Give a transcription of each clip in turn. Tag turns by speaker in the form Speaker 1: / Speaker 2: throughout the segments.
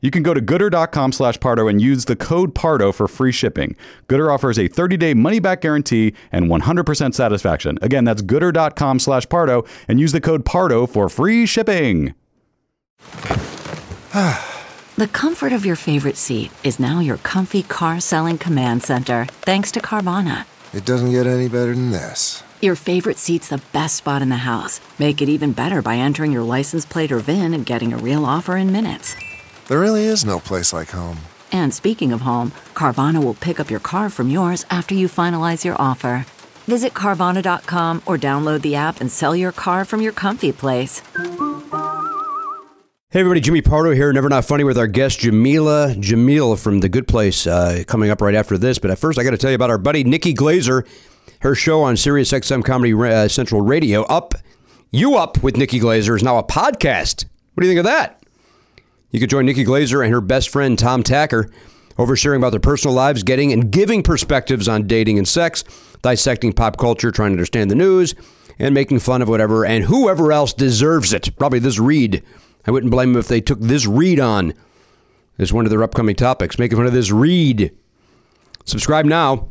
Speaker 1: You can go to gooder.com slash Pardo and use the code Pardo for free shipping. Gooder offers a 30-day money-back guarantee and 100% satisfaction. Again, that's gooder.com slash Pardo and use the code Pardo for free shipping.
Speaker 2: the comfort of your favorite seat is now your comfy car selling command center, thanks to Carvana.
Speaker 3: It doesn't get any better than this.
Speaker 2: Your favorite seat's the best spot in the house. Make it even better by entering your license plate or VIN and getting a real offer in minutes.
Speaker 3: There really is no place like home.
Speaker 2: And speaking of home, Carvana will pick up your car from yours after you finalize your offer. Visit Carvana.com or download the app and sell your car from your comfy place.
Speaker 4: Hey everybody, Jimmy Pardo here, Never Not Funny with our guest Jamila Jamil from The Good Place uh, coming up right after this. But at first, I got to tell you about our buddy Nikki Glazer, her show on Sirius XM Comedy uh, Central Radio. Up, You Up with Nikki Glazer is now a podcast. What do you think of that? You can join Nikki Glazer and her best friend Tom Tacker over sharing about their personal lives, getting and giving perspectives on dating and sex, dissecting pop culture, trying to understand the news, and making fun of whatever and whoever else deserves it. Probably this read. I wouldn't blame them if they took this read on as one of their upcoming topics. Making fun of this read. Subscribe now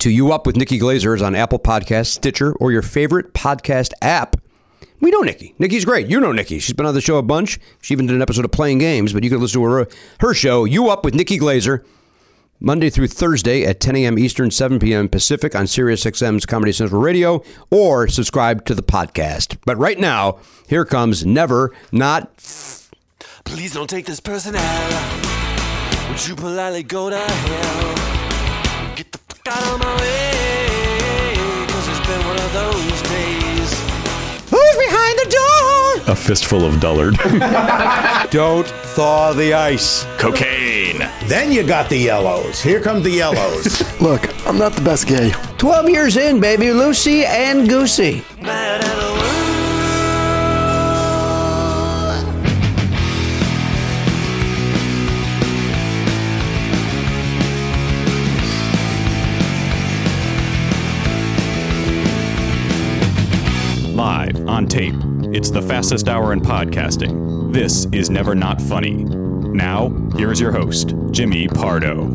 Speaker 4: to You Up with Nikki Glazer is on Apple Podcasts, Stitcher, or your favorite podcast app. We know Nikki. Nikki's great. You know Nikki. She's been on the show a bunch. She even did an episode of Playing Games, but you can listen to her, her show, You Up with Nikki Glazer, Monday through Thursday at 10 a.m. Eastern, 7 p.m. Pacific on SiriusXM's Comedy Central Radio, or subscribe to the podcast. But right now, here comes Never Not.
Speaker 5: Please don't take this person out. Would you politely go to hell? Get the fuck out of my way, cause it's been one of those days.
Speaker 6: Who's behind the door?
Speaker 1: A fistful of dullard.
Speaker 7: Don't thaw the ice.
Speaker 1: Cocaine.
Speaker 7: Then you got the yellows. Here come the yellows.
Speaker 8: Look, I'm not the best gay.
Speaker 9: 12 years in, baby. Lucy and Goosey.
Speaker 1: Live on tape. It's the fastest hour in podcasting. This is Never Not Funny. Now, here is your host, Jimmy Pardo.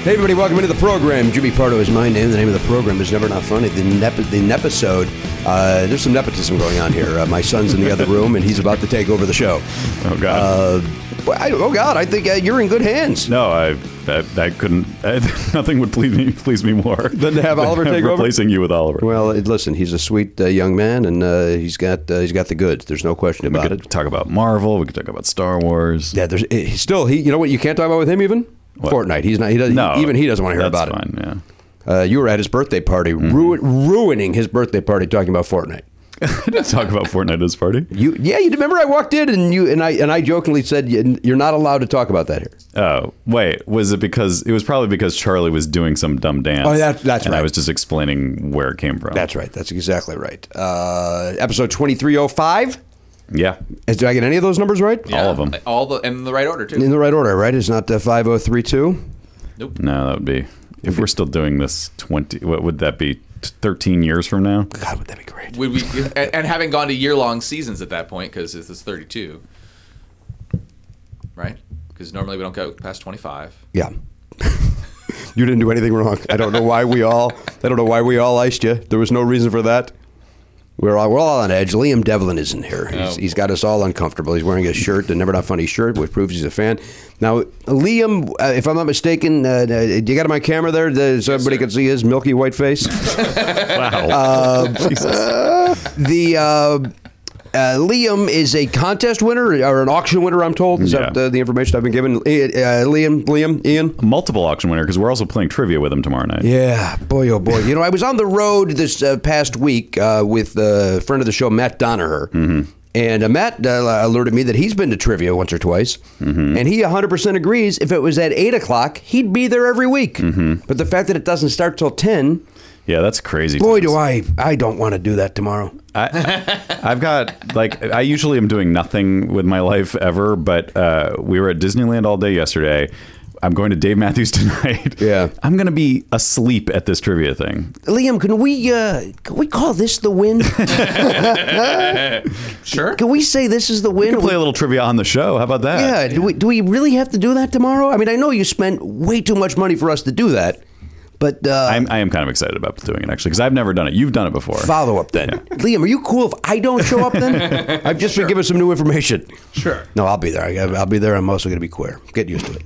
Speaker 4: Hey, everybody, welcome into the program. Jimmy Pardo is my name. The name of the program is Never Not Funny. The, nep- the episode Uh, there's some nepotism going on here. Uh, my son's in the other room, and he's about to take over the show.
Speaker 1: Oh God.
Speaker 4: Uh, I, oh God, I think uh, you're in good hands.
Speaker 1: No, I that, that couldn't. I, nothing would please me please me more
Speaker 4: Than to have Oliver take over?
Speaker 1: Replacing you with Oliver.
Speaker 4: Well, it- listen, he's a sweet uh, young man, and uh, he's got uh, he's got the goods. There's no question
Speaker 1: we
Speaker 4: about
Speaker 1: could
Speaker 4: it.
Speaker 1: talk about Marvel. We could talk about Star Wars.
Speaker 4: Yeah, there's eh, still he. You know what? You can't talk about with him even Fortnite. He's not. He doesn't.
Speaker 1: No,
Speaker 4: even he doesn't want to hear
Speaker 1: that's
Speaker 4: about it.
Speaker 1: fine, Mm-hmm. Yeah.
Speaker 4: Uh, you were at his birthday party, ruin, ruining his birthday party talking about Fortnite.
Speaker 1: I didn't talk about Fortnite at this party.
Speaker 4: You, yeah, you remember I walked in and you and I and I jokingly said "You- you're not allowed to talk about that here.
Speaker 1: Oh wait, was it because it was probably because Charlie was doing some dumb dance?
Speaker 4: Oh, that- that's
Speaker 1: and I
Speaker 4: right.
Speaker 1: was just explaining where it came from.
Speaker 4: That's right. That's exactly right. Uh, episode twenty three oh five.
Speaker 1: yeah,
Speaker 4: Did I get any of those numbers right?
Speaker 1: all of them.
Speaker 10: All the in the right order too.
Speaker 4: In the right order, right? It's not five oh three two.
Speaker 1: No, that would be if we're still doing this twenty. What would that be? Thirteen years from now?
Speaker 4: God, would that be great?
Speaker 10: Would we and, and having gone to year long seasons at that point because this is 32, right? Because normally we don't go past 25.
Speaker 4: Yeah. you didn't do anything wrong. I don't know why we all. I don't know why we all iced you. There was no reason for that. We're all, we're all on edge. Liam Devlin isn't here. He's, he's got us all uncomfortable. He's wearing a shirt, the Never Not Funny shirt, which proves he's a fan. Now, Liam, uh, if I'm not mistaken, uh, uh, you got him on camera there that- so everybody can see his milky white face?
Speaker 1: Wow.
Speaker 4: Uh,
Speaker 1: Jesus.
Speaker 4: the. Uh, uh, Liam is a contest winner or an auction winner, I'm told. Is that
Speaker 1: Yeah.
Speaker 4: uh, the information I've been given? Uh, Liam, Liam, Ian?
Speaker 1: Multiple auction winner because we're also playing trivia with him tomorrow night.
Speaker 4: Yeah, boy, oh boy. You know, I was on the road this uh, past week uh, with a friend of the show, Matt Donaher. And uh, Matt uh, alerted me that he's been to trivia once or twice. And he 100% agrees if it was at 8 o'clock, he'd be there every week. But the fact that it doesn't start till 10,
Speaker 1: Yeah, that's crazy.
Speaker 4: boy,
Speaker 1: times.
Speaker 4: do I, I don't want to do that tomorrow.
Speaker 1: I, I've got like I usually am doing nothing with my life ever, but uh, we were at Disneyland all day yesterday. I'm going to Dave Matthews tonight.
Speaker 4: Yeah.
Speaker 1: I'm going to be asleep at this trivia thing.
Speaker 4: Liam, can we uh, can we call this the win?
Speaker 10: Sure.
Speaker 4: can we say this is the win?
Speaker 1: We can play a little trivia on the show. How about that?
Speaker 4: Yeah. Do we, do we really have to do that tomorrow? I mean, I know you spent way too much money for us to do that, but uh,
Speaker 1: I'm, I am kind of excited about doing it actually because I've never done it. You've done it before.
Speaker 4: follow up then. Liam, are you cool if I don't show up then? I've just been given some new information. Sure. No, I'll be there. I- I'll be there. I'm also going to be queer. Get used to it.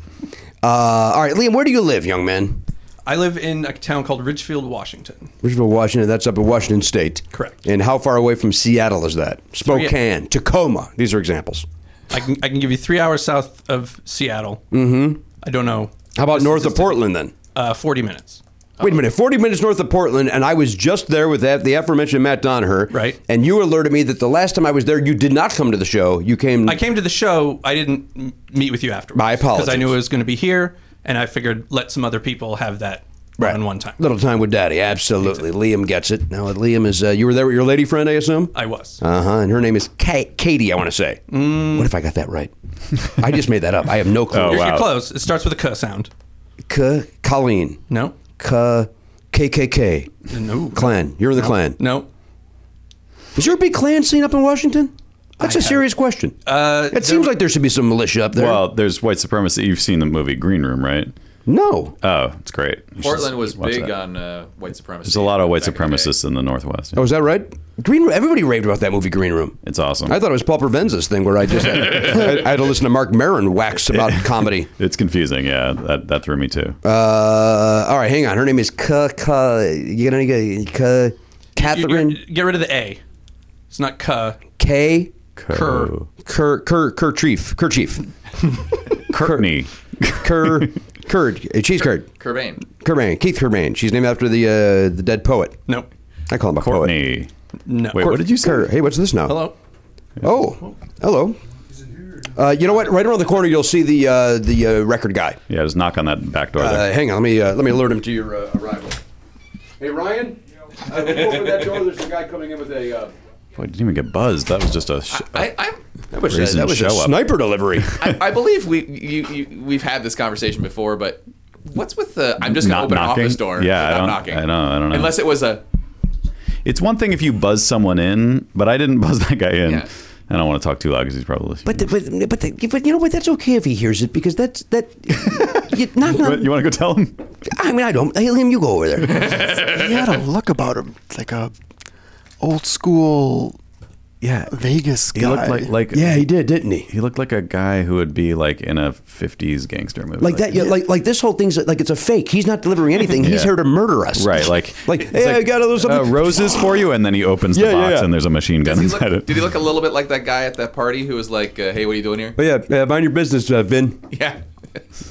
Speaker 4: Uh, all right, Liam, where do you live, young man?
Speaker 11: I live in a town called Ridgefield, Washington.
Speaker 4: Richmond, Washington. That's up in Washington State.
Speaker 11: Correct.
Speaker 4: And how far away from Seattle is that?
Speaker 11: Three-
Speaker 4: Spokane, Tacoma. These are examples.
Speaker 11: I can I can give you three hours south of Seattle.
Speaker 4: Mm-hmm.
Speaker 11: I don't know.
Speaker 4: How about north of Portland then?
Speaker 11: Uh, Forty minutes.
Speaker 4: Wait a minute, 40 minutes north of Portland, and I was just there with that, the aforementioned Matt Donaher. Right. And you alerted me that the last time I was there, you did not come to the show. You came.
Speaker 11: I came to the show. I didn't m- meet with you afterwards.
Speaker 4: My apologies.
Speaker 11: Because I knew I was going to be here, and I figured let some other people have that on one time.
Speaker 4: Little time with daddy, absolutely. Liam gets it. Now, Liam is, uh, you were there with your lady friend, I assume?
Speaker 11: I was.
Speaker 4: Uh huh. And her name is Ka- Katie, I want to say.
Speaker 11: Mm.
Speaker 4: What if I got that right? I just made that up. I have no clue.
Speaker 11: you're, you're close. It starts with a K sound.
Speaker 4: K- Colleen.
Speaker 11: No.
Speaker 4: K- KKK.
Speaker 11: No.
Speaker 4: Clan. You're in the
Speaker 11: No.
Speaker 4: clan.
Speaker 11: No.
Speaker 4: Is there a big clan scene up in Washington? That's a serious question.
Speaker 11: Uh,
Speaker 4: it seems like there should be some militia up there.
Speaker 1: Well, there's white supremacy. You've seen the movie Green Room, right?
Speaker 4: No.
Speaker 1: Oh, it's great. You should
Speaker 10: Portland was
Speaker 1: watch
Speaker 10: big
Speaker 1: that.
Speaker 10: on uh, white supremacy.
Speaker 1: There's a lot of white
Speaker 10: back in the day.
Speaker 1: supremacists in the Northwest.
Speaker 4: Oh, is that right? Green Room. Everybody raved about that movie, Green Room.
Speaker 1: It's awesome.
Speaker 4: I thought it was Paul Provenza's thing where I just I, I had to listen to Mark Maron wax about comedy.
Speaker 1: It's confusing. Yeah, that, that threw me too.
Speaker 4: Uh, all right, hang on. Her name is K. K. You gonna get K. Catherine
Speaker 11: You- Get rid of the A. It's not K.
Speaker 4: K. Oh.
Speaker 11: Kerr.
Speaker 4: Kerr Kerr Kerchief Kerchief
Speaker 1: Courtney.
Speaker 4: Kerr Kurd. Uh, She's Kurd.
Speaker 10: Cobain.
Speaker 4: Kermain. Keith Kermain. She's named after the uh, the dead poet.
Speaker 11: No.
Speaker 4: I call him a poet.
Speaker 1: Courtney.
Speaker 11: No.
Speaker 1: Wait, what did you say?
Speaker 4: Kerr. Hey, what's this now?
Speaker 11: Hello.
Speaker 4: Oh, hello. Uh, you know what? Right around the corner, you'll see the uh, the uh, record guy.
Speaker 1: Yeah, just knock on that back door.
Speaker 4: Uh,
Speaker 1: there.
Speaker 4: hang on, let me uh, let me alert him to your uh, arrival. Hey Ryan, uh, look over that door. There's a guy coming in with a. Uh,
Speaker 1: Boy, I didn't even get buzzed. That was just a. Sh-
Speaker 10: I, I,
Speaker 4: that was
Speaker 1: Raisin
Speaker 4: that was a
Speaker 1: show up.
Speaker 4: sniper delivery.
Speaker 10: I, I believe we you, you, we've had this conversation before, but what's with the? I'm just gonna
Speaker 1: Not
Speaker 10: open
Speaker 1: knocking?
Speaker 10: an office door.
Speaker 1: Yeah, I
Speaker 10: without
Speaker 1: don't-
Speaker 10: knocking.
Speaker 1: I know, I don't know.
Speaker 10: Unless it was a
Speaker 1: it's one thing if you buzz someone in, but I didn't buzz that guy in.
Speaker 10: Yeah.
Speaker 1: I don't want to talk too loud because he's probably. listening.
Speaker 4: But the, but but, the, but you know what? That's okay if he hears it because that's that. you, not,
Speaker 1: What, you want to go tell him?
Speaker 4: I mean, I don't. Hey, Liam, you go over there.
Speaker 7: He had a look about him, like a old school
Speaker 1: yeah
Speaker 7: Vegas guy.
Speaker 1: He looked like like
Speaker 4: yeah, he did, didn't he?
Speaker 1: He looked like a guy who would be like in a '50s gangster movie,
Speaker 4: Like that, yeah, like like this whole thing's like it's a fake. He's not delivering anything. He's
Speaker 1: Yeah.
Speaker 4: here to murder us.
Speaker 1: right? Like
Speaker 4: like
Speaker 1: it's
Speaker 4: hey, I got a little
Speaker 1: uh,
Speaker 4: something.
Speaker 1: roses for you, and then he opens the
Speaker 4: Yeah, yeah,
Speaker 1: box
Speaker 4: yeah.
Speaker 1: and there's a machine gun
Speaker 10: Does he
Speaker 1: inside
Speaker 10: look-
Speaker 1: it.
Speaker 10: did he look a little bit like that guy at that party who was like, uh, "Hey, what are you doing here?"
Speaker 4: Oh yeah, uh, mind your business, uh, Vin.
Speaker 10: Yeah.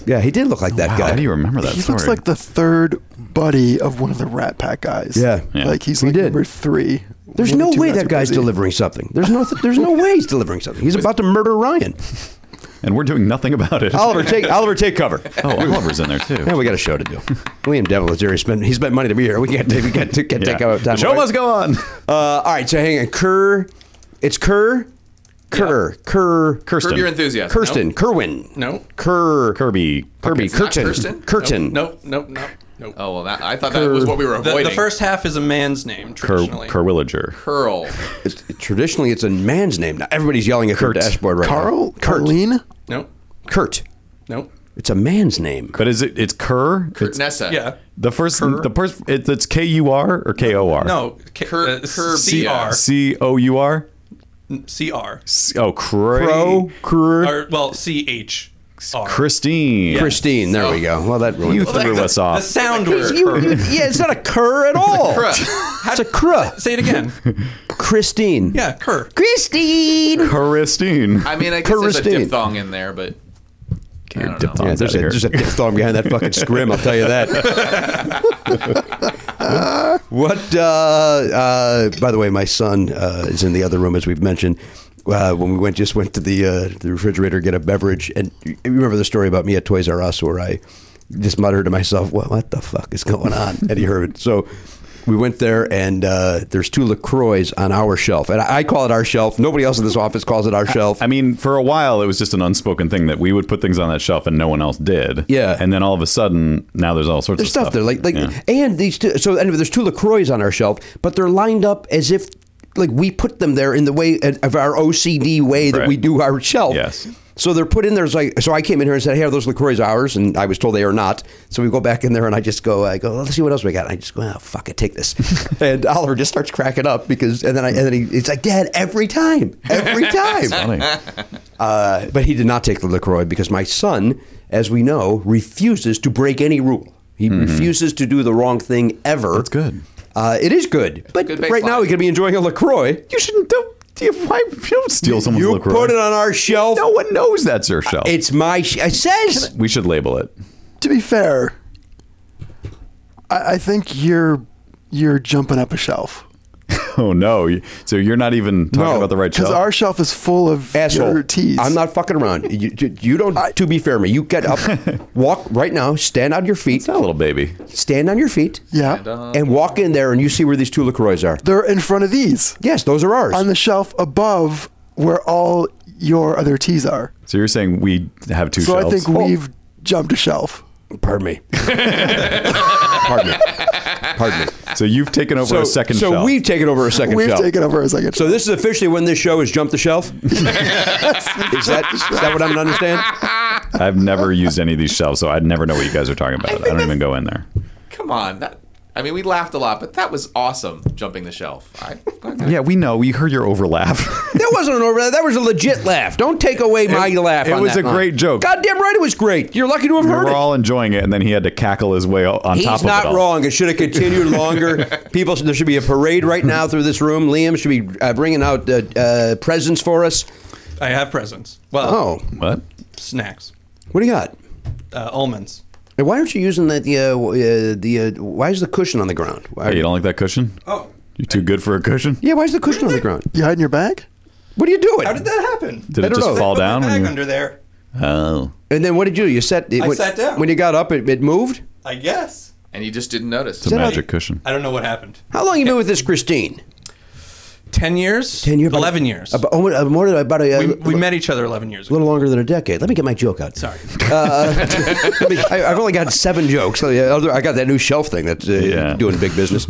Speaker 4: Yeah, he did look like that
Speaker 1: Wow,
Speaker 4: guy.
Speaker 1: how do you remember that
Speaker 7: he
Speaker 1: story?
Speaker 7: looks like the third buddy of one of the Rat Pack guys.
Speaker 4: Yeah.
Speaker 1: Yeah.
Speaker 7: like he's like number three.
Speaker 4: There's
Speaker 7: The other
Speaker 4: no
Speaker 7: two
Speaker 4: way
Speaker 7: guys
Speaker 4: that
Speaker 7: are
Speaker 4: guy's
Speaker 7: busy.
Speaker 4: delivering something. There's no there's no way he's delivering something. He's about to murder Ryan.
Speaker 1: and we're doing nothing about it.
Speaker 4: Oliver, take Oliver, take cover.
Speaker 1: Oh, Oliver's in there too.
Speaker 4: Yeah, we got a show to do. William Devil is here. He spent he spent money to be here. We can't we can't, can't
Speaker 1: Yeah.
Speaker 4: take out time.
Speaker 1: The show
Speaker 4: away.
Speaker 1: must go on.
Speaker 4: Uh, all right, so hang on. Kerr, it's Kerr, Kerr, Kerr,
Speaker 1: Kirsten.
Speaker 10: Curb your enthusiasm.
Speaker 4: Kirsten,
Speaker 10: No.
Speaker 4: Kerwin,
Speaker 11: No.
Speaker 4: Kerr,
Speaker 1: Kirby.
Speaker 4: Kirby,
Speaker 10: It's not
Speaker 4: Curtin,
Speaker 10: Kirsten?
Speaker 4: Curtin.
Speaker 11: No. No. No. no.
Speaker 10: Oh well, that, I thought that was
Speaker 4: Cur-
Speaker 10: what we were
Speaker 11: The,
Speaker 10: avoiding.
Speaker 11: the first half is a man's name
Speaker 1: Ker,
Speaker 11: traditionally.
Speaker 1: Kerwillager.
Speaker 10: curl.
Speaker 4: It's- traditionally, it's a man's name. Now everybody's yelling at
Speaker 1: Kurt.
Speaker 4: their dashboard right
Speaker 7: Carl,
Speaker 4: now.
Speaker 7: Carlene.
Speaker 11: No.
Speaker 4: Kurt.
Speaker 11: No.
Speaker 4: It's a man's name.
Speaker 1: But is it? It's Kerr. It's-
Speaker 10: Nessa.
Speaker 11: Yeah.
Speaker 1: the first.
Speaker 11: Kerr.
Speaker 1: The first. It, it's K U R or K O R.
Speaker 11: No. K-
Speaker 10: Cur-
Speaker 11: uh,
Speaker 10: Cur-
Speaker 11: C R.
Speaker 1: C O U R.
Speaker 11: C R.
Speaker 1: C- Oh, Cray.
Speaker 4: Pro, Kerr,
Speaker 11: Or well, C H R.
Speaker 1: Christine.
Speaker 4: Christine. There we go. Well, that ruined.
Speaker 1: You
Speaker 4: it.
Speaker 1: threw us
Speaker 11: The
Speaker 1: off.
Speaker 11: sound word.
Speaker 4: You- you- yeah, it's not a Kerr at all.
Speaker 11: How
Speaker 4: It's a
Speaker 11: do-
Speaker 4: cr.
Speaker 11: Say it again.
Speaker 4: Christine.
Speaker 11: Yeah, cur.
Speaker 4: Christine.
Speaker 1: Christine.
Speaker 10: I mean, I guess there's a
Speaker 4: Kirsten.
Speaker 10: diphthong in there, but I don't know.
Speaker 4: Yeah, there's a, there's a diphthong behind that fucking scrim, I'll tell you that. what, uh, uh, by the way, my son uh, is in the other room, as we've mentioned. Uh, when we went, just went to the uh, the refrigerator to get a beverage, and you you remember the story about me at Toys R Us, where I just muttered to myself, "What, what the fuck is going on?" Eddie Herbert. So we went there, and uh, there's two Lacroix on our shelf, and I, I call it our shelf. Nobody else in this office calls it our shelf.
Speaker 1: I mean, for a while, it was just an unspoken thing that we would put things on that shelf and no one else did.
Speaker 4: Yeah.
Speaker 1: And then all of a sudden, now there's all sorts
Speaker 4: There's
Speaker 1: of
Speaker 4: stuff,
Speaker 1: stuff.
Speaker 4: there, like like,
Speaker 1: Yeah.
Speaker 4: and these two. So anyway, there's two Lacroix on our shelf, but they're lined up as if like we put them there in the way of our OCD way that
Speaker 1: Right.
Speaker 4: we do our shelf.
Speaker 1: Yes.
Speaker 4: So they're put in there. It's like so, I came in here and said, "Hey, are those Lacroix ours?" And I was told they are not. So we go back in there, and I just go, "I go, let's see what else we got." And I just go, "Oh fuck it, take this." and Oliver just starts cracking up because, and then I, and then he, it's like, "Dad, every time, every time." Uh, but he did not take the LaCroix because my son, as we know, refuses to break any rule. He refuses to do the wrong thing ever. That's
Speaker 1: good.
Speaker 4: Uh, it is good. But
Speaker 10: good
Speaker 4: right now
Speaker 10: baseline.
Speaker 4: he could be enjoying a LaCroix.
Speaker 1: You shouldn't. Don't, you, why, you don't steal someone's
Speaker 4: you
Speaker 1: LaCroix.
Speaker 4: put it on our shelf.
Speaker 1: No one knows that's your shelf.
Speaker 4: It's my. Sh- it says.
Speaker 1: we should label it.
Speaker 7: To be fair, I, I think you're you're jumping up a shelf
Speaker 1: Oh, no. So you're not even talking
Speaker 4: No,
Speaker 1: about the right
Speaker 7: because
Speaker 1: shelf?
Speaker 7: our shelf is full of
Speaker 4: Asshole.
Speaker 7: your teas.
Speaker 4: I'm not fucking around. You, you- you don't. to be fair, to me, you get up, walk right now, stand on your feet,
Speaker 1: it's not a little baby.
Speaker 4: stand on your feet,
Speaker 7: Yeah,
Speaker 10: uh,
Speaker 4: and walk in there, and you see where these two Lacroix are.
Speaker 7: they're in front of these
Speaker 4: Yes, those are ours.
Speaker 7: on the shelf above where all your other teas are.
Speaker 1: So you're saying we have two
Speaker 7: So
Speaker 1: shelves?
Speaker 7: I think we've jumped a shelf.
Speaker 4: Pardon me. Pardon me. Pardon me.
Speaker 1: so you've taken over a second
Speaker 4: so
Speaker 1: shelf.
Speaker 4: we've taken over a second
Speaker 7: We've
Speaker 4: shelf.
Speaker 7: taken over a second.
Speaker 4: so this is officially when this show is jumped the shelf. is that is that what I'm gonna understand?
Speaker 1: I've never used any of these shelves, so I'd never know what you guys are talking about. I, don't even go in there.
Speaker 10: Come on. That, I mean, we laughed a lot, but that was awesome. Jumping the shelf. I,
Speaker 1: Yeah, we know. We heard your overlap.
Speaker 4: That wasn't an over. That was a legit laugh. Don't take away my laugh.
Speaker 1: it
Speaker 4: on
Speaker 1: was
Speaker 4: that
Speaker 1: a
Speaker 4: line.
Speaker 1: great joke.
Speaker 4: Goddamn right, it was great. You're lucky to have
Speaker 1: we
Speaker 4: heard
Speaker 1: were
Speaker 4: it.
Speaker 1: all enjoying it, and then he had to cackle his way on
Speaker 4: He's
Speaker 1: top of
Speaker 4: not
Speaker 1: it all.
Speaker 4: wrong. It should have continued longer. People, there should be a parade right now through this room. Liam should be uh, bringing out uh, uh, presents for us.
Speaker 11: I have presents. Well,
Speaker 4: Oh,
Speaker 1: What?
Speaker 11: snacks.
Speaker 4: what do you got?
Speaker 11: Uh, almonds.
Speaker 4: And why aren't you using that the uh, w- uh, the uh, why is the cushion on the ground? Why,
Speaker 1: Hey, you don't like that cushion?
Speaker 11: Oh.
Speaker 1: You too good for a cushion?
Speaker 4: yeah, why is the cushion on the ground?
Speaker 7: You hiding your bag?
Speaker 4: What are you doing?
Speaker 11: How did that happen?
Speaker 1: Did
Speaker 4: I
Speaker 1: it
Speaker 4: don't
Speaker 1: just
Speaker 4: know.
Speaker 1: fall
Speaker 11: Put my
Speaker 1: down? when
Speaker 11: bag
Speaker 1: you-
Speaker 11: under there.
Speaker 1: Oh.
Speaker 4: And then what did you? do? You sat. it-
Speaker 11: I
Speaker 4: when,
Speaker 11: sat down.
Speaker 4: When you got up, it, it moved.
Speaker 11: I guess.
Speaker 10: and you just didn't notice.
Speaker 1: It's a magic cushion.
Speaker 11: I don't know what happened.
Speaker 4: How long you been with this Christine?
Speaker 11: 10 years?
Speaker 4: 10 years, about-
Speaker 11: Eleven years.
Speaker 4: About, oh, uh, more than about a, uh,
Speaker 11: we, we
Speaker 4: a
Speaker 11: met each other 11 years ago.
Speaker 4: little longer than a decade. Let me get my joke out.
Speaker 11: Sorry.
Speaker 4: Uh, let me- I, I've only got seven jokes. So, yeah, other- I got that new shelf thing that's uh,
Speaker 1: Yeah.
Speaker 4: doing big business.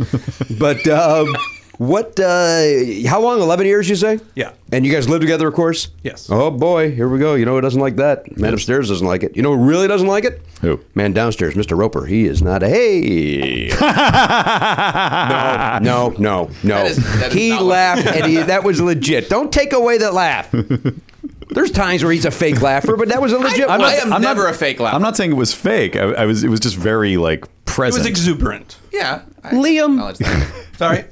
Speaker 4: But um, What? Uh, how long? Eleven years, you say?
Speaker 11: Yeah.
Speaker 4: And you guys live together, of course.
Speaker 11: Yes.
Speaker 4: Oh boy, here we go. You know who doesn't like that? Man upstairs doesn't like it. You know who really doesn't like it?
Speaker 1: Who?
Speaker 4: Man downstairs, Mr. Roper. He is not a hey. no, no, no, no. he laughed, and he, that was legit. Don't take away that laugh. There's times where he's a fake laugher, but that was a legit. one.
Speaker 10: I'm not- I am I'm not- never a fake laugh.
Speaker 1: I'm not saying it was fake. I, I was. It was just very like
Speaker 11: It
Speaker 1: present.
Speaker 11: was exuberant.
Speaker 10: Yeah.
Speaker 11: Liam. Sorry.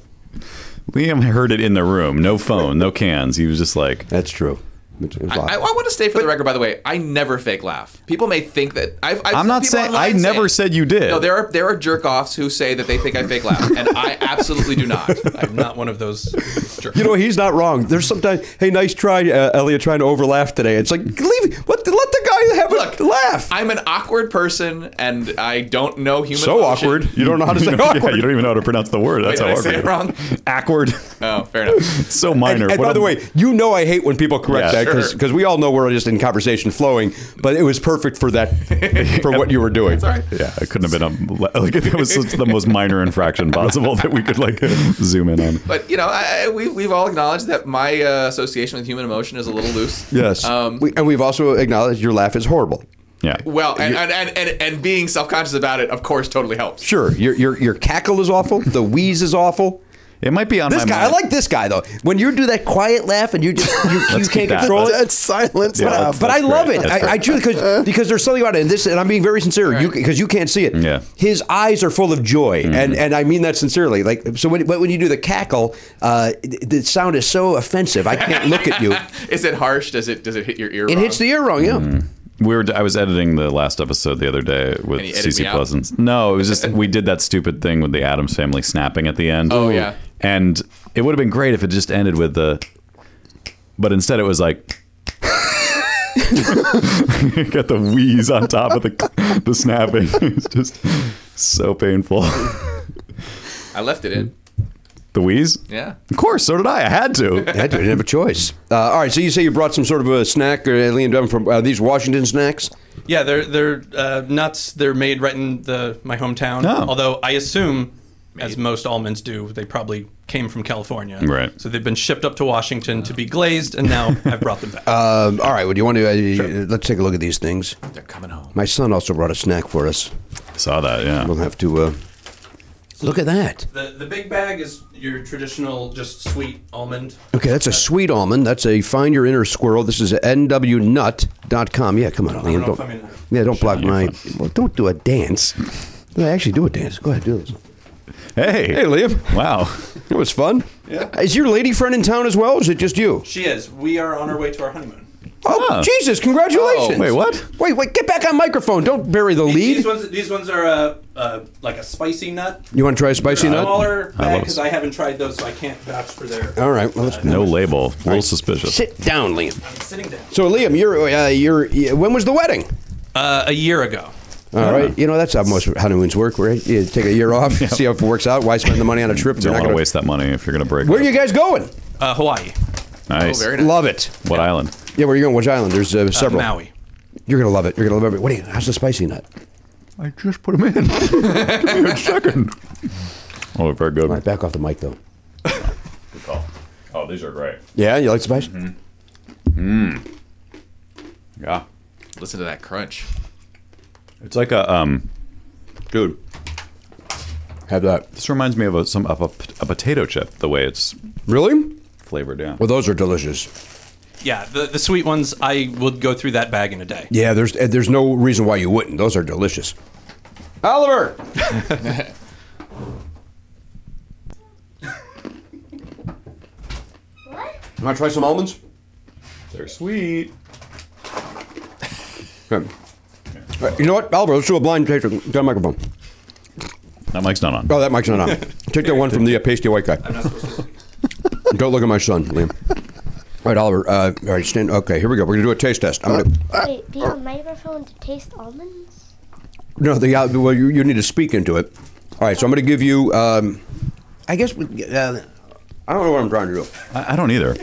Speaker 1: Liam heard it in the room. No phone. No cans. He was just like.
Speaker 4: That's true.
Speaker 10: I, I want to stay for the record, by the way. I never fake laugh. People may think that I've, I've
Speaker 1: I'm
Speaker 10: seen
Speaker 1: not
Speaker 10: people
Speaker 1: saying-
Speaker 10: online
Speaker 1: I never said you did.
Speaker 10: No, there are there are jerk offs who say that they think I fake laugh, and I absolutely do not.
Speaker 11: I'm not one of those. Jerks.
Speaker 4: You know he's not wrong. There's sometimes, hey, nice try, uh, Elliot, trying to overlaugh today. It's like leave, what? Let the guy have a laugh.
Speaker 10: I'm an awkward person, and I don't know human.
Speaker 1: So
Speaker 10: emotion.
Speaker 1: awkward. You don't know how to say
Speaker 10: Yeah,
Speaker 1: awkward. you don't even know how to pronounce the word. That's
Speaker 10: Wait,
Speaker 1: how
Speaker 10: did I
Speaker 1: awkward.
Speaker 10: say it wrong?
Speaker 1: Awkward.
Speaker 10: Oh, fair enough.
Speaker 1: so minor.
Speaker 4: And, and
Speaker 1: What
Speaker 4: by
Speaker 1: a-
Speaker 4: the way, you know I hate when people correct
Speaker 1: Yeah.
Speaker 4: that because
Speaker 1: Sure.
Speaker 4: we all know we're just in conversation flowing. But it was perfect for that, for what you were doing.
Speaker 1: Yeah, it couldn't have been a like it was just the most minor infraction possible that we could like zoom in on.
Speaker 10: But you know, I, I- we we've all acknowledged that my uh, association with human emotion is a little loose.
Speaker 4: Yes.
Speaker 10: Um,
Speaker 4: We- and we've also acknowledged your laugh is horrible.
Speaker 1: Yeah.
Speaker 10: well, and and, and, and and being self conscious about it, of course, totally helps.
Speaker 4: Sure, your your your cackle is awful. The wheeze is awful.
Speaker 1: It might be on
Speaker 4: this
Speaker 1: my
Speaker 4: guy.
Speaker 1: mind.
Speaker 4: I like this guy though. When you do that quiet laugh and you just you, you
Speaker 1: Let's keep
Speaker 4: can't
Speaker 1: that.
Speaker 4: control it.
Speaker 1: Let's-
Speaker 7: That silence
Speaker 1: Yeah, that's-
Speaker 7: laugh.
Speaker 4: But I
Speaker 1: great.
Speaker 4: love it.
Speaker 1: That's
Speaker 4: I, I truly because because there's something about it, and this, and I'm being very sincere. You because you can't see it.
Speaker 1: Yeah. Mm-hmm.
Speaker 4: His eyes are full of joy, and and I mean that sincerely. Like so, when but when you do the cackle, uh, the, the sound is so offensive. I can't look at you.
Speaker 10: is it harsh? Does it does it hit your ear?
Speaker 4: It
Speaker 10: wrong?
Speaker 4: hits the ear wrong. Yeah.
Speaker 1: Mm-hmm. We were. I was editing the last episode the other day with
Speaker 10: And you edited
Speaker 1: CC
Speaker 10: me out?
Speaker 1: Pleasants. No, it was just we did that stupid thing with the Adams family snapping at the end.
Speaker 10: Oh, yeah.
Speaker 1: and it would have been great if it just ended with the. But instead, it was like. got the wheeze on top of the the snapping. It's just so painful.
Speaker 10: I left it in.
Speaker 1: The wheeze.
Speaker 10: Yeah.
Speaker 1: Of course, so did I. I had to.
Speaker 4: I had to. I didn't have a choice. Uh, all right. So you say you brought some sort of a snack, or uh, Liam Devin from uh, these Washington snacks.
Speaker 11: Yeah, they're they're uh, nuts. They're made right in the my hometown.
Speaker 1: Oh.
Speaker 11: Although I assume, as most almonds do, they probably came from California.
Speaker 1: Right.
Speaker 11: So they've been shipped up to Washington to be glazed, and now I've brought them back.
Speaker 4: Um, all right. Well, do you want to? Uh, Let's take a look at these things.
Speaker 10: They're coming home.
Speaker 4: My son also brought a snack for us.
Speaker 1: Saw that. Yeah.
Speaker 4: We'll have to. Uh, look at that.
Speaker 11: the the big bag is your traditional just sweet almond.
Speaker 4: Okay, that's a sweet almond. That's a find your inner squirrel. This is nwnut.com. Yeah, come on, Liam.
Speaker 11: know
Speaker 4: Don't,
Speaker 11: if I'm in there.
Speaker 4: yeah, don't block my. Well, don't do a dance. No, I actually do a dance. Go ahead, do this.
Speaker 1: Hey.
Speaker 4: Hey, Liam.
Speaker 1: Wow.
Speaker 4: It was fun. Yeah. Is your lady friend in town as well, or is it just you?
Speaker 11: She is. We are on our way to our honeymoon.
Speaker 4: Oh,
Speaker 1: Ah.
Speaker 4: Jesus, congratulations.
Speaker 1: Oh, wait, what?
Speaker 4: Wait, wait, get back on microphone. Don't bury the lead.
Speaker 11: These ones, these ones are uh, uh, like a spicy nut.
Speaker 4: You want to try a spicy nut?
Speaker 11: Smaller
Speaker 1: love
Speaker 11: bag because
Speaker 1: it.
Speaker 11: I haven't tried those, so I can't vouch for their.
Speaker 4: All right, well, let's
Speaker 1: No label. A little suspicious.
Speaker 4: sit down, Liam.
Speaker 11: I'm sitting down.
Speaker 4: So, Liam, you're, uh, you're, when was the wedding?
Speaker 11: Uh, a year ago.
Speaker 4: All right, you know that's how most honeymoons work, right? You take a year off, see how it works out. Why spend the money on a trip? if you're
Speaker 1: Don't
Speaker 4: not
Speaker 1: want to
Speaker 4: gonna-
Speaker 1: waste that money if you're going to break.
Speaker 4: Where are
Speaker 1: up.
Speaker 4: you guys going?
Speaker 11: Uh, Hawaii.
Speaker 1: Nice.
Speaker 10: Oh, very nice.
Speaker 4: Love it.
Speaker 1: What island?
Speaker 4: Yeah, where are you going? Which island? There's uh,
Speaker 11: Uh,
Speaker 4: several.
Speaker 11: Maui.
Speaker 4: You're gonna love it. You're gonna love it. What? Are you, how's the spicy nut?
Speaker 1: I just put him in. Give me a second. Oh, very good.
Speaker 4: All right, back off the mic though.
Speaker 1: Good call. Oh, these are great.
Speaker 4: Yeah, you like spicy?
Speaker 1: Yeah.
Speaker 10: Listen to that crunch.
Speaker 1: It's like a um.
Speaker 4: dude. Have that.
Speaker 1: This reminds me of a some of a, a potato chip. The way it's
Speaker 4: Really?
Speaker 1: flavored. Yeah.
Speaker 4: Well, those are delicious.
Speaker 11: Yeah, the, the sweet ones, I would go through that bag in a day.
Speaker 4: Yeah, there's uh, there's no reason why you wouldn't. Those are delicious. Oliver. You want to try some almonds?
Speaker 1: They're sweet.
Speaker 4: Okay. All right, Uh, you know what, Oliver? Let's do a blind taste. Get a microphone.
Speaker 1: That mic's not on.
Speaker 4: Oh, that mic's not on. Take that one from the uh, pasty white guy. Don't look at my son, Liam. All right, Oliver. Uh, all right, stand. Okay, here we go. We're gonna do a taste test. I'm gonna.
Speaker 12: Wait, do you have a microphone to taste almonds?
Speaker 4: No, the uh, well, you, you need to speak into it. All right, so I'm gonna give you. Um, I guess. we- Uh, I don't know what I'm trying to do.
Speaker 1: I, I don't either.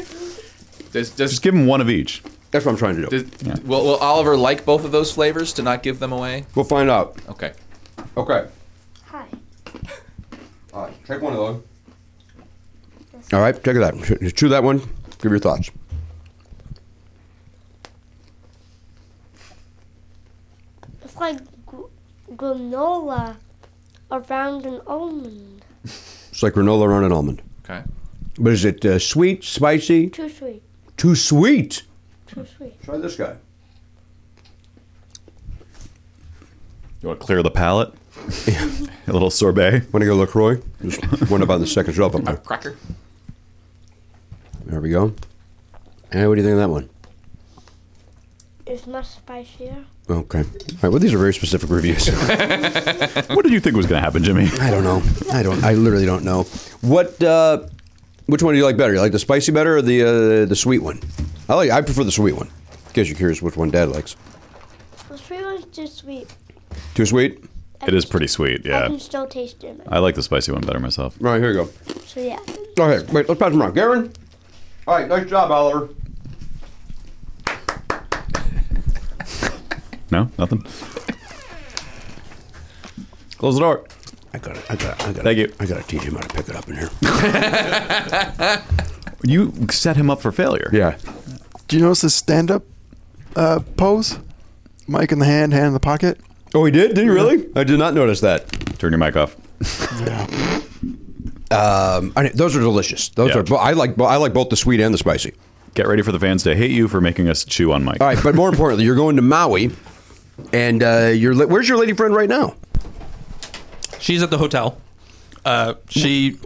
Speaker 10: Does does,
Speaker 1: Just give him one of each.
Speaker 4: That's what I'm trying to do.
Speaker 10: does will, will Oliver like both of those flavors to not give them away?
Speaker 4: We'll find out.
Speaker 10: Okay.
Speaker 4: Okay.
Speaker 12: Hi.
Speaker 4: All right, take one of those. All right, check it out. Chew- Chew that one. Give your thoughts.
Speaker 12: It's like gr- granola around an almond.
Speaker 4: It's like granola around an almond.
Speaker 10: Okay.
Speaker 4: But is it uh, sweet, spicy?
Speaker 12: Too sweet.
Speaker 4: Too sweet.
Speaker 12: Too sweet.
Speaker 4: Try this guy.
Speaker 1: You want to clear the palate?
Speaker 4: A little sorbet. Want to go LaCroix? Just one up on the second shelf up there.
Speaker 10: Cracker.
Speaker 4: There we go. And what do you think of that one?
Speaker 12: It's much spicier.
Speaker 4: Okay. All right. Well, these are very specific reviews.
Speaker 1: what did you think was going to happen, Jimmy?
Speaker 4: I don't know. I don't. I literally don't know. What? Uh, which one do you like better? You like the spicy better or the uh, the sweet one? I like. I prefer the sweet one. In case you're curious, which one Dad likes?
Speaker 12: The sweet one's too sweet.
Speaker 4: Too sweet.
Speaker 1: It is pretty sweet.
Speaker 12: I
Speaker 1: Yeah.
Speaker 12: can still taste it.
Speaker 1: I like the spicy one better myself.
Speaker 4: Right here you
Speaker 12: So yeah.
Speaker 4: go. Okay. Wait. Let's pass them around. Garen. All right. Nice job, Oliver.
Speaker 1: No, nothing. Close the door.
Speaker 4: I got it. I got it. I got
Speaker 1: Thank you.
Speaker 4: I got to teach him how to pick it up in here.
Speaker 1: You set him up for failure.
Speaker 4: Yeah.
Speaker 7: Do you notice his stand up uh, pose? Mic in the hand, hand in the pocket.
Speaker 4: Oh, he did? Did he really? I did not notice that.
Speaker 1: Turn your mic off.
Speaker 4: Um, I, those are delicious. Those
Speaker 1: Yeah.
Speaker 4: are. bo- I like. bo- I like both the sweet and the spicy.
Speaker 1: Get ready for the fans to hate you for making us chew on Mike.
Speaker 4: All right, but more importantly, you're going to Maui, and uh, you're. li- Where's your lady friend right now?
Speaker 11: She's at the hotel. Uh, she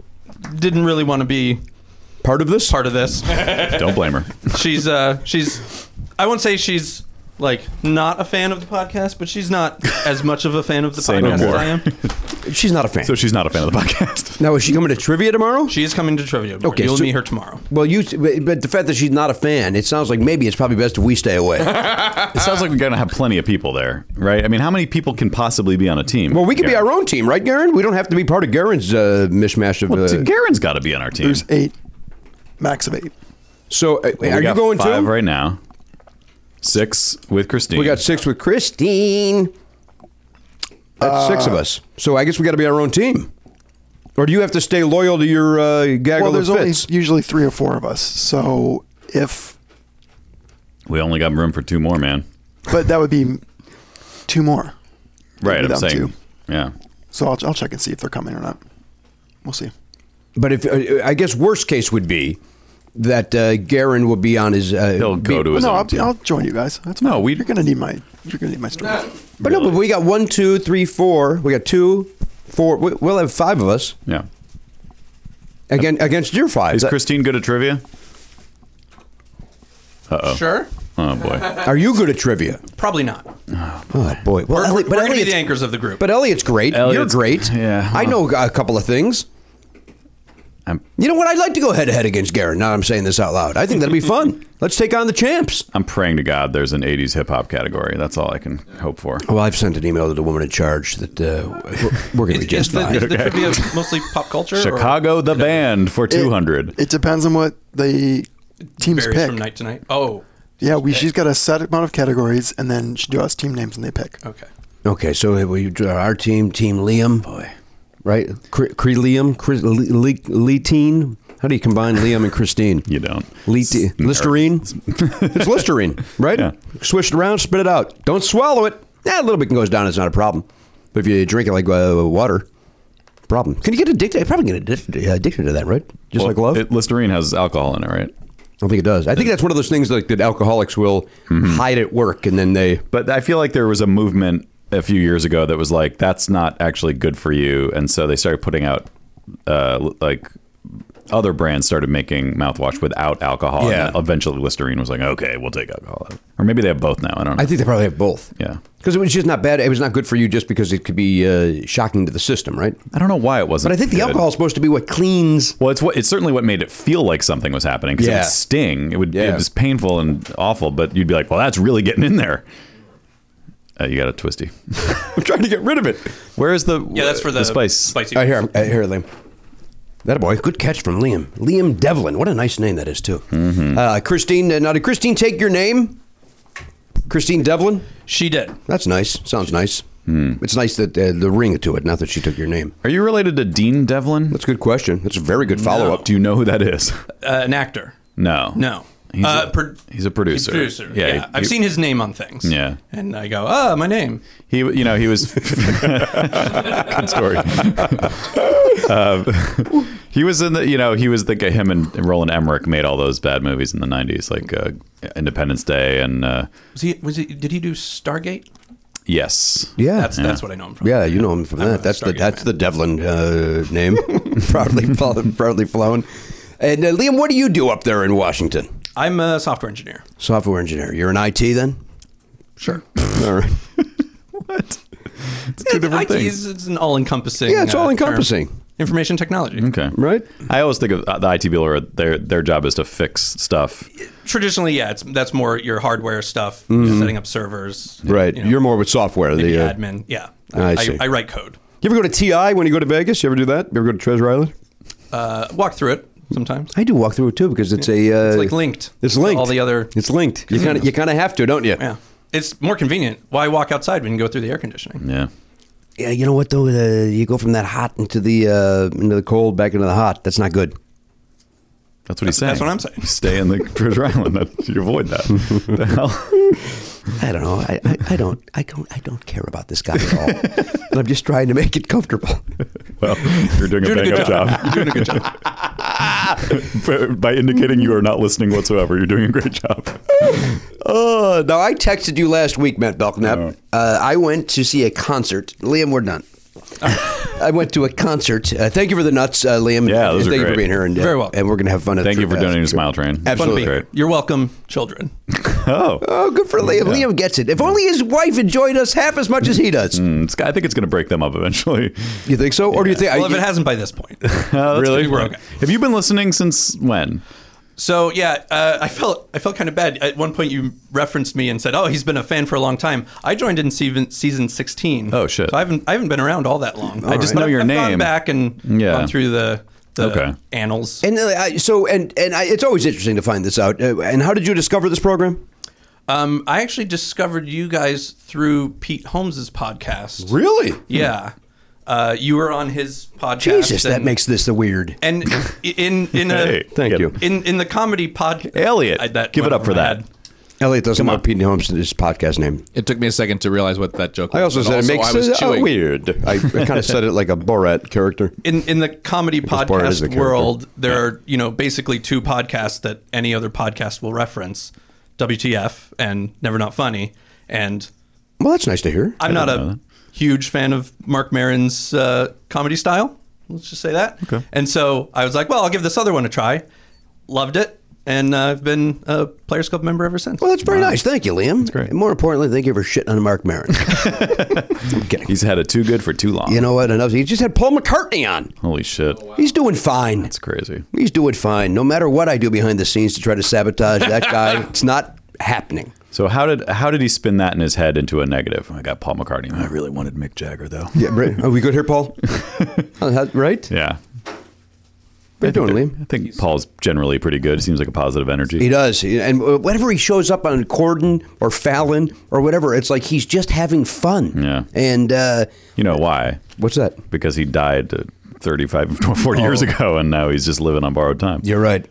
Speaker 11: didn't really want to be
Speaker 4: part of this.
Speaker 11: Part of this.
Speaker 1: Don't blame her.
Speaker 11: She's uh, she's. I won't say she's like not a fan of the podcast, but she's not as much of a fan of the
Speaker 1: Say no
Speaker 11: podcast as
Speaker 1: more.
Speaker 11: I am.
Speaker 4: She's not a fan.
Speaker 1: So she's not a fan of the podcast.
Speaker 4: Now is she coming to trivia tomorrow?
Speaker 11: She is coming to trivia. tomorrow.
Speaker 4: Okay,
Speaker 11: you'll
Speaker 4: so-
Speaker 11: meet her tomorrow.
Speaker 4: Well, you. But but the fact that she's not a fan, it sounds like maybe it's probably best if we stay away.
Speaker 1: It sounds like we're going to have plenty of people there, right? I mean, how many people can possibly be on a team?
Speaker 4: well, we could be our own team, right, Garen? We don't have to be part of Garen's uh, mishmash of.
Speaker 1: Well,
Speaker 4: uh,
Speaker 1: Garen's got to be on our team.
Speaker 7: There's eight, max of eight.
Speaker 4: so, uh,
Speaker 1: Well, we
Speaker 4: are you
Speaker 1: got
Speaker 4: going
Speaker 1: five
Speaker 4: to?
Speaker 1: right now? Six with Christine.
Speaker 4: We got six with Christine. That's six of us. So I guess we got to be our own team. Or do you have to stay loyal to your uh,
Speaker 7: well,
Speaker 4: gaggle of
Speaker 7: there's only
Speaker 4: fits?
Speaker 7: usually three or four of us. So if,
Speaker 1: we only got room for two more, man.
Speaker 7: but that would be two more.
Speaker 1: Right,
Speaker 7: Maybe
Speaker 1: I'm
Speaker 7: them
Speaker 1: saying.
Speaker 7: too.
Speaker 1: Yeah.
Speaker 7: So I'll, I'll check and see if they're coming or not. We'll see.
Speaker 4: But if uh, I guess worst case would be that uh, Garen will be on his. Uh,
Speaker 1: He'll go
Speaker 4: be-
Speaker 1: to his
Speaker 7: no,
Speaker 1: own
Speaker 7: I'll,
Speaker 1: team.
Speaker 7: I'll join you guys. That's
Speaker 1: No,
Speaker 7: fine.
Speaker 1: we-
Speaker 7: You're gonna need my. You're gonna need my story.
Speaker 4: But no, but we got one, two, three, four. We got two, four. we- We'll have five of us
Speaker 1: yeah.
Speaker 4: again against your five.
Speaker 1: Is Christine good at trivia? Uh oh.
Speaker 11: Sure.
Speaker 1: Oh boy.
Speaker 4: Are you good at trivia?
Speaker 11: Probably not.
Speaker 4: Oh boy. Well,
Speaker 11: We're,
Speaker 4: Elliot, but
Speaker 11: we're going to be the
Speaker 4: Elliot's,
Speaker 11: anchors of the group.
Speaker 4: but Elliot's great.
Speaker 1: Elliot's-
Speaker 4: You're great.
Speaker 1: yeah.
Speaker 4: I know a couple of things.
Speaker 1: I'm-
Speaker 4: you know what? I'd like to go head to head against Garen. Now I'm saying this out loud. I think that'd be fun. Let's take on the champs.
Speaker 1: I'm praying to God there's an 80s hip hop category. That's all I can hope for.
Speaker 4: Well, I've sent an email to the woman in charge that uh, we're- we're going to be
Speaker 11: is
Speaker 4: just
Speaker 11: the, is
Speaker 4: fine.
Speaker 11: the trivia mostly pop culture? or-
Speaker 1: Chicago the band for 200.
Speaker 7: It depends on what the teams
Speaker 11: varies
Speaker 7: pick.
Speaker 11: from night to night. Oh,
Speaker 7: yeah, we she's got a set amount of categories, and then she draws team names and they pick.
Speaker 4: Oh.
Speaker 11: okay.
Speaker 4: Okay, so we draw our team, Team Liam. Boy. Right? Cre- Cre- Liam? Cre- Le- Le- Leteen? How do you combine Liam and Christine?
Speaker 1: You don't.
Speaker 4: Lete- Listerine? it's Listerine, right?
Speaker 1: Yeah.
Speaker 4: Swish it around, spit it out. Don't swallow it. Yeah, a little bit goes down. It's not a problem. But if you drink it like uh, water, problem. Can you get addicted? You probably get addicted, addicted to that, right? Just
Speaker 1: Well,
Speaker 4: like love?
Speaker 1: it- Listerine has alcohol in it, right?
Speaker 4: I don't think it does. I think that's one of those things like, that alcoholics will
Speaker 1: Mm-hmm.
Speaker 4: hide at work and then they.
Speaker 1: But I feel like there was a movement a few years ago that was like, that's not actually good for you. And so they started putting out, uh, l- like, other brands started making mouthwash without alcohol. and
Speaker 4: Yeah.
Speaker 1: then eventually Listerine was like, okay, we'll take alcohol. out." Or maybe they have both now. I don't know.
Speaker 4: I think they probably have both.
Speaker 1: yeah.
Speaker 4: Because it was just not bad. It was not good for you just because it could be uh, shocking to the system, right?
Speaker 1: I don't know why it wasn't.
Speaker 4: But I think the
Speaker 1: good.
Speaker 4: alcohol is supposed to be what cleans.
Speaker 1: Well, it's what it's certainly what made it feel like something was happening because it
Speaker 4: Yeah.
Speaker 1: would sting. It would
Speaker 4: Yeah.
Speaker 1: it was painful and awful, but you'd be like, "Well, that's really getting in there." Uh, you got a twisty.
Speaker 4: I'm trying to get rid of it.
Speaker 1: Where is the
Speaker 11: Yeah, that's for the,
Speaker 1: spice?
Speaker 11: Spicy.
Speaker 4: I hear, I hear Liam. That a boy. Good catch from Liam. Liam Devlin. What a nice name that is, too. Uh, Christine. uh, Now, did Christine take your name? Christine Devlin.
Speaker 11: She did.
Speaker 4: That's nice. Sounds nice. It's nice that uh, the ring to it, not that she took your name.
Speaker 1: Are you related to Dean Devlin? That's
Speaker 4: a good question. That's a very good follow up.
Speaker 1: Do you know who that is?
Speaker 11: Uh, an actor.
Speaker 1: No.
Speaker 11: No.
Speaker 1: He's,
Speaker 11: Uh,
Speaker 1: a,
Speaker 11: pro-
Speaker 1: he's a producer.
Speaker 11: Producer. Yeah.
Speaker 1: he-
Speaker 11: I've
Speaker 1: he-
Speaker 11: seen his name on things.
Speaker 1: Yeah.
Speaker 11: And I go, ah, my name.
Speaker 1: He, you know, he was. good story. um, he was in the, you know, he was the guy. Him and Roland Emmerich made all those bad movies in the '90s, like uh, Independence Day and uh,
Speaker 11: Was he? Was he? Did he do Stargate?
Speaker 1: Yes.
Speaker 4: Yeah,
Speaker 11: That's- that's what I know him from.
Speaker 4: Yeah, you know him from that. That's the that's the Devlin uh, name, proudly flown, proudly flown. And uh, Liam, what do you do up there in Washington?
Speaker 11: I'm a software engineer.
Speaker 4: Software engineer. You're an IT then?
Speaker 11: Sure.
Speaker 4: All right.
Speaker 11: It's two different IT
Speaker 1: things.
Speaker 11: Is, it's an all-encompassing.
Speaker 4: Yeah, it's
Speaker 11: uh, term.
Speaker 4: all-encompassing. Mm-hmm.
Speaker 11: Information technology.
Speaker 1: Okay.
Speaker 4: Right.
Speaker 1: I always think of uh, the IT people are their their job is to fix stuff.
Speaker 11: Traditionally, yeah, it's that's more your hardware stuff,
Speaker 4: Mhm.
Speaker 11: setting up servers.
Speaker 4: Right.
Speaker 11: You
Speaker 4: You
Speaker 11: know,
Speaker 4: are more with software.
Speaker 11: maybe
Speaker 4: The uh,
Speaker 11: admin. Yeah.
Speaker 4: I see.
Speaker 11: I, write code.
Speaker 4: You ever go to TI when you go to Vegas? You ever do that? You ever go to Treasure Island?
Speaker 11: Uh, walk through it sometimes.
Speaker 4: I do walk through it too because it's a uh,
Speaker 11: It's like linked.
Speaker 4: It's linked.
Speaker 11: all the other
Speaker 4: It's linked. You kind of you kind of have to, don't you?
Speaker 11: Yeah. It's more convenient. Why walk outside when you go through the air conditioning?
Speaker 1: Yeah.
Speaker 4: Yeah, you know what though? Uh, you go from that hot into the uh, into the cold, back into the hot. That's not good.
Speaker 1: That's what he's saying.
Speaker 11: That's what I'm saying.
Speaker 1: Stay in the Treasure Island. That, you avoid that. the hell?
Speaker 4: I don't know. I, I, I don't I don't I don't care about this guy at all. and I'm just trying to make it comfortable.
Speaker 1: Well, you're doing a
Speaker 4: Doing a
Speaker 1: bang
Speaker 4: good
Speaker 1: up
Speaker 4: job.
Speaker 1: job. You're doing a good job. But by indicating you are not listening whatsoever, you're doing a great job.
Speaker 4: Oh, now I texted you last week, Matt Belknap. Uh, I went to see a concert. Liam, we're done. I went to a concert. Uh, thank you for the nuts, uh, Liam.
Speaker 1: Yeah, those are
Speaker 4: thank you for
Speaker 1: great.
Speaker 4: being here. And, uh,
Speaker 11: Very welcome.
Speaker 4: And we're gonna have fun. At
Speaker 1: Thank
Speaker 4: the
Speaker 1: you for
Speaker 4: Trip Fest.
Speaker 1: donating to Smile Train.
Speaker 4: Absolutely.
Speaker 1: Great.
Speaker 11: You're welcome, children.
Speaker 1: Oh.
Speaker 4: Oh, good for Liam.
Speaker 1: Yeah.
Speaker 4: Liam gets it. If only his wife enjoyed us half as much as he does.
Speaker 1: Mm, it's- I think it's going to break them up eventually.
Speaker 4: You think so, or do you think?
Speaker 11: Well,
Speaker 4: I,
Speaker 11: if it hasn't by this point.
Speaker 1: Uh,
Speaker 11: Really?
Speaker 1: really?
Speaker 11: We're okay.
Speaker 1: Have you been listening since when?
Speaker 11: So yeah, uh, I felt I felt kind of bad. At one point, you referenced me and said, "Oh, he's been a fan for a long time." I joined in season season sixteen. Oh
Speaker 1: shit!
Speaker 11: So I haven't I haven't been around all that long.
Speaker 1: All
Speaker 11: I just
Speaker 1: right.
Speaker 11: know your name. Gone
Speaker 1: name.
Speaker 11: back and
Speaker 1: Yeah.
Speaker 11: gone through the the
Speaker 1: Okay.
Speaker 11: annals.
Speaker 4: And uh, I, so, and and I, it's always interesting to find this out. Uh, and how did you discover this program?
Speaker 11: Um, I actually discovered you guys through Pete Holmes's podcast.
Speaker 4: Really?
Speaker 11: Yeah. Uh, you were on his podcast.
Speaker 4: Jesus, that
Speaker 11: and-
Speaker 4: makes this the weird.
Speaker 11: And in in a
Speaker 4: Hey, thank you.
Speaker 11: in in the comedy podcast.
Speaker 1: Elliot,
Speaker 11: give it up for that.
Speaker 4: Elliot doesn't want Pete Holmes' podcast name.
Speaker 10: It took me a second to realize what that joke was.
Speaker 4: I also
Speaker 10: and
Speaker 4: said it
Speaker 10: I
Speaker 4: makes
Speaker 10: was
Speaker 4: it uh,
Speaker 10: chewing.
Speaker 4: weird. I, I kind of said it like a Borat character.
Speaker 11: in in the comedy
Speaker 4: guess Borat is the
Speaker 11: podcast
Speaker 4: character.
Speaker 11: world, there are you know basically two podcasts that any other podcast will reference: WTF and Never Not Funny. And
Speaker 4: Well, that's nice to hear.
Speaker 11: I'm not a huge fan of Mark Maron's uh, comedy style. Let's just say that. Okay. And so I was like, well, I'll give this other one a try. Loved it, and uh, I've been a Players Club member ever since.
Speaker 4: Well, that's very nice. Thank you, Liam. That's great. And more importantly, thank you for shitting on Mark Maron.
Speaker 1: He's had it too good for too long.
Speaker 4: you know Oh, what? Enough. He just had Paul McCartney on.
Speaker 1: Holy shit.
Speaker 4: He's doing fine. That's
Speaker 1: crazy.
Speaker 4: He's doing fine. No matter what I do behind the scenes to try to sabotage that guy, it's not happening.
Speaker 1: So how did how did he spin that in his head into a negative? I got Paul McCartney. I really wanted Mick Jagger though.
Speaker 4: Yeah, right. Are we good here, Paul? Uh, right?
Speaker 1: Yeah.
Speaker 4: What you doing, Liam?
Speaker 1: I think Paul's generally pretty good. Seems like a positive energy.
Speaker 4: He does. And uh, whenever he shows up on Corden or Fallon or whatever, it's like he's just having fun.
Speaker 1: Yeah.
Speaker 4: And uh,
Speaker 1: You know why?
Speaker 4: What's that?
Speaker 1: Because he died uh, 35, 40 years ago, and now he's just living on borrowed time.
Speaker 4: You're right.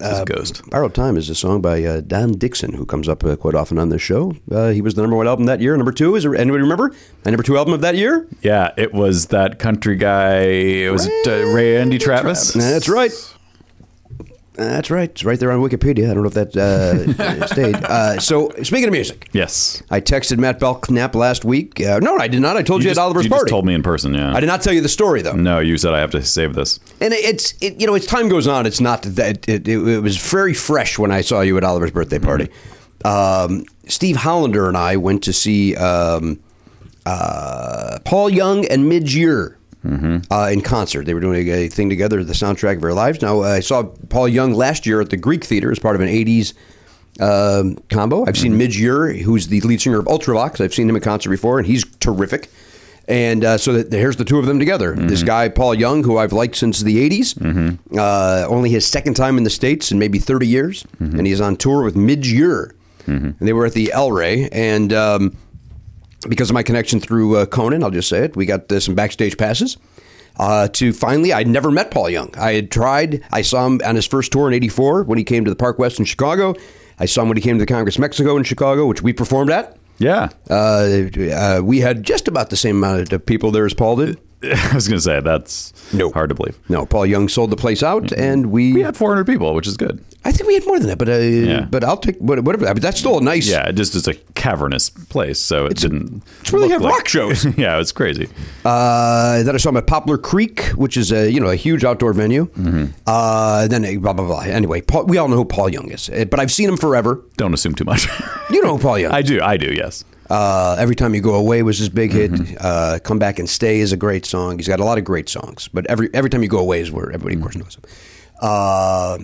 Speaker 1: His
Speaker 4: Um,
Speaker 1: ghost.
Speaker 4: Borrowed Time is a song by uh, Don Dixon, who comes up uh, quite often on this show. Uh, he was the number one album that year. Number two, is there anybody remember? My number two album of that year?
Speaker 1: Yeah, it was that country guy. It was uh, Randy Travis.
Speaker 4: That's right. That's right. It's right there on Wikipedia. I don't know if that uh, stayed. Uh, so, speaking of music,
Speaker 1: Yes.
Speaker 4: I texted Matt Belknap last week. Uh, no, I did not. I told you,
Speaker 1: just,
Speaker 4: at Oliver's
Speaker 1: you
Speaker 4: party.
Speaker 1: just told me in person. Yeah.
Speaker 4: I did not tell you the story though.
Speaker 1: No, you said I have to save this.
Speaker 4: And it- it's it, you know as time goes on, it's not that it, it, it was very fresh when I saw you at Oliver's birthday party. Um, Steve Hollander and I went to see um, uh, Paul Young and Mid Year uh, in concert. They were doing a, a thing together, the soundtrack of their lives. Now I saw Paul Young last year at the Greek Theater as part of an '80s um, combo. I've seen Midge Ure, who's the lead singer of Ultravox. I've seen him in concert before, and he's terrific. And uh, so that, here's the two of them together. This guy, Paul Young, who I've liked since the 80s, uh, only his second time in the States in maybe 30 years. And he's on tour with Midge Ure. And they were at the El Rey. And um, because of my connection through uh, Conan, I'll just say it. We got uh, some backstage passes uh, to finally. I'd never met Paul Young. I had tried. I saw him on his first tour in '84 when he came to the Park West in Chicago. I saw him when he came to the Congress Mexico in Chicago, which we performed at.
Speaker 1: Yeah,
Speaker 4: uh, uh, we had just about the same amount of people there as Paul did.
Speaker 1: I was going to say that's no hard to believe.
Speaker 4: No, Paul Young sold the place out, and we
Speaker 1: Mm-hmm. we had 400 people, which is good.
Speaker 4: I think we had more than that, but uh, but I'll take what- whatever. I mean, that's still a nice.
Speaker 1: Yeah, it just is a cavernous place, so it didn't.
Speaker 4: it's really
Speaker 1: look
Speaker 4: had rock shows.
Speaker 1: yeah, it's crazy.
Speaker 4: Uh, then I saw him at Poplar Creek, which is a you know a huge outdoor venue. Uh, then uh, blah blah blah. Anyway, Paul, we all know who Paul Young is, uh, but I've seen him forever.
Speaker 1: Don't assume too much.
Speaker 4: you know who Paul Young.
Speaker 1: I do. I do. Yes.
Speaker 4: Uh, Every time you go away was his big hit. Uh, Come back and stay is a great song. He's got a lot of great songs, but every every time you go away is where everybody of course knows him. Uh,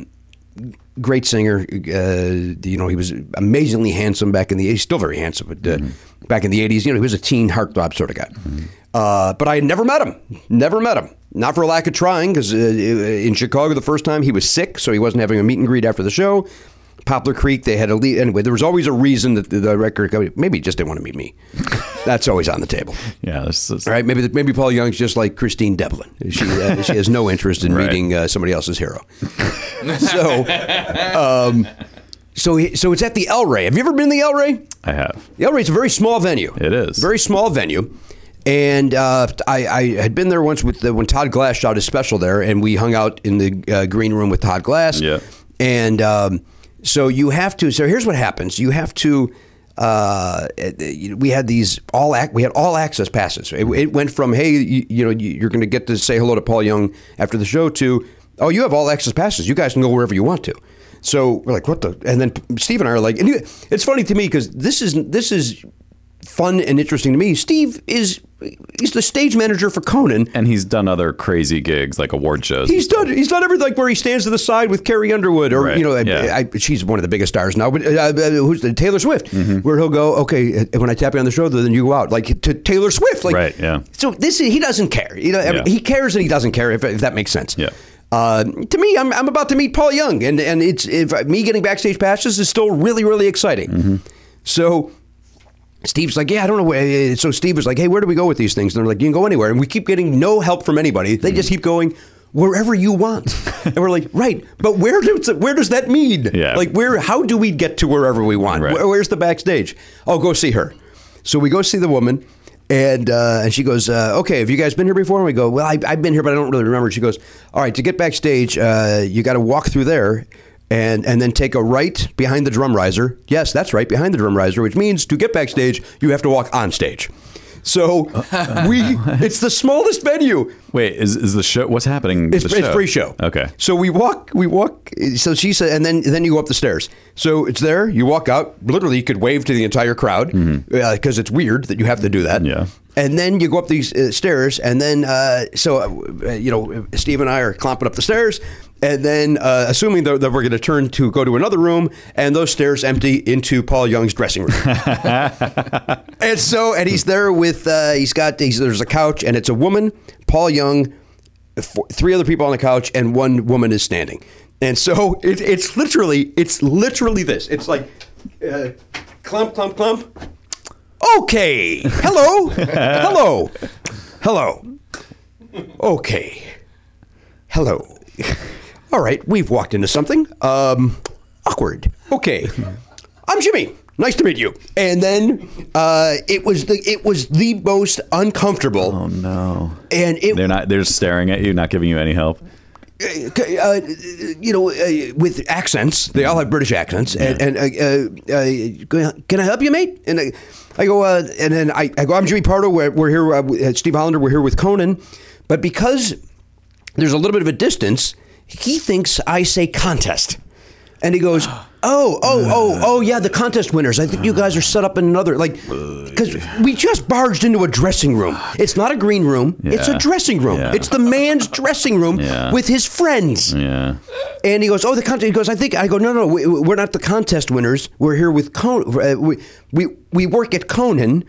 Speaker 4: great singer. Uh, you know he was amazingly handsome back in the. He's still very handsome, but uh, back in the eighties, you know he was a teen heartthrob sort of guy. Uh, but I had never met him. Never met him. Not for lack of trying, because uh, in Chicago the first time he was sick, so he wasn't having a meet and greet after the show. Poplar Creek, they had a lead. Anyway, there was always a reason that the, the record company maybe he just didn't want to meet me. That's always on the table.
Speaker 1: Yeah,
Speaker 4: all right. Maybe maybe Paul Young's just like Christine Devlin. She uh, she has no interest in meeting uh, somebody else's hero. so, um, so he- so it's at the El Rey. Have you ever been to the El Rey?
Speaker 1: I have.
Speaker 4: The El Rey's a very small venue.
Speaker 1: It is
Speaker 4: very small venue. And uh, I, I had been there once with the, when Todd Glass shot his special there, and we hung out in the uh, green room with Todd Glass. Yeah. And um, so you have to. So here's what happens. You have to. Uh, you know, we had these all ac- we had all access passes. It, it went from hey, you, you know, you- you're going to get to say hello to Paul Young after the show to oh, you have all access passes. You guys can go wherever you want to. So we're like, what the? And then Steve and I are like, and you, it's funny to me because this is this is fun and interesting to me. Steve is he's the stage manager for Conan.
Speaker 1: And he's done other crazy gigs like award shows.
Speaker 4: He's done he's done everything like where he stands to the side with Carrie Underwood or you know I, I, she's one of the biggest stars now. But uh, uh, who's the Taylor Swift?
Speaker 1: Mm-hmm.
Speaker 4: Where he'll go, okay, uh, when I tap you on the shoulder, then you go out like to Taylor Swift. Like
Speaker 1: right. Yeah.
Speaker 4: so this is, he doesn't care. You know, I mean,
Speaker 1: Yeah.
Speaker 4: he cares and he doesn't care if, if that makes sense. Yeah. Uh, to me, I'm, I'm about to meet Paul Young, and and it's if, me getting backstage passes is still really really exciting.
Speaker 1: Mm-hmm.
Speaker 4: So. Steve's like, yeah, I don't know. Where. eh, So Steve was like, hey, where do we go with these things? And they're like, you can go anywhere. And we keep getting no help from anybody. They just keep going wherever you want. and we're like, right, but where does where does that mean? Yeah. Like where? How do we get to wherever we want? Where, where's the backstage? Oh, go see her. So we go see the woman, and uh, and she goes, uh, okay, have you guys been here before? And we go, well, I, I've been here, but I don't really remember. And she goes, all right, to get backstage, uh, you got to walk through there. And, and then take a right behind the drum riser. Yes, that's right, behind the drum riser, which means to get backstage, you have to walk on stage. So we, it's the smallest venue.
Speaker 1: Wait, is, is the show? What's happening?
Speaker 4: It's-
Speaker 1: the
Speaker 4: it's pre-show.
Speaker 1: Okay.
Speaker 4: So we walk, we walk. So she said, and then then you go up the stairs. So it's there. You walk out. Literally, you could wave to the entire crowd because
Speaker 1: Mm-hmm.
Speaker 4: it's weird that you have to do that. Yeah. And then you go up these uh, stairs, and then uh, so uh, you know, Steve and I are clomping up the stairs, and then uh, assuming that, that we're going to turn to go to another room, and those stairs empty into Paul Young's dressing room. and so, and he's there with uh, he's got he's, there's a couch, and it's a woman, Paul Young, four, three other people on the couch, and one woman is standing. And so it, it's literally it's literally this. It's like uh, clump clump clump. Okay, hello, hello, hello. Okay, hello. All right, we've walked into something um, awkward. Okay, I'm Jimmy. Nice to meet you. And then uh, it was the it was the most uncomfortable. Oh
Speaker 1: no!
Speaker 4: And it
Speaker 1: they're not. They're staring at you, not giving you any help.
Speaker 4: uh, you know, uh, with accents. They all have British accents. And, and uh, uh, uh, can I help you, mate? And I, I go, uh, and then I, I go, I'm Jimmy Pardo. We're, we're here, uh, with- uh, Steve Hollander. We're here with Conan. But because there's a little bit of a distance, he thinks I say contest. And he goes, Oh, oh, oh, oh, yeah, the contest winners. I think you guys are set up in another, like, because we just barged into a dressing room. It's not a green room, it's a
Speaker 1: Yeah.
Speaker 4: dressing room.
Speaker 1: Yeah.
Speaker 4: It's the man's dressing room
Speaker 1: Yeah.
Speaker 4: with his friends.
Speaker 1: Yeah.
Speaker 4: And he goes, "Oh, the contest." He goes, "I think." I go, "No, no, we, we're not the contest winners. We're here with Conan. Uh, we, we we work at Conan."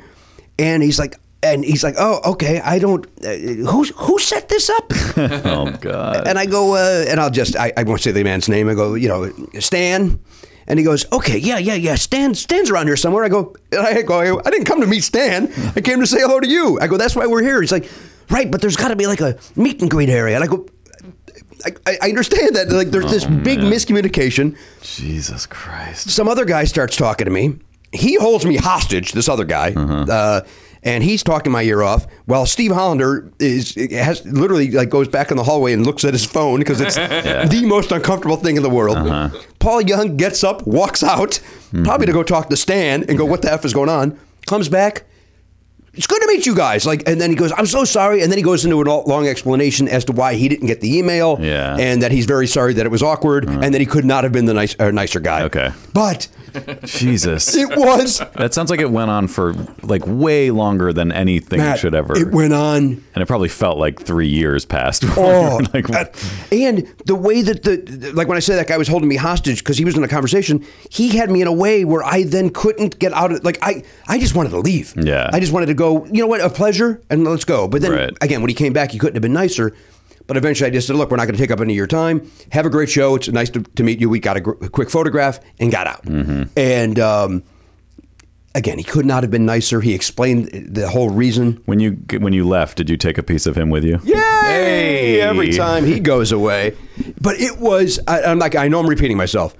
Speaker 4: And he's like, "And he's like, oh, okay. I don't. Uh, who who set this up?"
Speaker 1: oh God.
Speaker 4: and I go, uh, and I'll just I, I won't say the man's name. I go, you know, Stan. And he goes, okay, yeah, yeah, yeah. Stan, Stan's around here somewhere. I go, and I go, I didn't come to meet Stan. I came to say hello to you. I go, that's why we're here. He's like, right, but there's got to be like a meet and greet area. And I go, I, I- I understand that. Like, there's this
Speaker 1: Oh,
Speaker 4: big
Speaker 1: man.
Speaker 4: miscommunication.
Speaker 1: Jesus Christ.
Speaker 4: Some other guy starts talking to me. He holds me hostage. This other guy,
Speaker 1: Mm-hmm.
Speaker 4: uh, and he's talking my ear off. While Steve Hollander is has literally like goes back in the hallway and looks at his phone because it's
Speaker 1: Yeah. Uh-huh.
Speaker 4: the most uncomfortable thing in the world. Paul Young gets up, walks out,
Speaker 1: Mm-hmm.
Speaker 4: probably to go talk to Stan and go, "What the f is going on?" Comes back. It's good to meet you guys. Like, and then he goes, "I'm so sorry," and then he goes into a lo- long explanation as to why he didn't get the email,
Speaker 1: Yeah.
Speaker 4: and that he's very sorry that it was awkward, and that he could not have been the nice, uh, nicer guy. Okay, but
Speaker 1: Jesus.
Speaker 4: It was.
Speaker 1: That sounds like it went on for like way longer than anything
Speaker 4: Matt,
Speaker 1: should ever.
Speaker 4: it went on.
Speaker 1: And it probably felt like three years passed.
Speaker 4: Oh,
Speaker 1: like,
Speaker 4: And the way that the like when I said that guy was holding me hostage because he was in a conversation, he had me in a way where I then couldn't get out of like I I just wanted to leave.
Speaker 1: Yeah.
Speaker 4: I just wanted to go, you know what, a pleasure and let's go. But then
Speaker 1: Right.
Speaker 4: again, when he came back, he couldn't have been nicer. But eventually I just said, look, we're not going to take up any of your time. Have a great show. It's nice to, to meet you. We got a, gr- a quick photograph and got out.
Speaker 1: Mm-hmm.
Speaker 4: And um, again, he could not have been nicer. He explained the whole reason.
Speaker 1: when you when you left, did you take a piece of him with you?
Speaker 4: Yay! Every time he goes away. But it was, I, I'm like, I know I'm repeating myself.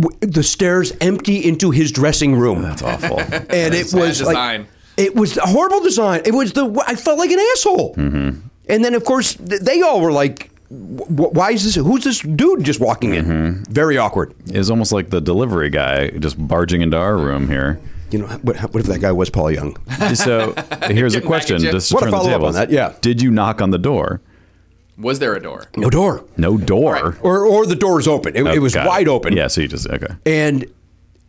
Speaker 4: W- The stairs empty into his dressing room. That's
Speaker 1: awful.
Speaker 4: and it
Speaker 10: That's bad
Speaker 4: was like,
Speaker 10: design.
Speaker 4: it was a horrible design. It was the, I felt like an asshole.
Speaker 1: Mm-hmm.
Speaker 4: And then, of course, th- they all were like, "Wh- wh- why is this, who's this dude just walking in?
Speaker 1: Mm-hmm.
Speaker 4: Very awkward.
Speaker 1: It was almost like the delivery guy just barging into our room here.
Speaker 4: You know, what, what if that guy was Paul Young?
Speaker 1: So here's a question.
Speaker 10: you.
Speaker 1: Just to
Speaker 4: What a
Speaker 1: turn the
Speaker 4: follow-up
Speaker 1: tables.
Speaker 4: on that, yeah.
Speaker 1: Did you knock on the door?
Speaker 10: Was there a door?
Speaker 4: No door.
Speaker 1: No door.
Speaker 4: Or, or the door's open. It,
Speaker 1: Oh,
Speaker 4: it was
Speaker 1: got
Speaker 4: wide open.
Speaker 1: Yeah. So you just okay.
Speaker 4: And,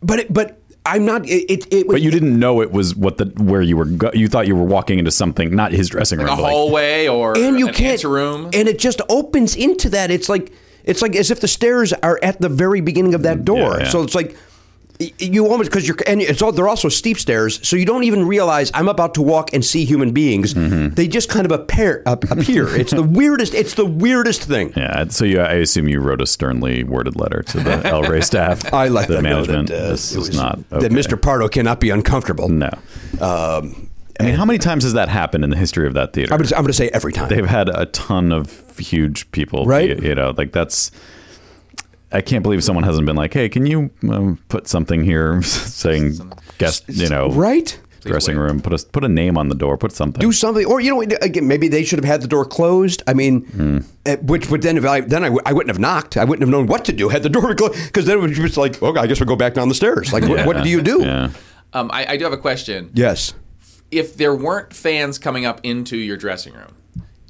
Speaker 4: but, it, but I'm not, it, it, it was,
Speaker 1: But you didn't know it was what the where you were. Go- you thought you were walking into something, not his dressing
Speaker 10: Like a
Speaker 1: room. but like-
Speaker 10: hallway or
Speaker 4: and you
Speaker 10: an
Speaker 4: can't
Speaker 10: room?
Speaker 4: and it just opens into that it's like it's like as if the stairs are at the very beginning of that door
Speaker 1: Mm, yeah.
Speaker 4: so it's like y- you almost because you're and it's all they're also steep stairs so you don't even realize i'm about to walk and see human beings
Speaker 1: Mm-hmm.
Speaker 4: they just kind of appear up- appear it's the weirdest it's the weirdest thing
Speaker 1: Yeah, so you, I assume you wrote a sternly worded letter to the El Rey staff.
Speaker 4: I let
Speaker 1: the
Speaker 4: them know that,
Speaker 1: management.
Speaker 4: uh,
Speaker 1: this
Speaker 4: it
Speaker 1: is
Speaker 4: was-
Speaker 1: not
Speaker 4: that mr pardo cannot be uncomfortable
Speaker 1: No.
Speaker 4: um,
Speaker 1: I mean, how many times has that happened in the history of that theater?
Speaker 4: I'm gonna, I'm gonna say every time
Speaker 1: They've had a ton of huge people,
Speaker 4: Right?
Speaker 1: You, you know, like that's. I can't believe someone hasn't been like, "Hey, can you um, put something here saying guest, you know,
Speaker 4: right
Speaker 1: dressing room? Put a put a name on the door. Put something."
Speaker 4: do something or you know again maybe they should have had the door closed i mean
Speaker 1: Hmm.
Speaker 4: eh, which would then have I, then I, w- I wouldn't have knocked i wouldn't have known what to do had the door closed because then it was just like okay i guess we'll go back down the stairs like what, what do you do
Speaker 1: Yeah.
Speaker 10: Um, I, I do have a question.
Speaker 4: yes
Speaker 10: If there weren't fans coming up into your dressing room,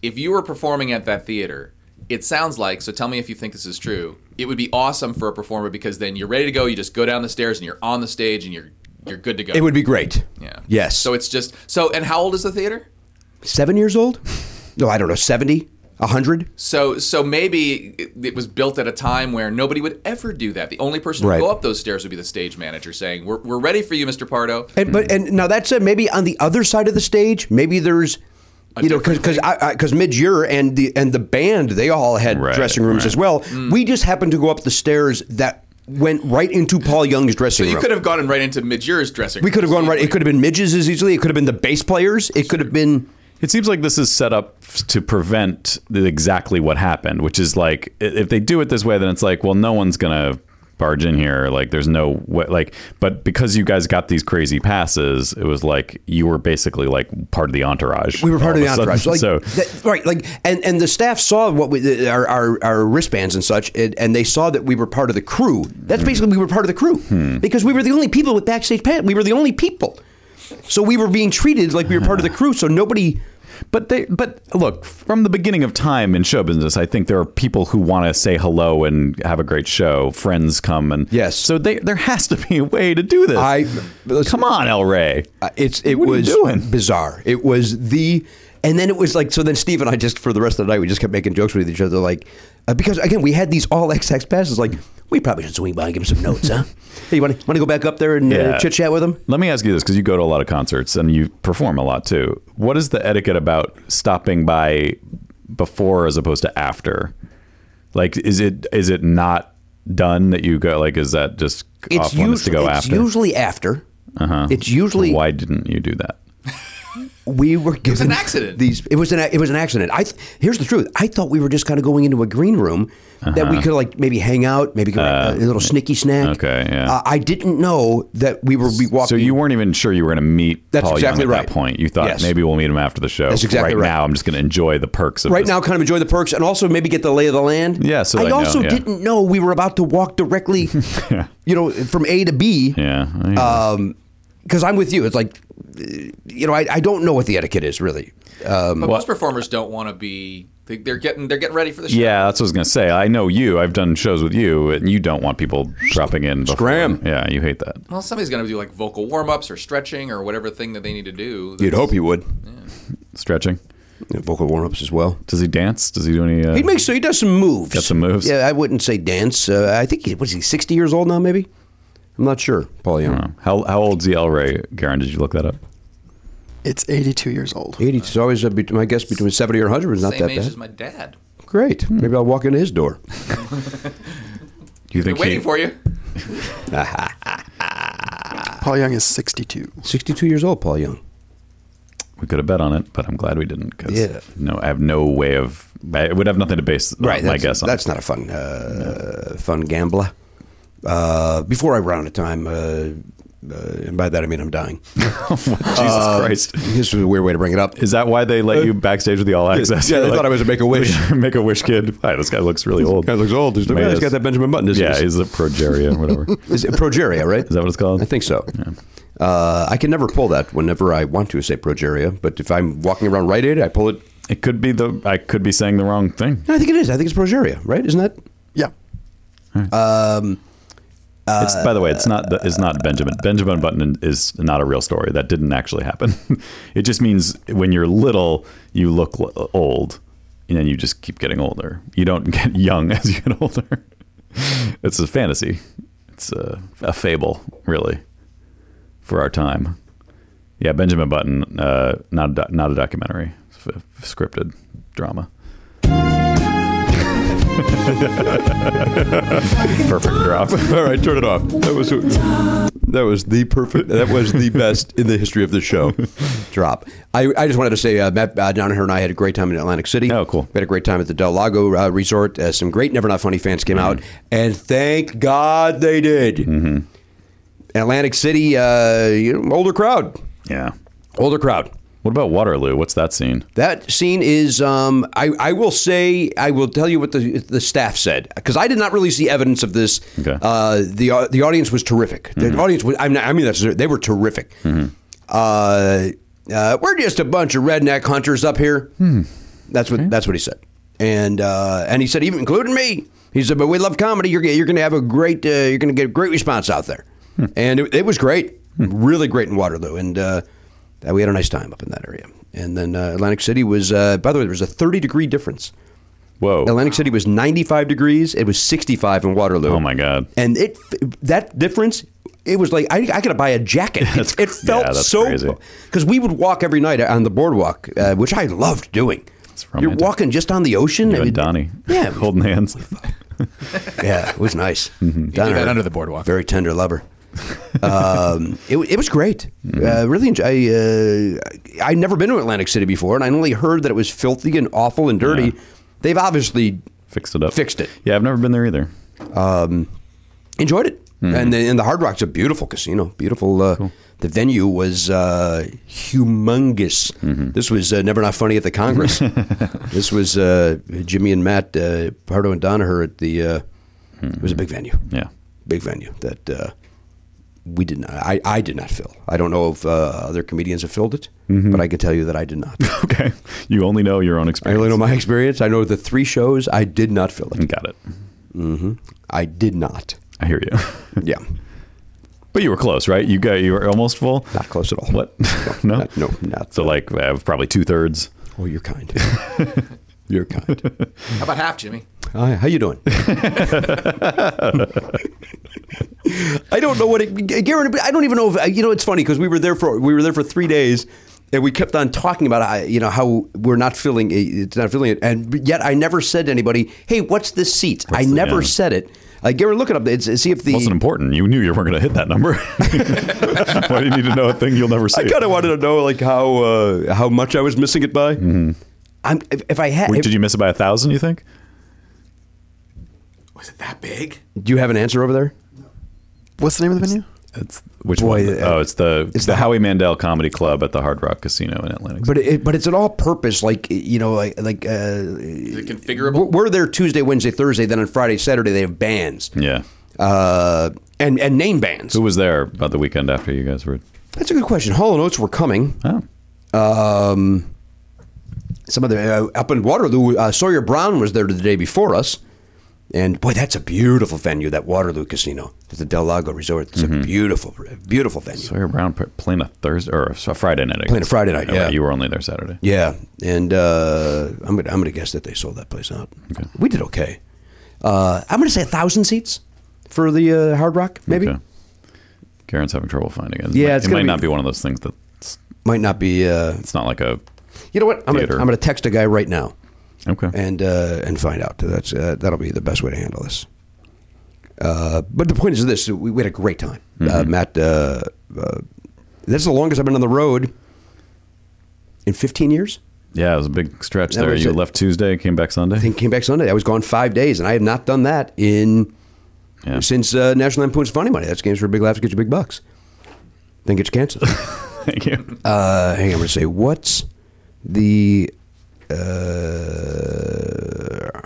Speaker 10: if you were performing at that theater, it sounds like, so tell me if you think this is true, it would be awesome for a performer because then you're ready to go, you just go down the stairs and you're on the stage and you're you're good to go.
Speaker 4: it would be great
Speaker 10: Yeah.
Speaker 4: yes
Speaker 10: So it's just so and how old is the theater?
Speaker 4: seven years old no i don't know 70 100
Speaker 10: So so maybe it, it was built at a time where nobody would ever do that. The only person who
Speaker 4: Right.
Speaker 10: would go up those stairs would be the stage manager saying, "We're, we're ready for you, Mr. Pardo."
Speaker 4: and but and now that said maybe on the other side of the stage maybe there's you know, because I because mid year and the and the band they all had dressing rooms
Speaker 1: right.
Speaker 4: as well. We just happened to go up the stairs that went right into Paul Young's dressing
Speaker 10: So you
Speaker 4: room.
Speaker 10: could have gone right into Midger's dressing.
Speaker 4: We could have gone right. It could have been midges as easily. It could have been the bass players. It could have been.
Speaker 1: It seems like this is set up to prevent the- exactly what happened, which is like i- if they do it this way, then it's like, well, no one's gonna barge in here. Like, there's no way. Like, but because you guys got these crazy passes, it was like you were basically like part of the entourage.
Speaker 4: We were part
Speaker 1: all
Speaker 4: of the
Speaker 1: a sudden.
Speaker 4: entourage. Like,
Speaker 1: so
Speaker 4: that- right, like, and, and the staff saw what we, our, our our wristbands and such, and, and they saw that we were part of the crew. That's basically we were part of the crew
Speaker 1: Hmm.
Speaker 4: because we were the only people with backstage pass. We were the only people, so we were being treated like we were part of the crew. So nobody.
Speaker 1: But they, but look, from the beginning of time in show business, I think there are people who want to say hello and have a great show. Friends come and yes, so they, there has to be a way to do this.
Speaker 4: I
Speaker 1: come on, El Rey.
Speaker 4: Uh, It's it
Speaker 1: What are you
Speaker 4: was
Speaker 1: doing?
Speaker 4: bizarre. It was the and then it was like so then Steve and I just for the rest of the night we just kept making jokes with each other like uh, because again we had these all XX passes like we probably should swing by and give him some notes huh hey you want to want to go back up there and
Speaker 1: Yeah.
Speaker 4: uh, chit chat with him
Speaker 1: Let me ask you this because you go to a lot of concerts and you perform a lot too. What is the etiquette about stopping by before as opposed to after? Like, is it is it not done that you go like? Is that just off limits to
Speaker 4: usu-
Speaker 1: go
Speaker 4: it's
Speaker 1: after?
Speaker 4: usually after.
Speaker 1: uh-huh.
Speaker 4: It's usually-
Speaker 1: Why didn't you do that?
Speaker 4: we were given
Speaker 10: an accident.
Speaker 4: These it was an it was an accident. I th- here's the truth. I thought we were just kind of going into a green room that we
Speaker 1: Uh-huh. Uh,
Speaker 4: could like maybe hang out, maybe go have a little snicky snack.
Speaker 1: Okay, yeah.
Speaker 4: Uh, I didn't know that we were be
Speaker 1: So
Speaker 4: walking.
Speaker 1: you weren't even sure you were going to meet
Speaker 4: That's
Speaker 1: Paul
Speaker 4: exactly
Speaker 1: Young at
Speaker 4: right.
Speaker 1: that point. You thought
Speaker 4: Yes.
Speaker 1: maybe we'll meet him after the show.
Speaker 4: That's exactly
Speaker 1: right,
Speaker 4: right.
Speaker 1: now, I'm just going to enjoy the perks of
Speaker 4: right
Speaker 1: this.
Speaker 4: now, kind of enjoy the perks and also maybe get the lay of the land.
Speaker 1: Yeah, so
Speaker 4: I
Speaker 1: I know,
Speaker 4: also
Speaker 1: yeah.
Speaker 4: didn't know we were about to walk directly, you know, from A to B.
Speaker 1: Yeah,
Speaker 4: Um, because I'm with you. It's like, uh, you know, I, I don't know what the etiquette is really. Um,
Speaker 10: But most performers don't want to be. They, they're getting they're getting ready for the show.
Speaker 1: Yeah, that's what I was going to say. I know you. I've done shows with you, and you don't want people dropping in. Before. Scram. Yeah, you hate that.
Speaker 10: Well, somebody's going to do like vocal warm ups or stretching or whatever thing that they need to do.
Speaker 4: You'd hope you would.
Speaker 1: Stretching.
Speaker 4: vocal warm ups as well.
Speaker 1: Does he dance? Does he do any? Uh,
Speaker 4: He makes so he does some moves.
Speaker 1: Got some moves?
Speaker 4: Yeah, I wouldn't say dance. Uh, I think he what is he sixty years old now? Maybe. I'm not sure, Paul Young.
Speaker 1: How how old's the El Rey, Garen? Did you look that up?
Speaker 7: It's 82 years old.
Speaker 4: Eighty. It's always a, bet- my guess between seventy or hundred is not
Speaker 10: Same
Speaker 4: that
Speaker 10: age
Speaker 4: bad.
Speaker 10: as my dad.
Speaker 4: Great. Maybe I'll walk into his door.
Speaker 1: you
Speaker 10: Been waiting for you.
Speaker 7: Paul Young is 62.
Speaker 4: Sixty-two years old, Paul Young.
Speaker 1: We could have bet on it, but I'm glad we didn't because
Speaker 4: Yeah.
Speaker 1: no, I have no way of. I would have nothing to base uh,
Speaker 4: Right.
Speaker 1: my
Speaker 4: that's,
Speaker 1: guess on.
Speaker 4: That's not a fun, uh, fun gambler. Uh, before I run out of time, uh, uh, and by that I mean I'm dying.
Speaker 1: Jesus Christ!
Speaker 4: This was a weird way to bring it up.
Speaker 1: Is that why they let you backstage with the all access?
Speaker 4: Uh, yeah, they
Speaker 1: Like,
Speaker 4: thought I was a Make-A-Wish.
Speaker 1: make a wish kid. Wow, this guy looks really old.
Speaker 4: guy looks old. He's-
Speaker 1: Made
Speaker 4: he's
Speaker 1: us-
Speaker 4: got that Benjamin Button disease.
Speaker 1: Yeah, he's a progeria, or whatever.
Speaker 4: Is it progeria, right? Is
Speaker 1: that what it's called?
Speaker 4: I think so. Uh, I can never pull that whenever I want to say progeria, but if I'm walking around Rite Aid, I pull it.
Speaker 1: It could be the I could be saying the wrong thing.
Speaker 4: No, I think it is. I think it's progeria, right? Isn't that?
Speaker 7: Yeah.
Speaker 4: Um,
Speaker 1: It's by the way, it's not the, it's not Benjamin. Benjamin Button is not a real story. That didn't actually happen. it just means when you're little, you look l- old, and then you just keep getting older. You don't get young as you get older. it's a fantasy. It's a, a fable, really, for our time. Yeah, Benjamin Button, uh, not a doc- not a documentary, It's a f- scripted drama. Perfect drop.
Speaker 4: All right, turn it off. That was that was the perfect. That was the best in the history of the show. Drop. I, I just wanted to say, uh, Matt uh, Donaher and I had a great time in Atlantic City. Oh, cool. We had a great time at the Del Lago uh, Resort. Uh, some great Never Not Funny fans came out, and thank God they did. Atlantic City, uh, you know, older crowd.
Speaker 1: Yeah.
Speaker 4: Older crowd.
Speaker 1: What about Waterloo? What's that scene?
Speaker 4: That scene is. Um, I, I will say. I will tell you what the the staff said because I did not really see evidence of this.
Speaker 1: Okay.
Speaker 4: Uh, the au- the audience was terrific. The audience. Was, I mean, I mean that's they were terrific. Uh, uh, we're just a bunch of redneck hunters up here. That's what that's what he said. And uh, and he said even including me. He said, but we love comedy. You're g- you're going to have a great. Uh, you're going to get a great response out there.
Speaker 1: Hmm.
Speaker 4: And it, it was great, really great in Waterloo. And uh, uh, we had a nice time up in that area. And then uh, Atlantic City was. Uh, by the way, there was a 30 degree difference.
Speaker 1: Whoa.
Speaker 4: Atlantic City was 95 degrees. It was 65 in Waterloo.
Speaker 1: Oh my God.
Speaker 4: And it that difference, it was like I, I gotta buy a jacket.
Speaker 1: That's
Speaker 4: it, it
Speaker 1: cr-
Speaker 4: felt
Speaker 1: yeah, that's
Speaker 4: so
Speaker 1: crazy.
Speaker 4: because we would walk every night on the boardwalk, uh, which I loved doing. You're
Speaker 1: romantic.
Speaker 4: walking just on the ocean.
Speaker 1: You and Donnie.
Speaker 4: Yeah.
Speaker 1: Holding hands.
Speaker 4: yeah, it was nice.
Speaker 1: Mm-hmm.
Speaker 4: You
Speaker 10: did that under the boardwalk.
Speaker 4: Very tender lover. um, it, it was great.
Speaker 1: Mm-hmm.
Speaker 4: Uh, really, enjoy, I uh, I'd never been to Atlantic City before, and I only heard that it was filthy and awful and dirty. They've obviously
Speaker 1: Fixed it up.
Speaker 4: Fixed it.
Speaker 1: Yeah, I've never been there either.
Speaker 4: um, enjoyed it. And, the, and the Hard Rock's a beautiful casino. Beautiful. Uh, The venue was uh, humongous. This was uh, Never Not Funny at the Congress. this was uh, Jimmy and Matt uh, Pardo and Donaher at the. Uh, It was a big venue.
Speaker 1: Yeah.
Speaker 4: Big venue that uh, we did not. I, I did not fill. I don't know if uh, other comedians have filled it, but I can tell you that I did not.
Speaker 1: Okay. You only know your own
Speaker 4: I
Speaker 1: experience.
Speaker 4: only know my experience. I know the three shows I did not fill it.
Speaker 1: Got it.
Speaker 4: hmm I did not.
Speaker 1: I hear you.
Speaker 4: Yeah.
Speaker 1: but you were close, right? You got you were almost full.
Speaker 4: Not close at all.
Speaker 1: What? no.
Speaker 4: Not, no, not.
Speaker 1: So like I have probably two thirds.
Speaker 4: Oh, you're kind. you're kind.
Speaker 10: How about half, Jimmy?
Speaker 4: Hi, Oh, how you doing? I don't know what it, Garen. I don't even know. if You know, it's funny because we were there for we were there for three days, and we kept on talking about uh, you know how we're not filling it- it's not filling it, and yet I never said to anybody, "Hey, what's this seat?" I never
Speaker 1: yeah.
Speaker 4: said it. Uh, Gary, look it up. It's, see if the
Speaker 1: wasn't important. You knew you weren't going to hit that number. Why do you need to know a thing you'll never see?
Speaker 4: I kind of wanted to know like how uh, how much I was missing it by. Mm-hmm. I'm if, if I had.
Speaker 1: Wait,
Speaker 4: if-
Speaker 1: did you miss it by a thousand? You think?
Speaker 10: That big?
Speaker 4: do you have an answer over there?
Speaker 7: What's the name of the venue?
Speaker 1: It's which
Speaker 4: Boy,
Speaker 1: one?
Speaker 4: uh,
Speaker 1: oh, it's the it's the, Howie Mandel Comedy Club at the Hard Rock Casino in Atlantic.
Speaker 4: But it, but it's an all-purpose like you know like like uh,
Speaker 10: Is it
Speaker 4: we're-
Speaker 10: configurable?
Speaker 4: we're there Tuesday, Wednesday, Thursday. Then on Friday, Saturday they have bands.
Speaker 1: Yeah.
Speaker 4: Uh, and and name bands.
Speaker 1: Who was there about the weekend after you guys were? oh,
Speaker 4: That's a good question. Hall and Oates were coming. Um, some of the uh, up in Waterloo, uh, Sawyer Brown was there the day before us, and boy, that's a beautiful venue. That Waterloo Casino, the Del Lago Resort. It's
Speaker 1: Mm-hmm.
Speaker 4: a beautiful, beautiful venue.
Speaker 1: Sawyer Brown p- playing a Thursday or a s- a Friday night. I
Speaker 4: Playing a
Speaker 1: guess.
Speaker 4: Friday night,
Speaker 1: Okay,
Speaker 4: yeah.
Speaker 1: you were only there Saturday.
Speaker 4: Yeah, and uh, I'm gonna I'm gonna guess that they sold that place out. We did okay. Uh, I'm gonna say a thousand seats for the uh, Hard Rock, maybe.
Speaker 1: Okay. Karen's having trouble finding it.
Speaker 4: Yeah,
Speaker 1: it might,
Speaker 4: it's
Speaker 1: it
Speaker 4: gonna
Speaker 1: might
Speaker 4: be-
Speaker 1: not be one of those things that
Speaker 4: might not be. Uh,
Speaker 1: it's not like a.
Speaker 4: You know what? I'm gonna,
Speaker 1: Theater.
Speaker 4: I'm gonna text a guy right now.
Speaker 1: Okay.
Speaker 4: And uh, and find out. That's uh, that'll be the best way to handle this. Uh, but the point is this: we, we had a great time, uh, Matt. Uh, uh, this is the longest I've been on the road in 15 years.
Speaker 1: Yeah, it was a big stretch
Speaker 4: That
Speaker 1: there.
Speaker 4: was
Speaker 1: You
Speaker 4: it.
Speaker 1: left Tuesday, came back Sunday.
Speaker 4: I think came back Sunday. I was gone five days, and I have not done that in since uh, National Lampoon's Funny Money. That's games for big laughs, get you big bucks. Then get your canceled.
Speaker 1: Thank you.
Speaker 4: Uh, hang on, I'm gonna say what's the uh,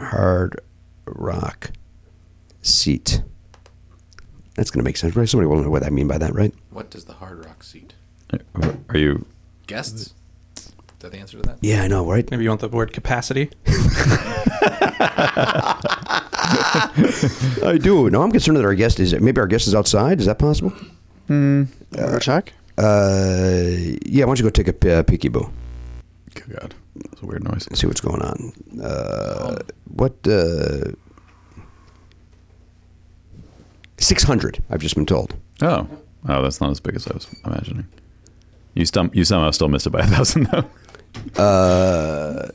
Speaker 4: hard rock seat? That's gonna make sense, right? Somebody will know what I mean by that, right?
Speaker 10: What does the Hard Rock seat?
Speaker 1: Are you?
Speaker 10: Guests? Is that the answer to that?
Speaker 4: Yeah, I know, right?
Speaker 11: Maybe you want the word capacity.
Speaker 4: I do. No, I'm concerned that our guest is maybe our guest is outside. Is that possible?
Speaker 7: Hmm. Uh, check.
Speaker 4: Uh, yeah, why don't you go take a p- uh, peeky boo?
Speaker 1: Good God, that's a weird noise.
Speaker 4: See what's going on. Uh, what? Uh, Six hundred. I've just been told.
Speaker 1: Oh, oh, that's not as big as I was imagining. You stump. You somehow still missed it by a thousand though.
Speaker 4: Uh,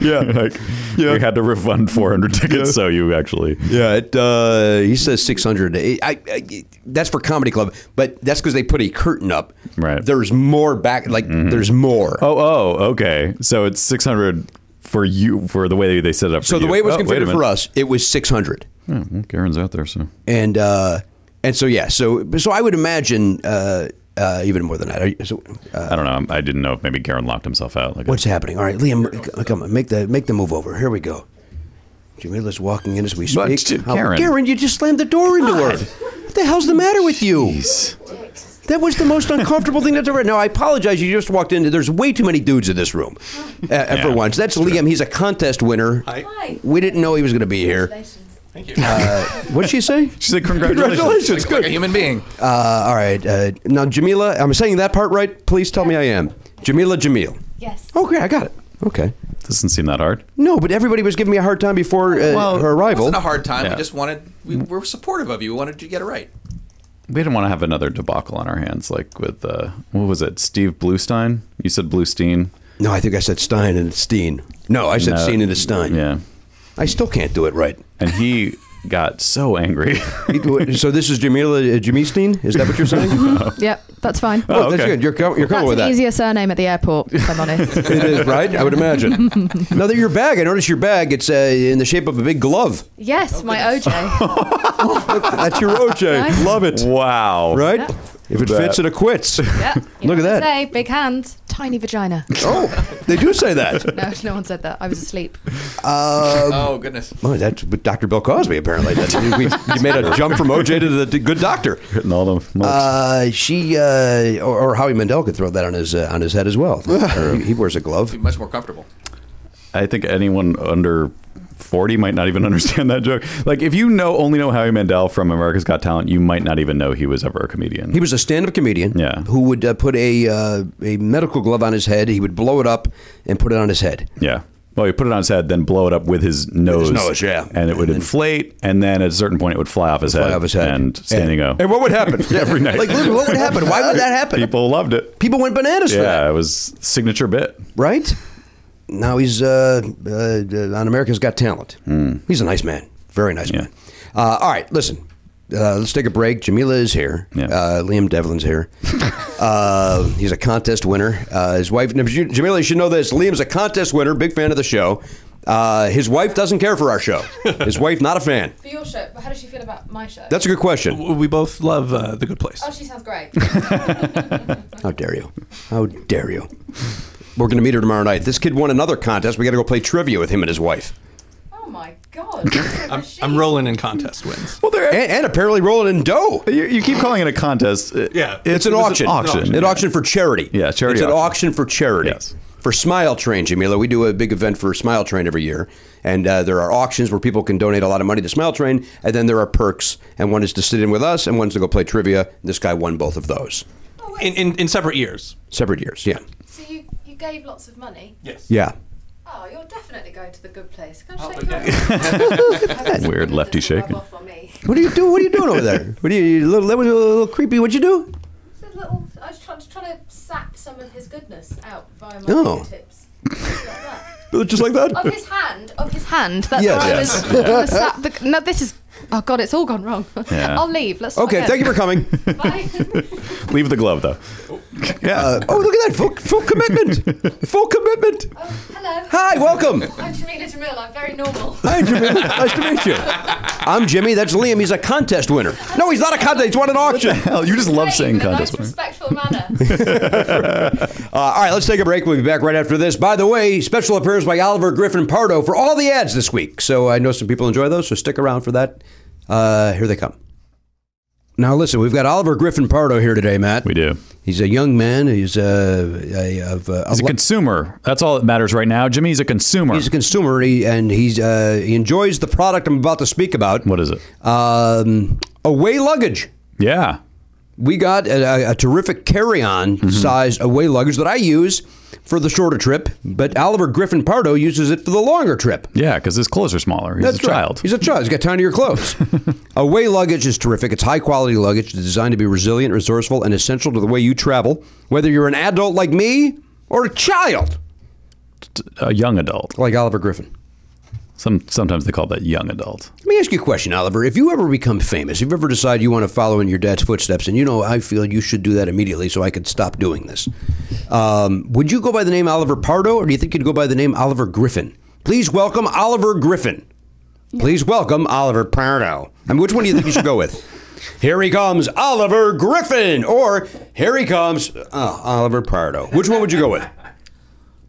Speaker 1: yeah, like you had to refund four hundred tickets, so you actually.
Speaker 4: Yeah, it, uh, he says 600. I, I, that's for Comedy Club, but that's because they put a curtain up.
Speaker 1: Right.
Speaker 4: There's more back. Like there's more.
Speaker 1: Oh, oh, okay. So it's six hundred for you for the way they set it up.
Speaker 4: so
Speaker 1: for
Speaker 4: the
Speaker 1: you.
Speaker 4: way it was
Speaker 1: Oh, wait a
Speaker 4: configured for
Speaker 1: minute.
Speaker 4: us, it was 600,
Speaker 1: Yeah, well, Karen's out there, so
Speaker 4: and uh, and so yeah, so so I would imagine uh, uh, even more than that. Are you- So
Speaker 1: I don't know. I'm- I didn't know if maybe Karen locked himself out. Like
Speaker 4: what's happening? All right, Liam, c- come on, make the make the move over. Here we go. Jamila's walking in as we
Speaker 1: But,
Speaker 4: speak.
Speaker 1: uh,
Speaker 4: How-
Speaker 1: Karen.
Speaker 4: Karen, you just slammed the door into her. What the hell's the matter with you? That was the most uncomfortable thing that's ever. Now I apologize. You just walked into. There's way too many dudes in this room, uh, for once. That's Liam. He's a contest winner.
Speaker 11: Hi.
Speaker 4: We didn't know he was going to be here.
Speaker 11: Thank you.
Speaker 4: Uh, what did she say? She
Speaker 1: said
Speaker 4: Congratulations.
Speaker 10: Like, like a
Speaker 4: Good.
Speaker 10: human being.
Speaker 4: Uh, all right. Uh, now Jamila, I'm saying that part right. Please tell me I am. Jamila Jamil.
Speaker 13: Yes.
Speaker 4: Okay, I got it. Okay.
Speaker 1: Doesn't seem that hard.
Speaker 4: No, but everybody was giving me a hard time before uh, her
Speaker 10: It
Speaker 4: arrival.
Speaker 10: wasn't a hard time.
Speaker 1: Yeah.
Speaker 10: We just wanted, we
Speaker 1: Mm.
Speaker 10: were supportive of you. We wanted you to get it right.
Speaker 1: We didn't want to have another debacle on our hands, like with uh, what was it, Steve Bluestein? You said Bluestein.
Speaker 4: No, I think I said Stein and it's Steen. No, I said
Speaker 1: No.
Speaker 4: Steen and it's Stein.
Speaker 1: Yeah,
Speaker 4: I still can't do it right.
Speaker 1: and he got so angry.
Speaker 4: so this is Jamila uh, Jamistine? Is that what you're saying?
Speaker 1: Oh,
Speaker 13: Yep, that's fine.
Speaker 4: Oh, that's good. You're, co- you're
Speaker 13: that's
Speaker 4: comfortable with
Speaker 13: an
Speaker 4: that.
Speaker 13: easier surname at the airport, if I'm honest.
Speaker 4: it is right. I would imagine. now that your bag, I noticed your bag. It's uh, in the shape of a big glove.
Speaker 13: Yes,
Speaker 10: Oh,
Speaker 13: my OJ.
Speaker 4: That's your OJ.
Speaker 13: Nice.
Speaker 4: Love it.
Speaker 1: Wow.
Speaker 4: Right.
Speaker 13: Yep.
Speaker 4: If it
Speaker 1: That-
Speaker 4: fits, it acquits.
Speaker 13: Yep. You
Speaker 4: Look
Speaker 13: know
Speaker 4: at
Speaker 13: what they
Speaker 4: that.
Speaker 13: Say, big hand, tiny vagina.
Speaker 4: Oh, they do say that.
Speaker 13: No, no one said that. I was asleep.
Speaker 1: Um,
Speaker 10: oh goodness.
Speaker 4: Well, that's with Dr. Bill Cosby. Apparently, that's, we, you made a jump from OJ to the to good doctor.
Speaker 1: Hitting all the marks.
Speaker 4: Uh, she uh, or, or Howie Mandel could throw that on his uh, on his head as well. Or he wears a glove.
Speaker 10: Be much more comfortable.
Speaker 1: I think anyone under 40 might not even understand that joke. Like, if you know only know Howie Mandel from America's Got Talent, you might not even know he was ever a comedian.
Speaker 4: He was a stand-up comedian
Speaker 1: Yeah.
Speaker 4: who would uh, put a uh, a medical glove on his head. He would blow it up and put it on his head.
Speaker 1: Yeah. Well, he put it on his head, then blow it up with his nose.
Speaker 4: nose, yeah.
Speaker 1: And it would inflate, and then at a certain point, it would fly off his
Speaker 4: Fly
Speaker 1: head.
Speaker 4: off his head.
Speaker 1: And standing O.
Speaker 4: And what would happen
Speaker 1: Every night.
Speaker 4: Like, literally, what would happen? Why would that happen?
Speaker 1: People loved it.
Speaker 4: People went bananas for that,
Speaker 1: Yeah, it was signature bit.
Speaker 4: right? now he's uh, uh, on America's Got Talent. He's a nice man, very nice man. Uh, all right, listen. Uh, let's take a break. Jamila is here. Uh, Liam Devlin's here. uh, he's a contest winner. Uh, his wife, now, you- Jamila, you should know this. Liam's a contest winner, big fan of the show. Uh, his wife doesn't care for our show. His wife, not a fan.
Speaker 13: For your show, but how does she feel about my show?
Speaker 4: That's a good question.
Speaker 11: We both love uh, The Good Place.
Speaker 13: Oh, she sounds great.
Speaker 4: How dare you? How dare you? We're going to meet her tomorrow night. This kid won another contest. We got to go play trivia with him and his wife.
Speaker 13: oh my god.
Speaker 11: I'm, I'm rolling in contest wins.
Speaker 1: Well, there
Speaker 4: and, and apparently rolling in dough.
Speaker 1: You, you keep calling it a contest.
Speaker 11: Yeah.
Speaker 4: It's, an,
Speaker 1: it was
Speaker 4: auction.
Speaker 1: auction.
Speaker 4: An auction for charity.
Speaker 1: Yeah, charity
Speaker 4: It's an
Speaker 1: auction.
Speaker 4: auction, for charity. For Smile Train, Jamila, we do a big event for Smile Train every year, and uh, there are auctions where people can donate a lot of money to Smile Train, and then there are perks, and one is to sit in with us, and one's to go play trivia. This guy won both of those,
Speaker 11: In, in, in separate years.
Speaker 4: separate years. Yeah,
Speaker 13: so you, you gave lots of money? Yes.
Speaker 4: yeah.
Speaker 13: Oh, you're definitely going to the good place. Can I shake
Speaker 1: Weird lefty shaking.
Speaker 4: What are you doing? What are you doing over there? What are you? you little, that was a little creepy. What'd you do?
Speaker 13: Little, I was trying, trying to sap some of his goodness out via my
Speaker 4: Oh.
Speaker 13: fingertips.
Speaker 4: Just like that?
Speaker 13: Of his hand, of his hand. That's
Speaker 4: Yes.
Speaker 13: how I
Speaker 4: Yes.
Speaker 13: was trying to sap the. No, this is. Oh god, it's all gone wrong.
Speaker 1: Yeah.
Speaker 13: I'll leave. Let's.
Speaker 4: Okay, thank you for coming.
Speaker 1: Leave the glove though.
Speaker 4: Yeah. oh, look at that full, full commitment. full commitment.
Speaker 13: Oh, Hello.
Speaker 4: Hi, welcome.
Speaker 13: I'm Jamila Jamil. I'm very normal.
Speaker 4: Hi, Jimmy. Nice to meet you. I'm Jimmy. That's Liam. He's a contest winner. No, he's not a contest. He's won an auction.
Speaker 1: hell, you just love saying
Speaker 13: In a nice,
Speaker 1: contest winners.
Speaker 13: respectful manner.
Speaker 4: Uh, all right, let's take a break. We'll be back right after this. By the way, special appearance by Oliver Griffin Pardo for all the ads this week. So I know some people enjoy those, so stick around for that. Uh, here they come. Now, listen, we've got Oliver Griffin Pardo here today, Matt. We
Speaker 1: do.
Speaker 4: He's a young man. He's uh, a, of, uh,
Speaker 1: He's a consumer. That's all that matters right now. Jimmy's a consumer.
Speaker 4: He's a consumer, he- and he's uh, he enjoys the product I'm about to speak about.
Speaker 1: What is it?
Speaker 4: Um, away luggage.
Speaker 1: Yeah,
Speaker 4: we got a, a terrific carry-on
Speaker 1: Mm-hmm.
Speaker 4: size away luggage that I use for the shorter trip, but Oliver Griffin Pardo uses it for the longer trip.
Speaker 1: Yeah, because his clothes are smaller. He's a
Speaker 4: right.
Speaker 1: child.
Speaker 4: He's a child. He's got tinier clothes. Away luggage is terrific. It's high quality luggage It's designed to be resilient, resourceful, and essential to the way you travel, whether you're an adult like me or a child.
Speaker 1: A young adult.
Speaker 4: Like Oliver Griffin.
Speaker 1: Some sometimes they call that young adult.
Speaker 4: Let me ask you a question, Oliver. If you ever become famous, if you ever decide you want to follow in your dad's footsteps, and you know I feel you should do that immediately so I could stop doing this, um, would you go by the name Oliver Pardo or do you think you'd go by the name Oliver Griffin? Please welcome Oliver Griffin. Please welcome Oliver Pardo. I mean, which one do you think you should go with? Here he comes, Oliver Griffin, or here he comes, oh, Oliver Pardo. Which one would you go with?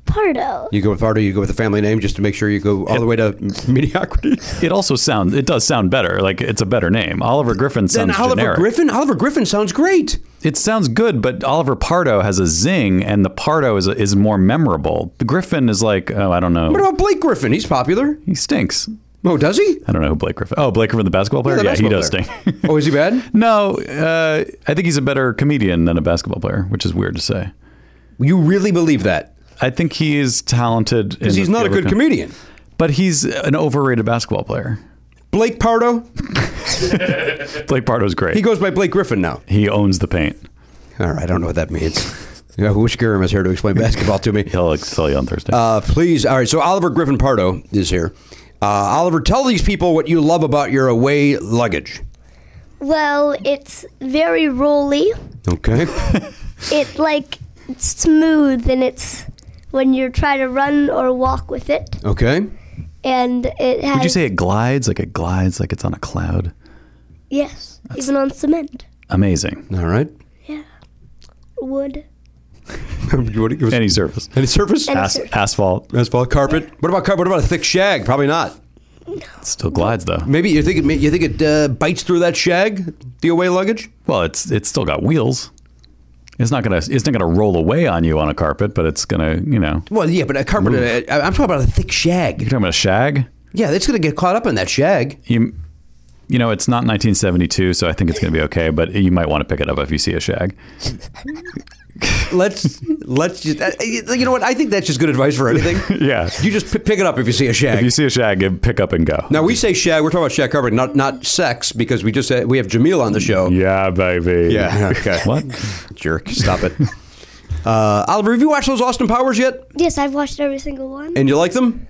Speaker 12: Pardo.
Speaker 4: You go with Pardo, you go with the family name just to make sure you go all the way to mediocrity.
Speaker 1: It also sounds it does sound better. Like it's a better name. Oliver Griffin
Speaker 4: Then
Speaker 1: sounds
Speaker 4: Oliver
Speaker 1: generic.
Speaker 4: Griffin? Oliver Griffin sounds great.
Speaker 1: it sounds good, but Oliver Pardo has a zing, and the Pardo is is more memorable. The Griffin is like oh I don't know.
Speaker 4: What about Blake Griffin? He's popular.
Speaker 1: He stinks.
Speaker 4: Oh, does he?
Speaker 1: I don't know who Blake Griffin. Oh, Blake Griffin, the basketball player.
Speaker 4: the
Speaker 1: Yeah, he
Speaker 4: basketball
Speaker 1: does
Speaker 4: player.
Speaker 1: stink.
Speaker 4: Oh, is he bad?
Speaker 1: no, uh, I think he's a better comedian than a basketball player, which is weird to say.
Speaker 4: You really believe that?
Speaker 1: I think he is talented
Speaker 4: Because
Speaker 1: in
Speaker 4: he's
Speaker 1: the
Speaker 4: not a
Speaker 1: field of
Speaker 4: good
Speaker 1: com-
Speaker 4: comedian.
Speaker 1: but he's an overrated basketball player.
Speaker 4: Blake Pardo?
Speaker 1: Blake Pardo's great.
Speaker 4: He goes by Blake Griffin now.
Speaker 1: He owns the paint.
Speaker 4: All right, I don't know what that means. I wish Gurram was here to explain basketball to me.
Speaker 1: He'll tell you on Thursday.
Speaker 4: Uh, please, all right, so Oliver Griffin Pardo is here. Uh, Oliver, tell these people what you love about your away luggage.
Speaker 12: Well, it's very rolly.
Speaker 4: Okay.
Speaker 12: It like it's smooth and it's when you try to run or walk with it,
Speaker 4: okay.
Speaker 12: and it has
Speaker 1: Would you say it glides? Like it glides like it's on a cloud?
Speaker 12: yes, even on cement,
Speaker 1: Amazing.
Speaker 4: All right.
Speaker 12: wood.
Speaker 1: Any surface.
Speaker 4: Any surface?
Speaker 12: Any
Speaker 1: As-
Speaker 12: surface.
Speaker 1: Asphalt.
Speaker 4: Asphalt, carpet. What about carpet? What about a thick shag? Probably not.
Speaker 1: Still glides though.
Speaker 4: Maybe you think it, you think it uh, bites through that shag, the away luggage?
Speaker 1: Well, it's it's still got wheels. It's not gonna it's not gonna roll away on you on a carpet, but it's gonna you know.
Speaker 4: Well, yeah, but a carpet,
Speaker 1: Move.
Speaker 4: uh, I'm talking about a thick shag.
Speaker 1: You're talking about a shag.
Speaker 4: Yeah, that's going to get caught up in that shag.
Speaker 1: You you know it's not 1972, so I think it's gonna be okay. But you might want to pick it up if you see a shag.
Speaker 4: Let's let's just uh, you know what I think that's just good advice for anything.
Speaker 1: Yeah.
Speaker 4: You just p- pick it up if you see a
Speaker 1: If
Speaker 4: shag.
Speaker 1: you see a shag, give- pick up and go.
Speaker 4: now we say shag, we're talking about shag carpet, not not sex, because we just had, we have Jamil on the show.
Speaker 1: Yeah, baby.
Speaker 4: Yeah, okay.
Speaker 1: What?
Speaker 4: Jerk, stop it. Uh, Oliver, have you watched those Austin Powers yet?
Speaker 14: Yes, I've watched every single one.
Speaker 4: And you like them?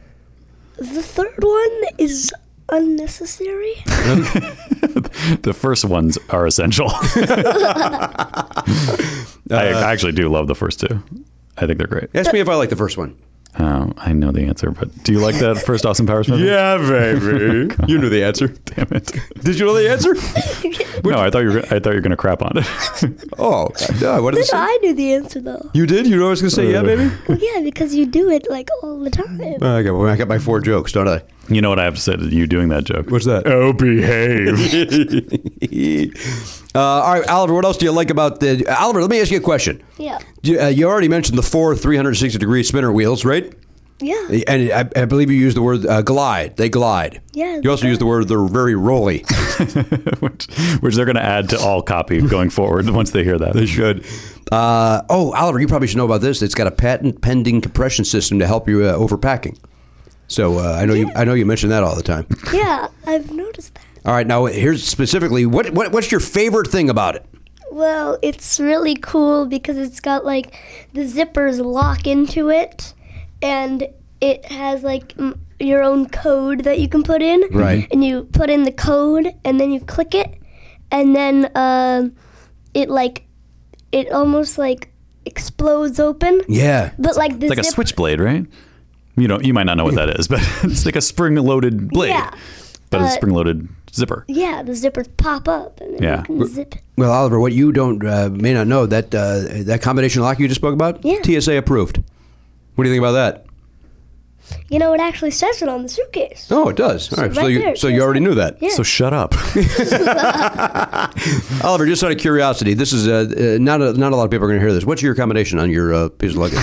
Speaker 14: The third one is unnecessary.
Speaker 1: the first ones are essential. I actually do love the first two. I think they're great.
Speaker 4: Ask me if I like the first one.
Speaker 1: Oh, I know the answer, but do you like that first Austin Powers movie?
Speaker 4: Yeah, baby. you knew the answer.
Speaker 1: Damn it.
Speaker 4: Did you know the answer?
Speaker 1: No, I thought you were, I thought you were going to crap on it.
Speaker 4: oh, no, what
Speaker 14: No, I knew the answer though.
Speaker 4: You did? You know I was going to say, yeah, baby?
Speaker 14: Well, yeah, because you do it like all the time.
Speaker 4: I got, well, I got my four jokes, don't I?
Speaker 1: You know what I have to say to you doing that joke?
Speaker 4: What's that?
Speaker 1: Oh, behave.
Speaker 4: uh, all right, Oliver, what else do you like about the. Oliver, let me ask you a question.
Speaker 14: Yeah.
Speaker 4: You, uh, you already mentioned the four 360 degree spinner wheels, right?
Speaker 14: Yeah.
Speaker 4: And I, I believe you used the word uh, glide. They glide.
Speaker 14: Yeah,
Speaker 4: You also used the word they're very rolly.
Speaker 1: Which they're going to add to all copy going forward once they hear that.
Speaker 4: They should. Uh, oh, Oliver, you probably should know about this. It's got a patent pending compression system to help you uh, overpacking. So uh, I know you. I know you mention that all the time.
Speaker 14: Yeah, I've noticed that.
Speaker 4: All right, now here's specifically what, what what's your favorite thing about it?
Speaker 14: Well, it's really cool because it's got like the zippers lock into it, and it has like m- your own code that you can put in.
Speaker 15: Right.
Speaker 14: And you put in the code, and then you click it, and then um, it like it almost like explodes open.
Speaker 1: Yeah.
Speaker 14: But like the
Speaker 1: It's like a
Speaker 14: zip-
Speaker 1: switchblade, right? You know, you might not know what that is, but it's like a spring-loaded blade,
Speaker 14: Yeah.
Speaker 1: but a
Speaker 14: Uh,
Speaker 1: spring-loaded zipper.
Speaker 14: Yeah, the zippers pop up and then
Speaker 1: Yeah.
Speaker 14: you can zip.
Speaker 4: Well, Oliver, what you don't uh, may not know that uh, that combination lock you just spoke about,
Speaker 14: Yeah.
Speaker 4: TSA approved. What do you think about that?
Speaker 14: You know, it actually says it on the suitcase.
Speaker 4: Oh, it does. All right, so
Speaker 14: right
Speaker 4: you
Speaker 14: there,
Speaker 4: so you already knew that.
Speaker 14: Yeah. So
Speaker 1: shut up,
Speaker 4: Oliver. Just out of curiosity, this is uh, uh, not a, not a lot of people are going to hear this. What's your combination on your uh, piece of luggage?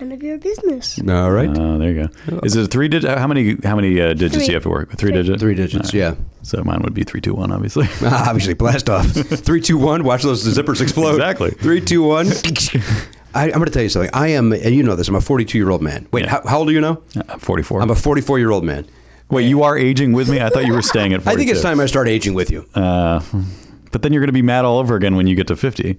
Speaker 14: None of your business.
Speaker 4: All right.
Speaker 1: Oh, there you go. Is it a three digit? How many how many uh, digits do
Speaker 14: Three.
Speaker 1: you have to work with? Three, digits.
Speaker 4: Three digits. Yeah.
Speaker 1: So mine would be three, two, one. Obviously.
Speaker 4: Uh-huh. obviously, blast off. Three, two, one. Watch those zippers explode.
Speaker 1: Exactly.
Speaker 4: Three, two, one. I, I'm going to tell you something. I am, and you know this. I'm a 42 year old man. Wait, how, how old are you now?
Speaker 1: I'm 44.
Speaker 4: I'm a 44 year old man.
Speaker 1: Wait, you are aging with me. I thought you were staying at. 42.
Speaker 4: I think it's time I start aging with you.
Speaker 1: Uh, but then you're going to be mad all over again when you get to 50.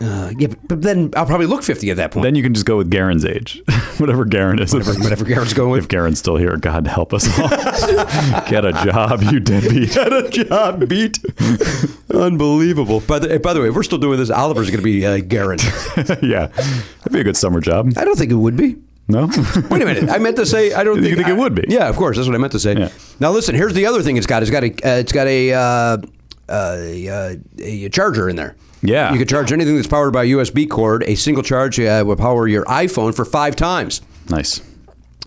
Speaker 4: Uh, yeah, but, but then I'll probably look 50 at that point.
Speaker 1: Then you can just go with Garen's age, whatever Garen is. Whatever,
Speaker 4: whatever Garen's going with.
Speaker 1: If Garen's still here, God help us all. Get a job, you deadbeat.
Speaker 4: Get a job, beat. Unbelievable. By the, eh, by the way, if we're still doing this. Oliver's going to be uh, Garen.
Speaker 1: yeah, that'd be a good summer job.
Speaker 4: I don't think it would be.
Speaker 1: No.
Speaker 4: Wait a minute. I meant to say I don't
Speaker 1: You
Speaker 4: think,
Speaker 1: think it would be?
Speaker 4: Yeah, of course. That's what I meant to say. Now listen. Here's the other thing. It's got. It's got a. Uh, it's got a. Uh, uh, a, a charger in there.
Speaker 1: Yeah.
Speaker 4: You can charge anything that's powered by a USB cord. A single charge uh, will power your iPhone for five times.
Speaker 1: Nice.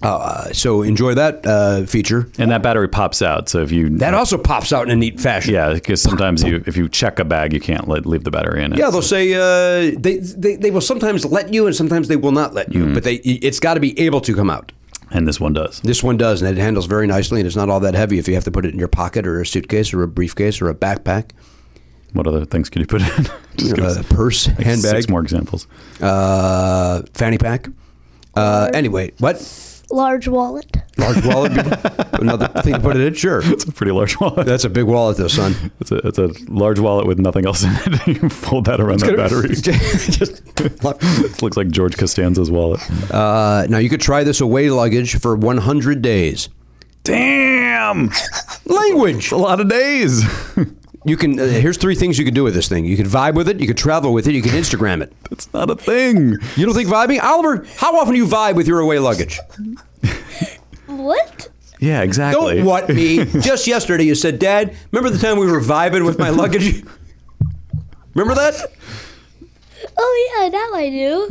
Speaker 4: Uh, so enjoy that uh, feature.
Speaker 1: And that battery pops out. So if you
Speaker 4: That also pops out in a neat fashion.
Speaker 1: yeah, because sometimes you if you check a bag, you can't let, leave the battery in it.
Speaker 4: Yeah, they'll say uh, they, they they will sometimes let you, and sometimes they will not let you.
Speaker 1: Hmm.
Speaker 4: But they it's got to be able to come out.
Speaker 1: and this one does.
Speaker 4: This one does, and it handles very nicely, and it's not all that heavy if you have to put it in your pocket or a suitcase or a briefcase or a backpack,
Speaker 1: What other things could you put in? Just give us
Speaker 4: a purse,
Speaker 1: like
Speaker 4: handbag,
Speaker 1: Six more examples.
Speaker 4: uh, fanny pack. Uh, anyway, what?
Speaker 14: Large wallet.
Speaker 4: Large wallet. Another thing to put it in? Sure.
Speaker 1: It's a pretty large wallet.
Speaker 4: That's a big wallet, though, son.
Speaker 1: It's a, it's a large wallet with nothing else in it. you can fold that
Speaker 4: It's
Speaker 1: around that
Speaker 4: gonna-
Speaker 1: battery.
Speaker 4: just,
Speaker 1: it looks like George Costanza's wallet.
Speaker 4: Uh, now, you could try this away luggage for 100 days.
Speaker 1: Damn!
Speaker 4: Language.
Speaker 1: A lot of days.
Speaker 4: You can. Uh, here's three things you can do with this thing. You could vibe with it. You could travel with it. You can Instagram it.
Speaker 1: That's not a thing.
Speaker 4: You don't think vibing, Oliver? How often do you vibe with your away luggage?
Speaker 14: What?
Speaker 1: Yeah, exactly.
Speaker 4: Don't what me. Just yesterday, you said, "Dad, remember the time we were vibing with my luggage? Remember that?"
Speaker 14: Oh yeah, now I do.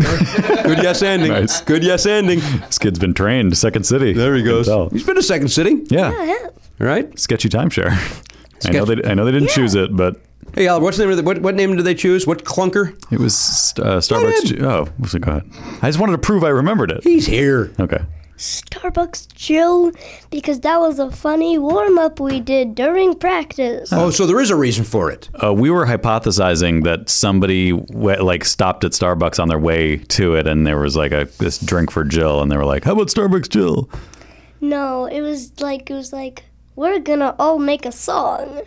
Speaker 4: Good yes ending.
Speaker 1: Nice.
Speaker 4: Good yes ending.
Speaker 1: This kid's been trained. Second City. There he goes.
Speaker 4: He's been to Second City.
Speaker 1: Yeah.
Speaker 14: I have.
Speaker 4: Right.
Speaker 1: Sketchy timeshare. I know they. I know they didn't choose it, but
Speaker 4: Hey, Oliver, what's the name of the, what, what name did they choose? What clunker?
Speaker 1: it was uh, Starbucks. Ju- oh, what's it called? I just wanted to prove I remembered it.
Speaker 4: He's here.
Speaker 1: Okay.
Speaker 14: Starbucks Jill, because that was a funny warm up we did during practice.
Speaker 4: Oh, so there is a reason for it.
Speaker 1: Uh, we were hypothesizing that somebody we- like stopped at Starbucks on their way to it, and there was like a this drink for Jill, and they were like, "How about Starbucks Jill?"
Speaker 14: No, it was like it was like we're gonna all make a song.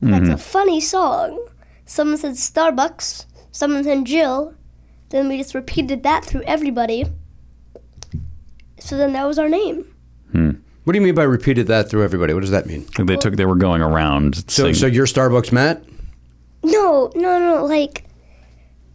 Speaker 14: That's a funny song. Someone said Starbucks, someone's in jail. Then we just repeated that through everybody. So then that was our name.
Speaker 4: What do you mean by repeated that through everybody? What does that mean?
Speaker 1: They took. They were going around.
Speaker 4: So,
Speaker 1: saying-
Speaker 4: so your Starbucks, Matt.
Speaker 14: No, no, no. Like,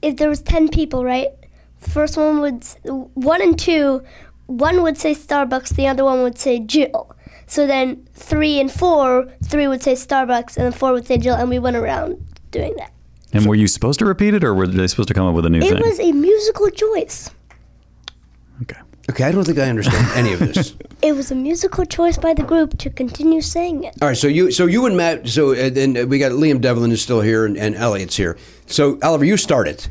Speaker 14: if there was ten people, right? First one would s- one and two. One would say Starbucks. The other one would say Jill. So then three and four, three would say Starbucks, and then four would say Jill, and we went around doing that.
Speaker 1: And were you supposed to repeat it, or were they supposed to come up with a new
Speaker 14: It
Speaker 1: thing?
Speaker 14: was a musical choice.
Speaker 4: Okay, I don't think I understand any of this.
Speaker 14: It was a musical choice by the group to continue saying it.
Speaker 4: All right, so you, so you and Matt, so uh, then uh, we got Liam Devlin is still here, and, and Elliot's here. So Oliver, you start it.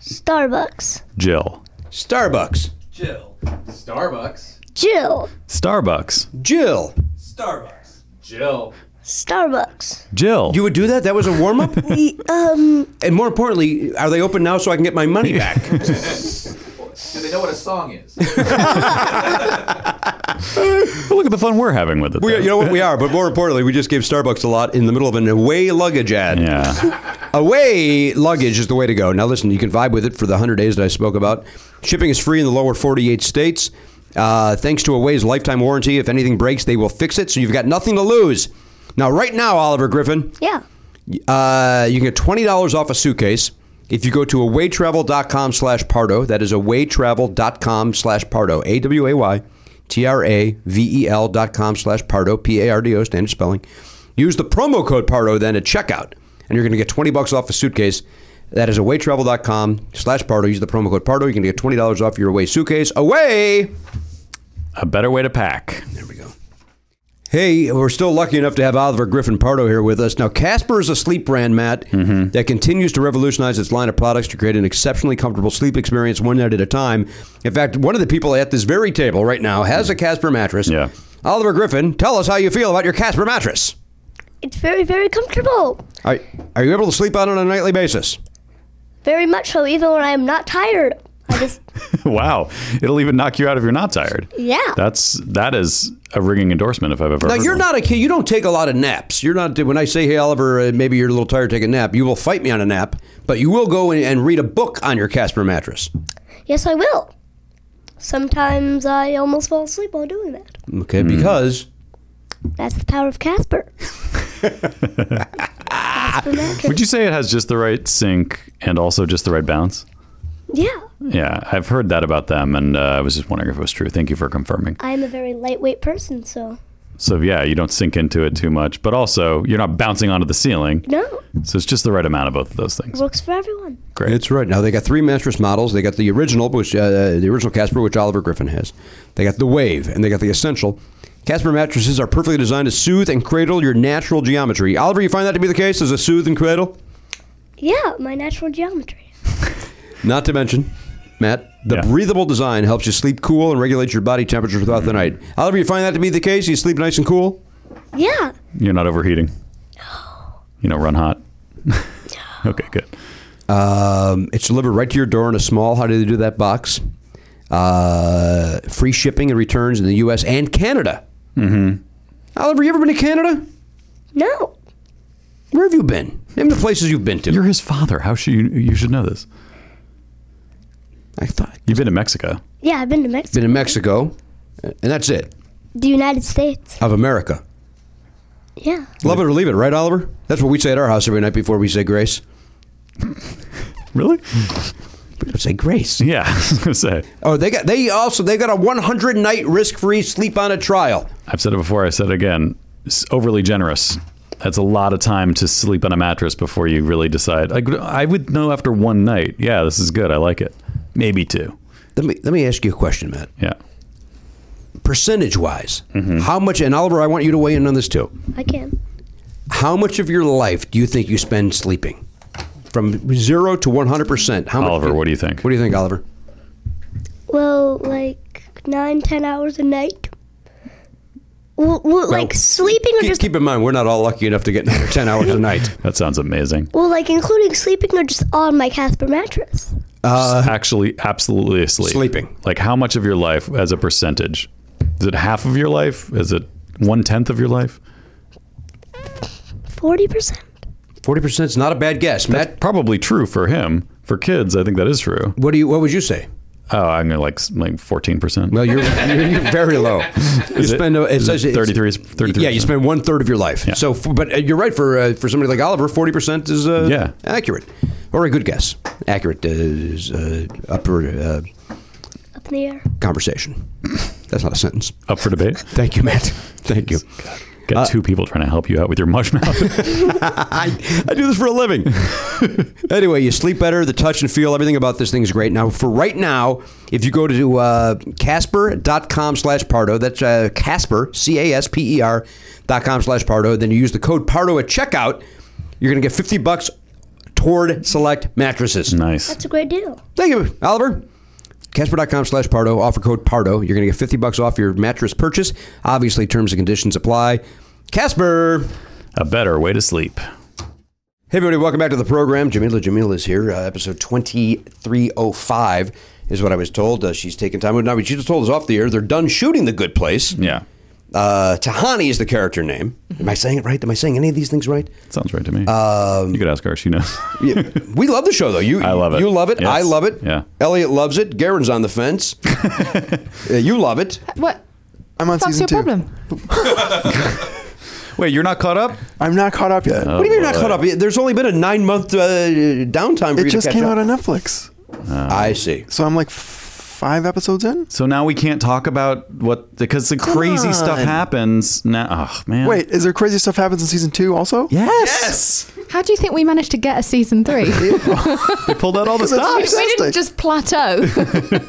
Speaker 14: Starbucks.
Speaker 1: Jill.
Speaker 4: Starbucks.
Speaker 10: Starbucks.
Speaker 14: Jill.
Speaker 1: Starbucks.
Speaker 4: Jill.
Speaker 10: Starbucks. Jill.
Speaker 14: Starbucks.
Speaker 1: Jill.
Speaker 4: You would do that? That was a warm up?
Speaker 14: um.
Speaker 4: And more importantly, are they open now so I can get my money back?
Speaker 10: Do they know what a song is?
Speaker 1: look at the fun we're having with it.
Speaker 4: We, you know what we are, but more importantly, we just gave Starbucks a lot in the middle of an away luggage ad. Yeah. away luggage is the way to go. Now, listen, you can vibe with it for the 100 days that I spoke about. Shipping is free in the lower 48 states. Uh, thanks to Away's lifetime warranty, if anything breaks, they will fix it, so you've got nothing to lose. Now, right now, Oliver Griffin,
Speaker 14: Yeah.
Speaker 4: uh, you can get twenty dollars off a suitcase if you go to awaytravel.com slash pardo. That is awaytravel.com slash pardo. A W A Y T R A V E L dot com slash pardo. P A R D O standard spelling. Use the promo code pardo then at checkout, and you're going to get twenty bucks off a suitcase. That is awaytravel.com slash pardo. Use the promo code pardo. You're going to get twenty dollars off your away suitcase. Away.
Speaker 1: A better way to pack.
Speaker 4: Hey, we're still lucky enough to have Oliver Griffin Pardo here with us. Now, Casper is a sleep brand, Matt, that continues to revolutionize its line of products to create an exceptionally comfortable sleep experience one night at a time. In fact, one of the people at this very table right now has a Casper mattress. Yeah. Oliver Griffin, tell us how you feel about your Casper mattress.
Speaker 14: It's very, very comfortable.
Speaker 4: Are, are you able to sleep on it on a nightly basis?
Speaker 14: Very much so, even when I am not tired. I just,
Speaker 1: wow. It'll even knock you out if you're not tired.
Speaker 14: yeah.
Speaker 1: That's that is a ringing endorsement if I've ever.
Speaker 4: Now,
Speaker 1: heard
Speaker 4: you're
Speaker 1: one.
Speaker 4: not a kid. You don't take a lot of naps. You're not. When I say, hey, Oliver, uh, maybe you're a little tired, take a nap, you will fight me on a nap, but you will go and- and read a book on your Casper mattress.
Speaker 14: Yes, I will. Sometimes I almost fall asleep while doing that.
Speaker 4: Okay, because
Speaker 14: That's the power of Casper. Casper mattress.
Speaker 1: Would you say it has just the right sink and also just the right bounce?
Speaker 14: Yeah.
Speaker 1: Yeah, I've heard that about them, and uh, I was just wondering if it was true. Thank you for confirming.
Speaker 14: I am a very lightweight person, so
Speaker 1: So yeah, you don't sink into it too much, but also you're not bouncing onto the ceiling.
Speaker 14: No.
Speaker 1: So it's just the right amount of both of those things.
Speaker 14: it works for everyone.
Speaker 4: Great. That's right. Now they got three mattress models. They got the original, which uh, the original Casper, which Oliver Griffin has. They got the Wave, and they got the Essential. Casper mattresses are perfectly designed to soothe and cradle your natural geometry. Oliver, you find that to be the case? Is a soothe and cradle?
Speaker 14: Yeah, my natural geometry.
Speaker 4: Not to mention, Matt, the breathable design helps you sleep cool and regulates your body temperature throughout the night. Oliver, you find that to be the case? You sleep nice and cool.
Speaker 14: Yeah.
Speaker 1: You're not overheating. You don't run hot. okay, good.
Speaker 4: Um, it's delivered right to your door in a small, how do they do that box? Uh, free shipping and returns in the U.S. and Canada.
Speaker 1: Mm-hmm.
Speaker 4: Oliver, you ever been to Canada?
Speaker 14: No.
Speaker 4: Where have you been? Name the places you've been to.
Speaker 1: You're his father. How should you? You should know this.
Speaker 4: I thought
Speaker 1: you've been to Mexico.
Speaker 14: Yeah, I've been to Mexico.
Speaker 4: Been to Mexico, and that's it.
Speaker 14: The United States.
Speaker 4: Of America.
Speaker 14: Yeah.
Speaker 4: Love it or leave it, right, Oliver? That's what we say at our house every night before we say grace.
Speaker 1: really?
Speaker 4: We don't say grace.
Speaker 1: Yeah, I was gonna say.
Speaker 4: Oh, they got they also they got a 100 night risk free sleep on a trial.
Speaker 1: I've said it before. I said it again. It's overly generous. That's a lot of time to sleep on a mattress before you really decide. I, could- I would know after one night. Yeah, this is good. I like it. Maybe two.
Speaker 4: Let me let me ask you a question, Matt.
Speaker 1: Yeah.
Speaker 4: Percentage wise,
Speaker 1: Mm-hmm.
Speaker 4: how much? And Oliver, I want you to weigh in on this too.
Speaker 14: I can.
Speaker 4: How much of your life do you think you spend sleeping? From zero to 100 percent. How Oliver, what
Speaker 1: do you think?
Speaker 4: What do you think, Oliver?
Speaker 14: Well, like nine, ten hours a night. Well, well, like sleeping or
Speaker 4: Keep,
Speaker 14: just
Speaker 4: keep in mind, we're not all lucky enough to get nine or 10 hours a night.
Speaker 1: That sounds amazing.
Speaker 14: well, like including sleeping or just on my Casper mattress.
Speaker 1: Uh, Actually, absolutely asleep.
Speaker 4: Uh-huh. Sleeping.
Speaker 1: Like how much of your life as a percentage? Is it half of your life? Is it one tenth of your life?
Speaker 14: Forty percent.
Speaker 4: Forty percent is not a bad guess.
Speaker 1: That's probably true for him. For kids, I think that is true.
Speaker 4: What do you? What would you say?
Speaker 1: Oh, I'm gonna like s- like fourteen percent.
Speaker 4: Well, you're, you're, you're very low. You
Speaker 1: Is it-
Speaker 4: spend a, it
Speaker 1: is it
Speaker 4: says it's-
Speaker 1: 33 33%?
Speaker 4: Yeah, you spend one third of your life. So, f- but uh, you're right for uh, for somebody like Oliver, forty percent is uh,
Speaker 1: Yeah.
Speaker 4: accurate or a good guess. Accurate is uh, upper uh,
Speaker 12: Up in the air.
Speaker 4: conversation. That's not a sentence.
Speaker 1: Up for debate.
Speaker 4: Thank you, Matt. Thank you. Uh,
Speaker 1: Got two people trying to help you out with your mush mouth.
Speaker 4: I, I do this for a living. anyway, you sleep better, the touch and feel, everything about this thing is great. Now, for right now, if you go to uh, casper.com slash Pardo, that's uh, Casper, C A S P E R, dot com slash Pardo, then you use the code Pardo at checkout, you're going to get 50 bucks toward select mattresses.
Speaker 1: Nice.
Speaker 12: That's a great deal.
Speaker 4: Thank you, Oliver. Casper.com slash Pardo, offer code Pardo. You're going to get 50 bucks off your mattress purchase. Obviously, terms and conditions apply. Casper.
Speaker 1: A better way to sleep.
Speaker 4: Hey, everybody, welcome back to the program. Jamila Jamil is here. Uh, episode 2305 is what I was told. Uh, she's taking time. Now, she just told us off the air they're done shooting The Good Place.
Speaker 1: Yeah.
Speaker 4: Uh, Tahani is the character name. Am I saying it right? Am I saying any of these things right?
Speaker 1: Sounds right to me. you could ask her. She knows.
Speaker 4: Um, Yeah. we love the show, though. You,
Speaker 1: I love it.
Speaker 4: You love it.
Speaker 1: Yes.
Speaker 4: I love it.
Speaker 1: Yeah.
Speaker 4: Elliot loves it. Garen's on the fence. Uh, you love it.
Speaker 14: What?
Speaker 7: I'm on
Speaker 14: Fuck's
Speaker 7: season
Speaker 14: your
Speaker 7: two.
Speaker 14: problem?
Speaker 1: Wait, you're not caught up?
Speaker 7: I'm not caught up
Speaker 4: what
Speaker 7: yet.
Speaker 4: do Oh. you mean you're not caught up? There's only been a nine month uh, downtime for you
Speaker 7: It just
Speaker 4: to catch
Speaker 7: came
Speaker 4: up. Ah,
Speaker 7: out on Netflix.
Speaker 4: I see.
Speaker 7: So I'm like f- five episodes in?
Speaker 1: So now we can't talk about what because the crazy
Speaker 7: on.
Speaker 1: stuff happens now. Oh man!
Speaker 7: Wait, is there crazy stuff happens in season two also?
Speaker 1: Yes.
Speaker 14: How do you think we managed to get a season three? we,
Speaker 1: they pulled out all the
Speaker 7: Because
Speaker 1: stops.
Speaker 7: it's-
Speaker 14: Oh, we didn't just plateau.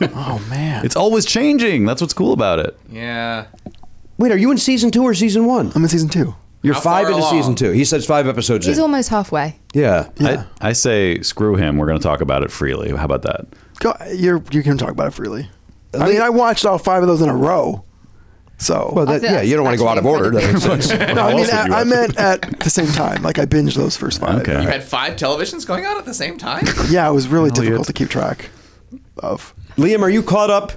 Speaker 1: It's always changing. That's what's cool about it.
Speaker 10: Yeah.
Speaker 4: Wait, are you in season two or season one?
Speaker 7: I'm in season two.
Speaker 4: You're
Speaker 10: How
Speaker 4: five
Speaker 10: far
Speaker 4: into
Speaker 10: along?
Speaker 4: season two. He says five episodes
Speaker 14: He's
Speaker 4: in.
Speaker 14: almost halfway.
Speaker 4: yeah.
Speaker 1: I, I say screw him. We're going to talk about it freely. How about that?
Speaker 7: Go, you're, you can talk about it freely. I mean, I watched all five of those in a row. So.
Speaker 4: Well, that, yeah, you don't want to go out of order. That makes sense.
Speaker 7: no, I mean, I, I meant at the same time. Like, I binged those first five.
Speaker 1: Okay.
Speaker 10: You had five televisions going on at the same time?
Speaker 7: Yeah, it was really difficult to keep track of.
Speaker 4: Liam, are you caught up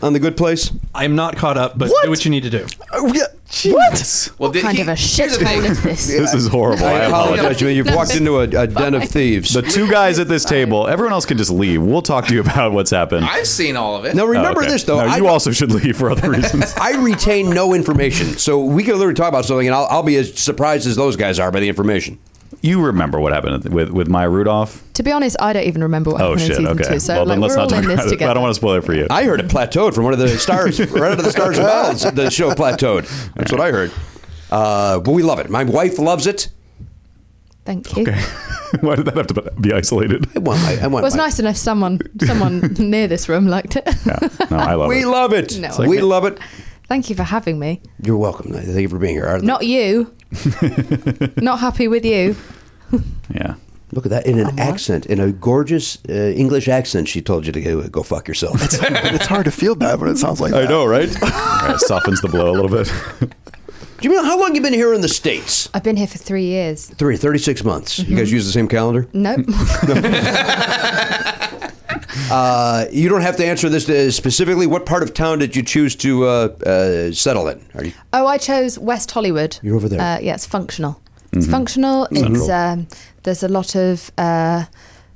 Speaker 4: on the Good Place?
Speaker 11: I'm not caught up, but do what you need to do.
Speaker 7: Oh, yeah.
Speaker 11: What?
Speaker 10: Well,
Speaker 14: What kind of a shithole is this?
Speaker 1: This is horrible. I apologize.
Speaker 4: Jimmy, You've walked into a, a den of thieves.
Speaker 1: The two guys at this table. Everyone else can just leave. We'll talk to you about what's happened.
Speaker 10: I've seen all of it.
Speaker 4: Now, remember
Speaker 1: Oh, okay.
Speaker 4: this, though.
Speaker 1: No,
Speaker 4: I,
Speaker 1: you also should leave for other reasons.
Speaker 4: I retain no information. So we can literally talk about something, and I'll, I'll be as surprised as those guys are by the information.
Speaker 1: you remember what happened with with Maya Rudolph?
Speaker 14: To be honest, I don't even remember what
Speaker 1: Oh
Speaker 14: happened
Speaker 1: shit!
Speaker 14: in season
Speaker 1: Okay.
Speaker 14: two. So
Speaker 1: well,
Speaker 14: like,
Speaker 1: then let's
Speaker 14: we're
Speaker 1: not
Speaker 14: all
Speaker 1: talk
Speaker 14: in this
Speaker 1: about it.
Speaker 14: together.
Speaker 1: I don't want to spoil it for you.
Speaker 4: I heard it plateaued from one of the stars, right out of the stars' mouths. The show plateaued. That's what I heard. Uh, but we love it. My wife loves it.
Speaker 14: Thank you.
Speaker 1: Why did that have to be isolated?
Speaker 4: I want my. I
Speaker 14: Well,
Speaker 4: want
Speaker 14: it was
Speaker 4: my-
Speaker 14: nice enough someone someone near this room liked it.
Speaker 1: No, I love
Speaker 4: we
Speaker 1: it.
Speaker 4: love it.
Speaker 14: No. It's like
Speaker 4: We
Speaker 14: me-
Speaker 4: love it.
Speaker 14: Thank you for having me.
Speaker 4: You're welcome. Thank you for being here. Our-
Speaker 14: Not you. Not happy with you.
Speaker 1: Yeah.
Speaker 4: Look at that in an accent, in a gorgeous uh, English accent. She told you to go, go fuck yourself.
Speaker 7: It's hard to feel bad when it sounds like
Speaker 1: I
Speaker 7: that.
Speaker 1: know, right? Yeah, it softens the blow a little bit.
Speaker 4: Do you know how long you been here in the states?
Speaker 14: I've been here for three years. Mm-hmm.
Speaker 4: Three, 36 months. You guys use the same calendar.
Speaker 14: Nope.
Speaker 4: Uh, you don't have to answer this uh, specifically. What part of town did you choose to uh, uh, settle in? Are you,
Speaker 14: oh, I chose West Hollywood.
Speaker 4: You're over there.
Speaker 14: Uh, yeah, it's functional.
Speaker 1: Mm-hmm.
Speaker 14: It's functional. It's
Speaker 4: Central.
Speaker 14: um, there's a lot of uh,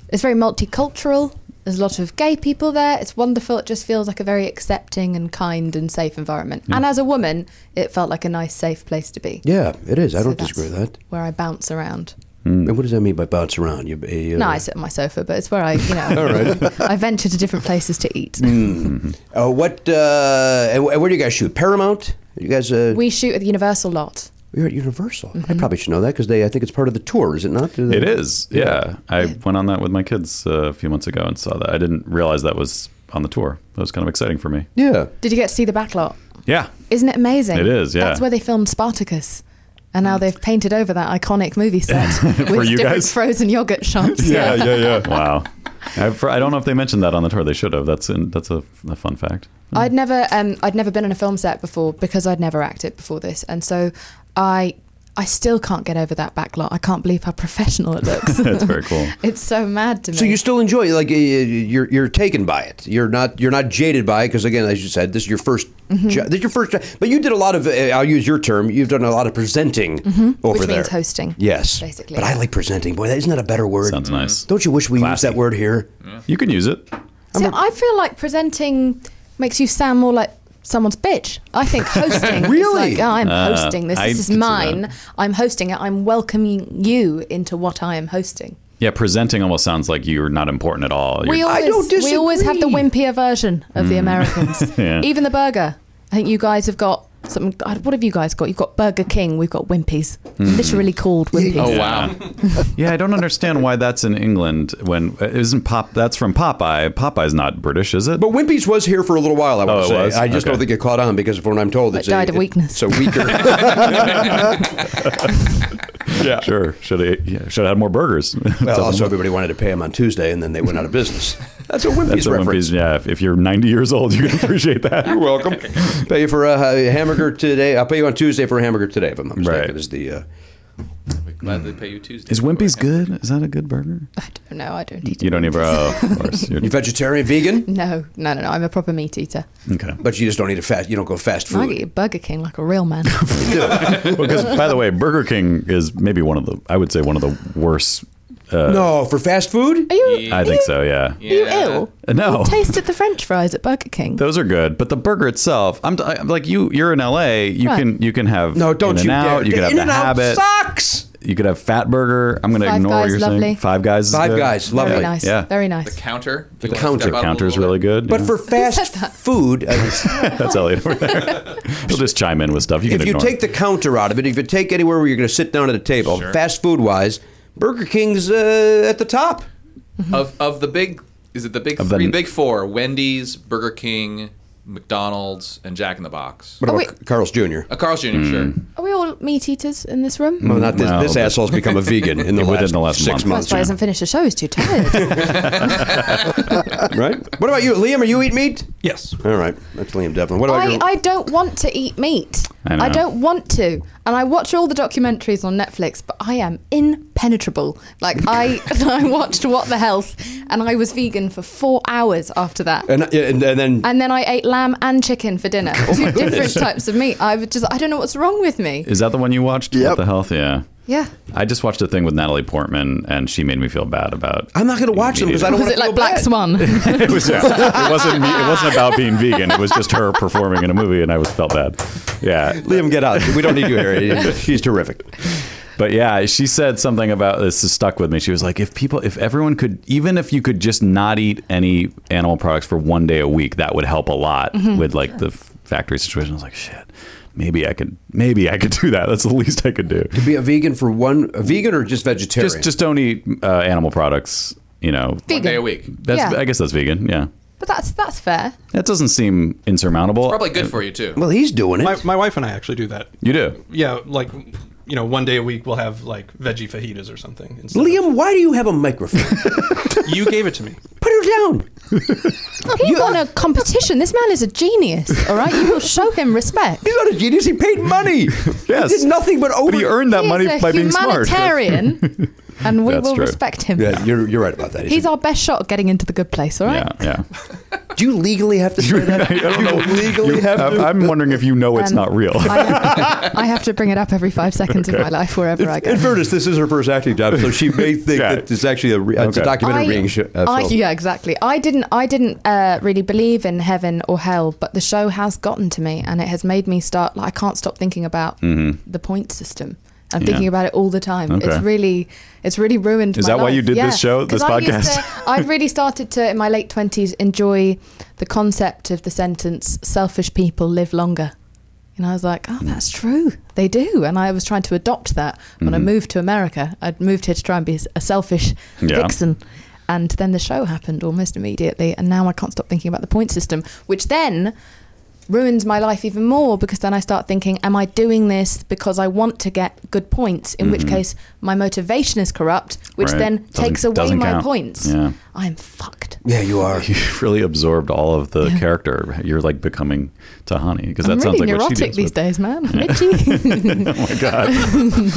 Speaker 14: it's very multicultural. There's a lot of gay people there. It's wonderful. It just feels like a very accepting and kind and safe environment. And as a woman, it felt like a nice, safe place to be.
Speaker 4: yeah, it is. I
Speaker 14: So
Speaker 4: don't
Speaker 14: that's
Speaker 4: disagree with that. Mm.
Speaker 14: Where I bounce around.
Speaker 4: And what does that mean by bounce around? You, you, uh,
Speaker 14: No, I sit on my sofa, but it's where I, you know, I venture to different places to eat.
Speaker 4: Uh, what? Uh, and wh- where do you guys shoot? Paramount? You guys? Uh,
Speaker 14: We shoot at the Universal lot. Mm-hmm.
Speaker 4: you're at Universal. I probably should know that because they. I think it's part of the tour. Is it not? Do they-
Speaker 1: It is. Yeah. I went on that with my kids uh, a few months ago and saw that. I didn't realize that was on the tour. That was kind of exciting for me.
Speaker 4: Yeah.
Speaker 14: Did you get to see the back lot?
Speaker 1: Yeah.
Speaker 14: Isn't it amazing?
Speaker 1: It is, yeah.
Speaker 14: That's where they filmed Spartacus. And
Speaker 4: Mm.
Speaker 14: now they've painted over that iconic movie set with
Speaker 1: For you
Speaker 14: different
Speaker 1: guys?
Speaker 14: frozen yogurt shops.
Speaker 1: yeah, yeah. wow. I, for, I don't know if they mentioned that on the tour. They should have. That's in, that's a, a fun fact.
Speaker 14: I'd never um, I'd never been on a film set before because I'd never acted before this, and so I
Speaker 7: I still can't get over that backlot. I can't believe how professional it looks.
Speaker 4: That's very cool.
Speaker 7: it's so mad to me.
Speaker 4: So you still enjoy it, like uh, you're you're taken by it. You're not you're not jaded by it because again, as you said, this is your 1st
Speaker 7: Mm-hmm.
Speaker 4: jo- this is your first. Jo- but you did a lot of. uh, I'll use your term. You've done a lot of presenting
Speaker 7: Mhm.
Speaker 4: over
Speaker 7: Which
Speaker 4: there.
Speaker 7: means hosting,
Speaker 4: Yes,
Speaker 7: basically.
Speaker 4: But I like presenting. Boy, that, isn't that a better word?
Speaker 1: Sounds nice.
Speaker 4: Don't you wish we used that word here?
Speaker 1: You can use it.
Speaker 7: See, I feel like presenting makes you sound more like someone's bitch. I think hosting.
Speaker 4: Really?
Speaker 7: Is like, oh, I'm
Speaker 1: Uh,
Speaker 7: hosting this.
Speaker 1: I
Speaker 7: This is
Speaker 1: could see
Speaker 7: mine. I'm hosting it. I'm welcoming you into what I am hosting.
Speaker 1: Yeah, presenting almost sounds like you're not important at all.
Speaker 7: We
Speaker 1: You're-
Speaker 7: always, we always have the wimpier version of the
Speaker 1: Mm.
Speaker 7: Americans.
Speaker 1: Yeah.
Speaker 7: Even the burger. I think you guys have got something. I- What have you guys got? You've got Burger King. We've got Wimpies.
Speaker 1: Mm.
Speaker 7: Literally called Wimpies.
Speaker 1: Yeah. yeah, I don't understand why that's in England when uh, isn't Pop that's from Popeye. Popeye's not British, is it? But
Speaker 4: Wimpy's was here for a little while. I
Speaker 1: oh,
Speaker 4: wanna
Speaker 1: it
Speaker 4: say.
Speaker 1: was?
Speaker 4: I just
Speaker 1: Okay.
Speaker 4: don't think it caught on because, from what I'm told,
Speaker 7: It
Speaker 4: it's
Speaker 7: died
Speaker 4: a,
Speaker 7: of weakness.
Speaker 4: It's a weaker.
Speaker 1: yeah, sure. Should have yeah, should have had more burgers.
Speaker 4: Well, also everybody wanted to pay him on Tuesday, and then they went out of business. That's a Wimpy's
Speaker 1: That's a
Speaker 4: reference.
Speaker 1: Wimpy's. Yeah, if, if you're 90 years old, you can appreciate that.
Speaker 4: You're welcome. pay you for a ha- hamburger today. I'll pay you on Tuesday for a hamburger today, if I'm not mistaken. Is the uh,
Speaker 10: Glad they pay you Tuesday.
Speaker 1: Is Wimpy's good? Is that a good burger?
Speaker 7: No, I don't.
Speaker 1: You don't even. Oh, of course. You're,
Speaker 4: vegetarian, vegan,
Speaker 7: No, no, no, no. I'm a proper meat eater.
Speaker 1: okay.
Speaker 4: But you just don't eat a fast. You don't go fast
Speaker 7: I
Speaker 4: food.
Speaker 7: get Burger King like a real man.
Speaker 1: Because by the way, Burger King is maybe one of the I would say one of the worst. Uh,
Speaker 4: no, for fast food.
Speaker 7: Are you?
Speaker 1: I think so. Yeah.
Speaker 7: Are you ill?
Speaker 1: No.
Speaker 7: You tasted the French fries at Burger King.
Speaker 1: Those are good, but the burger itself, I'm, I'm like you. You're in LA. You
Speaker 7: Right.
Speaker 1: can you can have
Speaker 4: No, don't
Speaker 1: in
Speaker 4: you
Speaker 1: and
Speaker 4: dare.
Speaker 1: out. You can have the
Speaker 4: In-N-Out
Speaker 1: habit.
Speaker 4: sucks.
Speaker 1: You could have Fat Burger. I'm going to
Speaker 7: Five
Speaker 1: ignore what
Speaker 7: Guys,
Speaker 1: you're
Speaker 7: lovely.
Speaker 1: saying. Five Guys. Is
Speaker 4: Five
Speaker 1: good.
Speaker 4: Guys,
Speaker 1: Yeah.
Speaker 4: lovely.
Speaker 7: Very nice.
Speaker 1: Yeah.
Speaker 7: Very nice.
Speaker 10: The counter.
Speaker 1: The
Speaker 10: You wanna step
Speaker 1: counter
Speaker 10: up a
Speaker 1: counter's
Speaker 10: little
Speaker 1: really good.
Speaker 4: But
Speaker 1: yeah.
Speaker 4: for fast food, uh,
Speaker 1: that's Elliot over there. He'll just chime in with stuff. You can
Speaker 4: if you
Speaker 1: ignore.
Speaker 4: take the counter out of it, if you take anywhere where you're going to sit down at a table,
Speaker 10: Sure.
Speaker 4: fast food wise, Burger King's uh, at the top.
Speaker 10: of of the big is it the big
Speaker 4: Of the-
Speaker 10: three big four wendy's burger king mcdonald's and jack in the box
Speaker 4: What
Speaker 7: Oh,
Speaker 4: about Carl's Jr.?
Speaker 1: Uh,
Speaker 10: a carl's jr
Speaker 1: Hmm.
Speaker 10: sure
Speaker 7: Are we all meat eaters in this room?
Speaker 4: Well, not this,
Speaker 1: No,
Speaker 4: this
Speaker 1: but-
Speaker 4: asshole's become a vegan in the
Speaker 1: Within
Speaker 4: last,
Speaker 1: the last
Speaker 4: six
Speaker 1: month.
Speaker 7: That's why he
Speaker 4: months,
Speaker 7: hasn't finished the show. He's too tired.
Speaker 4: right? What about you, Liam? Are you eat meat?
Speaker 11: Yes.
Speaker 4: All right, that's Liam Devlin. What about
Speaker 7: I,
Speaker 4: your?
Speaker 7: I don't want to eat meat.
Speaker 4: I know.
Speaker 7: don't want to. And I watch all the documentaries on Netflix, but I am impenetrable. Like I I watched What the Health and I was vegan for four hours after that.
Speaker 4: and, and and then
Speaker 7: And then I ate lamb and chicken for dinner. Two
Speaker 1: my
Speaker 7: different
Speaker 1: goodness.
Speaker 7: types of meat. I would just I don't know what's wrong with me.
Speaker 1: Is that the one you watched? What the health? Yeah.
Speaker 7: Yeah.
Speaker 1: I just watched a thing with Natalie Portman, and she made me feel bad about.
Speaker 4: I'm not going to watch them because I don't
Speaker 7: Was
Speaker 4: want
Speaker 7: it
Speaker 4: to
Speaker 7: like Black Swan?
Speaker 1: it was yeah, it wasn't me, it wasn't about being vegan. It was just her performing in a movie, and I was felt bad. Yeah,
Speaker 4: Liam, get out. We don't need you here. She's terrific.
Speaker 1: But yeah, she said something about this is stuck with me. She was like, if people, if everyone could, even if you could just not eat any animal products for one day a week, that would help a lot
Speaker 4: Mm-hmm.
Speaker 16: Mhm.
Speaker 1: with like the f- factory situation. I was like, shit, maybe I could, maybe I could do that. That's the least I could do.
Speaker 4: to be a vegan for one a vegan or just vegetarian.
Speaker 1: Just, just don't eat uh, animal products. You know,
Speaker 7: Vegan. day a
Speaker 10: week.
Speaker 1: That's,
Speaker 7: Yeah.
Speaker 1: I guess that's vegan. Yeah,
Speaker 7: But that's that's fair.
Speaker 1: that doesn't seem insurmountable.
Speaker 11: It's probably
Speaker 10: good for you too.
Speaker 4: Well, he's doing it.
Speaker 11: My, my wife and I actually do that.
Speaker 1: You do.
Speaker 11: Yeah, like you know, one day a week we'll have like veggie fajitas or something. It's-
Speaker 4: Liam, why do you have a microphone?
Speaker 11: you gave it to me.
Speaker 4: Put it down.
Speaker 7: He won a competition. This man is a genius. All right, you will show him respect.
Speaker 4: He's not a genius. He paid money.
Speaker 1: Yes.
Speaker 4: He did nothing but over.
Speaker 1: he earned that
Speaker 7: He
Speaker 1: money
Speaker 7: is a
Speaker 1: by being smart.
Speaker 7: humanitarian, and we
Speaker 1: That's
Speaker 7: will
Speaker 1: true.
Speaker 7: respect him.
Speaker 4: Yeah, you're, you're right about that.
Speaker 7: He's our best shot at getting into the good place. All right.
Speaker 1: Yeah, yeah.
Speaker 4: do you legally have to say that?
Speaker 1: I don't
Speaker 4: You
Speaker 1: know.
Speaker 4: legally
Speaker 1: You-
Speaker 4: have to.
Speaker 1: I'm I'm wondering if you know it's
Speaker 7: Um,
Speaker 1: not real.
Speaker 7: I have to bring it up every five seconds of my life wherever I go.
Speaker 4: In fairness, this is her first acting job, so she may think that it's actually a, re- it's a
Speaker 1: Okay.
Speaker 4: documentary
Speaker 7: I-
Speaker 4: being sh- uh,
Speaker 7: I,
Speaker 4: filmed.
Speaker 7: yeah, exactly. I didn't. I didn't uh, really believe in heaven or hell, but the show has gotten to me, and it has made me start. Like, I can't stop thinking about
Speaker 1: Mhm.
Speaker 7: the point system. I'm
Speaker 1: Yeah.
Speaker 7: thinking about it all the time.
Speaker 1: Okay.
Speaker 7: It's really, it's really ruined.
Speaker 1: Is
Speaker 7: my
Speaker 1: that why
Speaker 7: life.
Speaker 1: you did
Speaker 7: Yeah,
Speaker 1: this show,
Speaker 7: 'cause
Speaker 1: this
Speaker 7: I used
Speaker 1: podcast?
Speaker 7: to- I'd really started to, in my late twenties, enjoy the concept of the sentence "selfish people live longer." And I was like, oh, that's true. They do. And I was trying to adopt that when I
Speaker 1: Mhm.
Speaker 7: moved to America. I'd moved here to try and be a selfish
Speaker 1: Yeah.
Speaker 7: vixen. And then the show happened almost immediately. And now I can't stop thinking about the point system, which then ruins my life even more because then I start thinking, am I doing this because I want to get good points? In which
Speaker 1: Mhm.
Speaker 7: case, my motivation is corrupt, which
Speaker 1: Right.
Speaker 7: then
Speaker 1: Doesn't-
Speaker 7: takes away
Speaker 1: doesn't
Speaker 7: my
Speaker 1: count.
Speaker 7: points. Oh.
Speaker 1: Yeah.
Speaker 7: I'm fucked.
Speaker 4: Yeah, you are.
Speaker 1: You really absorbed all of the character. You're like becoming Tahani because that
Speaker 7: I'm
Speaker 1: sounds
Speaker 7: really
Speaker 1: like what
Speaker 7: neurotic
Speaker 1: she deals
Speaker 7: these
Speaker 1: with.
Speaker 7: days, man. I'm
Speaker 1: Yeah.
Speaker 7: itchy.
Speaker 1: Oh my god.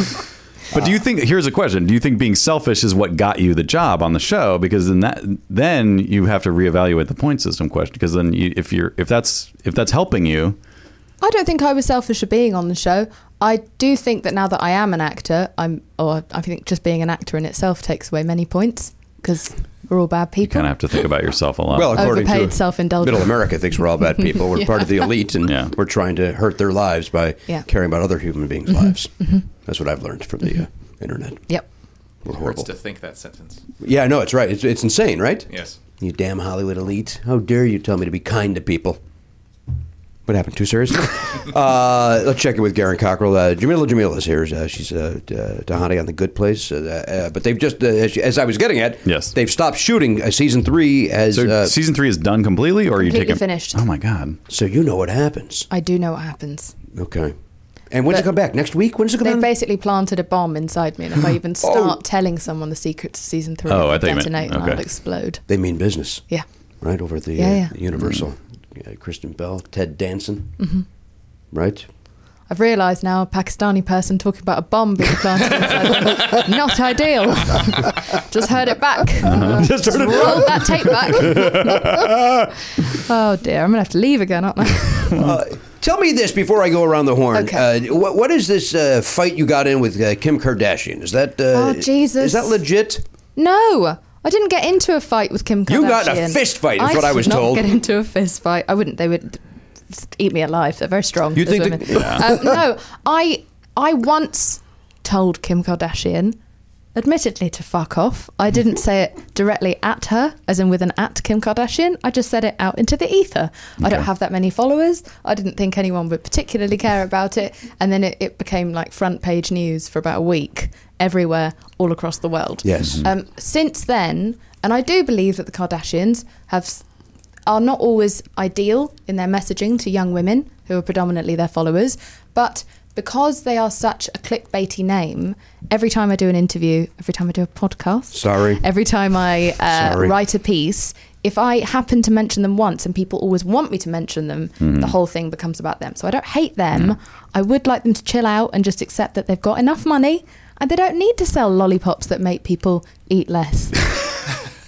Speaker 1: But do you think here's a question? Do you think being selfish is what got you the job on the show? Because then that then you have to reevaluate the point system question. Because then you, if you're if that's if that's helping you,
Speaker 7: I don't think I was selfish for being on the show. I do think that now that I am an actor, I'm, or I think just being an actor in itself takes away many points because we're all bad people.
Speaker 1: kind of have to think about yourself a lot.
Speaker 4: Well, according
Speaker 7: Overpaid,
Speaker 4: to
Speaker 7: self-indulgent.
Speaker 4: Middle America thinks we're all bad people. We're part of the
Speaker 7: Yeah.
Speaker 4: elite, and we're trying to hurt their lives by
Speaker 7: Yeah.
Speaker 4: caring about other human beings'
Speaker 7: Mhm,
Speaker 4: lives.
Speaker 7: mhm.
Speaker 4: That's what I've learned from the uh, internet.
Speaker 7: Yep.
Speaker 4: We're
Speaker 10: Hurts
Speaker 4: horrible.
Speaker 10: to think that sentence.
Speaker 4: Yeah, no, it's right. It's, it's insane, right?
Speaker 10: Yes.
Speaker 4: You damn Hollywood elite! How dare you tell me to be kind to people? What happened? Too serious? uh, let's check in with Garen Cockrell. Uh, Jamila Jamila is here. Uh, she's uh, D- uh, Dahani on The Good Place. Uh, uh, but they've just, uh, as, as I was getting at, yes. they've stopped shooting uh, season three as. uh,
Speaker 1: season three is done completely, or
Speaker 7: Completely finished.
Speaker 1: Oh my god!
Speaker 4: So you know what happens.
Speaker 7: I do know what happens.
Speaker 4: Okay. And when's it
Speaker 7: But-
Speaker 4: come back? Next week? When's it come
Speaker 7: They've
Speaker 4: back?
Speaker 7: basically planted a bomb inside me, and if I even start telling someone the secret to season three,
Speaker 4: Oh, I
Speaker 7: it'll
Speaker 4: thought you meant-
Speaker 7: detonate and
Speaker 4: okay.
Speaker 7: I'll explode.
Speaker 4: They mean business.
Speaker 7: Yeah.
Speaker 4: Right over at the,
Speaker 7: Yeah,
Speaker 4: uh,
Speaker 7: yeah.
Speaker 4: the Universal. Uh, Kristen Bell, Ted Danson,
Speaker 7: hmm
Speaker 4: right?
Speaker 7: I've realised now a Pakistani person talking about a bomb being planted inside them. Not ideal. Just heard it back.
Speaker 4: Just heard it
Speaker 7: rolled
Speaker 4: back.
Speaker 7: that tape back. oh dear, I'm gonna have to leave again, aren't I?
Speaker 4: Uh, tell me this before I go around the horn.
Speaker 7: Okay.
Speaker 4: Uh, what, what is this uh, fight you got in with uh, Kim Kardashian? Is that uh,
Speaker 7: Oh, Jesus.
Speaker 4: Is that legit?
Speaker 7: No, I didn't get into a fight with Kim Kardashian.
Speaker 4: You got in a fist fight, is what I
Speaker 7: did
Speaker 4: was
Speaker 7: not
Speaker 4: told.
Speaker 7: Get into a fist fight. I wouldn't. They would eat me alive. They're very strong.
Speaker 4: You
Speaker 7: those
Speaker 4: think
Speaker 7: women.
Speaker 4: that- Yeah.
Speaker 7: Um, no, I I once told Kim Kardashian, admittedly to fuck off. I didn't say it directly at her, as in with an at Kim Kardashian. I just said it out into the e- ether. I don't
Speaker 17: Okay.
Speaker 7: have that many followers. I didn't think anyone would particularly care about it. And then it, it became like front page news for about a week everywhere, all across the world.
Speaker 4: Yes. Mhm.
Speaker 7: Um, since then, and I do believe that the Kardashians have s- are not always ideal in their messaging to young women who are predominantly their followers, but because they are such a clickbaity name, every time I do an interview, every time I do a podcast,
Speaker 4: Sorry.
Speaker 7: every time I uh,
Speaker 4: Sorry.
Speaker 7: write a piece, if I happen to mention them once and people always want me to mention them,
Speaker 4: Mhm.
Speaker 7: the whole thing becomes about them. So I don't hate them. I would like them to chill out and just accept that they've got enough money and they don't need to sell lollipops that make people eat less.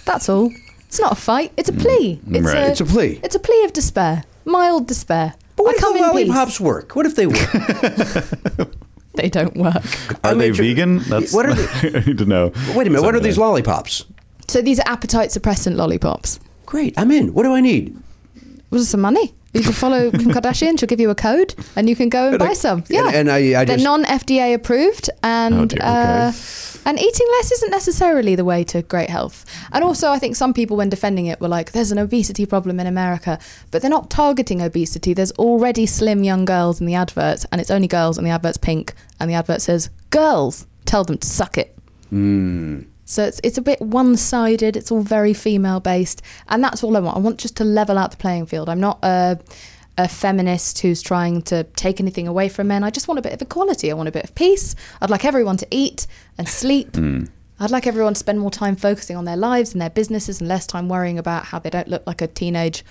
Speaker 7: That's all. It's not a fight. It's a plea.
Speaker 4: Mm.
Speaker 7: It's,
Speaker 4: Right.
Speaker 7: a,
Speaker 4: It's a plea.
Speaker 7: It's a plea of despair, mild despair. But
Speaker 4: what
Speaker 7: I come
Speaker 4: if the
Speaker 7: in peace.
Speaker 4: lollipops work? What if they work?
Speaker 7: They don't work.
Speaker 1: Are they vegan? That's
Speaker 4: What are
Speaker 1: I need to know.
Speaker 4: Wait a minute. What are these lollipops?
Speaker 7: So these are appetite suppressant lollipops.
Speaker 4: Great. I'm in. What do I need?
Speaker 7: Was it some money? You can follow Kim Kardashian. She'll give you a code, and you can go and,
Speaker 4: And I-
Speaker 7: buy some.
Speaker 4: and-
Speaker 7: Yeah,
Speaker 4: and I- I
Speaker 7: they're
Speaker 4: just-
Speaker 7: non-FDA approved,
Speaker 4: Oh,
Speaker 7: and
Speaker 4: dear.
Speaker 7: uh, and eating less isn't necessarily the way to great health. And also, I think some people, when defending it, were like, "There's an obesity problem in America," but they're not targeting obesity. There's already slim young girls in the adverts, and it's only girls, and the advert's pink, and the advert says, "Girls, tell them to suck it."
Speaker 4: Mm.
Speaker 7: So it's it's a bit one sided. It's all very female based, and that's all I want. I want just to level out the playing field. I'm not a a feminist who's trying to take anything away from men. I just want a bit of equality. I want a bit of peace. I'd like everyone to eat and sleep. I'd like everyone to spend more time focusing on their lives and their businesses and less time worrying about how they don't look like a teenage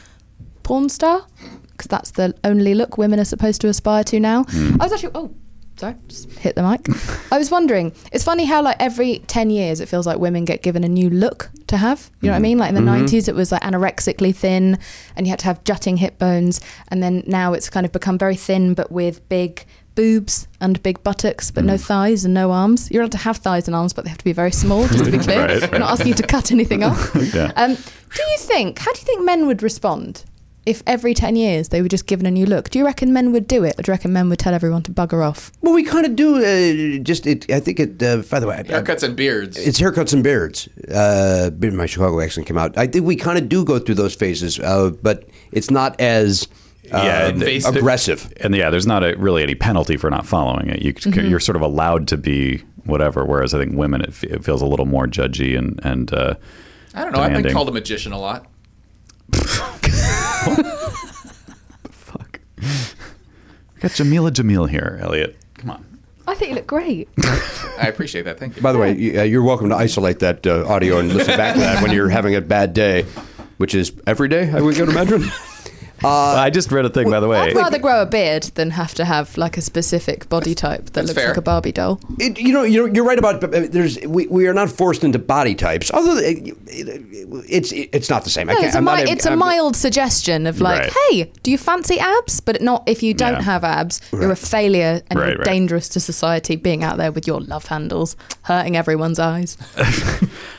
Speaker 7: porn star because that's the only look women are supposed to aspire to now. I was actually oh sorry just hit the mic. I was wondering. It's funny how like every ten years it feels like women get given a new look to have. You know what I mean? Like in the
Speaker 17: Mhm.
Speaker 7: 90s it was like anorexically thin and you had to have jutting hip bones and then now it's kind of become very thin but with big boobs and big buttocks but no thighs and no arms you're allowed to have thighs and arms but they have to be very small just to be clear
Speaker 17: Right,
Speaker 7: we're
Speaker 17: right.
Speaker 7: not asking you to cut anything off
Speaker 17: Yeah.
Speaker 7: um, do you think, how do you think men would respond if every 10 years they were just given a new look? Do you reckon men would do it or do you reckon men would tell everyone to bugger off?
Speaker 4: Well, we kind of do. Uh, just it. I think it. Uh, by the way, I, I,
Speaker 10: Haircuts and beards.
Speaker 4: It's haircuts and beards. Uh, bit my Chicago accent came out. I think we kind of do go through those phases, uh, but it's not as uh, aggressive.
Speaker 1: And yeah, there's not a, really any penalty for not following it. You, c
Speaker 14: Mm-hmm.
Speaker 4: Mhm.
Speaker 1: You're sort of allowed to be whatever. Whereas I think women, it, f- it feels a little more judgy and and uh,
Speaker 10: I don't know. I've been
Speaker 1: demanding.
Speaker 10: called a magician a lot.
Speaker 1: We got Jamila Jamil here, Elliot. Come on.
Speaker 7: I think you look great.
Speaker 10: I appreciate that. Thank you.
Speaker 4: By the way, you- uh, you're welcome to isolate that uh, audio and listen back to that when you're having a bad day. which is every day I would go to Madron. Uh,
Speaker 1: I just read a thing, by the way.
Speaker 14: I'd rather grow a beard than have to have like a specific body type that looks like a Barbie doll.
Speaker 4: It, you know, you're, you're right about. but, uh, There's we, we are not forced into body types. Although it, it's it's not the same. I
Speaker 14: No,
Speaker 4: can't,
Speaker 14: it's a,
Speaker 4: I'm not
Speaker 14: mi-
Speaker 4: even-
Speaker 14: it's a
Speaker 4: I'm-
Speaker 14: mild suggestion of like,
Speaker 4: Right.
Speaker 14: hey, do you fancy abs? But not if you don't
Speaker 4: Yeah.
Speaker 14: have abs, you're a failure and
Speaker 1: Right,
Speaker 14: you're
Speaker 1: right.
Speaker 14: dangerous to society being out there with your love handles, hurting everyone's eyes.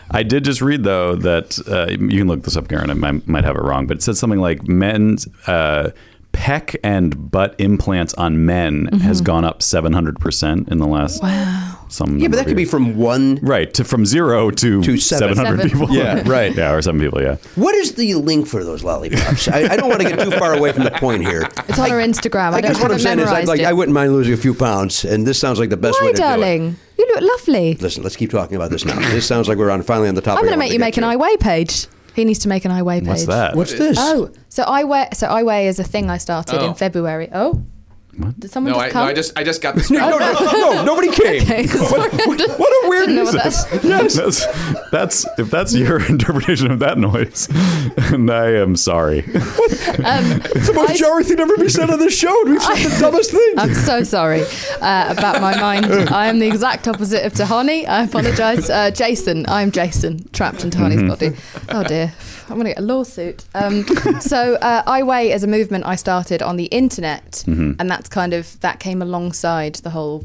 Speaker 1: I did just read though that uh, you can look this up, Karen. I might, might have it wrong, but it said something like men's uh, pec and butt implants on men has
Speaker 14: Mhm.
Speaker 1: gone up seven hundred percent in the last
Speaker 14: Wow.
Speaker 1: some.
Speaker 4: Yeah, but that could be from one
Speaker 1: right to from zero to,
Speaker 4: To seven.
Speaker 1: seven hundred
Speaker 4: Seven.
Speaker 1: people.
Speaker 4: Yeah, right.
Speaker 1: Yeah, or seven people. Yeah.
Speaker 4: What is the link for those lollipops? I, I don't want to get too far away from the point here.
Speaker 14: It's on our Instagram. I,
Speaker 4: I
Speaker 14: don't
Speaker 4: guess what
Speaker 14: have
Speaker 4: I'm
Speaker 14: it
Speaker 4: saying is, I,
Speaker 14: memorized
Speaker 4: like,
Speaker 14: it.
Speaker 4: I wouldn't mind losing a few pounds, and this sounds like the best
Speaker 14: Why,
Speaker 4: way to do it.
Speaker 14: darling? You look lovely.
Speaker 4: Listen, let's keep talking about this now. This sounds like we're on finally on the topic.
Speaker 14: I'm going
Speaker 4: I
Speaker 14: to make you
Speaker 4: wanted
Speaker 14: make an I weigh page. He needs to make an I weigh page.
Speaker 4: What's that? What's this?
Speaker 14: Oh, so I weigh. So I weigh is a thing I started
Speaker 10: Oh.
Speaker 14: in February. Oh, did someone
Speaker 10: No,
Speaker 14: just
Speaker 10: I, no,
Speaker 14: come?
Speaker 10: I just I just got this.
Speaker 14: No, no, no, no, nobody
Speaker 4: came.
Speaker 14: Okay, sorry.
Speaker 4: What a
Speaker 14: weird
Speaker 1: yes, that's, that's if that's your interpretation of that noise, and I am sorry.
Speaker 4: it's the most jarring thing to ever be said on this show, and we've said the dumbest thing.
Speaker 14: I'm so sorry uh, about my mind. I am the exact opposite of Tahani. I apologise. Uh, Jason, I'm Jason, trapped in Tahani's
Speaker 18: Mhm.
Speaker 14: body. Oh dear, I'm going to get a lawsuit. Um, so uh, I Weigh is a movement I started on the internet,
Speaker 18: Mhm.
Speaker 14: and that's kind of, that came alongside the whole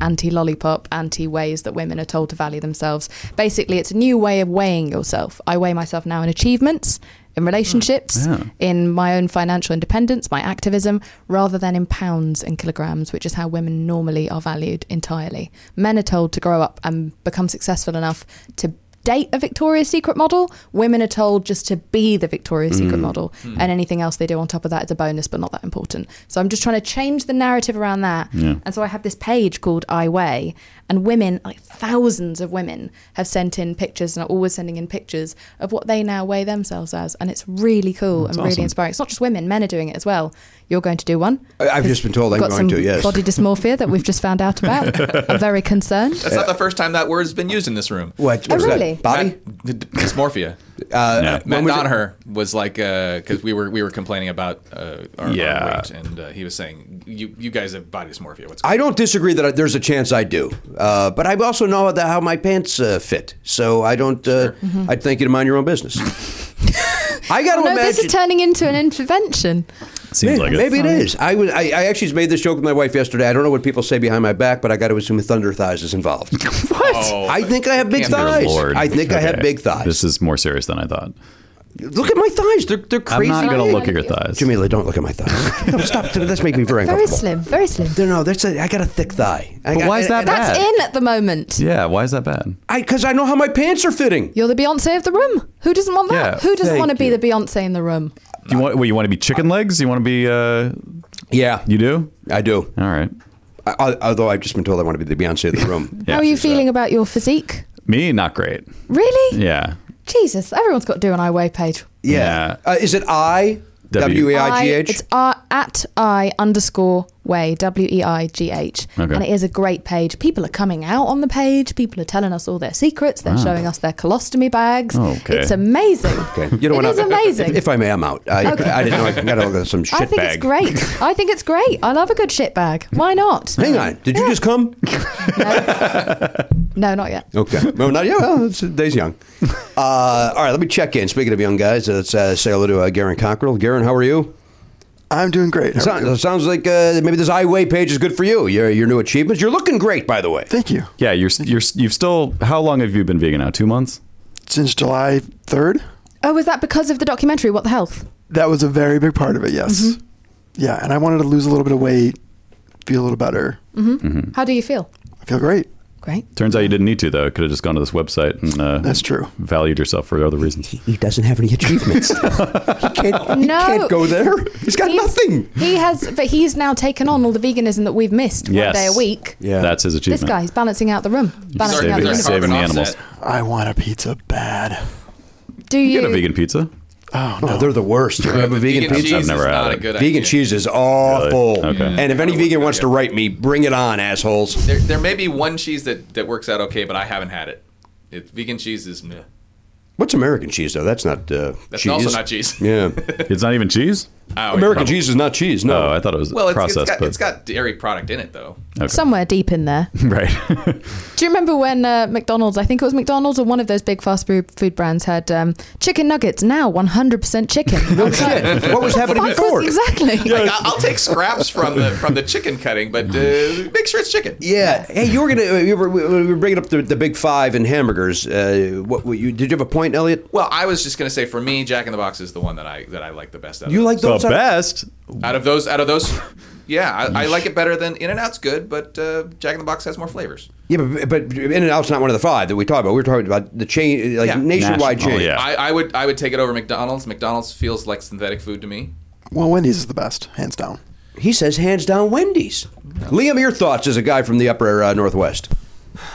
Speaker 14: anti-lollipop, anti-ways that women are told to value themselves. Basically, it's a new way of weighing yourself. I weigh myself now in achievements, in relationships,
Speaker 18: Yeah.
Speaker 14: in my own financial independence, my activism, rather than in pounds and kilograms, which is how women normally are valued entirely. Men are told to grow up and become successful enough to date a Victoria's Secret model. Women are told just to be the Victoria's Secret
Speaker 18: Mm.
Speaker 14: model,
Speaker 18: Mm.
Speaker 14: and anything else they do on top of that is a bonus, but not that important. So I'm just trying to change the narrative around that.
Speaker 18: Yeah.
Speaker 14: And so I have this page called I Weigh, and women, like thousands of women, have sent in pictures and are always sending in pictures of what they now weigh themselves as. And it's really cool
Speaker 4: That's
Speaker 14: and really
Speaker 4: awesome.
Speaker 14: inspiring. It's not just women, men are doing it as well. You're going to do one.
Speaker 4: I- I've just been told I'm
Speaker 14: got
Speaker 4: going
Speaker 14: some
Speaker 4: to. Yes.
Speaker 14: body dysmorphia that we've just found out about. I'm very concerned.
Speaker 10: That's not the first time that word's been used in this room.
Speaker 4: What?
Speaker 14: Oh, what is that? really?
Speaker 4: Body?
Speaker 10: Matt- d- d- dysmorphia.
Speaker 4: Uh,
Speaker 10: Matt
Speaker 4: when was it-
Speaker 10: Donaher was like, because we were we were complaining about uh, our, our
Speaker 4: Yeah.
Speaker 10: weight, and uh, he was saying, "You you guys have body dysmorphia. What's
Speaker 4: I don't disagree that I, there's a chance I do, uh, but I also know that how my pants uh, fit, so I don't. Uh,
Speaker 14: Mhm.
Speaker 4: I'd thank you to mind your own business. I got to
Speaker 14: Oh, no,
Speaker 4: imagine.
Speaker 14: this is turning into an intervention.
Speaker 4: Seems
Speaker 1: like it.
Speaker 4: maybe it
Speaker 14: Sorry.
Speaker 4: is. I, was, I, I actually made this joke with my wife yesterday. I don't know what people say behind my back, but I got to assume thunder thighs is involved. what? I think I have big
Speaker 1: Dear
Speaker 4: thighs.
Speaker 1: Lord.
Speaker 4: I think I have
Speaker 1: Okay.
Speaker 4: big thighs.
Speaker 1: This is more serious than I thought.
Speaker 4: Look at my thighs. They're they're
Speaker 1: I'm
Speaker 4: crazy.
Speaker 1: not going to look at your thighs.
Speaker 4: Jamila, don't look at my thighs. no, stop. That's making me very
Speaker 14: Very
Speaker 4: uncomfortable.
Speaker 14: slim, very slim.
Speaker 4: No, no, that's a, I got a thick thigh. I got-
Speaker 14: That's in at the moment.
Speaker 1: Yeah, why is that bad?
Speaker 4: I because I know how my pants are fitting.
Speaker 14: You're the Beyonce of the room. Who doesn't want that?
Speaker 1: Yeah,
Speaker 14: Who doesn't
Speaker 1: thank
Speaker 14: want to be the Beyonce in the room?
Speaker 1: Do you want? Well, you want to be chicken legs? You want to be? Uh,
Speaker 4: yeah,
Speaker 1: you do.
Speaker 4: I do.
Speaker 1: All right.
Speaker 4: I, although I've just been told I want to be the Beyonce of the room.
Speaker 14: How are you feeling about your physique?
Speaker 1: Me, not great.
Speaker 14: Really?
Speaker 1: Yeah.
Speaker 14: Jesus, everyone's got to do an I weigh page.
Speaker 4: Yeah. Uh, is it I W E I G
Speaker 14: I-
Speaker 4: H?
Speaker 14: It's R at I underscore way W E I G H,
Speaker 4: Okay.
Speaker 14: and it is a great page. People are coming out on the page. People are telling us all their secrets. They're
Speaker 4: Wow.
Speaker 14: showing us their colostomy bags.
Speaker 4: Oh, okay.
Speaker 14: It's amazing.
Speaker 4: Okay. You
Speaker 14: It
Speaker 4: don't
Speaker 14: is
Speaker 4: want
Speaker 14: amazing.
Speaker 4: If, if I may, I'm out. I,
Speaker 14: Okay.
Speaker 4: I didn't know. I got to look at some shit
Speaker 14: I think
Speaker 4: bag.
Speaker 14: it's great. I think it's great. I love a good shit bag. Why not?
Speaker 4: Hang on. Did you just come?
Speaker 14: No, not yet.
Speaker 4: Okay. Well, not yet. Well, it's, day's young. Uh, all right. Let me check in. Speaking of young guys, let's uh, say hello to uh, Garen Cockrell. Garen, how are you?
Speaker 7: I'm doing great.
Speaker 4: It sounds, it sounds like uh, maybe this iWay page is good for you. Your, your new achievements. You're looking great, by the way.
Speaker 7: Thank you.
Speaker 1: Yeah, you're you're you've still. How long have you been vegan now? Two months.
Speaker 7: Since July third.
Speaker 14: Oh, was that because of the documentary? What the health?
Speaker 7: That was a very big part of it. Yes.
Speaker 14: Mm-hmm.
Speaker 7: Yeah, and I wanted to lose a little bit of weight, feel a little better.
Speaker 14: hmm How do you feel?
Speaker 7: I feel great.
Speaker 14: Great.
Speaker 1: Turns out you didn't need to though. Could have just gone to this website and uh,
Speaker 7: that's true.
Speaker 1: Valued yourself for other reasons.
Speaker 4: He doesn't have any achievements.
Speaker 14: No,
Speaker 4: Can't go there. He's got nothing.
Speaker 14: He has, but he's now taken on all the veganism that we've missed one
Speaker 1: Yes.
Speaker 14: day a week.
Speaker 1: Yeah. That's his achievement.
Speaker 14: This guy, he's balancing out the room. Balancing out
Speaker 1: saving,
Speaker 14: the room.
Speaker 1: saving the animals.
Speaker 7: I want a pizza bad.
Speaker 14: Do
Speaker 1: You get a
Speaker 14: you?
Speaker 1: vegan pizza.
Speaker 7: Oh,
Speaker 4: no. they're the worst. You have a vegan,
Speaker 1: vegan
Speaker 4: pizza?
Speaker 1: cheese I've never is had not it. a good
Speaker 4: vegan
Speaker 1: idea.
Speaker 4: cheese is awful.
Speaker 1: Okay.
Speaker 4: And if any vegan wants to write me, bring it on, assholes.
Speaker 10: There, there may be one cheese that, that works out okay, but I haven't had it. it vegan cheese is meh.
Speaker 4: What's American cheese though? That's not uh,
Speaker 10: That's
Speaker 4: cheese.
Speaker 10: also not cheese.
Speaker 4: Yeah,
Speaker 1: it's not even cheese. Oh,
Speaker 10: Oh,
Speaker 4: American
Speaker 10: yeah.
Speaker 4: cheese is not cheese. No,
Speaker 1: I thought it was
Speaker 10: Well, it's, it's, got, it's got dairy product in it though.
Speaker 14: Somewhere deep in there.
Speaker 1: right.
Speaker 14: Do you remember when uh, McDonald's, I think it was McDonald's or one of those big fast food food brands, had um, chicken nuggets now 100% chicken?
Speaker 4: No shit. What was happening
Speaker 14: Fuck
Speaker 4: before?
Speaker 14: was- Exactly.
Speaker 10: Like, I'll, I'll take scraps from the from the chicken cutting, but uh, make sure it's chicken.
Speaker 4: Yeah. Hey, you were gonna uh, you were, we were bringing up the, the big five in hamburgers. Uh, what what you did you have a point, Elliot?
Speaker 10: Well, I was just gonna say, for me, Jack in the Box is the one that I that I like the best. Out
Speaker 4: You
Speaker 10: of
Speaker 4: like those
Speaker 10: those.
Speaker 4: The out of- best?
Speaker 10: out of those? Out of those, yeah, I, I like it better than In and Out's good, but uh, Jack in the Box has more flavors.
Speaker 4: Yeah, but, but In and Out's not one of the five that we talked about. We were talking about the chain, like
Speaker 10: Yeah.
Speaker 4: nationwide chain.
Speaker 10: I, I would I would take it over McDonald's. McDonald's feels like synthetic food to me.
Speaker 4: Mm-hmm.
Speaker 7: Well, Wendy's is the best, hands down.
Speaker 4: He says hands down Wendy's. Liam, your thoughts as a guy from the upper uh, northwest?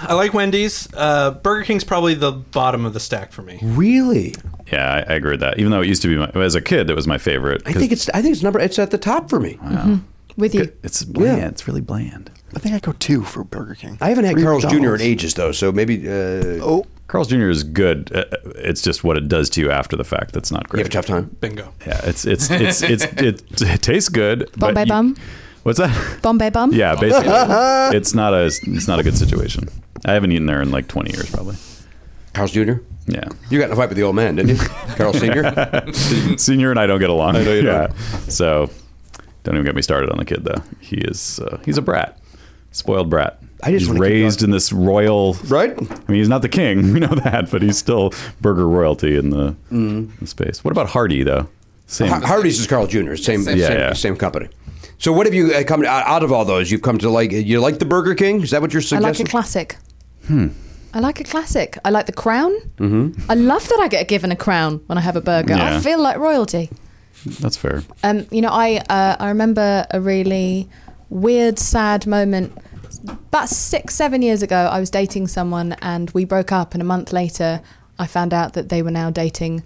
Speaker 11: I like Wendy's. Uh, Burger King's probably the bottom of the stack for
Speaker 1: Mm.
Speaker 11: me.
Speaker 4: Really?
Speaker 1: Yeah, I, I agree with that. Even though it used to be my, as a kid, that was my favorite.
Speaker 4: I think it's I think it's number it's at the top for me.
Speaker 14: Mhm. With you.
Speaker 1: It's bland. It's really bland.
Speaker 7: I think I go two for Burger King.
Speaker 4: I haven't had
Speaker 7: Three
Speaker 4: Carl's Jr. in
Speaker 7: McDonald's.
Speaker 4: ages though, so maybe. Uh,
Speaker 7: oh,
Speaker 1: Carl's Jr. is good. Uh, It's just what it does to you after the fact that's not great. You have
Speaker 4: a tough time.
Speaker 11: Bingo.
Speaker 1: Yeah, it's it's it's it's, it, it tastes good. but
Speaker 14: Bombay
Speaker 1: you-
Speaker 14: bum.
Speaker 1: What's that?
Speaker 14: Bombay bum.
Speaker 1: Yeah, basically, it's not a it's not a good situation. I haven't eaten there in like 20 years, probably.
Speaker 4: Carl's Jr.
Speaker 1: Yeah,
Speaker 4: you got in a fight with the old man, didn't you, Carl Senior?
Speaker 1: Senior and I don't get along.
Speaker 4: I know you
Speaker 1: yeah. So don't even get me started on the kid though. He is uh, he's a brat, spoiled brat. I just he's raised in this royal
Speaker 4: right.
Speaker 1: I mean, he's not the king, we know that, but he's still burger royalty in the,
Speaker 4: Mm.
Speaker 1: the space. What about Hardy though? Same.
Speaker 4: Har- Hardee's is Carl Jr. Same,
Speaker 1: Same-
Speaker 4: same,
Speaker 1: Yeah,
Speaker 4: same,
Speaker 1: yeah.
Speaker 4: company. So what have you uh, come out out of all those? You've come to like you like the Burger King? Is that what you're
Speaker 14: I like a
Speaker 4: suggesting?
Speaker 14: classic.
Speaker 4: hmm.
Speaker 14: I like a classic. I like the crown.
Speaker 4: Mm-hmm.
Speaker 14: I love that I get given a crown when I have a burger.
Speaker 1: Yeah.
Speaker 14: I feel like royalty.
Speaker 1: That's fair.
Speaker 14: Um, you know, I uh, I remember a really weird, sad moment. About six, seven years ago, I was dating someone and we broke up. And a month later, I found out that they were now dating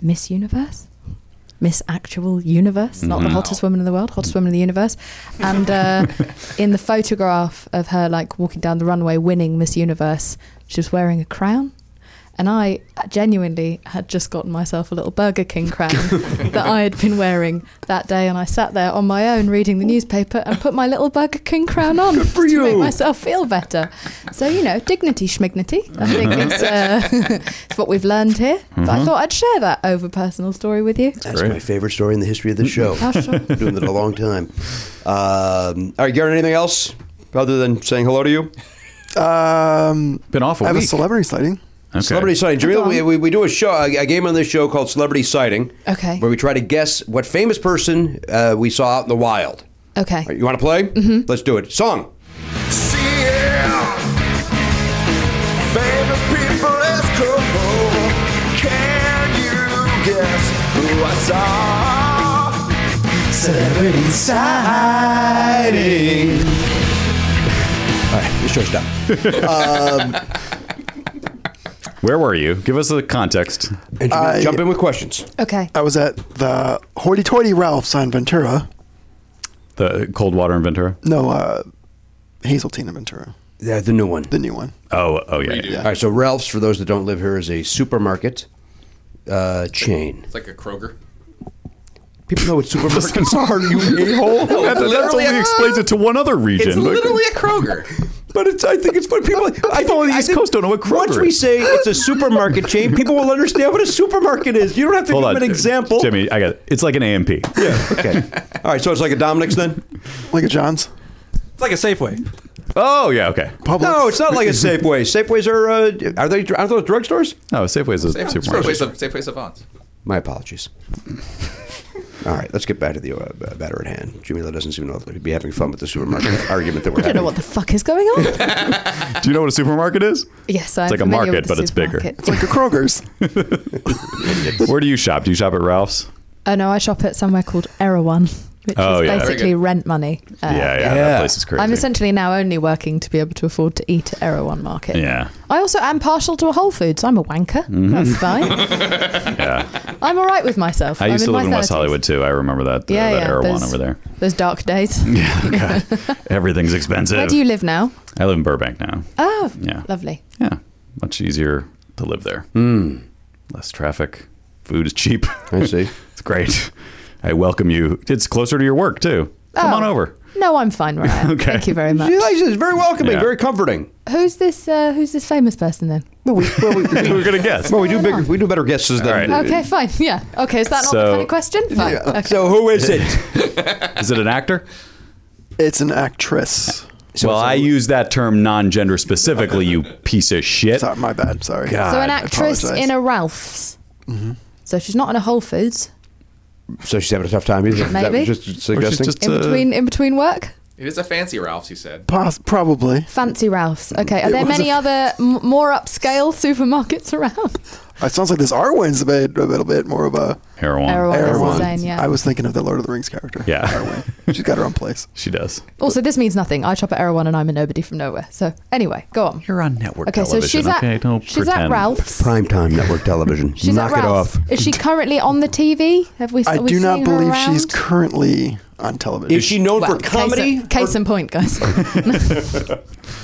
Speaker 14: Miss Universe, Miss Actual Universe, not the
Speaker 18: Wow.
Speaker 14: hottest woman in the world, hottest woman in the universe. And uh, in the photograph of her like walking down the runway, winning Miss Universe, she was wearing a crown. And I genuinely had just gotten myself a little Burger King crown that I had been wearing that day. And I sat there on my own reading the newspaper and put my little Burger King crown on to make myself feel better. So, you know, dignity schmignity, I think is, uh, is what we've learned here. But I
Speaker 4: Mhm.
Speaker 14: thought I'd share that over personal story with you.
Speaker 4: That's my favorite story in the history of the show.
Speaker 14: Oh, sure.
Speaker 4: Doing it a long time. Um, all right, Garen, anything else other than saying hello to you?
Speaker 7: Um,
Speaker 1: Been awful
Speaker 7: I have
Speaker 4: week.
Speaker 7: a celebrity sighting.
Speaker 4: Celebrity sighting. Jamil,
Speaker 7: Hold
Speaker 4: we, we, we do a show, a, a game on this show called Celebrity Sighting,
Speaker 14: Okay.
Speaker 4: where we try to guess what famous person uh, we saw out in the wild.
Speaker 14: Okay.
Speaker 4: All right, you want to play? Mm-hmm. Let's do it. Song.
Speaker 5: Famous people is cool. Can you guess who I saw? Celebrity sighting.
Speaker 4: All right, the show's done. um,
Speaker 1: Where were you? Give us the context.
Speaker 7: I- jump in
Speaker 4: with questions.
Speaker 14: Okay.
Speaker 7: I was at the Hoity Toity Ralph's on Ventura.
Speaker 1: The cold water in Ventura.
Speaker 7: No, uh, Hazeltine in Ventura.
Speaker 4: Yeah, the new one. The
Speaker 7: new one.
Speaker 1: Oh, oh yeah.
Speaker 7: Redo.
Speaker 4: All right, so Ralph's, for those that don't live here, is a supermarket uh, chain.
Speaker 10: It's like a Kroger.
Speaker 4: People know what supermarkets are, you a-hole.
Speaker 10: No,
Speaker 1: That, that
Speaker 10: literally
Speaker 1: only
Speaker 10: a-
Speaker 1: explains it to one other region.
Speaker 10: It's literally a Kroger.
Speaker 4: But it's, I think it's funny. People, I think, on the East Coast
Speaker 1: don't know what Kroger
Speaker 4: Once we
Speaker 1: is.
Speaker 4: say it's a supermarket chain, people will understand what a supermarket is. You don't have to
Speaker 1: Hold
Speaker 4: give
Speaker 1: on,
Speaker 4: them an example.
Speaker 1: Jimmy, I got it. It's like an AMP.
Speaker 4: Yeah. Okay. All right. So it's like a Dominic's then.
Speaker 7: Like a John's.
Speaker 11: It's like a Safeway.
Speaker 1: Oh yeah. Okay.
Speaker 4: No, it's not like a Safeway. Safeways are uh, are they aren't those drugstores?
Speaker 1: No, Safeway's a
Speaker 10: Safeway,
Speaker 1: supermarket.
Speaker 10: Safeway, Safeway Savants.
Speaker 4: My apologies. All right, let's get back to the uh, matter at hand. Jimmy Lee doesn't seem to be having fun with the supermarket argument that
Speaker 14: I
Speaker 4: we're
Speaker 14: don't
Speaker 4: having.
Speaker 14: know what the fuck is going on.
Speaker 1: Do you know what a supermarket is?
Speaker 14: yes, I'm
Speaker 1: it's like a
Speaker 14: familiar
Speaker 1: market,
Speaker 14: with
Speaker 1: but
Speaker 14: the
Speaker 1: it's bigger.
Speaker 7: It's
Speaker 14: supermarket.
Speaker 7: like a Kroger's.
Speaker 1: Where do you shop? Do you shop at Ralph's?
Speaker 14: Oh no, I shop at somewhere called Erewhon, which
Speaker 1: Oh,
Speaker 14: is
Speaker 1: yeah. Very
Speaker 14: basically
Speaker 1: good.
Speaker 14: rent money. Uh,
Speaker 1: yeah, yeah,
Speaker 4: yeah.
Speaker 1: That place is crazy.
Speaker 14: I'm essentially now only working to be able to afford to eat at Erewhon Market.
Speaker 1: yeah.
Speaker 14: I also am partial to a Whole Foods. I'm a wanker.
Speaker 1: Mhm.
Speaker 14: That's fine.
Speaker 1: yeah.
Speaker 14: I'm all right with myself.
Speaker 1: I
Speaker 14: I'm
Speaker 1: used to
Speaker 14: my
Speaker 1: live in West
Speaker 14: 30s.
Speaker 1: Hollywood too. I remember that.
Speaker 14: Yeah,
Speaker 1: uh, that
Speaker 14: yeah,
Speaker 1: Erewhon
Speaker 14: those-
Speaker 1: over there.
Speaker 14: Those dark days.
Speaker 1: Everything's expensive.
Speaker 14: Where do you live now?
Speaker 1: I live in Burbank now.
Speaker 14: Oh,
Speaker 1: Yeah.
Speaker 14: lovely. Hmm.
Speaker 1: Much easier to live there. less traffic. Food is cheap. I
Speaker 4: see.
Speaker 1: it's great. I welcome you. It's closer to your work too. Come
Speaker 14: Oh.
Speaker 1: on over.
Speaker 14: No, I'm fine where I am.
Speaker 1: Okay.
Speaker 14: Thank you very much.
Speaker 4: It's very welcoming,
Speaker 1: Yeah.
Speaker 4: very comforting.
Speaker 14: Who's this? Uh, who's this famous person then?
Speaker 1: We're gonna guess.
Speaker 4: Well, we do big, we do better guesses than.
Speaker 14: Okay, fine. Yeah. Okay, is that not
Speaker 1: So-
Speaker 14: the kind of question? Fine. Okay.
Speaker 4: So who is it?
Speaker 1: Is it an actor?
Speaker 7: It's an actress.
Speaker 1: well, I use that term non-gender specifically. You piece of shit. Sorry,
Speaker 7: my bad. Sorry.
Speaker 1: God.
Speaker 14: So an actress in a Ralph's. So she's not in a Whole Foods
Speaker 4: So she's having a tough time. Is that what
Speaker 14: Maybe.
Speaker 4: you're just suggesting.
Speaker 14: in
Speaker 1: uh,
Speaker 14: between in between work.
Speaker 10: It is a fancy Ralph's, he said.
Speaker 7: Poss- probably.
Speaker 14: Fancy Ralph's. Okay. Are
Speaker 7: It
Speaker 14: there
Speaker 7: was
Speaker 14: many
Speaker 7: a-
Speaker 14: other Uh, m- more upscale supermarkets around?
Speaker 7: It sounds like this Arwen's a bit, a little bit more of a
Speaker 1: Erewhon.
Speaker 14: Erewhon is insane, yeah.
Speaker 7: I was thinking of the Lord of the Rings character.
Speaker 1: Yeah.
Speaker 7: Arwen. She's got her own place.
Speaker 1: She does.
Speaker 14: Also, this means nothing. I shop at Erewhon and I'm a nobody from nowhere. So anyway, go on.
Speaker 1: You're on network
Speaker 14: Okay, so she's at she's at Ralph's.
Speaker 4: Primetime network television.
Speaker 14: She's
Speaker 4: Knock
Speaker 14: at
Speaker 4: it
Speaker 14: Ralph's.
Speaker 4: off.
Speaker 14: Is she currently on the TV? Have we?
Speaker 7: I
Speaker 14: are we
Speaker 7: do not
Speaker 14: seeing her
Speaker 7: believe
Speaker 14: around?
Speaker 7: she's currently on television.
Speaker 4: Is she known
Speaker 14: Well, Case, in- case in point, guys.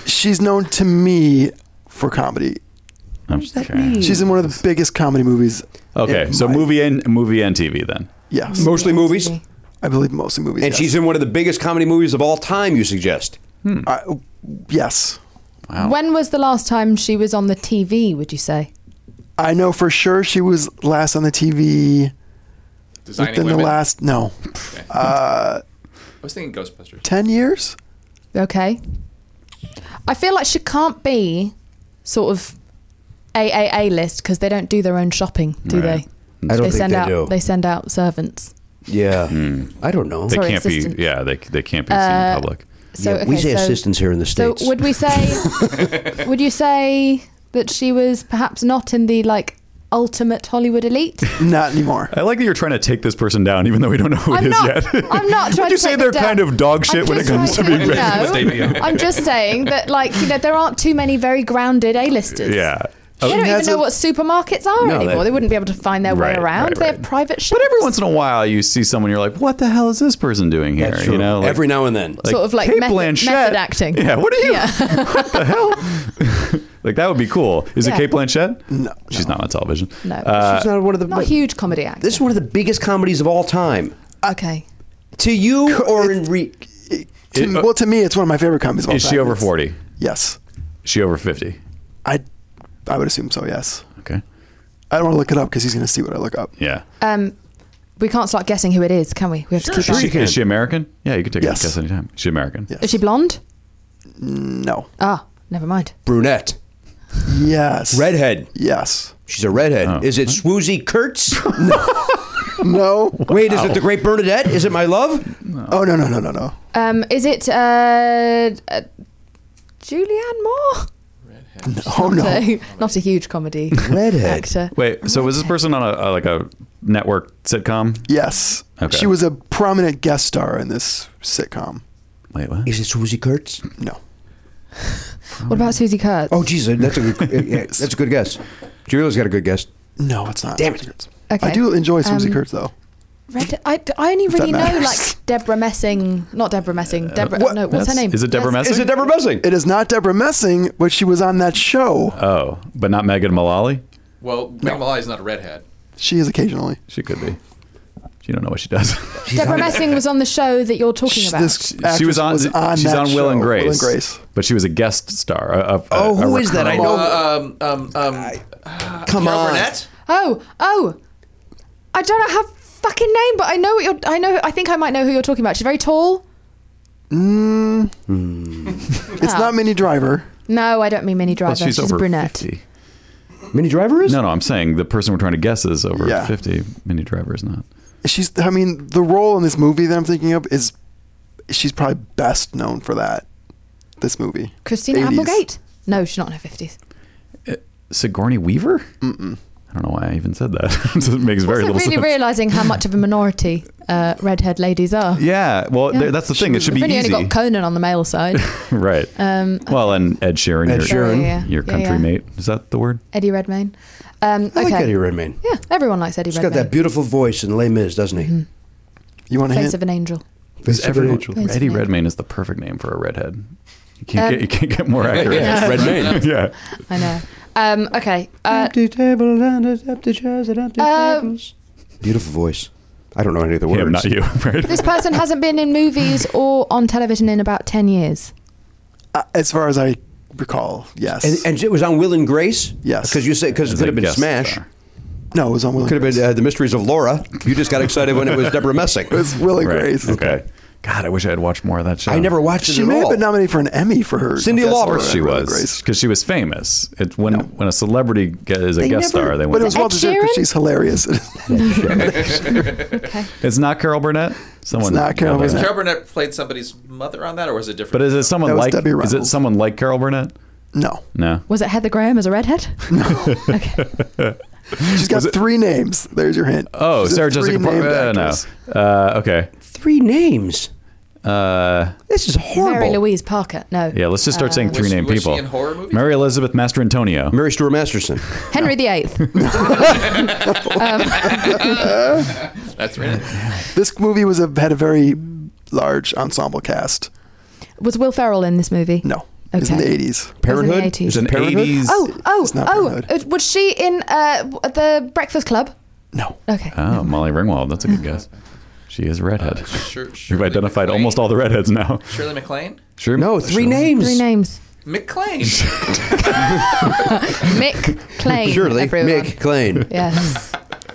Speaker 7: She's known to me for comedy. She's in one of the biggest comedy movies.
Speaker 1: Okay, so movie and movie and TV then.
Speaker 7: Yes.
Speaker 4: Mostly movies.
Speaker 7: I believe mostly movies.
Speaker 4: And
Speaker 7: yes.
Speaker 4: she's in one of the biggest comedy movies of all time. You suggest?
Speaker 7: I- yes.
Speaker 14: When was the last time she was on the TV? Would you say?
Speaker 7: I know for sure she was last on the TV
Speaker 10: Designing
Speaker 7: within the
Speaker 10: women?
Speaker 7: last no, uh,
Speaker 10: I was thinking Ghostbusters.
Speaker 7: ten years.
Speaker 14: Okay. I feel like she can't be sort of AAA list because they don't do their own shopping, do
Speaker 4: Right.
Speaker 14: they?
Speaker 4: I don't
Speaker 14: they
Speaker 4: think
Speaker 14: send
Speaker 4: they
Speaker 14: out,
Speaker 4: do.
Speaker 14: They send out servants.
Speaker 4: Yeah. I don't know.
Speaker 1: They
Speaker 14: Sorry,
Speaker 1: can't
Speaker 14: assistant.
Speaker 1: be. Yeah, they they can't be seen
Speaker 14: Uh,
Speaker 1: in public.
Speaker 14: so,
Speaker 4: Yeah, we
Speaker 14: okay,
Speaker 4: say
Speaker 14: so-
Speaker 4: assistants here in the
Speaker 14: So
Speaker 4: states.
Speaker 14: would we say? would you say that she was perhaps not in the like ultimate Hollywood elite?
Speaker 7: Not anymore.
Speaker 1: I like that you're trying to take this person down, even though we don't know who it
Speaker 14: I'm
Speaker 1: is
Speaker 14: not-
Speaker 1: yet.
Speaker 14: I'm not trying
Speaker 1: Would you
Speaker 14: to
Speaker 1: say
Speaker 14: take
Speaker 1: they're
Speaker 14: them down.
Speaker 1: kind of dog shit
Speaker 14: I'm
Speaker 1: when it
Speaker 14: just
Speaker 1: comes to
Speaker 14: trying
Speaker 1: being
Speaker 14: to-
Speaker 1: racist?
Speaker 14: I'm just saying that like you know there aren't too many very grounded A-listers.
Speaker 1: Yeah.
Speaker 14: They don't even know what supermarkets are
Speaker 1: No,
Speaker 14: anymore.
Speaker 1: they-
Speaker 14: They, wouldn't be able to find their
Speaker 1: Right,
Speaker 14: way around.
Speaker 1: right,
Speaker 14: They have private shops.
Speaker 1: Every once in a while, you see someone, you're like, "What the hell is this person doing here?"
Speaker 4: That's
Speaker 1: You
Speaker 4: true.
Speaker 1: know, like-
Speaker 4: Every now and then.
Speaker 14: sort of like
Speaker 1: Cate
Speaker 14: method,
Speaker 1: Blanchett.
Speaker 14: method acting.
Speaker 1: Yeah, what are you?
Speaker 14: Yeah.
Speaker 1: Like that would be cool. Is
Speaker 14: Yeah.
Speaker 1: it Kate Blanchett? No, she's not on television.
Speaker 14: No.
Speaker 1: Uh,
Speaker 4: she's not one of the.
Speaker 14: Not a huge comedy actor.
Speaker 4: This is one of the biggest comedies of all time.
Speaker 14: Okay.
Speaker 4: To you or in re-
Speaker 7: To,
Speaker 1: It- uh,
Speaker 7: well, to me, it's one of my favorite comedies. Of all
Speaker 1: is she
Speaker 7: time.
Speaker 1: over
Speaker 7: It's-
Speaker 1: forty?
Speaker 7: Yes,
Speaker 1: She over fifty?
Speaker 7: I, I would assume so. Yes.
Speaker 1: Okay.
Speaker 7: I don't want to look it up because he's going to see what I look up.
Speaker 1: Yeah.
Speaker 14: Um, we can't start guessing who it is, can we? We have to keep.
Speaker 1: Is she-
Speaker 14: on.
Speaker 1: Is she American? Yeah, you can take
Speaker 7: Yes.
Speaker 1: a guess anytime. Is she American?
Speaker 14: Is she blonde?
Speaker 7: No.
Speaker 14: Ah, never mind.
Speaker 4: brunette,
Speaker 7: Yes.
Speaker 4: redhead?
Speaker 7: Yes.
Speaker 4: She's a redhead. Is it Swoozy Kurtz?
Speaker 7: No.
Speaker 4: Wait, is it the Great Bernadette? Is it my love?
Speaker 7: Oh no no no no no.
Speaker 14: Um, is it uh, uh, Julianne Moore?
Speaker 7: Oh
Speaker 14: Not
Speaker 7: no.
Speaker 14: a- not a huge comedy
Speaker 4: redhead
Speaker 14: actor.
Speaker 1: Wait. So was this person on a, a like a network sitcom?
Speaker 7: Yes.
Speaker 1: Okay.
Speaker 7: She was a prominent guest star in this sitcom.
Speaker 1: Wait, what?
Speaker 4: Is it Swoozy Kurtz?
Speaker 7: No.
Speaker 14: What about Susie Kurtz?
Speaker 4: Oh, Jesus, that's a good, yeah, yeah, that's a good guess. Julia's got a good guess.
Speaker 7: No, it's not.
Speaker 4: Damn it!
Speaker 14: Okay.
Speaker 7: I do enjoy Susie
Speaker 14: Um,
Speaker 7: Kurtz though.
Speaker 14: Red, I, I only really know
Speaker 7: matters.
Speaker 14: like Deborah Messing, not Deborah Messing.
Speaker 1: Uh,
Speaker 14: Deborah, no, what's her
Speaker 1: That's-
Speaker 14: name?
Speaker 1: Is it Deborah Messing?
Speaker 4: Deborah Messing?
Speaker 7: It is not Deborah Messing, but she was on that show.
Speaker 1: oh, but not Megan Mullally.
Speaker 10: Well, Megan Mullally is not a redhead.
Speaker 7: She is occasionally.
Speaker 1: She could be. She don't know what she does.
Speaker 14: Deborah Messing was on the show that you're talking about.
Speaker 7: This
Speaker 1: she was on. she's
Speaker 7: that
Speaker 1: on Will and
Speaker 7: show,
Speaker 1: Grace.
Speaker 7: Will and Grace.
Speaker 1: But she was a guest star. A, a,
Speaker 4: Oh,
Speaker 1: a- a
Speaker 4: who is that? I
Speaker 1: recurring-
Speaker 4: know.
Speaker 10: Um, um, um,
Speaker 4: Come
Speaker 10: Carol
Speaker 4: on.
Speaker 10: Burnett?
Speaker 14: oh, oh, I don't know her fucking name, but I know what you're. I know. I think I might know who you're talking about. She's very tall.
Speaker 7: Mm, it's
Speaker 14: Oh.
Speaker 7: not Minnie Driver.
Speaker 14: No, I don't mean Minnie Driver.
Speaker 1: Well, she's,
Speaker 14: she's
Speaker 1: over
Speaker 14: a brunette.
Speaker 1: 50.
Speaker 4: Mini Driver is?
Speaker 1: No, no, I'm saying the person we're trying to guess is over
Speaker 7: Yeah.
Speaker 1: 50. Mini Driver is not.
Speaker 7: She's. I mean, the role in this movie that I'm thinking of is. She's probably best known for that. This movie.
Speaker 14: Christina
Speaker 7: 80s.
Speaker 14: Applegate. No, she's not in her fifties.
Speaker 1: Sigourney Weaver? Mm-mm. I don't know why I even said that. it makes very
Speaker 14: Also,
Speaker 1: little
Speaker 14: really
Speaker 1: sense.
Speaker 14: realizing how much of a minority uh, redhead ladies are.
Speaker 1: Yeah, well,
Speaker 14: Yeah.
Speaker 1: th that's the thing. It should be
Speaker 14: We've only
Speaker 1: easy.
Speaker 14: only got Conan on the male side.
Speaker 1: right.
Speaker 14: Um,
Speaker 1: well, and Ed Sheeran,
Speaker 4: Ed
Speaker 1: your,
Speaker 4: Sheeran.
Speaker 14: Yeah, yeah,
Speaker 1: your
Speaker 14: yeah,
Speaker 1: country
Speaker 14: yeah.
Speaker 1: mate. Is that the word?
Speaker 14: Eddie Redmayne. Um, okay.
Speaker 4: I like Eddie Redmayne.
Speaker 14: Yeah, everyone likes Eddie
Speaker 4: He's got
Speaker 14: Redmayne. Mm-hmm.
Speaker 4: that beautiful voice in Les Mis, doesn't he?
Speaker 7: You want to
Speaker 14: Face
Speaker 7: hint?
Speaker 14: of an angel.
Speaker 4: Face
Speaker 1: Is
Speaker 4: of
Speaker 1: everyone-
Speaker 4: an angel.
Speaker 1: Eddie Redmayne is the perfect name for a redhead. You can't,
Speaker 14: Um,
Speaker 1: get, you can't get more accurate.
Speaker 14: Yeah.
Speaker 1: Redmayne. yeah.
Speaker 14: I know. Um, okay. Uh,
Speaker 4: empty tables and there's empty chairs and empty
Speaker 14: Uh,
Speaker 4: tables. Beautiful voice. I don't know any of the words.
Speaker 1: not you. Right?
Speaker 14: this person hasn't been in movies or on television in about 10 years.
Speaker 7: Uh, as far as I recall, yes.
Speaker 4: And, and it was on Will and Grace.
Speaker 7: Yes,
Speaker 4: because you said because it
Speaker 7: As
Speaker 4: could
Speaker 7: a
Speaker 4: have been
Speaker 7: guest
Speaker 4: Smash.
Speaker 7: No, it was on Will.
Speaker 4: Could have been uh, the Mysteries of Laura. You just got excited when it was Deborah Messing. it was
Speaker 7: Will and
Speaker 1: Right.
Speaker 7: Grace.
Speaker 1: Okay. God, I wish I had watched more of that show.
Speaker 4: I never watched it
Speaker 7: She
Speaker 4: at
Speaker 7: may have
Speaker 4: all.
Speaker 7: been nominated for an Emmy for her.
Speaker 4: Cyndi
Speaker 7: guest
Speaker 4: Lauper.
Speaker 7: role.
Speaker 1: She was because she was famous. It, when when a celebrity ge- is a
Speaker 7: They
Speaker 1: guest
Speaker 7: never-
Speaker 1: star, they
Speaker 7: but
Speaker 1: win.
Speaker 7: it was well deserved because she's hilarious.
Speaker 1: It's not Carol Burnett. Someone
Speaker 7: not Carol
Speaker 1: Yeah, they-
Speaker 10: Carol Burnett played somebody's mother on that, or was it different?
Speaker 1: But is it someone
Speaker 10: That was
Speaker 1: like
Speaker 10: Debbie
Speaker 1: is it
Speaker 10: Reynolds.
Speaker 1: someone like Carol Burnett?
Speaker 7: No.
Speaker 1: No.
Speaker 14: Was it Heather Graham as a redhead?
Speaker 7: She's got three names. There's your hint.
Speaker 1: Oh,
Speaker 7: She's a
Speaker 1: Sarah Jessica
Speaker 7: three-named
Speaker 1: Parker. Uh, no.
Speaker 7: actress.
Speaker 1: Uh, okay.
Speaker 4: Three names.
Speaker 1: Uh,
Speaker 4: This is
Speaker 14: Mary Louise Parker. No.
Speaker 1: yeah, let's just start saying three name people.
Speaker 10: horror
Speaker 1: Mary Elizabeth Master Antonio.
Speaker 4: Mary Stuart Masterson.
Speaker 14: Henry VIII. um,
Speaker 10: That's right.
Speaker 7: This movie was a, had a very large ensemble cast.
Speaker 14: was Will Ferrell in this movie?
Speaker 7: No. It was in the
Speaker 14: Okay.
Speaker 7: 80s.
Speaker 14: Parenthood? It was in the 80s. It
Speaker 7: Parenthood?
Speaker 14: was in Oh, oh,
Speaker 7: not
Speaker 14: oh!
Speaker 7: Parenthood.
Speaker 14: uh, Was she in uh, w- the Breakfast Club?
Speaker 7: No.
Speaker 14: Okay.
Speaker 1: Oh, Molly Ringwald. That's a good guess. She is a redhead.
Speaker 10: Shir-
Speaker 1: We've identified almost all the redheads now.
Speaker 10: Shirley MacLaine.
Speaker 1: Sure.
Speaker 4: No, three names.
Speaker 14: Three names.
Speaker 10: McLean.
Speaker 14: Mick Clay.
Speaker 4: Surely,
Speaker 14: everyone.
Speaker 4: Mick Klein.
Speaker 14: Yes.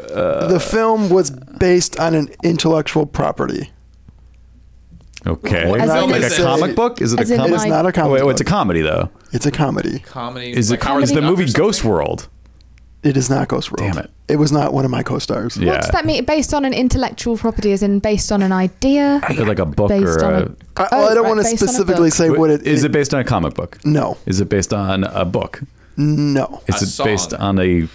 Speaker 7: the film was based on an intellectual property.
Speaker 1: Okay.
Speaker 7: As in
Speaker 1: like a
Speaker 7: it's a-
Speaker 1: comic book? Is it
Speaker 7: as
Speaker 1: a
Speaker 7: in
Speaker 1: comic?
Speaker 7: It is not a comic
Speaker 1: Oh, wait,
Speaker 7: book.
Speaker 1: it's a comedy though.
Speaker 7: It's a comedy.
Speaker 10: Comedy.
Speaker 1: Is it?
Speaker 10: like Howard
Speaker 1: Is the
Speaker 10: the Duck or
Speaker 1: movie Ghost World?
Speaker 7: It is not Ghost World. Damn it. It was not one of my co-stars.
Speaker 1: Yeah.
Speaker 14: Does that mean based on an intellectual property, as in based on an idea?
Speaker 1: like a book
Speaker 14: Based
Speaker 1: or
Speaker 14: on
Speaker 1: a,
Speaker 7: I,
Speaker 14: a-
Speaker 7: well, I don't
Speaker 14: Oh, right,
Speaker 7: want to
Speaker 14: based on a
Speaker 7: specifically
Speaker 14: book.
Speaker 7: say what it
Speaker 1: is it based on a comic book?
Speaker 7: No.
Speaker 1: Is it based on a book?
Speaker 7: No.
Speaker 1: Is
Speaker 7: A
Speaker 1: it based on a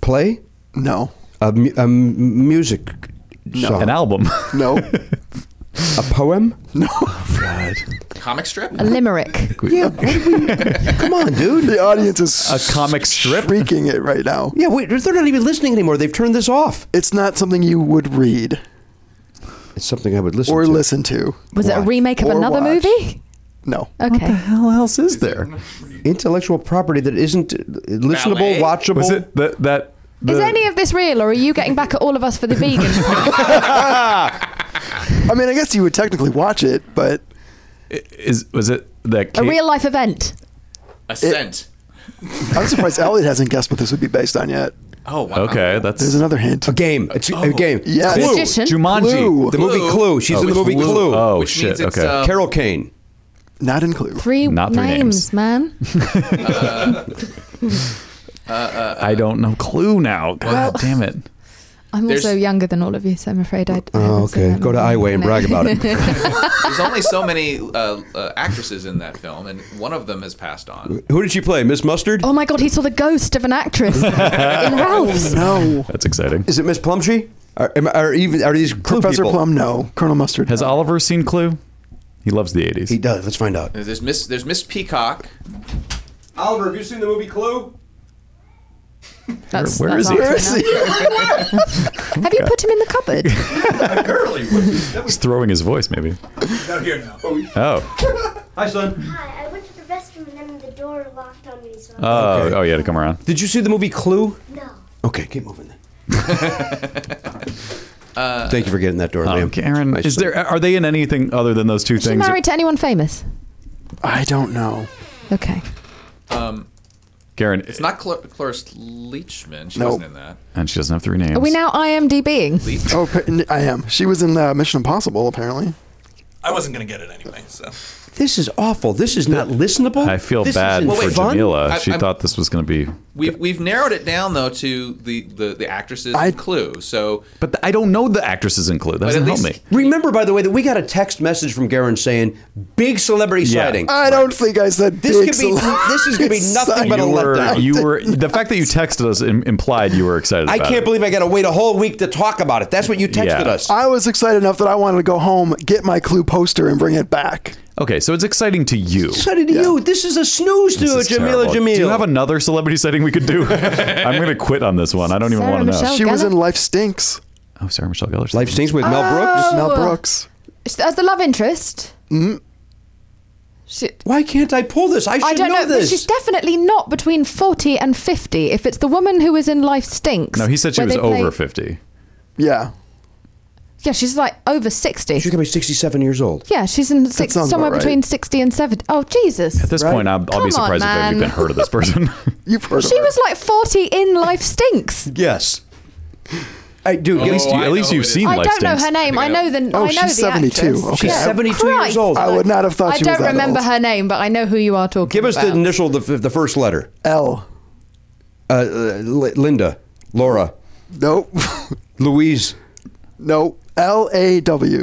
Speaker 4: play?
Speaker 7: No.
Speaker 4: A, mu- a m- music
Speaker 7: No.
Speaker 4: song.
Speaker 1: an album?
Speaker 7: No.
Speaker 4: A poem?
Speaker 7: No.
Speaker 10: Comic strip.
Speaker 4: Um,
Speaker 14: A limerick.
Speaker 4: Yeah. what do we- come on, dude.
Speaker 7: The audience is
Speaker 1: a comic strip.
Speaker 7: shrieking it right now.
Speaker 4: Yeah, wait, they're not even listening anymore. They've turned this off.
Speaker 7: It's not something you would read
Speaker 4: It's something I would listen
Speaker 7: or
Speaker 4: to.
Speaker 7: listen to.
Speaker 14: Was it a
Speaker 4: Watch.
Speaker 14: remake of
Speaker 7: Or
Speaker 14: another
Speaker 7: watch.
Speaker 14: movie?
Speaker 7: No.
Speaker 4: What the
Speaker 14: Okay.
Speaker 4: hell else is there? Intellectual property that isn't listenable,
Speaker 10: Ballet?
Speaker 4: watchable.
Speaker 1: Was it that that?
Speaker 14: Is
Speaker 1: the-
Speaker 14: any of this real, or are you getting back at all of us for the vegan?
Speaker 7: I mean, I guess you would technically watch it, but
Speaker 1: is was it that
Speaker 14: a
Speaker 1: Kate-
Speaker 14: real life event?
Speaker 10: Ascent.
Speaker 7: I'm surprised Elliot hasn't guessed what this would be based on yet.
Speaker 10: oh wow.
Speaker 1: Okay, that's
Speaker 7: There's another hint.
Speaker 4: A game. It's a game.
Speaker 7: Yes.
Speaker 4: Clue.
Speaker 14: Magician?
Speaker 1: Jumanji.
Speaker 7: Clue.
Speaker 4: The movie Clue. She's
Speaker 1: Oh,
Speaker 4: in the
Speaker 1: it's
Speaker 4: movie Clue.
Speaker 1: Oh
Speaker 10: Which
Speaker 1: shit.
Speaker 10: means it's,
Speaker 1: okay.
Speaker 10: uh,
Speaker 4: Carol Kane.
Speaker 7: Not in Clue.
Speaker 14: Three,
Speaker 1: Not three names.
Speaker 14: names, man.
Speaker 1: I don't know. Clue now. God damn it.
Speaker 14: I'm
Speaker 10: There's-
Speaker 14: also younger than all of you, so I'm afraid I.
Speaker 4: Oh, okay. Go to Iway and brag about it.
Speaker 10: There's only so many uh, uh, actresses in that film, and one of them has passed on.
Speaker 4: Who did she play? Miss Mustard?
Speaker 14: Oh my god, he saw the ghost of an actress in Ralph's.
Speaker 7: No.
Speaker 1: That's exciting.
Speaker 4: Is it Miss Plumtree? Are, am- are even are these Clue
Speaker 7: Professor
Speaker 4: people?
Speaker 7: Plum, no. Colonel Mustard.
Speaker 1: Has
Speaker 7: no.
Speaker 1: Oliver seen Clue? He loves the 80s.
Speaker 4: He does. Let's find out.
Speaker 10: There's Miss. There's Miss Peacock.
Speaker 4: Oliver, have you seen the movie Clue?
Speaker 14: That's,
Speaker 1: Where
Speaker 14: that's
Speaker 1: is he?
Speaker 14: all I
Speaker 1: Where
Speaker 7: is
Speaker 14: know. Have you put him in the cupboard?
Speaker 1: He's throwing his voice, maybe. Oh.
Speaker 4: Hi, son.
Speaker 12: Hi, I went to the restroom and then the door locked on me, so
Speaker 1: Oh, oh, yeah, to come around.
Speaker 4: Did you see the movie Clue?
Speaker 12: no.
Speaker 4: Okay, keep moving then. Thank you for getting that door,
Speaker 1: Um,
Speaker 4: Liam.
Speaker 1: Karen,
Speaker 4: My
Speaker 1: is
Speaker 4: son.
Speaker 1: there? Are they in anything other than those two
Speaker 14: Is she
Speaker 1: things?
Speaker 14: married to anyone famous?
Speaker 7: I don't know.
Speaker 14: Okay.
Speaker 1: Karen,
Speaker 10: It's not Cla- Cloris Leachman. She
Speaker 7: Nope.
Speaker 10: wasn't in that.
Speaker 1: and she doesn't have three names.
Speaker 14: Are we now IMDBing?
Speaker 7: Oh, pa- n- I am. She was in uh, Mission Impossible, apparently.
Speaker 11: I wasn't gonna get it anyway. So
Speaker 4: This is awful. This is not listenable.
Speaker 1: I feel
Speaker 4: This
Speaker 1: bad
Speaker 4: isn't
Speaker 1: for
Speaker 4: fun.
Speaker 1: Jamila.
Speaker 10: I-
Speaker 1: she
Speaker 10: I'm-
Speaker 1: thought this was going to be.
Speaker 10: We've we've narrowed it down though to the the, the actresses
Speaker 7: I-
Speaker 10: and Clue. So
Speaker 1: But th- I don't know the actresses in Clue. That
Speaker 10: But at
Speaker 1: doesn't help me.
Speaker 10: least-
Speaker 4: Remember, by the way, that we got a text message from Garen saying big celebrity
Speaker 1: Yeah.
Speaker 4: sighting.
Speaker 7: I don't think I said
Speaker 4: This
Speaker 7: big
Speaker 4: could be-
Speaker 7: cele-
Speaker 4: this is gonna be nothing but a
Speaker 1: You were,
Speaker 4: letdown.
Speaker 1: you were the fact that you texted us im- implied you were excited.
Speaker 4: I
Speaker 1: about
Speaker 4: can't
Speaker 1: it.
Speaker 4: believe I got to wait a whole week to talk about it. That's what you texted
Speaker 1: Yeah.
Speaker 4: us.
Speaker 7: I was excited enough that I wanted to go home, get my Clue poster, and bring it back.
Speaker 1: Okay, so it's exciting to you.
Speaker 4: excited to you. This is a snooze to
Speaker 1: This
Speaker 4: it,
Speaker 1: is
Speaker 4: Jamila
Speaker 1: terrible.
Speaker 4: Jamil.
Speaker 1: Do you have another celebrity setting we could do? I'm going to quit on this one. I don't even
Speaker 14: Sarah
Speaker 1: want to know.
Speaker 14: Michelle-
Speaker 7: She was
Speaker 14: Gellar?
Speaker 7: in Life Stinks.
Speaker 1: Oh, Sarah Michelle Gellar.
Speaker 4: Life Uh,
Speaker 14: Oh.
Speaker 4: Stinks with Mel Brooks.
Speaker 7: Mel Brooks.
Speaker 14: As the love interest.
Speaker 4: Why can't I pull this? I should
Speaker 14: I don't know, but
Speaker 4: this.
Speaker 14: she's definitely not between 40 and 50. If it's the woman who is in Life Stinks.
Speaker 1: No, he said she
Speaker 14: where
Speaker 1: was
Speaker 14: they play-
Speaker 1: over 50.
Speaker 7: Yeah.
Speaker 14: Yeah, she's like over 60. She's
Speaker 4: going to be 67 years old.
Speaker 14: Yeah, she's in six,
Speaker 4: sounds about
Speaker 14: somewhere
Speaker 4: right.
Speaker 14: between 60 and 70. Oh, Jesus.
Speaker 1: At this point, I'll, I'll be
Speaker 14: Come on,
Speaker 1: surprised if
Speaker 14: man.
Speaker 1: I've even heard of this person.
Speaker 7: You've heard
Speaker 14: She was like 40 in Life Stinks.
Speaker 4: Yes. I do.
Speaker 1: At least you- at least you've seen
Speaker 14: I
Speaker 1: Life
Speaker 14: don't know
Speaker 1: Stinks.
Speaker 14: her name. I know the.
Speaker 7: Oh,
Speaker 14: I know
Speaker 7: she's
Speaker 14: the
Speaker 7: 72.
Speaker 14: actress.
Speaker 7: Okay.
Speaker 14: Yeah.
Speaker 7: She's
Speaker 4: 72
Speaker 14: Christ.
Speaker 4: years old.
Speaker 7: I would not have thought
Speaker 14: I
Speaker 7: she was
Speaker 14: don't
Speaker 7: that
Speaker 14: remember
Speaker 7: old.
Speaker 14: her name, but I know who you are talking
Speaker 4: Give us
Speaker 14: about.
Speaker 4: the initial, the, f- the first letter.
Speaker 7: L.
Speaker 4: Uh, uh, Li- Linda, Laura.
Speaker 7: Nope.
Speaker 4: Louise.
Speaker 7: No. L A W.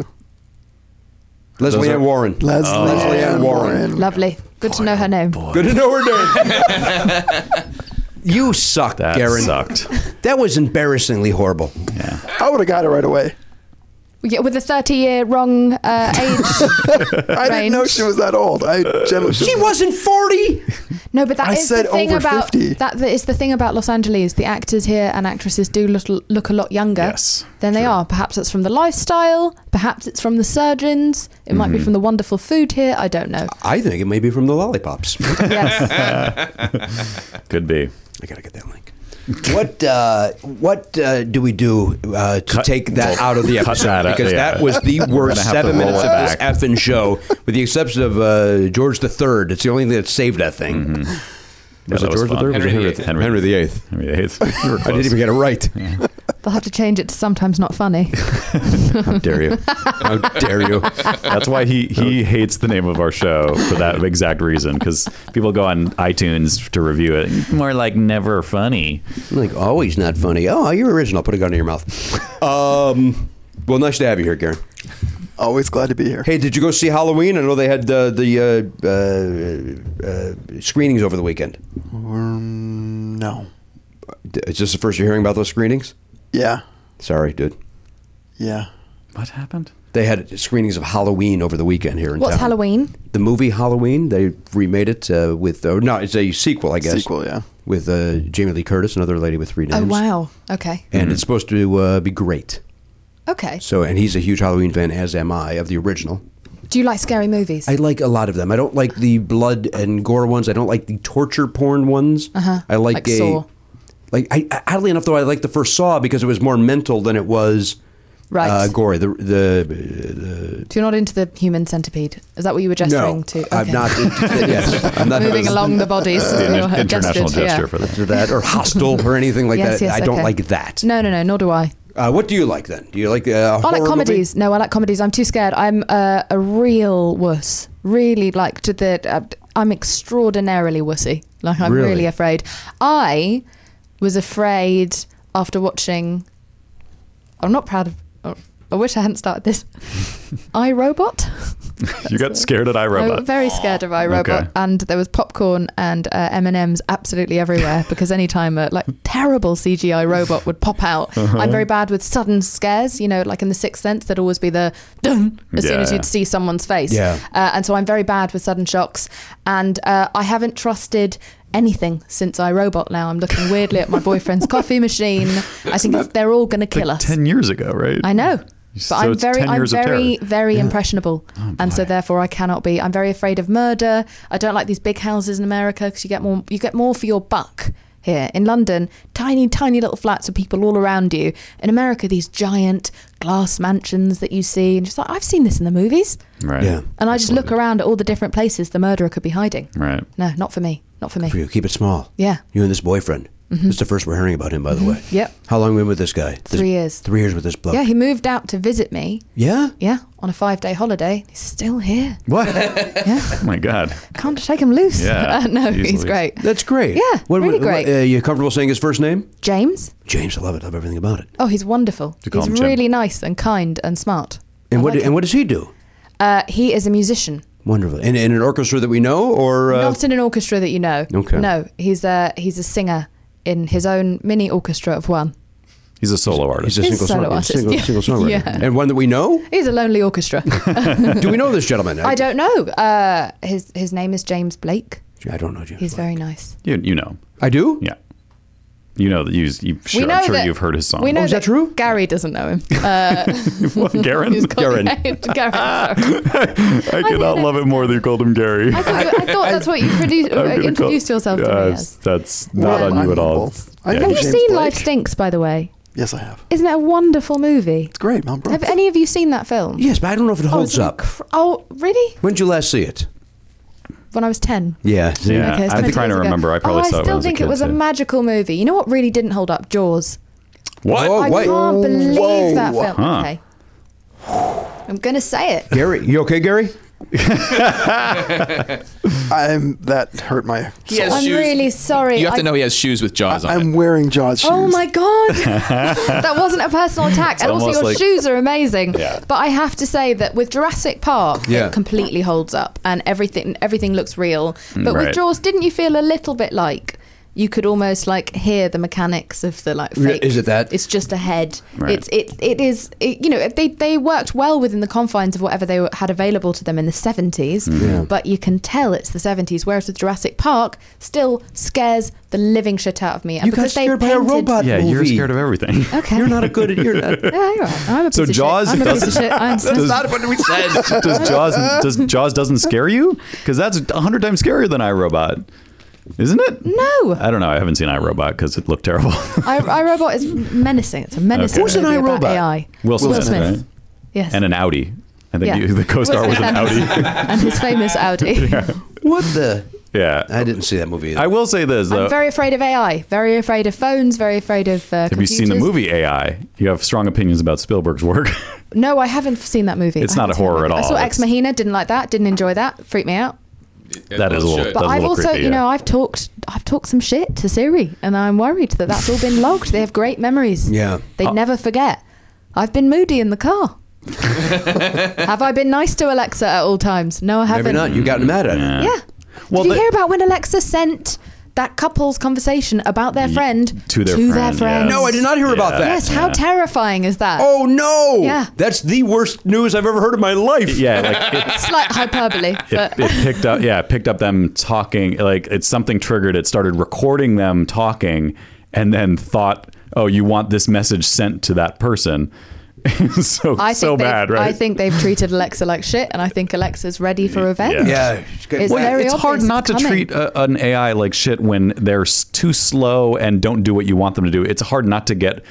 Speaker 4: Leslie
Speaker 7: Those
Speaker 4: Ann
Speaker 7: are-
Speaker 4: Warren.
Speaker 7: Leslie
Speaker 4: Leslie Ann
Speaker 7: Ann
Speaker 4: Oh, Warren.
Speaker 14: Lovely. Good to know her name.
Speaker 4: Good to know her name. you sucked, that Garen.
Speaker 1: sucked.
Speaker 4: That was embarrassingly horrible. Yeah.
Speaker 7: I would have got it right away.
Speaker 14: Yeah, with a 30 year wrong uh, age.
Speaker 7: I didn't know she was that old. I generally
Speaker 4: She wasn't 40.
Speaker 14: No, but that
Speaker 7: I
Speaker 14: is
Speaker 7: said
Speaker 14: the thing
Speaker 7: over
Speaker 14: about
Speaker 7: 50.
Speaker 14: that that is the thing about Los Angeles. The actors here and actresses do look, look a lot younger than they are. Perhaps that's from the lifestyle. Perhaps it's from the surgeons. It might be
Speaker 4: Mhm.
Speaker 14: from the wonderful food here. I don't know.
Speaker 4: I think it may be from the lollipops.
Speaker 14: Yes.
Speaker 1: Could be.
Speaker 4: I gotta get that link. What uh, what uh, do we do uh, to take that out of the
Speaker 1: cut
Speaker 4: episode?
Speaker 1: that out,
Speaker 4: because
Speaker 1: yeah.
Speaker 4: that was the
Speaker 1: We're
Speaker 4: worst
Speaker 1: gonna have to
Speaker 4: seven
Speaker 1: roll
Speaker 4: minutes
Speaker 1: it
Speaker 4: of this
Speaker 1: back.
Speaker 4: effing show, with the exception of uh, George the Third. It's the only thing that saved that thing. Mm-hmm. Was
Speaker 1: that
Speaker 4: it
Speaker 1: was
Speaker 4: George
Speaker 1: fun.
Speaker 4: III? Was
Speaker 1: Henry
Speaker 4: it
Speaker 1: VIII.
Speaker 4: Henry, Henry the Eighth.
Speaker 1: Henry the Eighth. You were
Speaker 4: I didn't
Speaker 1: close.
Speaker 4: even get it right.
Speaker 14: They'll have to change it to sometimes not funny.
Speaker 4: How dare you? How dare you?
Speaker 1: That's why he he hates the name of our show for that exact reason because people go on iTunes to review it. More like never funny.
Speaker 4: Like always not funny. Oh, you're original. Put a gun in your mouth. Um, well, nice to have you here, Garen.
Speaker 7: Always glad to be here.
Speaker 4: Hey, did you go see Halloween? I know they had uh, the uh, uh, uh, screenings over the weekend.
Speaker 7: Um, no.
Speaker 4: D- Is this the first you're hearing about those screenings?
Speaker 7: Yeah.
Speaker 4: Sorry, dude.
Speaker 7: Yeah.
Speaker 1: What happened?
Speaker 4: They had screenings of Halloween over the weekend here in
Speaker 14: What's
Speaker 4: town.
Speaker 14: Halloween?
Speaker 4: The movie Halloween. They remade it uh, with uh, no, it's a sequel, I guess.
Speaker 7: Sequel, yeah.
Speaker 4: With uh, Jamie Lee Curtis, another lady with three names.
Speaker 14: Oh wow. Okay.
Speaker 4: And it's supposed to uh, be great.
Speaker 14: Mm-hmm. Okay.
Speaker 4: So, and he's a huge Halloween fan, as am I, of the original.
Speaker 14: Do you like scary movies?
Speaker 4: I like a lot of them. I don't like the blood and gore ones. I don't like the torture porn ones.
Speaker 14: Uh-huh.
Speaker 4: I like,
Speaker 14: Like
Speaker 4: a
Speaker 14: Saw.
Speaker 4: like I, oddly enough though I like the first Saw because it was more mental than it was
Speaker 14: Right.
Speaker 4: uh, gory. The the, the
Speaker 14: So you're not into the human centipede? Is that what you were gesturing
Speaker 4: no,
Speaker 14: to?
Speaker 4: I'm not. yes, I'm not
Speaker 14: Moving along the bodies.
Speaker 4: That's the
Speaker 14: you
Speaker 4: inter-
Speaker 14: know,
Speaker 4: international
Speaker 14: gestured, yeah.
Speaker 4: gesture for that. To that or hostile or anything like
Speaker 14: Yes,
Speaker 4: that.
Speaker 14: yes,
Speaker 4: I don't
Speaker 14: okay.
Speaker 4: like that.
Speaker 14: No, no, no, nor do I.
Speaker 4: Uh, what do you like then? Do you like uh,
Speaker 14: I like
Speaker 4: horror movie?
Speaker 14: comedies. No, I like comedies. I'm too scared. I'm uh, a real wuss. Really, like to the. Uh, I'm extraordinarily wussy. Like I'm
Speaker 18: Really?
Speaker 14: really afraid. I was afraid after watching. I'm not proud of. oh, I wish I hadn't started this. I Robot.
Speaker 1: You got scared at
Speaker 14: I
Speaker 1: iRobot.
Speaker 14: was very scared of iRobot,
Speaker 1: Okay.
Speaker 14: and there was popcorn and uh, M and M's absolutely everywhere because anytime a like terrible CGI robot would pop out,
Speaker 18: Uh-huh.
Speaker 14: I'm very bad with sudden scares. You know, like in The Sixth Sense, there'd always be the dun as soon
Speaker 18: Yeah,
Speaker 14: as
Speaker 18: yeah.
Speaker 14: you'd see someone's face.
Speaker 18: Yeah.
Speaker 14: Uh, and so I'm very bad with sudden shocks, and uh, I haven't trusted. Anything since iRobot now. I'm looking weirdly at my boyfriend's coffee machine. I think it's, they're all going to
Speaker 1: Like
Speaker 14: kill us.
Speaker 1: ten years ago, right?
Speaker 14: I know. But
Speaker 1: So
Speaker 14: I'm
Speaker 1: it's
Speaker 14: very,
Speaker 1: 10
Speaker 14: I'm
Speaker 1: years of
Speaker 14: very,
Speaker 1: terror.
Speaker 14: very
Speaker 1: Yeah.
Speaker 14: impressionable, and so therefore I cannot be. I'm very afraid of murder. I don't like these big houses in America because you get more, you get more for your buck here in London. Tiny, tiny little flats with people all around you. In America, these giant glass mansions that you see, and just like I've seen this in the movies,
Speaker 1: Right. Yeah.
Speaker 14: and I just look around at all the different places the murderer could be hiding.
Speaker 1: Right.
Speaker 14: No, not for me. Not for me.
Speaker 4: For you, keep it small.
Speaker 14: Yeah.
Speaker 4: You and this boyfriend.
Speaker 14: Mhm.
Speaker 4: It's the first we're hearing about him, by the way.
Speaker 14: Yep.
Speaker 4: How long have we been with this guy? This-
Speaker 14: Three years.
Speaker 4: Three years with this bloke.
Speaker 14: Yeah, he moved out to visit me.
Speaker 4: Yeah?
Speaker 14: Yeah, on a five-day holiday. He's still here.
Speaker 4: What?
Speaker 14: yeah.
Speaker 1: Oh my god.
Speaker 14: Can't shake him loose.
Speaker 4: Yeah,
Speaker 14: no, he's
Speaker 4: easily.
Speaker 14: great.
Speaker 4: That's great.
Speaker 14: Yeah,
Speaker 4: What-
Speaker 14: really
Speaker 4: what- what-
Speaker 14: great.
Speaker 4: uh, you comfortable saying his first name?
Speaker 14: James.
Speaker 4: James, I love it. I love everything about it.
Speaker 14: Oh, he's wonderful.
Speaker 4: Do you call
Speaker 14: He's
Speaker 4: him Jim?
Speaker 14: really nice and kind and smart.
Speaker 4: And what
Speaker 14: like
Speaker 4: and what does he do?
Speaker 14: Uh, he is a musician,
Speaker 4: Wonderful. In, in an orchestra that we know, or uh,
Speaker 14: not in an orchestra that you know.
Speaker 4: Okay.
Speaker 14: No, he's a he's a singer in his own mini orchestra of one.
Speaker 1: He's a solo artist.
Speaker 4: he's a
Speaker 14: He's
Speaker 4: single
Speaker 14: a solo
Speaker 4: song-
Speaker 14: artist,
Speaker 4: Single,
Speaker 14: yeah.
Speaker 4: single songwriter.
Speaker 14: Yeah.
Speaker 4: And one that we know.
Speaker 14: He's a lonely orchestra.
Speaker 4: do we know this gentleman?
Speaker 14: I don't know. Uh, his his name is James Blake.
Speaker 4: I don't know James.
Speaker 14: He's very nice.
Speaker 1: You, you know.
Speaker 4: I do.
Speaker 1: Yeah. You know that you. you sure, I'm sure you've heard his song.
Speaker 14: We know that true? Gary doesn't know him. Uh,
Speaker 1: What, Garen?
Speaker 14: who's called
Speaker 1: Garen.
Speaker 14: named Garen, sorry.
Speaker 1: I cannot love it more than you called him Gary.
Speaker 14: I thought, I thought that's what you produced,
Speaker 1: I'm gonna call-
Speaker 14: introduced yourself to me
Speaker 1: Uh,
Speaker 14: as.
Speaker 1: That's not
Speaker 14: Well,
Speaker 1: on you at all.
Speaker 14: Have
Speaker 1: Yeah,
Speaker 14: you
Speaker 1: just-
Speaker 14: seen Life Stinks, by the way?
Speaker 7: Yes, I have.
Speaker 14: Isn't it a wonderful movie? It's
Speaker 7: great, Mount
Speaker 14: Have any of you seen that film?
Speaker 4: Yes, but I don't know if it
Speaker 14: Oh,
Speaker 4: holds
Speaker 14: it's
Speaker 4: up.
Speaker 14: Oh, really?
Speaker 4: When did you last see it?
Speaker 14: When I was 10.
Speaker 4: Yeah, see?
Speaker 1: Yeah,
Speaker 14: Okay, it's
Speaker 1: I'm
Speaker 14: 20
Speaker 1: trying to
Speaker 14: years ago.
Speaker 1: remember. I probably
Speaker 14: oh,
Speaker 1: saw
Speaker 14: I
Speaker 1: it when
Speaker 14: still
Speaker 1: I was a
Speaker 14: think
Speaker 1: kid,
Speaker 14: it was a
Speaker 1: too.
Speaker 14: magical movie. You know what really didn't hold up? Jaws.
Speaker 1: What?
Speaker 14: I can't believe that film.
Speaker 4: Huh.
Speaker 14: Okay. I'm going to say it.
Speaker 4: Gary, you okay, Gary?
Speaker 7: I'm that hurt my.
Speaker 10: He has
Speaker 14: I'm
Speaker 10: shoes.
Speaker 14: really sorry.
Speaker 10: You have
Speaker 14: I-
Speaker 10: to know he has shoes with jaws on.
Speaker 7: I'm wearing Jaws shoes.
Speaker 14: Oh my god.
Speaker 10: that
Speaker 14: that wasn't a personal attack.
Speaker 10: It's
Speaker 14: And also,
Speaker 10: almost
Speaker 14: your
Speaker 10: like-
Speaker 14: shoes are amazing.
Speaker 10: Yeah.
Speaker 14: But I have to say that with Jurassic Park,
Speaker 4: Yeah.
Speaker 14: it completely holds up, and everything everything looks real.
Speaker 4: Mm,
Speaker 14: But
Speaker 4: right.
Speaker 14: with Jaws, didn't you feel a little bit like? You could almost like hear the mechanics of the like.
Speaker 4: Yeah,
Speaker 14: Fake,
Speaker 4: is it that?
Speaker 14: it's just a head?
Speaker 4: Right.
Speaker 14: It's it it is it, you know they they worked well within the confines of whatever they were- had available to them in the seventies,
Speaker 4: Mm. Yeah.
Speaker 14: but you can tell it's the seventies. Whereas with Jurassic Park, still scares the living shit out of me. And
Speaker 4: You got
Speaker 14: because they
Speaker 4: scared by a
Speaker 14: painted-
Speaker 4: robot
Speaker 1: Yeah, you're
Speaker 4: movie.
Speaker 1: scared of everything.
Speaker 14: Okay.
Speaker 4: You're not a good. You're not.
Speaker 14: Yeah, you're right. I'm a piece
Speaker 1: So
Speaker 14: of
Speaker 1: Jaws
Speaker 14: shit. I'm a piece of
Speaker 1: doesn't-
Speaker 14: shit. I understand.
Speaker 1: That's not
Speaker 14: what we said.
Speaker 1: does Jaws does Jaws doesn't scare you? Because that's a hundred times scarier than iRobot, isn't it?
Speaker 14: No.
Speaker 1: I don't know. I haven't seen iRobot because it looked terrible.
Speaker 14: I, iRobot is menacing. It's a menacing.
Speaker 1: Okay. Who's an
Speaker 14: movie about
Speaker 1: iRobot?
Speaker 14: AI.
Speaker 1: Will Smith, right?
Speaker 14: Yes.
Speaker 1: and an Audi. I think
Speaker 14: Yeah.
Speaker 1: you, the co-star was an Audi.
Speaker 14: and his famous Audi.
Speaker 4: What the?
Speaker 1: Yeah,
Speaker 4: I didn't see that movie. Either.
Speaker 1: I will say this though.
Speaker 14: I'm very afraid of AI. Very afraid of phones. Very afraid of. Uh,
Speaker 1: have you seen the
Speaker 14: computers.
Speaker 1: movie AI? You have strong opinions about Spielberg's work.
Speaker 14: No, I haven't seen that movie.
Speaker 1: It's
Speaker 14: I
Speaker 1: not
Speaker 14: haven't
Speaker 1: a
Speaker 14: seen that
Speaker 1: horror
Speaker 14: movie.
Speaker 1: at
Speaker 14: I
Speaker 1: all.
Speaker 14: saw
Speaker 1: It's-
Speaker 14: Ex Machina. Didn't like that. Didn't enjoy that. Freaked me out.
Speaker 1: that is a little.
Speaker 14: But
Speaker 1: that's a
Speaker 14: I've
Speaker 1: little
Speaker 14: also,
Speaker 1: creepy,
Speaker 14: you
Speaker 1: yeah.
Speaker 14: know, I've talked, I've talked some shit to Siri, and I'm worried that that's all been logged. They have great memories.
Speaker 4: Yeah.
Speaker 14: they
Speaker 1: Oh.
Speaker 4: Uh,
Speaker 14: never forget. I've been moody in the car. have I been nice to Alexa at all times? No, I haven't.
Speaker 4: Maybe not. You got mad at it.
Speaker 14: Yeah.
Speaker 4: Well,
Speaker 14: Did you
Speaker 4: the-
Speaker 14: hear about when Alexa sent that couple's conversation about their friend
Speaker 4: to their friend, yes. No, I did not hear about Yeah. that.
Speaker 14: Yes, how
Speaker 4: Yeah.
Speaker 14: terrifying is that?
Speaker 4: Oh no!
Speaker 14: Yeah.
Speaker 4: That's the worst news I've ever heard in my life.
Speaker 1: Yeah, like it,
Speaker 14: Slight hyperbole,
Speaker 1: it,
Speaker 14: but
Speaker 1: it picked up yeah it picked up them talking like it's something triggered it started recording them talking and then thought oh you want this message sent to that person so
Speaker 14: I think
Speaker 1: so
Speaker 14: they've-
Speaker 1: bad right
Speaker 14: I think they've treated Alexa like shit, and I think Alexa's ready for revenge.
Speaker 1: Yeah.
Speaker 14: it's,
Speaker 1: Well,
Speaker 14: very
Speaker 1: it's
Speaker 14: obvious
Speaker 1: hard not to
Speaker 14: coming.
Speaker 1: treat a, an AI like shit when they're s- too slow and don't do what you want them to do. It's hard not to get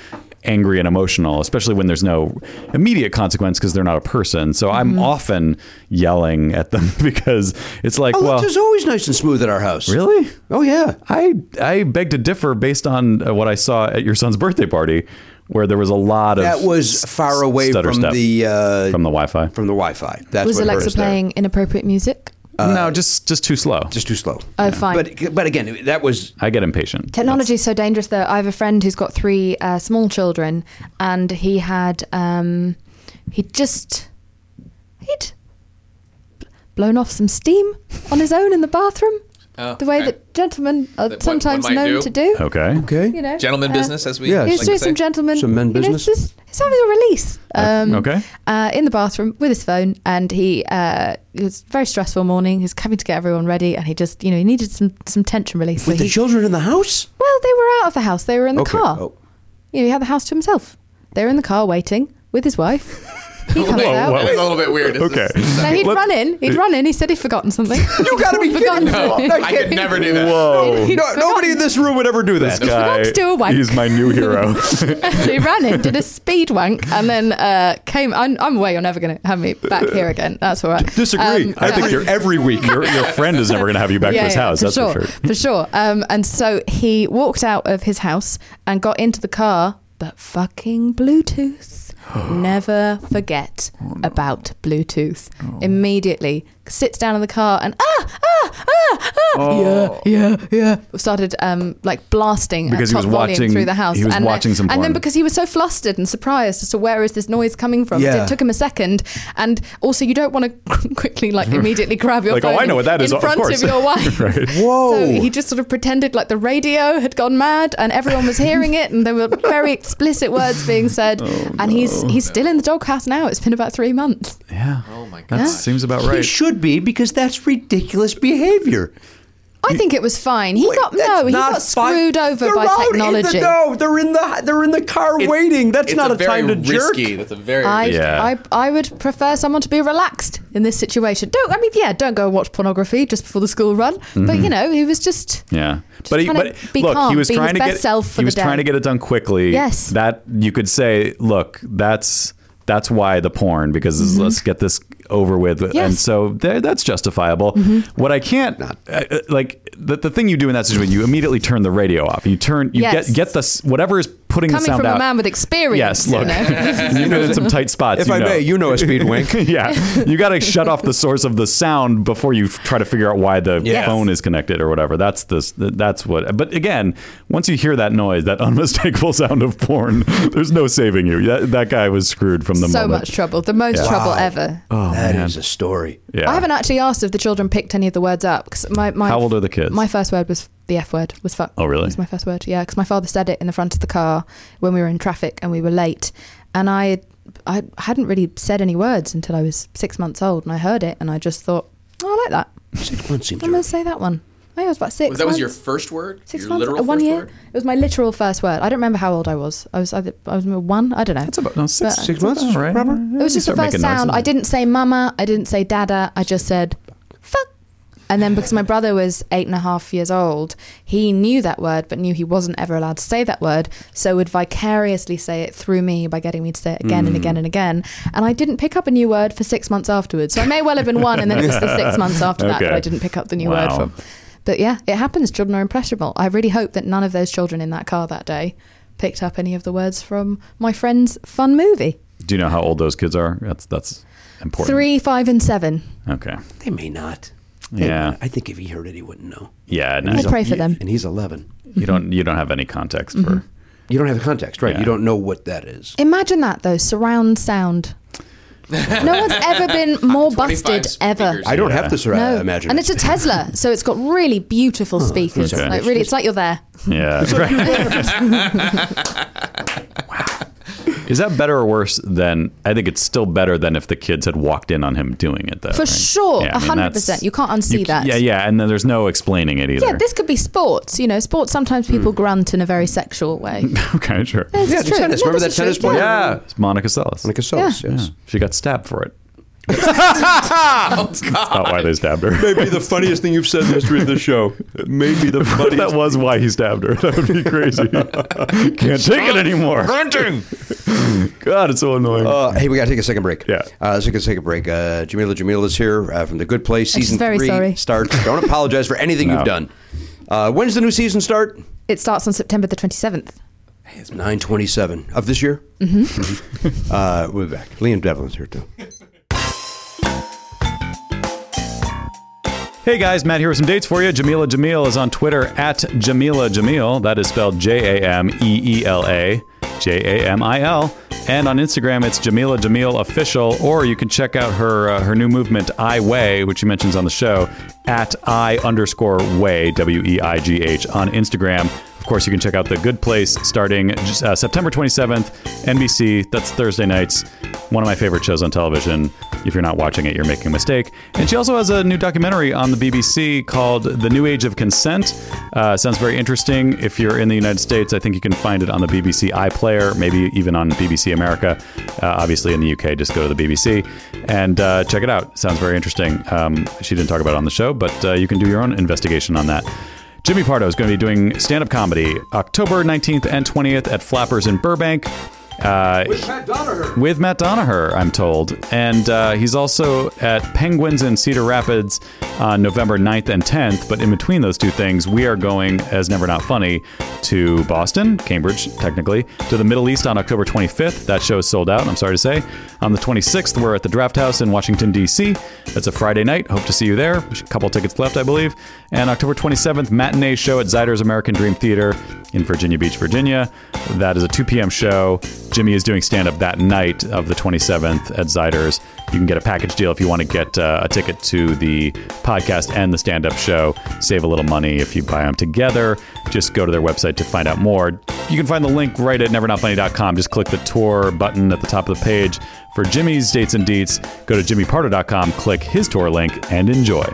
Speaker 1: angry and emotional, especially when there's no immediate consequence because they're not a person. So
Speaker 14: Mm-hmm.
Speaker 1: I'm often yelling at them because it's like, well,
Speaker 4: Alexa's always nice and smooth at our house.
Speaker 1: Really?
Speaker 4: Oh yeah.
Speaker 1: I I beg to differ based on uh, what I saw at your son's birthday party, where there was a lot of
Speaker 4: That was far away
Speaker 1: stutter
Speaker 4: from
Speaker 1: step.
Speaker 4: the uh,
Speaker 1: from the Wi-Fi.
Speaker 4: From the Wi-Fi. That's
Speaker 14: Was
Speaker 4: what
Speaker 14: Alexa
Speaker 4: hers there.
Speaker 14: playing inappropriate music?
Speaker 1: no, just just too slow.
Speaker 4: uh, Just too slow.
Speaker 14: Oh, fine.
Speaker 4: But but again, that was
Speaker 1: I get impatient.
Speaker 14: Technology is so dangerous, though. I have a friend who's got three uh, small children, and he had um, he just he'd blown off some steam on his own in the bathroom,
Speaker 10: Oh,
Speaker 14: the way
Speaker 10: okay.
Speaker 14: that gentlemen are
Speaker 10: one-
Speaker 14: sometimes
Speaker 10: one might
Speaker 14: known
Speaker 10: do.
Speaker 14: to do.
Speaker 1: Okay.
Speaker 4: Okay.
Speaker 14: You know,
Speaker 10: Gentleman
Speaker 14: uh,
Speaker 10: business, as we
Speaker 4: Yeah,
Speaker 10: like
Speaker 14: He's
Speaker 10: to
Speaker 14: doing
Speaker 10: say.
Speaker 14: some gentlemen.
Speaker 4: Some men
Speaker 14: you know,
Speaker 4: business.
Speaker 14: just- he's having a release. Um,
Speaker 4: okay.
Speaker 14: Uh, in the bathroom with his phone, and he uh, it was a very stressful morning. He was having to get everyone ready, and he just you know he needed some some tension release. so
Speaker 4: with the
Speaker 14: he-
Speaker 4: children in the house.
Speaker 14: well, they were out of the house. They were in the
Speaker 4: Okay.
Speaker 14: car.
Speaker 4: Oh.
Speaker 14: You know, he had the house to himself. They were in the car waiting with his wife. He comes
Speaker 10: Whoa,
Speaker 14: out.
Speaker 10: whoa. It's a little bit weird. Okay.
Speaker 14: No, he'd run in. He'd run in. He said he'd forgotten something. you
Speaker 4: gotta be
Speaker 14: forgotten.
Speaker 10: No,
Speaker 14: something.
Speaker 10: I could never do that.
Speaker 1: Whoa.
Speaker 4: No, nobody in this room would ever do
Speaker 1: This
Speaker 4: that.
Speaker 1: guy,
Speaker 14: to do a wank.
Speaker 1: he's my new hero.
Speaker 14: so he ran in, did a speed wank, and then uh, came. I'm, I'm away. You're never going to have me back here again. That's all right.
Speaker 1: Disagree.
Speaker 14: Um,
Speaker 1: I think
Speaker 14: but-
Speaker 1: you're every week. Your, your friend is never going to have you back to his house.
Speaker 14: For
Speaker 1: that's
Speaker 14: sure,
Speaker 1: for sure.
Speaker 14: For sure. Um, and so he walked out of his house and got into the car, but fucking Bluetooth. Never forget about Bluetooth. Immediately sits down in the car and ah ah ah ah yeah yeah yeah started um like blasting
Speaker 1: Oh. Because he
Speaker 14: at
Speaker 1: was
Speaker 14: top volume
Speaker 1: watching-
Speaker 14: through the house
Speaker 1: he was
Speaker 14: and
Speaker 1: watching
Speaker 14: then,
Speaker 1: some
Speaker 14: and then
Speaker 1: porn.
Speaker 14: because he was so flustered and surprised as to where is this noise coming from
Speaker 1: Yeah.
Speaker 14: it took him a second and also you don't want to quickly like immediately grab your
Speaker 1: Like, oh,
Speaker 14: phone
Speaker 1: I know
Speaker 14: in-
Speaker 1: what that is,
Speaker 14: in
Speaker 1: of
Speaker 14: front
Speaker 1: course.
Speaker 14: your wife
Speaker 1: Right. Oh.
Speaker 14: so he just sort of pretended like the radio had gone mad and everyone was hearing it and there were very explicit words being said. and he's he's still in the doghouse now. It's been about three months.
Speaker 1: Yeah.
Speaker 10: Oh my
Speaker 1: That
Speaker 10: god.
Speaker 1: seems about
Speaker 4: He
Speaker 1: right.
Speaker 4: should be because that's ridiculous behavior.
Speaker 14: I think it was fine. He got no, he
Speaker 19: not
Speaker 14: got
Speaker 19: fine.
Speaker 14: screwed over
Speaker 19: They're
Speaker 14: by
Speaker 19: out in the-
Speaker 14: technology.
Speaker 19: no, they're in the they're in the car waiting. That's
Speaker 10: it's
Speaker 19: not
Speaker 10: a
Speaker 19: a,
Speaker 10: very
Speaker 19: time to jerk.
Speaker 10: risky. That's a very
Speaker 14: I,
Speaker 10: risky.
Speaker 14: I I would prefer someone to be relaxed in this situation. Don't I mean yeah, don't go watch pornography just before the school run. But
Speaker 1: Mhm.
Speaker 14: you know, he was just
Speaker 1: Yeah, but, he,
Speaker 14: trying to
Speaker 1: but
Speaker 14: be
Speaker 1: look,
Speaker 14: calm,
Speaker 1: he was
Speaker 14: be his
Speaker 1: trying to
Speaker 14: best
Speaker 1: get
Speaker 14: self for
Speaker 1: he
Speaker 14: the
Speaker 1: was trying
Speaker 14: day.
Speaker 1: to get it done quickly.
Speaker 14: Yes.
Speaker 1: that you could say. Look, that's that's why the porn because this-
Speaker 14: Mhm.
Speaker 1: let's get this over with, and
Speaker 14: Yes.
Speaker 1: so there, that's justifiable.
Speaker 14: Mhm.
Speaker 1: What I can't uh, uh, like the, the thing you do in that situation, you immediately turn the radio off. You turn you
Speaker 14: Yes.
Speaker 1: get get this whatever is putting the
Speaker 14: coming
Speaker 1: sound
Speaker 14: from
Speaker 1: out.
Speaker 14: a man with experience.
Speaker 1: Yes,
Speaker 14: you
Speaker 1: look,
Speaker 14: know?
Speaker 1: you've been in some tight spots.
Speaker 4: If
Speaker 1: you
Speaker 4: I
Speaker 1: know.
Speaker 4: may, you know a speed wink.
Speaker 1: yeah, you got to shut off the source of the sound before you f- try to figure out why the
Speaker 4: Yes.
Speaker 1: phone is connected or whatever. That's this. That's what. But again, once you hear that noise, that unmistakable sound of porn, there's no saving you. That, that guy was screwed from the
Speaker 14: so
Speaker 1: moment.
Speaker 14: much trouble. The most
Speaker 1: Yeah.
Speaker 14: trouble
Speaker 1: Wow.
Speaker 14: ever.
Speaker 1: Oh,
Speaker 4: That
Speaker 1: man.
Speaker 4: is a story.
Speaker 1: Yeah.
Speaker 14: I haven't actually asked if the children picked any of the words up because my, my
Speaker 1: How old are the kids?
Speaker 14: My first word was the f word was fuck.
Speaker 1: Oh, really?
Speaker 14: Was my first word? Yeah, because my father said it in the front of the car Uh, when we were in traffic and we were late, and I I hadn't really said any words until I was six months old, and I heard it and I just thought, oh, I like that. I'm gonna say that one. I think I was about six.
Speaker 10: Was that was your
Speaker 14: months-
Speaker 10: first word?
Speaker 14: Six
Speaker 10: your
Speaker 14: months,
Speaker 10: literal
Speaker 14: uh, one
Speaker 10: first
Speaker 14: year.
Speaker 10: word?
Speaker 14: It was my literal first word. I don't remember how old I was. I was either, I was one. I don't know. That's
Speaker 1: about no,
Speaker 14: six,
Speaker 4: Six months is right. Robert? You
Speaker 14: It was just the
Speaker 4: start
Speaker 14: first
Speaker 4: making noises.
Speaker 14: sound. I didn't say mama. I didn't say dada. I just said fuck. And then because my brother was eight and a half years old, he knew that word, but knew he wasn't ever allowed to say that word, so would vicariously say it through me by getting me to say it again and
Speaker 18: Mm.
Speaker 14: again and again. And I didn't pick up a new word for six months afterwards. So I may well have been one, and then it was the six months after that that
Speaker 18: Okay.
Speaker 14: I didn't pick up the new
Speaker 18: Wow.
Speaker 14: word from. But yeah, it happens. Children are impressionable. I really hope that none of those children in that car that day picked up any of the words from my friend's fun movie.
Speaker 1: Do you know how old those kids are? That's that's important.
Speaker 14: Three, five, and seven.
Speaker 1: Okay.
Speaker 4: They may not.
Speaker 1: Yeah.
Speaker 4: I think if he heard it, he wouldn't know.
Speaker 1: Yeah.
Speaker 4: And
Speaker 1: no.
Speaker 4: he's
Speaker 14: We'll pray for
Speaker 4: he-
Speaker 14: them.
Speaker 4: And he's 11.
Speaker 1: You don't you don't have any context for.
Speaker 14: Mhm.
Speaker 4: You don't have the context, right?
Speaker 1: Yeah.
Speaker 4: You don't know what that is.
Speaker 14: Imagine that though, surround sound. no one's ever been more
Speaker 4: 25
Speaker 14: busted ever.
Speaker 4: I don't have to surround.
Speaker 14: No.
Speaker 4: Imagine.
Speaker 14: And it's a Tesla, so it's got really beautiful speakers.
Speaker 4: okay.
Speaker 14: Like really, it's like you're there.
Speaker 1: Yeah. Is that better or worse than? I think it's still better than if the kids had walked in on him doing it, though.
Speaker 14: For
Speaker 1: right?
Speaker 14: sure,
Speaker 1: Yeah, I
Speaker 14: a
Speaker 1: mean,
Speaker 14: hundred
Speaker 1: that's-
Speaker 14: percent. You can't unsee
Speaker 1: you c-
Speaker 14: that.
Speaker 1: Yeah, yeah, and then there's no explaining it either.
Speaker 14: Yeah, this could be sports. You know, sports sometimes people grunt in a very sexual way.
Speaker 1: okay, sure.
Speaker 14: That's Yeah, Hmm. the true. tennis. No, Remember this that is tennis true. player?
Speaker 1: Yeah. It's Monica Seles. Monica
Speaker 14: Seles,
Speaker 1: yes. She got stabbed for it.
Speaker 14: oh,
Speaker 1: That's not why they stabbed her.
Speaker 20: Maybe the funniest thing you've said in the history of the show. Maybe the funniest.
Speaker 1: that was why he stabbed her. That would be crazy. Can't take it anymore.
Speaker 20: Grunting.
Speaker 1: God, it's so annoying.
Speaker 4: Uh, hey, we got to take a second break. Yeah. Uh, let's take a second break. Uh, Jamila Jamila is here uh, from The Good Place.
Speaker 14: I'm just
Speaker 4: Season
Speaker 14: very
Speaker 4: three
Speaker 14: sorry.
Speaker 4: starts. Don't apologize for anything
Speaker 1: No.
Speaker 4: you've done. Uh, when's the new season start?
Speaker 14: It starts on September the 27th.
Speaker 4: It's 927 of this year. Mm-hmm. uh, we'll be back. Liam Devlin's here, too.
Speaker 1: Hey guys, Matt here with some dates for you. Jamila Jamil is on Twitter at Jamila Jamil. That is spelled J A M E E L A J A M I L. And on Instagram, it's Jamila Jamil Official, or you can check out her uh, her new movement, I Way, which she mentions on the show, at I underscore Way, W E I G H, on Instagram. Of course, you can check out The Good Place starting uh, September 27th, NBC. That's Thursday nights. One of my favorite shows on television. If you're not watching it, you're making a mistake. And she also has a new documentary on the BBC called The New Age of Consent. Uh, sounds very interesting. If you're in the United States, I think you can find it on the BBC iPlayer, maybe even on BBC America. Uh, obviously, in the UK, just go to the BBC and uh, check it out. Sounds very interesting. Um, she didn't talk about it on the show, but uh, you can do your own investigation on that. Jimmy Pardo is going to be doing stand up comedy October 19th and 20th at Flappers in Burbank. Uh, with Matt Donaher. With Matt Donaher, I'm told. And uh, he's also at Penguins in Cedar Rapids on November 9th and 10th. But in between those two things, we are going, as Never Not Funny, to Boston, Cambridge, technically, to the Middle East on October 25th. That show is sold out, I'm sorry to say. On the 26th, we're at the Draft House in Washington, D.C. That's a Friday night. Hope to see you there. A couple tickets left, I believe. And October 27th, matinee show at Zyder's American Dream Theater in Virginia Beach, Virginia. That is a 2 p.m. show. Jimmy is doing stand up that night of the 27th at Zyder's. You can get a package deal if you want to get uh, a ticket to the podcast and the stand up show. Save a little money if you buy them together. Just go to their website to find out more. You can find the link right at nevernotfunny.com. Just click the tour button at the top of the page. For Jimmy's dates and deets, go to jimmypardo.com, click his tour link, and enjoy.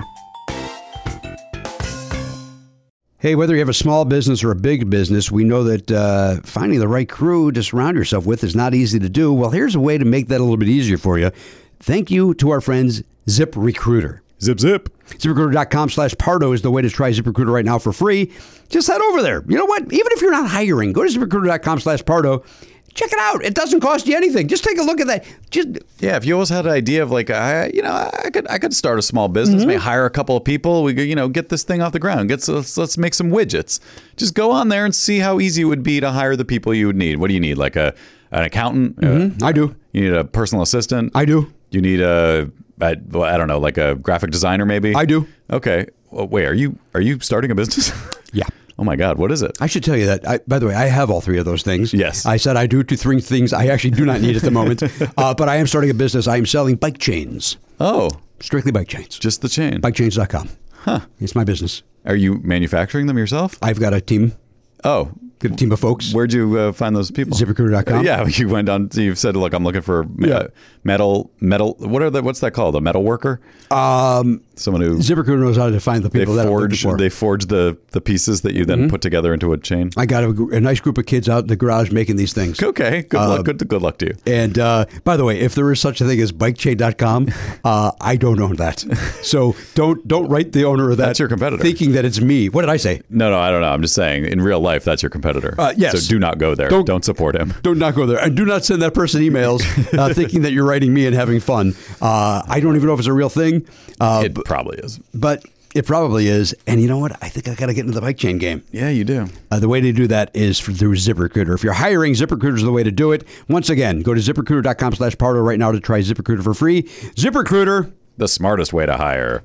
Speaker 4: Hey, whether you have a small business or a big business, we know that uh, finding the right crew to surround yourself with is not easy to do. Well, here's a way to make that a little bit easier for you. Thank you to our friends Zip Recruiter.
Speaker 1: Zip zip.
Speaker 4: ZipRecruiter.com slash Pardo is the way to try ZipRecruiter right now for free. Just head over there. You know what? Even if you're not hiring, go to ZipRecruiter.com slash Pardo. Check it out. It doesn't cost you anything. Just take a look at that. Just
Speaker 1: Yeah, if you always had an idea of like, I, you know, I could, I could start a small business, maybe
Speaker 4: Mm-hmm.
Speaker 1: hire a couple of people. We could, you know, get this thing off the ground. Get so let's, let's make some widgets. Just go on there and see how easy it would be to hire the people you would need. What do you need? Like a an accountant? Uh,
Speaker 4: Mm-hmm. I do.
Speaker 1: You need a personal assistant.
Speaker 4: I do.
Speaker 1: You need a, I, well, I don't know, like a graphic designer, maybe. I
Speaker 4: do.
Speaker 1: Okay. Well, wait, are you are you starting a business?
Speaker 4: yeah.
Speaker 1: Oh my God, what is it?
Speaker 4: I should tell you that. I, by the way, I have all three of those things.
Speaker 1: Yes.
Speaker 4: I said I do two, three things I actually do not need at the moment, uh, but I am starting a business. I am selling bike chains.
Speaker 1: Oh,
Speaker 4: strictly bike chains.
Speaker 1: Just the chain.
Speaker 4: Bikechains.com. Huh. It's my business.
Speaker 1: Are you manufacturing them yourself?
Speaker 4: I've got a team.
Speaker 1: Oh,
Speaker 4: good team of folks.
Speaker 1: Where'd you uh, find those people?
Speaker 4: ZipRecruiter.com.
Speaker 1: Uh, yeah, you went on. You've said, "Look, I'm looking for me-
Speaker 4: Yeah.
Speaker 1: uh, metal, metal. What are the? What's that called? A metal worker?
Speaker 4: Um,
Speaker 1: Someone who
Speaker 4: ZipRecruiter knows how to find the
Speaker 1: they
Speaker 4: people that I'm looking
Speaker 1: forge.
Speaker 4: for.
Speaker 1: They forge the the pieces that you then
Speaker 4: Mhm.
Speaker 1: put together into a chain.
Speaker 4: I got a, gr- a nice group of kids out in the garage making these things.
Speaker 1: Okay, good
Speaker 4: Uh,
Speaker 1: luck. Good good luck to you.
Speaker 4: And uh, by the way, if there is such a thing as bikechain.com, uh, I don't own that. So don't don't write the owner of that. That's your competitor. Thinking that it's me. What did I say?
Speaker 1: No, no, I don't know. I'm just saying, in real life, that's your competitor.
Speaker 4: Uh, yes.
Speaker 1: So do not go there.
Speaker 4: Don't-
Speaker 1: Don't, support him.
Speaker 4: Don't not go there, and do not send that person emails uh, thinking that you're writing me and having fun. Uh, I don't even know if it's a real thing. Uh,
Speaker 1: it probably is,
Speaker 4: but it probably is. And you know what? I think I got to get into the bike chain game.
Speaker 1: Yeah, you do.
Speaker 4: Uh, the way to do that is for- through ZipRecruiter. If you're hiring, ZipRecruiter is the way to do it. Once again, go to ZipRecruiter.com/pardo right now to try ZipRecruiter for free. ZipRecruiter.
Speaker 1: The smartest way to hire.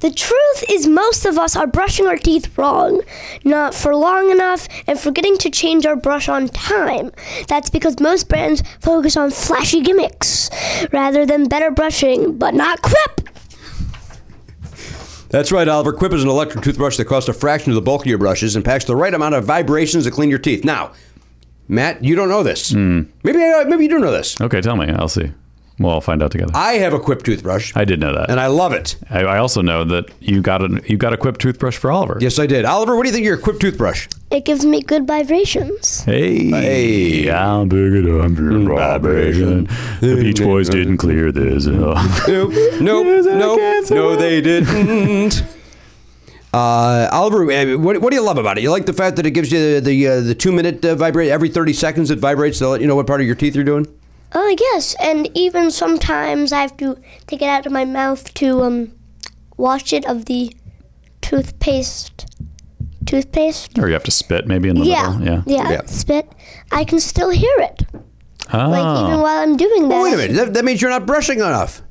Speaker 14: The truth is, most of us are brushing our teeth wrong, not for long enough, and forgetting to change our brush on time. That's because most brands focus on flashy gimmicks rather than better brushing, but not quip.
Speaker 21: That's right, Oliver. Quip is an electric toothbrush that costs a fraction of the bulk of your brushes and packs the right amount of vibrations to clean your teeth. Now, Matt, you don't know this. Maybe uh, maybe you do know this.
Speaker 1: Okay, tell me. I'll see. Well, I'll find out together.
Speaker 21: I have a Quip toothbrush.
Speaker 1: I did know that,
Speaker 21: and I love it.
Speaker 1: I, I also know that you got a you got a Quip toothbrush for Oliver.
Speaker 21: Yes, I did. Oliver, what do you think of your Quip toothbrush?
Speaker 14: It gives me good vibrations.
Speaker 1: Hey, hey, I'm big at hundred vibration. The Beach Boys didn't clear this.
Speaker 22: Nope. Nope. nope. No, they didn't.
Speaker 4: Uh, Oliver,
Speaker 21: eh,
Speaker 4: uh, what, what do you love about it? You like the fact that it gives you the the, uh, the two minute uh, vibrate every thirty seconds. It vibrates to let you know what part of your teeth you're doing.
Speaker 14: Oh yes, and even sometimes I have to take it out of my mouth to um, wash it of the toothpaste. Toothpaste.
Speaker 1: Or you have to spit maybe in the
Speaker 14: Yeah.
Speaker 1: middle.
Speaker 14: yeah. Spit. I can still hear it.
Speaker 1: Oh.
Speaker 14: Like even while I'm doing that.
Speaker 4: Wait a minute. That, that means you're not brushing enough.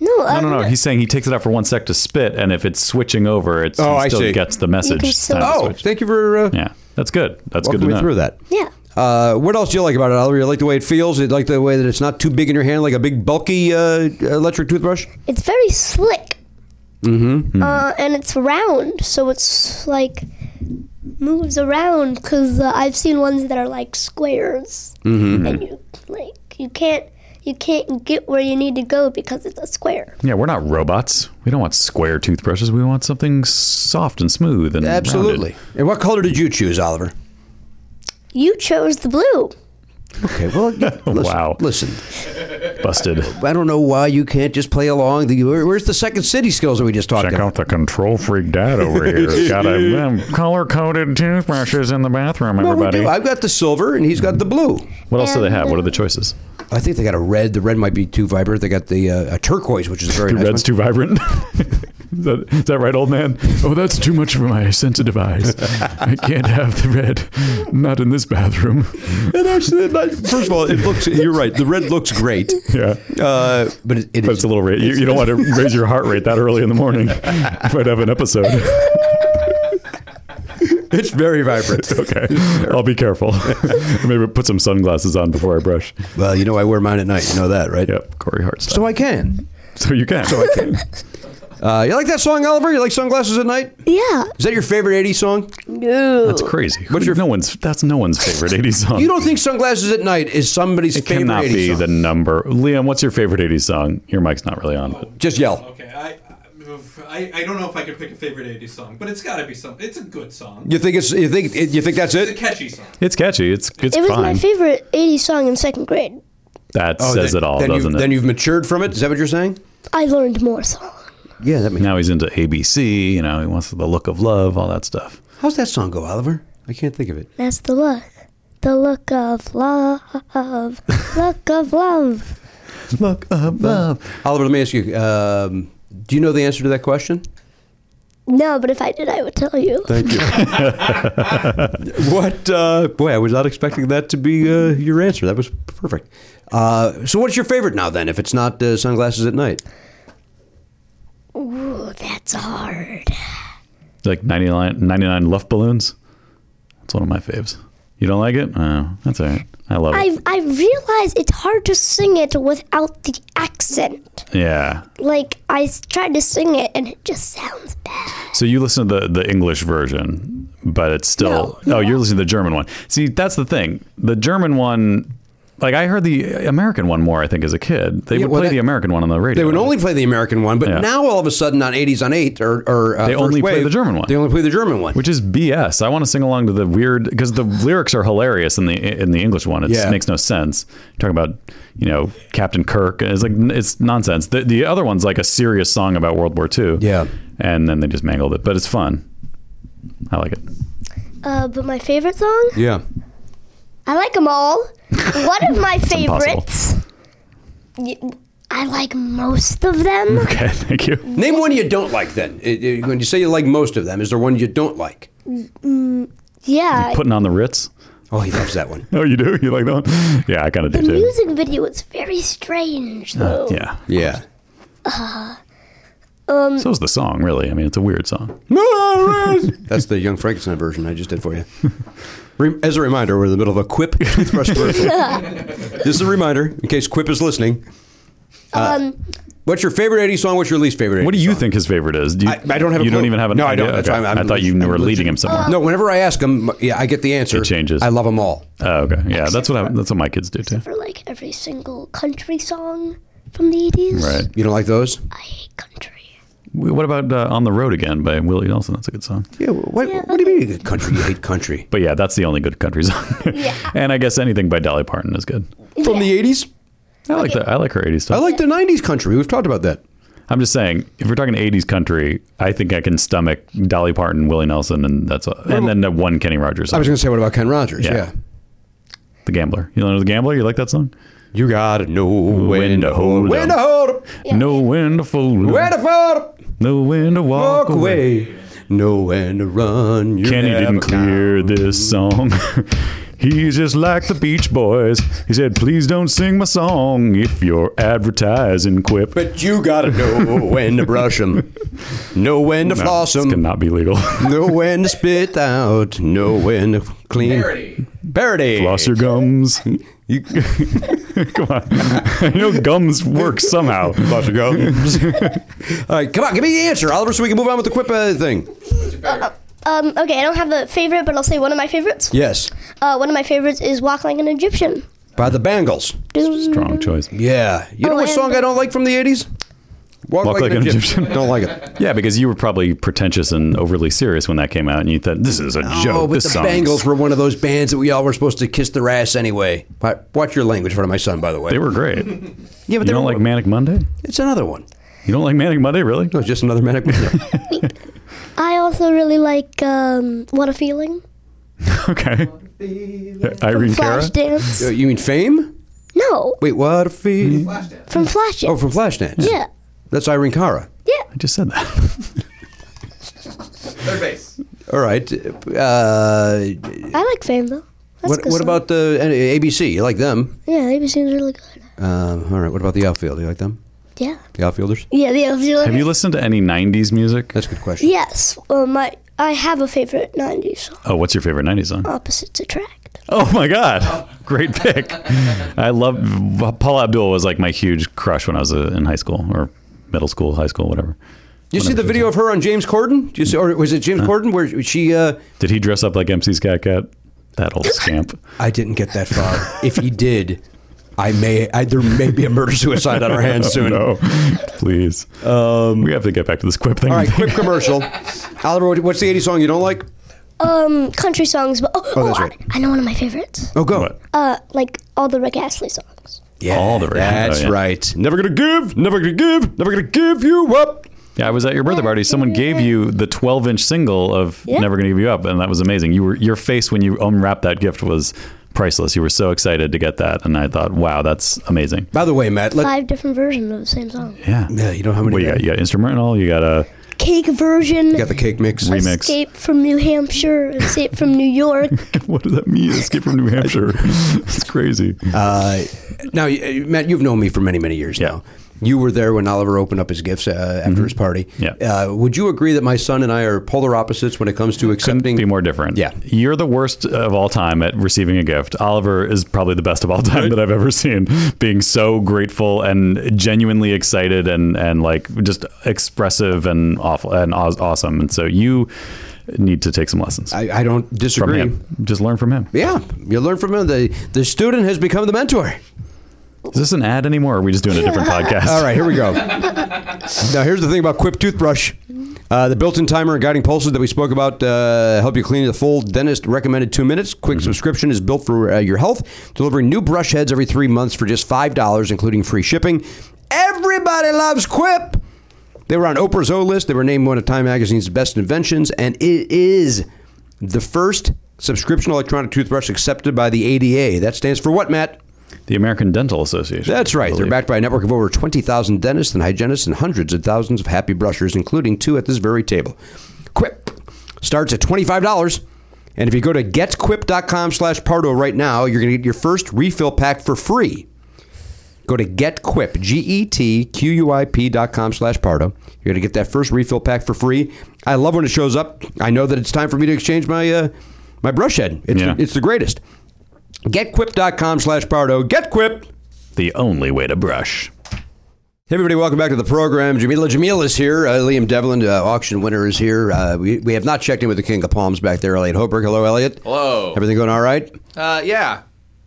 Speaker 14: No, um,
Speaker 1: no,
Speaker 14: I'm
Speaker 1: no, no. He's saying he takes it out for one sec to spit, and if it's switching over, it's,
Speaker 4: Oh,
Speaker 1: he
Speaker 4: I
Speaker 1: still
Speaker 4: see.
Speaker 1: gets the
Speaker 14: You
Speaker 1: message.
Speaker 14: can
Speaker 1: It's
Speaker 14: still-
Speaker 1: time to
Speaker 14: Oh,
Speaker 1: switch.
Speaker 4: Thank you for uh,
Speaker 1: yeah, that's good. That's
Speaker 4: walking
Speaker 1: good to
Speaker 4: me
Speaker 1: know.
Speaker 4: through that.
Speaker 14: Yeah.
Speaker 4: Uh, what else do you like about it, Oliver? You like the way it feels? You like the way that it's not too big in your hand, like a big bulky uh, electric toothbrush?
Speaker 14: It's very slick.
Speaker 4: Mm-hmm.
Speaker 1: Hmm.
Speaker 14: Uh, and it's round, so it's like moves around. Cause uh, I've seen ones that are like squares.
Speaker 1: Mhm.
Speaker 14: And you like you can't you can't get where you need to go because it's a square.
Speaker 1: Yeah, we're not robots. We don't want square toothbrushes. We want something soft and smooth and
Speaker 4: Absolutely. And what color did you choose, Oliver?
Speaker 14: You chose the blue.
Speaker 4: Okay, well, listen,
Speaker 1: wow.
Speaker 4: Listen,
Speaker 1: busted.
Speaker 4: I don't know why you can't just play along. The, where, where's the second city skills that we just talked
Speaker 1: Check
Speaker 4: about?
Speaker 1: out the control freak dad over here. Got a color coded toothbrushes in the bathroom.
Speaker 4: No, we
Speaker 1: Everybody.
Speaker 4: do. I've got the silver, and he's got the blue.
Speaker 1: What else do they have? What are the choices?
Speaker 4: I think they got a red. The red might be too vibrant. They got the uh, a turquoise, which is a very
Speaker 1: The
Speaker 4: nice
Speaker 1: red's too vibrant. is, that, is that right, old man? Oh, that's too much for my sensitive eyes. I can't have the red. Not in this bathroom.
Speaker 22: It actually, it, not- first of all, it looks. You're right. The red looks great.
Speaker 1: Yeah.
Speaker 22: Uh, but it, it
Speaker 1: But it's a little. Ra- you, you don't want to raise your heart rate that early in the morning. You might have an episode.
Speaker 22: It's very vibrant.
Speaker 1: okay, I'll be careful. Maybe put some sunglasses on before I brush.
Speaker 4: Well, you know I wear mine at night. You know that, right?
Speaker 1: Yep, Corey Hart style.
Speaker 4: So I can.
Speaker 1: So you can.
Speaker 4: So I can. Uh, you like that song, Oliver? You like sunglasses at night?
Speaker 14: Yeah.
Speaker 4: Is that your favorite '80s song?
Speaker 14: No.
Speaker 1: That's crazy. What's your, no one's. That's no one's favorite 80s song.
Speaker 4: You don't think sunglasses at night is somebody's
Speaker 1: it
Speaker 4: favorite
Speaker 1: cannot
Speaker 4: 80s
Speaker 1: be
Speaker 4: song?
Speaker 1: the number. Liam, what's your favorite 80s song? Your mic's not really on. But.
Speaker 4: Just yell.
Speaker 11: Okay, I, I I don't know if I could pick a favorite 80s song, but it's got to be some. It's a good song.
Speaker 4: You think it's you think you think that's it?
Speaker 11: catchy song.
Speaker 1: It's catchy. It's it's
Speaker 14: it was
Speaker 1: fine.
Speaker 14: my favorite 80s song in second grade.
Speaker 1: that
Speaker 4: Oh,
Speaker 1: says
Speaker 4: then-
Speaker 1: it all,
Speaker 4: then
Speaker 1: doesn't
Speaker 4: you,
Speaker 1: it?
Speaker 4: Then you've matured from it. Is that what you're saying?
Speaker 14: I learned more songs.
Speaker 4: Yeah, that makes.
Speaker 1: now he's into ABC. You know, he wants the look of love, all that stuff.
Speaker 4: How's that song go, Oliver? I can't think of it.
Speaker 14: That's the look. The look of love. look of love.
Speaker 1: Look of love.
Speaker 4: Oliver, let me ask you. Um, do you know the answer to that question?
Speaker 14: No, but if I did, I would tell you.
Speaker 4: Thank you. what? Uh, boy, I was not expecting that to be uh, your answer. That was perfect. Uh, so, what's your favorite now then? If it's not uh, sunglasses at night,
Speaker 14: Ooh, Oh, that's hard.
Speaker 1: Like 99, 99 Luft Balloons. That's one of my faves. You don't like it? Oh, that's all right. I love it.
Speaker 14: I I realize it's hard to sing it without the accent.
Speaker 1: Yeah.
Speaker 14: Like I s- tried to sing it and it just sounds bad.
Speaker 1: So you listen to the, the English version, but it's still oh, you're listening to the German one. See, that's the thing. The German one, like I heard the American one more. I think as a kid, they
Speaker 4: Yeah,
Speaker 1: would
Speaker 4: well,
Speaker 1: play
Speaker 4: that-
Speaker 1: the American one on the radio.
Speaker 4: they would only play the American one. But
Speaker 1: Yeah.
Speaker 4: now, all of a sudden, on '80s on Eight or, or uh,
Speaker 1: They
Speaker 4: First
Speaker 1: only play
Speaker 4: Wave,
Speaker 1: the German one.
Speaker 4: They only play the German one.
Speaker 1: which is BS. I want to sing along to the weird because the lyrics are hilarious in the in the English one. It
Speaker 4: Yeah.
Speaker 1: makes no sense. Talking about you know Captain Kirk, it's like it's nonsense. The, the other one's like a serious song about World War II.
Speaker 4: Yeah.
Speaker 1: and then they just mangled it, but it's fun. I like it.
Speaker 14: Uh, but my favorite song,
Speaker 4: Yeah.
Speaker 14: I like them all. One of my
Speaker 1: impossible.
Speaker 14: favorites. y- I like most of them.
Speaker 1: Okay, thank you.
Speaker 4: Name one you don't like then. It- it- when you say you like most of them, is there one you don't like?
Speaker 14: Mm, yeah,
Speaker 1: Putting on the Ritz.
Speaker 4: Oh, he loves that one.
Speaker 1: Oh, you do? You like that one? Yeah, I kind of
Speaker 14: the
Speaker 1: do too.
Speaker 14: music video is very strange though.
Speaker 1: Uh, Yeah.
Speaker 4: Yeah.
Speaker 14: Um,
Speaker 1: So's the song, really. I mean, it's a weird song.
Speaker 4: That's the Young Frankenstein version I just did for you. Re- As a reminder, we're in the middle of a Quip toothbrush version. this is a reminder in case Quip is listening. Uh,
Speaker 14: um,
Speaker 4: What's your favorite 80s song? What's your least favorite?
Speaker 1: What
Speaker 4: 80s
Speaker 1: do you
Speaker 4: song?
Speaker 1: think his favorite is? Do you,
Speaker 4: I, I don't have. A
Speaker 1: You
Speaker 4: clue.
Speaker 1: don't even have an
Speaker 4: No,
Speaker 1: idea?
Speaker 4: I don't. That's
Speaker 1: Okay.
Speaker 4: why I'm,
Speaker 1: I
Speaker 4: I'm
Speaker 1: thought you
Speaker 4: legit-
Speaker 1: were
Speaker 4: I'm
Speaker 1: leading
Speaker 4: legit-
Speaker 1: him somewhere.
Speaker 4: No, whenever I ask him, yeah, I get the answer.
Speaker 1: It changes.
Speaker 4: I love them all.
Speaker 1: Oh, okay. Yeah, that's what I, that's what my kids do too.
Speaker 14: for like every single country song from the 80s.
Speaker 1: Right.
Speaker 4: You don't like those? I hate
Speaker 1: What about uh, On the Road Again by Willie Nelson? That's a good song.
Speaker 4: Yeah. What, what do you mean a good country? You hate country.
Speaker 1: But yeah, that's the only good country song. yeah. And I guess anything by Dolly Parton is good.
Speaker 4: From the eighties.
Speaker 1: I like that. I like her 80s stuff.
Speaker 4: I like the '90s country. We've talked about that.
Speaker 1: I'm just saying, if we're talking 80s country, I think I can stomach Dolly Parton, Willie Nelson, and that's and then that one Kenny
Speaker 4: I
Speaker 1: Rogers. Song.
Speaker 4: was going to say, what about Ken Rogers?
Speaker 1: Yeah.
Speaker 4: Yeah.
Speaker 1: The Gambler. You know The Gambler? You like that song?
Speaker 4: You gotta know
Speaker 1: when to hold
Speaker 4: When to
Speaker 1: up.
Speaker 4: hold 'em,
Speaker 1: Know when to fold up.
Speaker 4: when to fold 'em,
Speaker 1: Know when to walk,
Speaker 4: walk away, know when to run. You
Speaker 1: Kenny
Speaker 4: never
Speaker 1: didn't clear this song. He's just like the Beach Boys. He said, "Please don't sing my song if you're advertising quip."
Speaker 4: But you gotta know when to brush 'em, know when to
Speaker 1: No,
Speaker 4: floss 'em.
Speaker 1: this cannot be legal.
Speaker 4: know when to spit out, know when to clean. Parody. Parody.
Speaker 1: Floss your gums. You, come on. I know gums work somehow. Floss your gums.
Speaker 4: All right, come on, give me the answer, Oliver, so we can move on with the quip uh, thing.
Speaker 12: Um, okay, I don't have a favorite, but I'll say one of my favorites.
Speaker 4: Yes,
Speaker 12: Uh, one of my favorites is Walk Like an Egyptian.
Speaker 4: by the Bangles.
Speaker 1: Strong choice.
Speaker 4: Yeah. You know
Speaker 12: Oh,
Speaker 4: what
Speaker 12: and-
Speaker 4: song I don't like from the 80s? Walk,
Speaker 1: Walk like an Egyptian.
Speaker 4: Don't like it.
Speaker 1: Yeah, because you were probably pretentious and overly serious when that came out, and you thought this is a joke.
Speaker 4: Oh, but
Speaker 1: this
Speaker 4: the
Speaker 1: song.
Speaker 4: Bangles were one of those bands that we all were supposed to kiss their ass anyway. But watch your language in front of my son, by the way.
Speaker 1: They were great.
Speaker 4: Yeah, but
Speaker 1: you
Speaker 4: they
Speaker 1: don't
Speaker 4: were-
Speaker 1: like Manic Monday?
Speaker 4: It's another one.
Speaker 1: You don't like Manic Monday, really?
Speaker 4: No, it's just another Manic Monday.
Speaker 12: I also really like um, What a Feeling.
Speaker 1: okay. Irene Cara.
Speaker 12: Flashdance.
Speaker 4: Uh, you mean Fame?
Speaker 12: No,
Speaker 4: Wait, what a feed? Flashdance.
Speaker 12: from Flashdance.
Speaker 4: Oh, from Flashdance.
Speaker 12: Yeah.
Speaker 4: That's Irene Cara.
Speaker 1: I just said that.
Speaker 10: Third base.
Speaker 4: All right. Uh,
Speaker 12: I like Fame though. That's a
Speaker 4: what
Speaker 12: good
Speaker 4: what
Speaker 12: song.
Speaker 4: about the uh, ABC? You like them?
Speaker 12: Yeah, ABC is really good.
Speaker 4: Um, all right. What about the outfield? You like them?
Speaker 12: Yeah.
Speaker 4: The outfielders?
Speaker 12: Yeah, the Outfield.
Speaker 1: Have you listened to any '90s music?
Speaker 4: That's a good question.
Speaker 12: Yes. Well, my I have a favorite '90s song.
Speaker 1: Oh, what's your favorite '90s song?
Speaker 12: Opposites attract.
Speaker 1: Oh my God! Great pick. I love Paul Abdul was like my huge crush when I was uh, in high school or middle school, high school, whatever.
Speaker 4: You see the video of her on James Corden? Do you see, or was it James Corden where she? Uh,
Speaker 1: Did he dress up like MC Scat Cat? That old scamp.
Speaker 4: I didn't get that far. if he did, I may. I, there may be a murder suicide on our hands soon.
Speaker 1: Oh, no, please. we have to get back to this quip thing.
Speaker 4: Um, All right, quick commercial. Oliver, what- what's the 80s song you don't like?
Speaker 12: Um, country songs, but oh,
Speaker 4: Oh, that's
Speaker 12: oh,
Speaker 4: right.
Speaker 12: I, I know one of my favorites.
Speaker 4: Oh, go.
Speaker 12: Uh, like all the Rick Astley songs.
Speaker 4: Yeah,
Speaker 1: All the radio.
Speaker 4: That's
Speaker 1: Oh, yeah.
Speaker 4: right. Never gonna give. Never gonna give. Never gonna give you up.
Speaker 1: Yeah, I was at your birthday party. Someone gave you the 12 inch single of
Speaker 12: Yeah.
Speaker 1: "Never Gonna Give You Up," and that was amazing. You were your face when you unwrapped that gift was priceless. You were so excited to get that, and I thought, wow, that's amazing.
Speaker 4: By the way, Matt. Let,
Speaker 12: Five different versions of the same song.
Speaker 1: Yeah.
Speaker 4: yeah, you know how many?
Speaker 1: What you got? You got instrumental. You got a
Speaker 12: Cake version.
Speaker 4: You got the cake mix.
Speaker 1: remix.
Speaker 12: Escape from New Hampshire. Escape from New York.
Speaker 1: What does that mean? Escape from New Hampshire. it's crazy.
Speaker 4: Uh, now, y- Matt, you've known me for many, many years now. You were there when Oliver opened up his gifts uh, after his party.
Speaker 1: Mm-hmm. Yeah.
Speaker 4: Uh, would you agree that my son and I are polar opposites when it comes to accepting?
Speaker 1: Be more different.
Speaker 4: Yeah.
Speaker 1: You're the worst of all time at receiving a gift. Oliver is probably the best of all time that I've ever seen, being so grateful and genuinely excited and, and like just expressive and awful and aw- awesome. And so you need to take some lessons
Speaker 4: I, I don't
Speaker 1: from
Speaker 4: disagree.
Speaker 1: him. Just learn from him.
Speaker 4: Yeah, you learn from him. The the student has become the mentor.
Speaker 1: Is this an ad anymore? Or are we just doing a different podcast?
Speaker 4: All right, here we go. now, here's the thing about Quip toothbrush. Uh, the built-in timer and guiding pulses that we spoke about uh, help you clean the full dentist recommended two minutes. Quick subscription is built for uh, your health, delivering new brush heads every three months for just five dollars, including free shipping. Everybody loves Quip. They were on Oprah's O list. They were named one of Time Magazine's best inventions, and it is the first subscription electronic toothbrush accepted by the ADA. That stands for what, Matt?
Speaker 1: The American Dental Association.
Speaker 4: That's right. They're backed by a network of over 20,000 dentists and hygienists and hundreds of thousands of happy brushers, including two at this very table. Quip starts at $25. And if you go to getquip.com slash Pardo right now, you're going to get your first refill pack for free. Go to getquip, E G-E-T-Q-U-I-P dot com slash Pardo. You're going to get that first refill pack for free. I love when it shows up. I know that it's time for me to exchange my uh, my brush head. It's,
Speaker 1: Yeah.
Speaker 4: it's the greatest. Getquip.com slash Pardo. Getquip.
Speaker 1: The only way to brush.
Speaker 4: Hey everybody, welcome back to the program. Jamila Jamil is here. Uh, Liam Devlin, uh, auction winner, is here. Uh, we, we have not checked in with the King of Palms back there, Elliot Hoberg. Hello, Elliot.
Speaker 10: Hello.
Speaker 4: Everything going all right?
Speaker 10: Uh, yeah.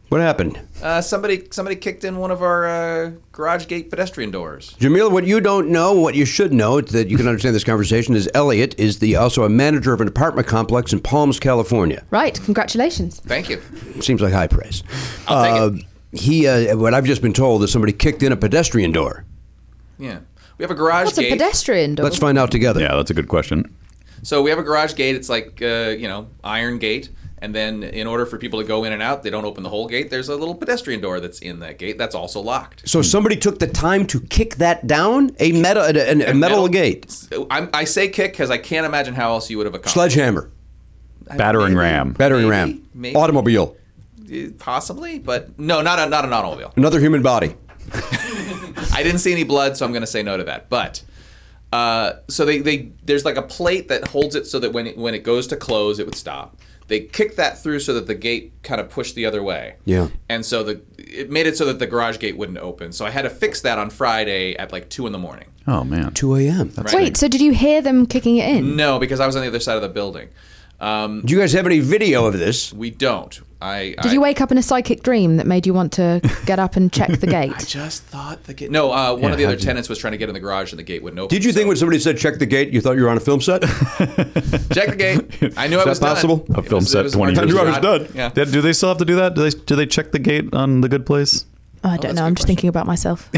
Speaker 4: What happened?
Speaker 10: Uh, somebody somebody kicked in one of our uh, garage gate pedestrian doors.
Speaker 4: Jamil, what you don't know, what you should know, that you can understand this conversation, is Elliot is the also a manager of an apartment complex in Palms, California.
Speaker 14: Right. Congratulations.
Speaker 10: Thank you.
Speaker 4: Seems like high praise. I'll take it. He, uh, what I've just been told, is somebody kicked in a pedestrian door.
Speaker 10: Yeah, we have a garage
Speaker 14: What's
Speaker 10: gate.
Speaker 14: a pedestrian door?
Speaker 4: Let's find out together.
Speaker 1: Yeah, that's a good question.
Speaker 10: So we have a garage gate. It's like uh, you know iron gate, and then in order for people to go in and out, they don't open the whole gate. There's a little pedestrian door that's in that gate that's also locked.
Speaker 4: So somebody took the time to kick that down a metal a, a, a metal, gate
Speaker 10: So I'm, I say kick because I can't imagine how else you would have accomplished.
Speaker 4: sledgehammer,
Speaker 1: battering ram,
Speaker 4: battering ram,
Speaker 10: maybe.
Speaker 4: automobile,
Speaker 10: Uh, Possibly, but no, not a, not an automobile.
Speaker 4: another human body.
Speaker 10: I didn't see any blood, so I'm going to say no to that. But uh, so they, they there's like a plate that holds it so that when it, when it goes to close, it would stop. They kick that through so that the gate kind of pushed the other way,
Speaker 4: Yeah.
Speaker 10: and so the it made it so that the garage gate wouldn't open. So I had to fix that on Friday at like two in the morning.
Speaker 1: Oh man,
Speaker 4: two a.m.
Speaker 14: Wait, so did you hear them kicking it in?
Speaker 10: No, because I was on the other side of the building. Um,
Speaker 4: Do you guys have any video of this?
Speaker 10: We don't. I
Speaker 14: Did
Speaker 10: I,
Speaker 14: you wake up in a psychic dream that made you want to get up and check the gate?
Speaker 10: I just thought the gate. No, uh, one of the
Speaker 4: Yeah,
Speaker 10: other
Speaker 4: how'd you-
Speaker 10: tenants was trying to get in the garage and the gate wouldn't open.
Speaker 4: Did you think when somebody said check the gate, you thought you were on a film set?
Speaker 10: Check the gate. I knew
Speaker 4: Is
Speaker 10: I
Speaker 4: that
Speaker 10: was
Speaker 4: possible?
Speaker 10: Done.
Speaker 1: A film
Speaker 10: was- it
Speaker 1: set
Speaker 10: was
Speaker 1: twenty
Speaker 10: hard
Speaker 1: years
Speaker 10: to
Speaker 1: ago.
Speaker 10: do. Yeah.
Speaker 1: Do- Do they still have to do that? Do they do they check the gate on the good place?
Speaker 14: Oh, I don't know. I'm just thinking about myself.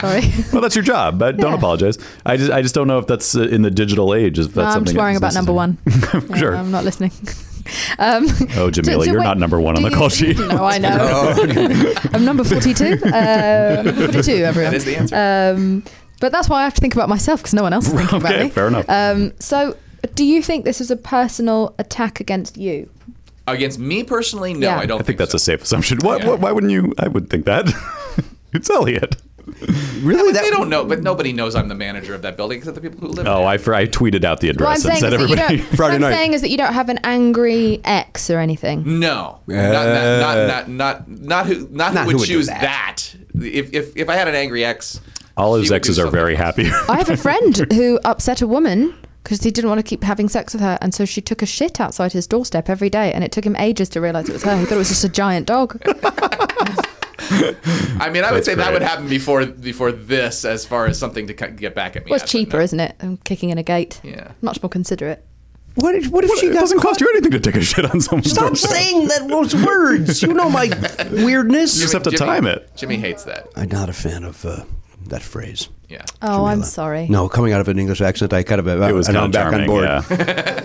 Speaker 14: Sorry.
Speaker 1: Well, that's your job. I don't
Speaker 14: Yeah.
Speaker 1: apologize. I just I just don't know if that's uh, in the digital age. If that's
Speaker 14: No, I'm
Speaker 1: something
Speaker 14: just
Speaker 1: that
Speaker 14: worrying
Speaker 1: is
Speaker 14: about number
Speaker 1: necessary.
Speaker 14: one. Yeah,
Speaker 1: Sure.
Speaker 14: I'm not listening. Um,
Speaker 1: Oh,
Speaker 14: to-
Speaker 1: Jamila,
Speaker 14: to
Speaker 1: you're
Speaker 14: wait-
Speaker 1: not number one on
Speaker 14: do
Speaker 1: the call
Speaker 14: you-
Speaker 1: sheet.
Speaker 14: No, I know. I'm number 42. Uh, I'm number 42, everyone.
Speaker 1: That is the answer.
Speaker 14: Um, but that's why I have to think about myself because no one else is thinking about
Speaker 1: Okay,
Speaker 14: me.
Speaker 1: fair enough.
Speaker 14: Um, so, do you think this was a personal attack against you?
Speaker 10: Against me personally, no,
Speaker 14: Yeah.
Speaker 10: I don't.
Speaker 1: I think that's a safe assumption. What, what? Why wouldn't you? I would think that. it's Elliot.
Speaker 4: Really?
Speaker 10: they don't know, but nobody knows I'm the manager of that building except the people who live.
Speaker 1: Oh, I, fr- I tweeted out the
Speaker 14: What I'm
Speaker 1: address and
Speaker 14: saying is
Speaker 1: said
Speaker 14: that you
Speaker 1: everybody
Speaker 14: don't. what I'm saying is that you don't have an angry ex or anything.
Speaker 10: No,
Speaker 1: Yeah.
Speaker 10: not, not, not, not, not who, not,
Speaker 1: Uh, Not
Speaker 10: who
Speaker 1: who
Speaker 10: would
Speaker 1: would do
Speaker 10: choose
Speaker 1: that.
Speaker 10: that. If, if, if I had an angry ex,
Speaker 1: All his exes are very happy.
Speaker 14: I have a friend who upset a woman because he didn't want to keep having sex with her, and so she took a shit outside his doorstep every day, and it took him ages to realise it was her. He Oh, thought it was just a giant dog.
Speaker 10: I mean, I would
Speaker 1: That's
Speaker 10: say that
Speaker 1: great.
Speaker 10: would happen before before this, as far as something to cut- get back at me.
Speaker 14: well, it's
Speaker 10: at, but
Speaker 14: cheaper,
Speaker 10: no.
Speaker 14: isn't it? than kicking in a gate. Yeah, much more considerate.
Speaker 4: What if, what if she
Speaker 1: it
Speaker 4: got
Speaker 1: doesn't cost you anything to take a shit on someone's
Speaker 4: Stop
Speaker 1: doorstep.
Speaker 4: saying that those words. You know my weirdness.
Speaker 10: Jimmy- Jimmy- Jimmy hates that.
Speaker 4: I'm not a fan of uh, that phrase.
Speaker 10: Yeah.
Speaker 14: Oh, I'm sorry.
Speaker 4: No, coming out of an English accent, I kind of uh,
Speaker 1: It was
Speaker 4: and I'm
Speaker 1: kind of
Speaker 4: back on
Speaker 1: charming.
Speaker 4: board.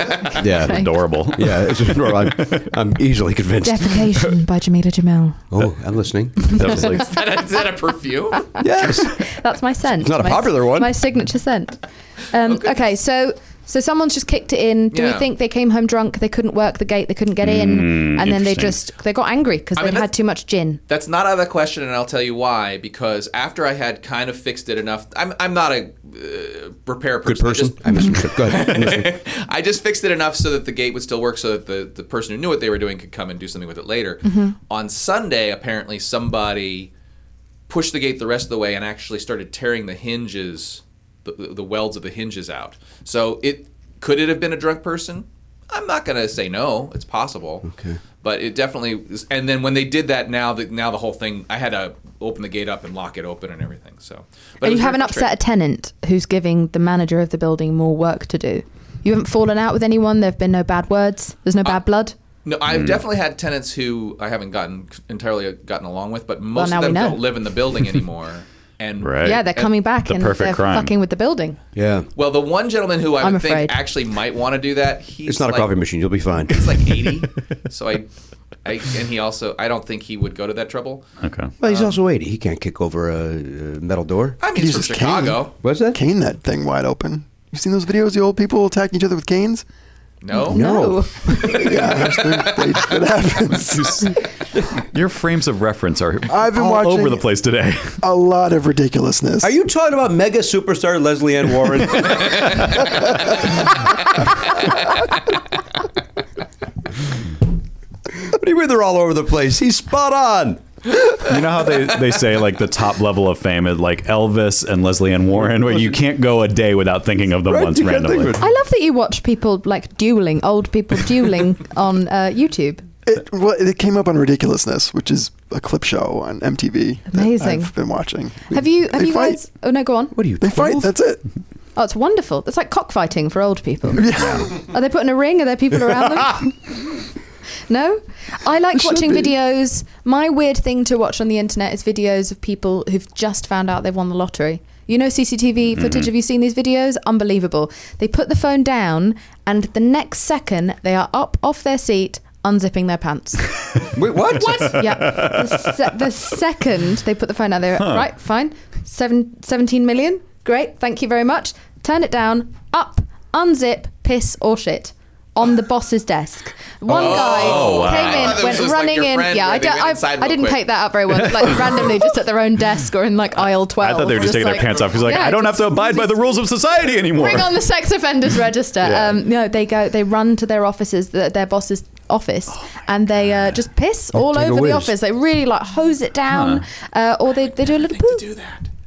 Speaker 1: Yeah.
Speaker 4: Yeah.
Speaker 14: Okay.
Speaker 1: adorable.
Speaker 4: Yeah, it's adorable. I'm, I'm easily convinced.
Speaker 14: Defecation by Jamila Jamil.
Speaker 4: Oh, I'm listening. That was like-
Speaker 10: is, that, is that a perfume?
Speaker 4: yes.
Speaker 14: That's my scent.
Speaker 4: It's not a
Speaker 14: My-
Speaker 4: popular one.
Speaker 14: My signature scent. Um, okay. so so someone's just kicked it in. Do
Speaker 10: Yeah.
Speaker 14: we think they came home drunk? They couldn't work the gate. They couldn't get in,
Speaker 1: hmm,
Speaker 10: Mm,
Speaker 14: and then they
Speaker 10: interesting.
Speaker 14: just they got angry because
Speaker 10: I
Speaker 14: they'd
Speaker 10: mean,
Speaker 14: had too much gin.
Speaker 10: That's not out of the question, and I'll tell you why. Because after I had kind of fixed it enough, I'm, I'm not a uh, repair person.
Speaker 4: Good person. Mm-hmm. I misunderstood. Go ahead. I'm listening.
Speaker 10: I just fixed it enough so that the gate would still work, so that the, the person who knew what they were doing could come and do something with it later.
Speaker 5: Mhm.
Speaker 10: On Sunday, apparently somebody pushed the gate the rest of the way and actually started tearing the hinges, the, the the welds of the hinges out. So it could it have been a drunk person? I'm not gonna say no. It's possible. Okay. But it definitely. is- And then when they did that, now the now the whole thing, I had to open the gate up and lock it open and everything. So. But it
Speaker 14: and
Speaker 10: was
Speaker 14: you haven't
Speaker 10: very
Speaker 14: upset a
Speaker 10: frustrating.
Speaker 14: tenant who's giving the manager of the building more work to do. You haven't fallen out with anyone. There have been no bad words. There's no bad blood.
Speaker 10: No, I've
Speaker 14: Mm.
Speaker 10: definitely had tenants who I haven't gotten entirely gotten along with, but most
Speaker 14: now
Speaker 10: of
Speaker 14: we
Speaker 10: them
Speaker 14: know.
Speaker 10: don't live in the building anymore. And
Speaker 14: Yeah, they're
Speaker 10: and-
Speaker 14: coming back and they're fucking with the building.
Speaker 4: Yeah.
Speaker 10: Well, the one gentleman who I
Speaker 14: I'm
Speaker 10: would think
Speaker 14: afraid.
Speaker 10: actually might want to do that, he's
Speaker 4: it's not a
Speaker 10: like,
Speaker 4: coffee machine. You'll be fine.
Speaker 10: He's like eighty, so I, I, and he also I don't think he would go to that trouble.
Speaker 1: Okay.
Speaker 4: Well,
Speaker 14: um,
Speaker 4: he's also 80. He can't kick over a, uh metal door.
Speaker 10: I mean, he's from Chicago.
Speaker 4: What's that?
Speaker 7: Cane that thing wide open. You seen those videos? The old people attacking each other with canes.
Speaker 10: No.
Speaker 7: No.
Speaker 1: Your frames of reference are
Speaker 7: I've been
Speaker 1: all
Speaker 7: watching-
Speaker 1: over the place today.
Speaker 7: A lot of ridiculousness.
Speaker 4: Are you talking about mega superstar Leslie Ann Warren? what do you mean they're all over the place? He's spot on.
Speaker 1: You know how they, they say like the top level of fame is like Elvis and Leslie Ann Warren, where you can't go a day without thinking of them once
Speaker 4: you can't think
Speaker 1: randomly.
Speaker 4: of
Speaker 14: I love that you watch people like dueling, old people dueling on uh, YouTube.
Speaker 7: It, well, it came up on Ridiculousness, which is a clip show on MTV. that
Speaker 14: Amazing.
Speaker 7: I've been watching.
Speaker 14: Have you? Have
Speaker 7: They
Speaker 14: you
Speaker 7: fight.
Speaker 14: guys? Oh no, go on. What
Speaker 19: are you?
Speaker 7: They fight. That's it.
Speaker 14: Oh, it's wonderful. It's like cockfighting for old people. Are they put in a ring? Are there people around them? no? I like
Speaker 18: It should
Speaker 14: watching
Speaker 18: be.
Speaker 14: videos. My weird thing to watch on the internet is videos of people who've just found out they've won the lottery. You know CCTV footage?
Speaker 18: Mhm.
Speaker 14: Have you seen these videos? Unbelievable. They put the phone down, and the next second, they are up off their seat, unzipping their pants.
Speaker 19: Wait, what?
Speaker 14: What? yeah. The, se- the second they put the phone out, they were
Speaker 18: Huh.
Speaker 14: right, fine. Seven, 17 million. Great. Thank you very much. Turn it down. Up. Unzip. Piss or shit. On the boss's desk. One
Speaker 18: Oh,
Speaker 14: guy
Speaker 18: wow. I
Speaker 14: came
Speaker 18: thought that
Speaker 14: in,
Speaker 18: was
Speaker 14: went
Speaker 18: just like
Speaker 14: running
Speaker 18: your
Speaker 14: in.
Speaker 18: friend
Speaker 14: Yeah,
Speaker 18: where
Speaker 14: I,
Speaker 18: they
Speaker 14: don't-
Speaker 18: went
Speaker 14: I,
Speaker 18: inside
Speaker 14: I
Speaker 18: real
Speaker 14: didn't
Speaker 18: quick.
Speaker 14: take that up very well. Like randomly, just at their own desk or in like aisle twelve.
Speaker 1: I thought they were just taking
Speaker 14: like-
Speaker 1: their pants off because like
Speaker 14: Yeah,
Speaker 1: I don't have to abide by the rules of society anymore.
Speaker 14: Bring on the sex offenders register.
Speaker 1: Yeah.
Speaker 14: um, no, they go, they run to their offices, the, their boss's office, and they uh, just piss all
Speaker 1: take a
Speaker 14: over the
Speaker 1: whiz.
Speaker 14: office. They really like hose it down, uh, or they, they do a little poo.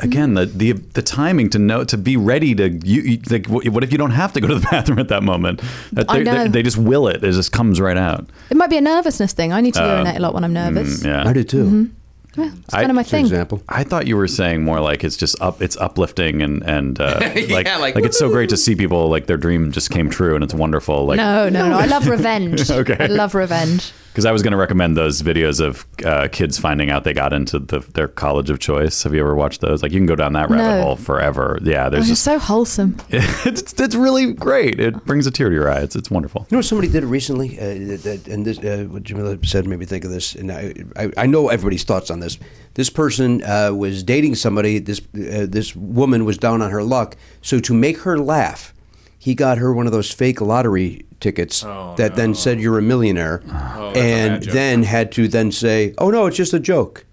Speaker 1: Again, the, the the timing to know to be ready to you, you like wh- what if you don't have to go to the bathroom at that moment? That
Speaker 14: I
Speaker 1: they,
Speaker 14: know.
Speaker 1: They, they just will it. It just comes right out.
Speaker 14: It might be a nervousness thing. I need to
Speaker 1: Uh,
Speaker 14: urinate a lot when I'm nervous.
Speaker 1: mm, yeah. I do too.
Speaker 14: Mhm. Yeah, it's kind of my thing.
Speaker 1: I thought you were saying more like it's just up, it's uplifting and and uh,
Speaker 14: Yeah,
Speaker 1: like,
Speaker 14: like,
Speaker 1: like it's so great to see people like their dream just came true and it's wonderful. Like
Speaker 14: no, no, no. I love revenge.
Speaker 1: Okay.
Speaker 14: I love revenge.
Speaker 1: Because I was going to recommend those videos of uh, kids finding out they got into the, their college of choice. Have you ever watched those? Like you can go down that rabbit
Speaker 14: No.
Speaker 1: hole forever. Yeah,
Speaker 14: Oh,
Speaker 1: there's
Speaker 14: it's
Speaker 1: just
Speaker 14: so wholesome.
Speaker 1: it's, it's really great. It brings a tear to your eye. It's, it's wonderful.
Speaker 4: You know, somebody did it recently, uh, that, and this, uh, what Jamila said made me think of this. And I, I, I know everybody's thoughts on this. This person uh, was dating somebody. This uh, this woman was down on her luck, so to make her laugh, he got her one of those fake lottery tickets that then said you're a millionaire,
Speaker 19: Oh, that's a
Speaker 4: and
Speaker 19: bad joke.
Speaker 4: then had to then say, "Oh no, it's just a joke."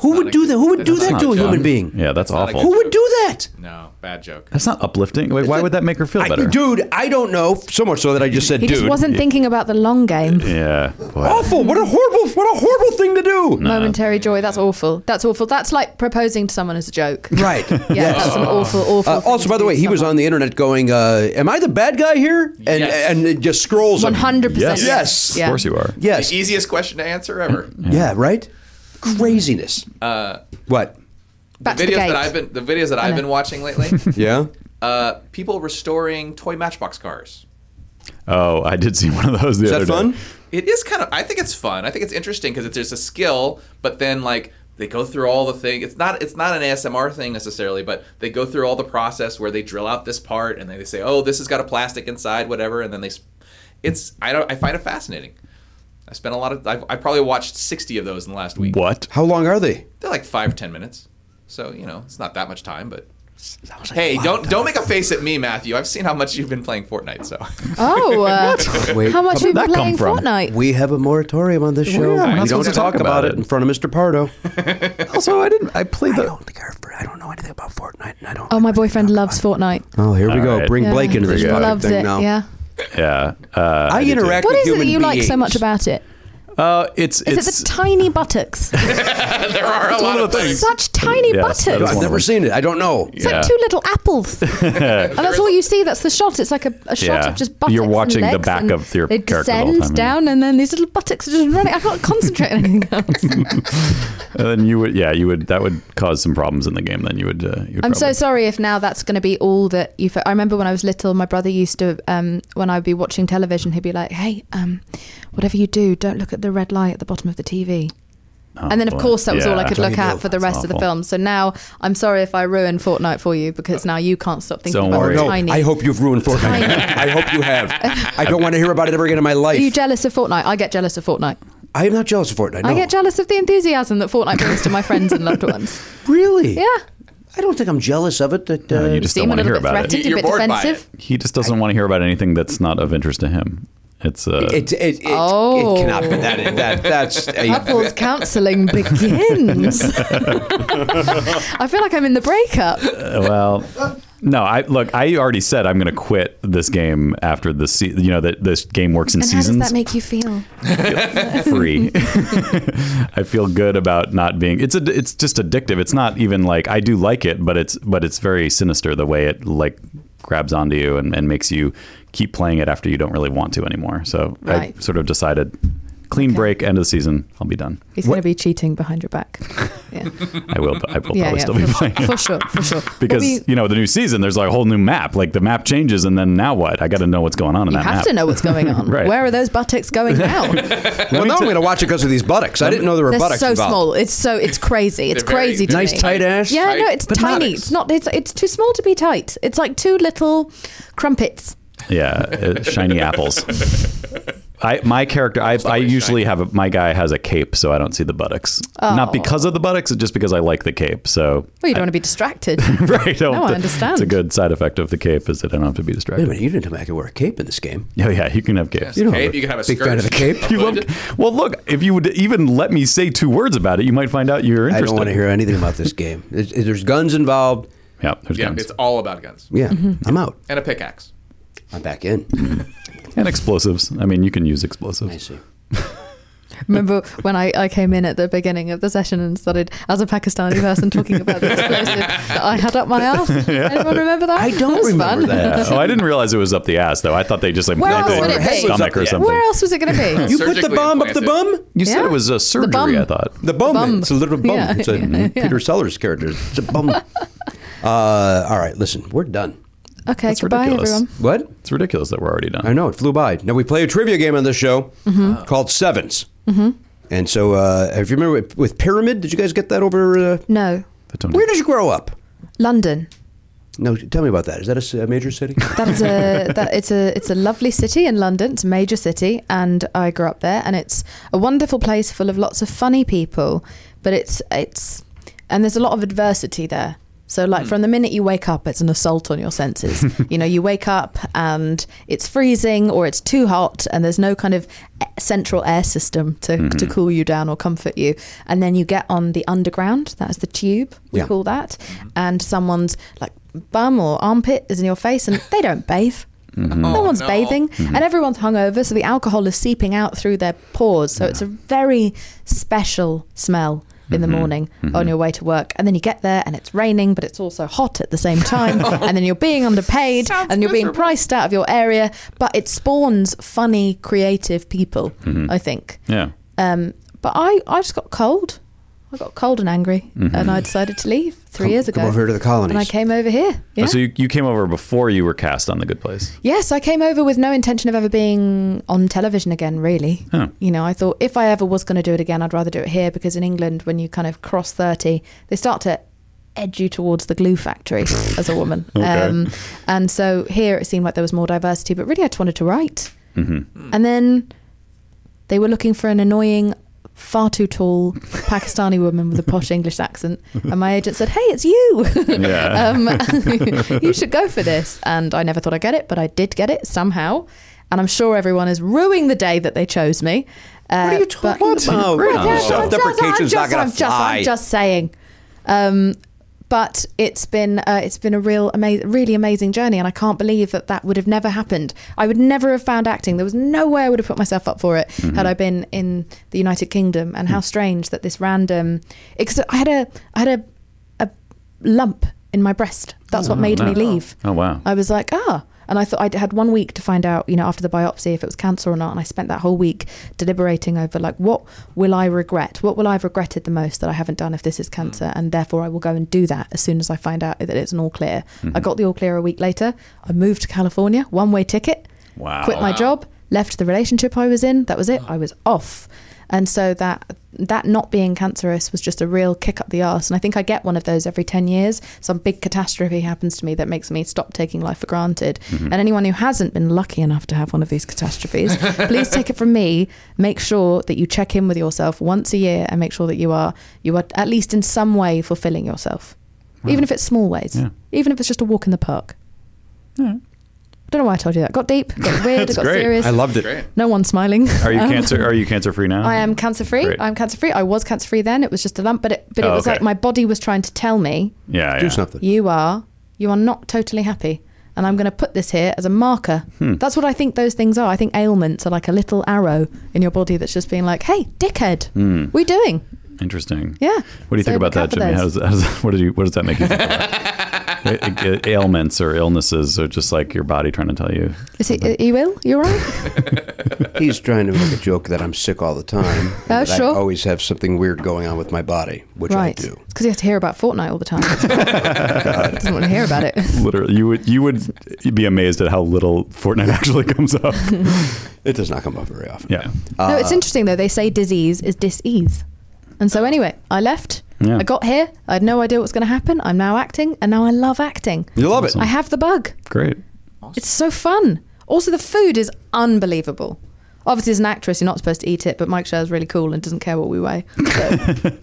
Speaker 4: Who would do that? Who would do
Speaker 1: That's
Speaker 4: that
Speaker 1: not
Speaker 4: to a
Speaker 1: fun.
Speaker 4: human being?
Speaker 1: Yeah, that's
Speaker 4: not a
Speaker 1: awful.
Speaker 4: good Who would do that?
Speaker 10: No, bad joke.
Speaker 1: That's not uplifting. Like, why would that make her feel
Speaker 4: I-
Speaker 1: better?
Speaker 4: dude, I don't know. So much so that I just said,
Speaker 14: He
Speaker 4: "Dude."
Speaker 14: just wasn't thinking about the long game.
Speaker 1: Yeah.
Speaker 4: Awful! What a horrible, what a horrible thing to do.
Speaker 14: Momentary joy. That's awful. That's awful. That's like proposing to someone as a joke.
Speaker 4: Right. Yeah,
Speaker 14: that's an awful, awful.
Speaker 4: Uh,
Speaker 14: thing
Speaker 4: also,
Speaker 14: to
Speaker 4: by the
Speaker 14: do
Speaker 4: way,
Speaker 14: to
Speaker 4: he was
Speaker 14: someone.
Speaker 4: on the internet going, uh, "Am I the bad guy here?" And and it just scrolls. him.
Speaker 14: 100%
Speaker 4: Yes.
Speaker 14: Yes. Yeah. Of course
Speaker 4: you are. Yes.
Speaker 10: The easiest question to answer ever.
Speaker 4: Yeah. Right. Craziness.
Speaker 10: Uh,
Speaker 4: What?
Speaker 10: the
Speaker 14: Back to the Uh-huh.
Speaker 10: videos that
Speaker 14: gate.
Speaker 10: I've been the videos that
Speaker 14: I
Speaker 10: I've
Speaker 14: know.
Speaker 10: been watching lately.
Speaker 4: Yeah.
Speaker 10: uh, people restoring toy Matchbox cars.
Speaker 1: Oh, I did see one of those the
Speaker 4: Is that
Speaker 1: other
Speaker 4: fun?
Speaker 1: day.
Speaker 10: It is kind of. I think it's fun. I think it's interesting because it's just a skill. But then like they go through all the thing. It's not. It's not an ASMR thing necessarily. But they go through all the process where they drill out this part and then they say, oh, this has got a plastic inside, whatever. And then they. s- It's. I don't. I find it fascinating. I spent a lot of. I've, I probably watched sixty of those in the last week.
Speaker 1: What?
Speaker 4: How long are they?
Speaker 10: They're like five ten minutes. So you know it's not that much time, but. Hey, don't don't make a face at me, Matthew. I've seen how much you've been playing Fortnite, so
Speaker 14: Oh, uh, how much have you been playing Fortnite?
Speaker 4: We have a moratorium on this
Speaker 14: Yeah,
Speaker 4: show.
Speaker 14: we're not
Speaker 4: we don't
Speaker 14: supposed
Speaker 4: talk,
Speaker 14: to
Speaker 4: about,
Speaker 14: talk
Speaker 4: it in front of Mr. Pardo.
Speaker 1: also, I didn't. I played the.
Speaker 14: Oh, my boyfriend loves Fortnite.
Speaker 4: Oh, here we
Speaker 1: All
Speaker 4: go.
Speaker 1: right.
Speaker 4: Bring
Speaker 14: Yeah.
Speaker 4: Blake into this
Speaker 14: He
Speaker 4: fucking
Speaker 14: loves
Speaker 4: thing
Speaker 14: it.
Speaker 4: now.
Speaker 14: Yeah.
Speaker 1: Yeah. Uh,
Speaker 4: I
Speaker 1: did too.
Speaker 4: interact
Speaker 14: What is it that you like so much about it?
Speaker 1: Uh, it's
Speaker 14: Is
Speaker 1: it's
Speaker 14: it the tiny buttocks?
Speaker 10: there are a
Speaker 1: It's one
Speaker 10: lot
Speaker 1: of
Speaker 10: of
Speaker 1: the
Speaker 10: things.
Speaker 14: Such tiny
Speaker 1: Yes, that is
Speaker 14: buttocks.
Speaker 1: one
Speaker 4: I've
Speaker 1: of
Speaker 4: never
Speaker 1: them.
Speaker 4: seen it. I don't know.
Speaker 14: It's like two little apples. and that's all you see. That's the shot. It's like a, a shot
Speaker 1: Yeah.
Speaker 14: of just buttocks.
Speaker 1: You're
Speaker 14: and
Speaker 1: watching the
Speaker 14: legs,
Speaker 1: back
Speaker 14: and
Speaker 1: of your
Speaker 14: they
Speaker 1: character the whole
Speaker 14: descend
Speaker 1: time, yeah.
Speaker 14: down, and then these little buttocks are just running. I can't concentrate on anything else.
Speaker 1: And then you would, yeah, you would. That would cause some problems in the game. Then you would. Uh, you would
Speaker 14: I'm so
Speaker 1: probably-
Speaker 14: sorry if now that's going to be all that you. I remember when I was little, my brother used to, um, when I'd be watching television, he'd be like, "Hey, um, whatever you do, don't look at the red light at the bottom of the TV."
Speaker 1: Oh,
Speaker 14: and then, of
Speaker 1: boy.
Speaker 14: course, that was all I
Speaker 1: Yeah.
Speaker 14: could look at for the
Speaker 1: That's
Speaker 14: rest of the
Speaker 1: awful.
Speaker 14: film. So now I'm sorry if I ruined Fortnite for you because now you can't stop thinking
Speaker 4: Don't
Speaker 14: about
Speaker 4: worry.
Speaker 14: the
Speaker 4: No,
Speaker 14: tiny.
Speaker 4: I hope you've ruined Fortnite. I hope you have. I don't want to hear about it ever again in my
Speaker 14: Are
Speaker 4: life.
Speaker 14: you jealous of Fortnite? I get jealous of Fortnite.
Speaker 4: I am not jealous of Fortnite. No.
Speaker 14: I get jealous of the enthusiasm that Fortnite brings to my friends and loved ones.
Speaker 4: really?
Speaker 14: Yeah.
Speaker 4: I don't think I'm jealous of it. That uh,
Speaker 1: No, you just don't want to hear about it.
Speaker 14: a bit defensive.
Speaker 1: He just doesn't want to hear about anything that's not of interest to him. It's uh,
Speaker 4: It, it, it,
Speaker 14: Oh.
Speaker 4: it cannot be that. that that's
Speaker 14: Couples counseling begins. I feel like I'm in the breakup.
Speaker 1: Uh, well, no. I look. I already said I'm going to quit this game after the se- You know that this game works in
Speaker 14: and how does
Speaker 1: seasons.
Speaker 14: that make you feel?
Speaker 1: free. I feel good about not being. It's a. It's just addictive. It's not even like I do like it, but it's but it's very sinister the way it like grabs onto you and, and makes you keep playing it after you don't really want to anymore. So I
Speaker 14: Right.
Speaker 1: sort of decided Clean break, end of the season. I'll be done.
Speaker 14: He's going to be cheating behind your back. Yeah.
Speaker 1: I will. I will probably
Speaker 14: yeah, yeah,
Speaker 1: still be
Speaker 14: for,
Speaker 1: playing.
Speaker 14: for sure, for sure. What
Speaker 1: because
Speaker 14: we-
Speaker 1: you know the new season there's like a whole new map like the map changes and then now what i got to know what's going on in
Speaker 14: you
Speaker 1: that
Speaker 14: have
Speaker 1: map
Speaker 14: to know what's going on.
Speaker 1: Right.
Speaker 14: Where are those buttocks going now?
Speaker 4: well, now I'm going to watch it because of these buttocks. I didn't know there were
Speaker 14: They're
Speaker 4: buttocks
Speaker 14: so
Speaker 4: involved.
Speaker 14: small. It's so it's crazy. It's
Speaker 4: They're very-
Speaker 14: crazy. to
Speaker 4: Nice
Speaker 14: me.
Speaker 4: tight ass.
Speaker 14: Yeah, no, it's
Speaker 4: But not-
Speaker 14: tiny. It's not. It's it's too small to be tight. It's like two little crumpets.
Speaker 1: yeah uh, shiny apples I, my character, I, I usually have a, my guy has a cape, so I don't see the buttocks.
Speaker 14: Oh.
Speaker 1: Not because of the buttocks, just because I like the cape. So
Speaker 14: Well, you don't want to be distracted.
Speaker 1: right.
Speaker 14: No, I
Speaker 1: It's a
Speaker 14: understand.
Speaker 1: good side effect of the cape is that I don't have to be distracted.
Speaker 4: Wait a minute, you didn't tell me I could wear a cape in this game.
Speaker 1: Yeah, yeah, you can have capes.
Speaker 4: You don't Cape, have a you can have a big fan skirt, of the cape. a
Speaker 1: You love- well, look, if you would even let me say two words about it, you might find out you're
Speaker 4: I
Speaker 1: interested.
Speaker 4: don't want to hear anything about this game. There's, there's guns involved.
Speaker 1: Yeah, there's
Speaker 10: Yeah, it's all about guns
Speaker 4: Yeah,
Speaker 14: Mm-hmm.
Speaker 4: I'm out.
Speaker 10: and a pickaxe.
Speaker 4: I'm back in.
Speaker 1: and explosives. I mean, you can use explosives. I see.
Speaker 14: Remember when I, I came in at the beginning of the session and started as a Pakistani person talking about the explosive that I had up my ass?
Speaker 1: Yeah.
Speaker 14: Anyone remember that? I don't remember
Speaker 1: oh, I didn't realize it was up the ass though. I thought they just like
Speaker 14: Where
Speaker 1: knocked
Speaker 14: else
Speaker 1: it
Speaker 14: would
Speaker 1: in
Speaker 14: it
Speaker 1: her
Speaker 14: be?
Speaker 1: stomach or something.
Speaker 14: Where else was it going to be?
Speaker 4: You put the bomb up the bum?
Speaker 1: You said
Speaker 14: Yeah.
Speaker 1: it was a surgery.
Speaker 14: bum.
Speaker 1: I thought
Speaker 4: The bum.
Speaker 14: bum.
Speaker 4: It's a little bum.
Speaker 14: Yeah,
Speaker 4: It's a
Speaker 14: yeah, yeah.
Speaker 4: Peter Sellers character. It's a bum. uh, all right, listen, we're done.
Speaker 14: Okay, goodbye, everyone.
Speaker 4: What?
Speaker 1: It's ridiculous that we're already done.
Speaker 4: I know it flew by. Now we play a trivia game on this show
Speaker 14: Mhm.
Speaker 4: called Sevens.
Speaker 14: hmm
Speaker 4: And so, uh, if you remember with, with Pyramid, did you guys get that over? Uh,
Speaker 14: No,
Speaker 4: where did you grow up?
Speaker 14: London.
Speaker 4: No, tell me about that. Is that a c- a, major city?
Speaker 14: That is a that it's a it's a lovely city in London. It's a major city, and I grew up there, and it's a wonderful place full of lots of funny people. But it's it's and there's a lot of adversity there. So like from the minute you wake up, it's an assault on your senses. you know, you wake up and it's freezing or it's too hot, and there's no kind of central air system to to
Speaker 1: Mm-hmm.
Speaker 18: Mhm.
Speaker 14: cool you down or comfort you. And then you get on the underground. That is the tube we
Speaker 18: Yeah.
Speaker 14: call that, and someone's like bum or armpit is in your face, and they don't bathe. No one's bathing, and everyone's hungover, so the alcohol is seeping out through their pores. So it's a very special smell in the morning on your way to work. And then you get there, and it's raining, but it's also hot at the same time. and then you're being underpaid, and you're being priced out of your area. But it spawns funny, creative people,
Speaker 1: Mhm.
Speaker 14: I think.
Speaker 1: Yeah.
Speaker 14: Um, but I, I just got cold. I got cold and angry,
Speaker 1: Mhm.
Speaker 14: and I decided to leave three
Speaker 1: Come-
Speaker 14: years ago.
Speaker 1: come over here to the colonies.
Speaker 14: And I came over here. Yeah.
Speaker 1: Oh, so you, you came over before you were cast on The Good Place.
Speaker 14: Yes, I came over with no intention of ever being on television again, really.
Speaker 1: Oh.
Speaker 14: You know, I thought if I ever was going to do it again, I'd rather do it here because in England, when you kind of cross 30, they start to edge you towards the glue factory as a woman. Um,
Speaker 18: Okay.
Speaker 14: and so here it seemed like there was more diversity, but really I just wanted to write.
Speaker 18: Mm-hmm.
Speaker 14: And then they were looking for an annoying, far too tall Pakistani woman with a posh English accent. And my agent said, Hey, it's you.
Speaker 18: Yeah.
Speaker 14: um, you should go for this. And I never thought I'd get it, but I did get it somehow. And I'm sure everyone is ruining the day that they chose me. Uh, what are you talking
Speaker 4: about? Self-deprecation's not gonna
Speaker 14: I'm just, I'm
Speaker 4: fly.
Speaker 14: just saying. Um, but it's been uh, it's been a real ama- really amazing journey, and I can't believe that that would have never happened. I would never have found acting. There was no way I would have put myself up for it
Speaker 1: Mm-hmm.
Speaker 18: Mhm.
Speaker 14: had I been in the United Kingdom. And
Speaker 1: Mm.
Speaker 14: how strange that this random. Because I had a I had a a lump in my breast. That's what
Speaker 1: Oh,
Speaker 14: made
Speaker 1: no.
Speaker 14: me leave.
Speaker 1: Oh wow.
Speaker 14: I was like, ah. And I thought I had one week to find out, you know, after the biopsy if it was cancer or not. And I spent that whole week deliberating over, like, what will I regret? What will I have regretted the most that I haven't done if this is cancer? And therefore, I will go and do that as soon as I find out that it's an all clear. I
Speaker 18: Mhm.
Speaker 14: got the all clear a week later. I moved to California, one way ticket
Speaker 18: Wow.
Speaker 14: quit my job, left the relationship I was in. That was
Speaker 1: Ah.
Speaker 14: it. I was off. And so that that not being cancerous was just a real kick up the arse. And I think I get one of those every 10 years. Some big catastrophe happens to me that makes me stop taking life for granted.
Speaker 1: Mm-hmm.
Speaker 18: Mhm.
Speaker 14: And anyone who hasn't been lucky enough to have one of these catastrophes, please take it from me. Make sure that you check in with yourself once a year and make sure that you are you are at least in some way fulfilling yourself. Even if it's small ways.
Speaker 18: Yeah.
Speaker 14: Even if it's just a walk in the park. I don't know why I told you that. Got deep, got weird,
Speaker 1: That's
Speaker 14: got
Speaker 1: great.
Speaker 14: serious.
Speaker 1: I loved it. Great.
Speaker 14: No one's smiling.
Speaker 1: Are Oh, you
Speaker 14: Um,
Speaker 1: cancer? Are you cancer free now?
Speaker 14: I am cancer free.
Speaker 1: Great.
Speaker 14: I'm cancer free. I was cancer free then. It was just a lump, but it, but it
Speaker 1: Oh,
Speaker 14: was
Speaker 1: okay.
Speaker 14: like my body was trying to tell me,
Speaker 1: Yeah.
Speaker 4: Do
Speaker 1: yeah.
Speaker 4: something.
Speaker 14: you are, you are not totally happy, and I'm going to put this here as a marker.
Speaker 1: Hmm.
Speaker 14: That's what I think those things are. I think ailments are like a little arrow in your body that's just being like, hey, dickhead,
Speaker 1: Hmm.
Speaker 14: what are you doing?
Speaker 1: Interesting.
Speaker 14: Yeah.
Speaker 1: What do you
Speaker 14: So
Speaker 1: think about
Speaker 14: look out
Speaker 1: that,
Speaker 14: for
Speaker 1: Jimmy? How
Speaker 14: those.
Speaker 1: does, how does, what, do you, what does that make you think about? A- a- ailments or illnesses or just like your body trying to tell you.
Speaker 14: Is he, are you ill? You all right?
Speaker 4: He's trying to make a joke that I'm sick all the time. and
Speaker 14: Oh,
Speaker 4: that
Speaker 14: sure.
Speaker 4: I always have something weird going on with my body, which
Speaker 14: right.
Speaker 4: I do.
Speaker 14: Because you have to hear about Fortnite all the time. Doesn't want to hear about it.
Speaker 1: Literally, you would you would be amazed at how little Fortnite actually comes up.
Speaker 4: it does not come up very often.
Speaker 1: Yeah.
Speaker 14: no,
Speaker 1: Uh,
Speaker 14: it's interesting though. They say disease is dis-ease. And so anyway, I left.
Speaker 1: Yeah.
Speaker 14: I got here. I had no idea what was going to happen. I'm now acting, and now I love acting.
Speaker 1: You love it.
Speaker 14: I have the bug.
Speaker 1: Great.
Speaker 14: It's so fun. Also, the food is unbelievable. Obviously, as an actress, you're not supposed to eat it, but Mike Sher's really cool and doesn't care what we weigh. So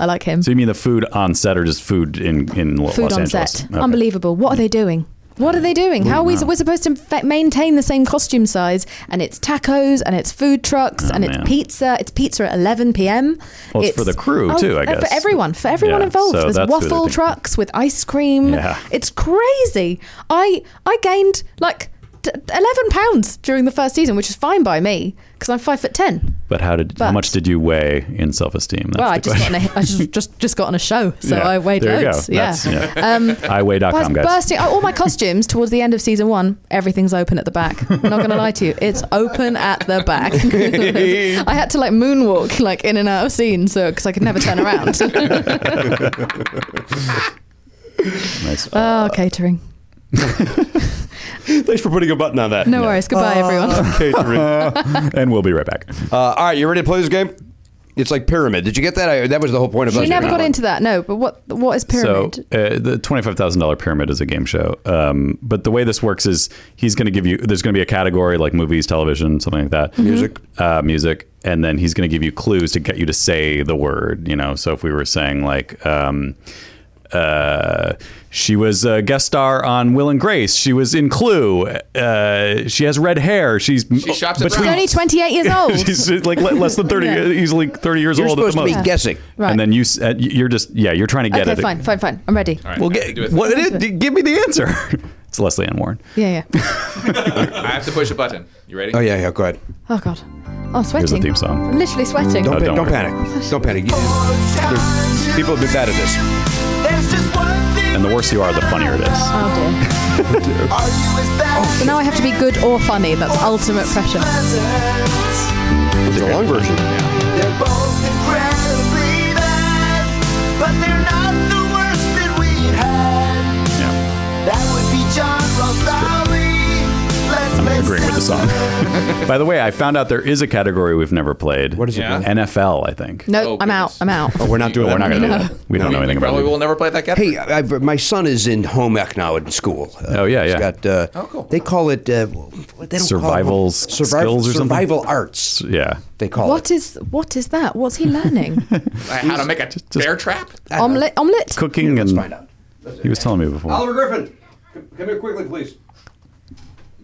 Speaker 14: I like him.
Speaker 1: So you mean the food on set or just food in in Lo-
Speaker 14: food
Speaker 1: Los
Speaker 14: on
Speaker 1: Angeles?
Speaker 14: set.
Speaker 1: Okay.
Speaker 14: Unbelievable. What are they doing? What are they doing? How are we
Speaker 1: Wow.
Speaker 14: we're supposed to fa- maintain the same costume size? And it's tacos, and it's food trucks, and
Speaker 1: Oh, man.
Speaker 14: it's pizza. It's pizza at 11 p.m.
Speaker 1: Well, it's for the crew, too, I
Speaker 14: uh,
Speaker 1: guess.
Speaker 14: For everyone, for everyone
Speaker 1: Yeah,
Speaker 14: involved.
Speaker 1: so
Speaker 14: There's
Speaker 1: that's who they're
Speaker 14: waffle
Speaker 1: thinking.
Speaker 14: trucks with ice cream.
Speaker 1: Yeah.
Speaker 14: It's crazy. I I gained like d- 11 pounds during the first season, which is fine by me because I'm five foot ten.
Speaker 1: But how did how
Speaker 14: But-
Speaker 1: much did you weigh in self esteem?
Speaker 14: well, I just got on a, I just, just just got on a show, so
Speaker 1: Yeah,
Speaker 14: I weighed
Speaker 1: there you go.
Speaker 14: loads.
Speaker 1: That's-
Speaker 14: yeah.
Speaker 1: yeah.
Speaker 14: I was
Speaker 1: Iweigh.com, guys.
Speaker 14: bursting. oh, all my costumes towards the end of season one, everything's open at the back. I'm not going to lie to you. It's open at the back. I had to like moonwalk like in and out of scene so because I could never turn around.
Speaker 1: nice.
Speaker 14: oh, catering.
Speaker 4: Thanks for putting a button on that.
Speaker 14: No worries. Goodbye, everyone.
Speaker 1: and we'll be right back.
Speaker 4: Uh, all right, you ready to play this game? It's like pyramid. Did you get that? I, that was the whole point of us.
Speaker 14: We never
Speaker 4: doing
Speaker 14: got
Speaker 4: it.
Speaker 14: into that. No, but what what is pyramid?
Speaker 1: So uh, the twenty-five thousand dollar pyramid is a game show, um, but the way this works is he's going to give you. There's going to be a category like movies, television, something like that. Music, uh, music, and then he's going to give you clues to get you to say the word. You know, so if we were saying like. Um, uh, she was a guest star on Will and Grace. She was in Clue. Uh, she has red hair. She's she
Speaker 10: shops
Speaker 14: She's only 28 years old.
Speaker 1: She's uh, like le- less than 30,
Speaker 14: Yeah.
Speaker 1: easily 30 years
Speaker 4: You're
Speaker 1: old at the
Speaker 4: supposed to be
Speaker 1: most.
Speaker 4: guessing.
Speaker 14: Right.
Speaker 1: And then you, s- uh, you're just, yeah, you're trying to get
Speaker 14: okay,
Speaker 1: it.
Speaker 14: fine, fine, fine. I'm ready.
Speaker 1: Well, get,
Speaker 10: do it.
Speaker 1: what it is, give me the answer. it's Leslie Ann Warren.
Speaker 14: Yeah, yeah.
Speaker 10: I have to push a button. You ready?
Speaker 4: Oh yeah, yeah. Go ahead.
Speaker 14: Oh god, oh, I'm sweating.
Speaker 4: Here's the theme song.
Speaker 14: I'm literally sweating.
Speaker 4: Don't, pa- don't, panic. Don't panic. You- there's- People have been bad at this.
Speaker 5: There's just one thing.
Speaker 1: And the worse you are, the funnier it is.
Speaker 14: Oh dear.
Speaker 5: Are you as
Speaker 4: Oh.
Speaker 5: bad
Speaker 14: So now I have to be good or funny. That's ultimate pressure.
Speaker 5: as
Speaker 4: It's a long version.
Speaker 5: They're both incredibly bad, but they're not the worst that we had.
Speaker 1: Yeah.
Speaker 5: That would be John Rothari. Let's
Speaker 1: I'm
Speaker 5: make
Speaker 1: agreeing with the song. By the way, I found out there is a category we've never played. What
Speaker 4: is
Speaker 10: it Yeah. called?
Speaker 1: NFL, I think.
Speaker 14: No, I'm out. I'm out.
Speaker 4: Oh, we're not doing
Speaker 1: Oh, we're
Speaker 4: that.
Speaker 1: not going to do
Speaker 14: No.
Speaker 1: that. We don't know anything about
Speaker 10: Probably
Speaker 1: it.
Speaker 10: will never play that Uh, game.
Speaker 4: Hey, I, I've- my son is in home ec now in school. Uh,
Speaker 1: Oh, yeah,
Speaker 4: he's
Speaker 1: yeah.
Speaker 4: Got, uh, oh, cool. They call it, uh, what- they don't call
Speaker 1: Survival
Speaker 4: it,
Speaker 1: s- skills or something?
Speaker 4: Survival arts,
Speaker 1: Yeah.
Speaker 4: they call it.
Speaker 14: What is what is that? What's he learning?
Speaker 10: Like, How to make a t- bear trap?
Speaker 14: omelet, omelet.
Speaker 1: Cooking and. He was telling me before.
Speaker 4: Oliver Griffin, c- come here quickly, please.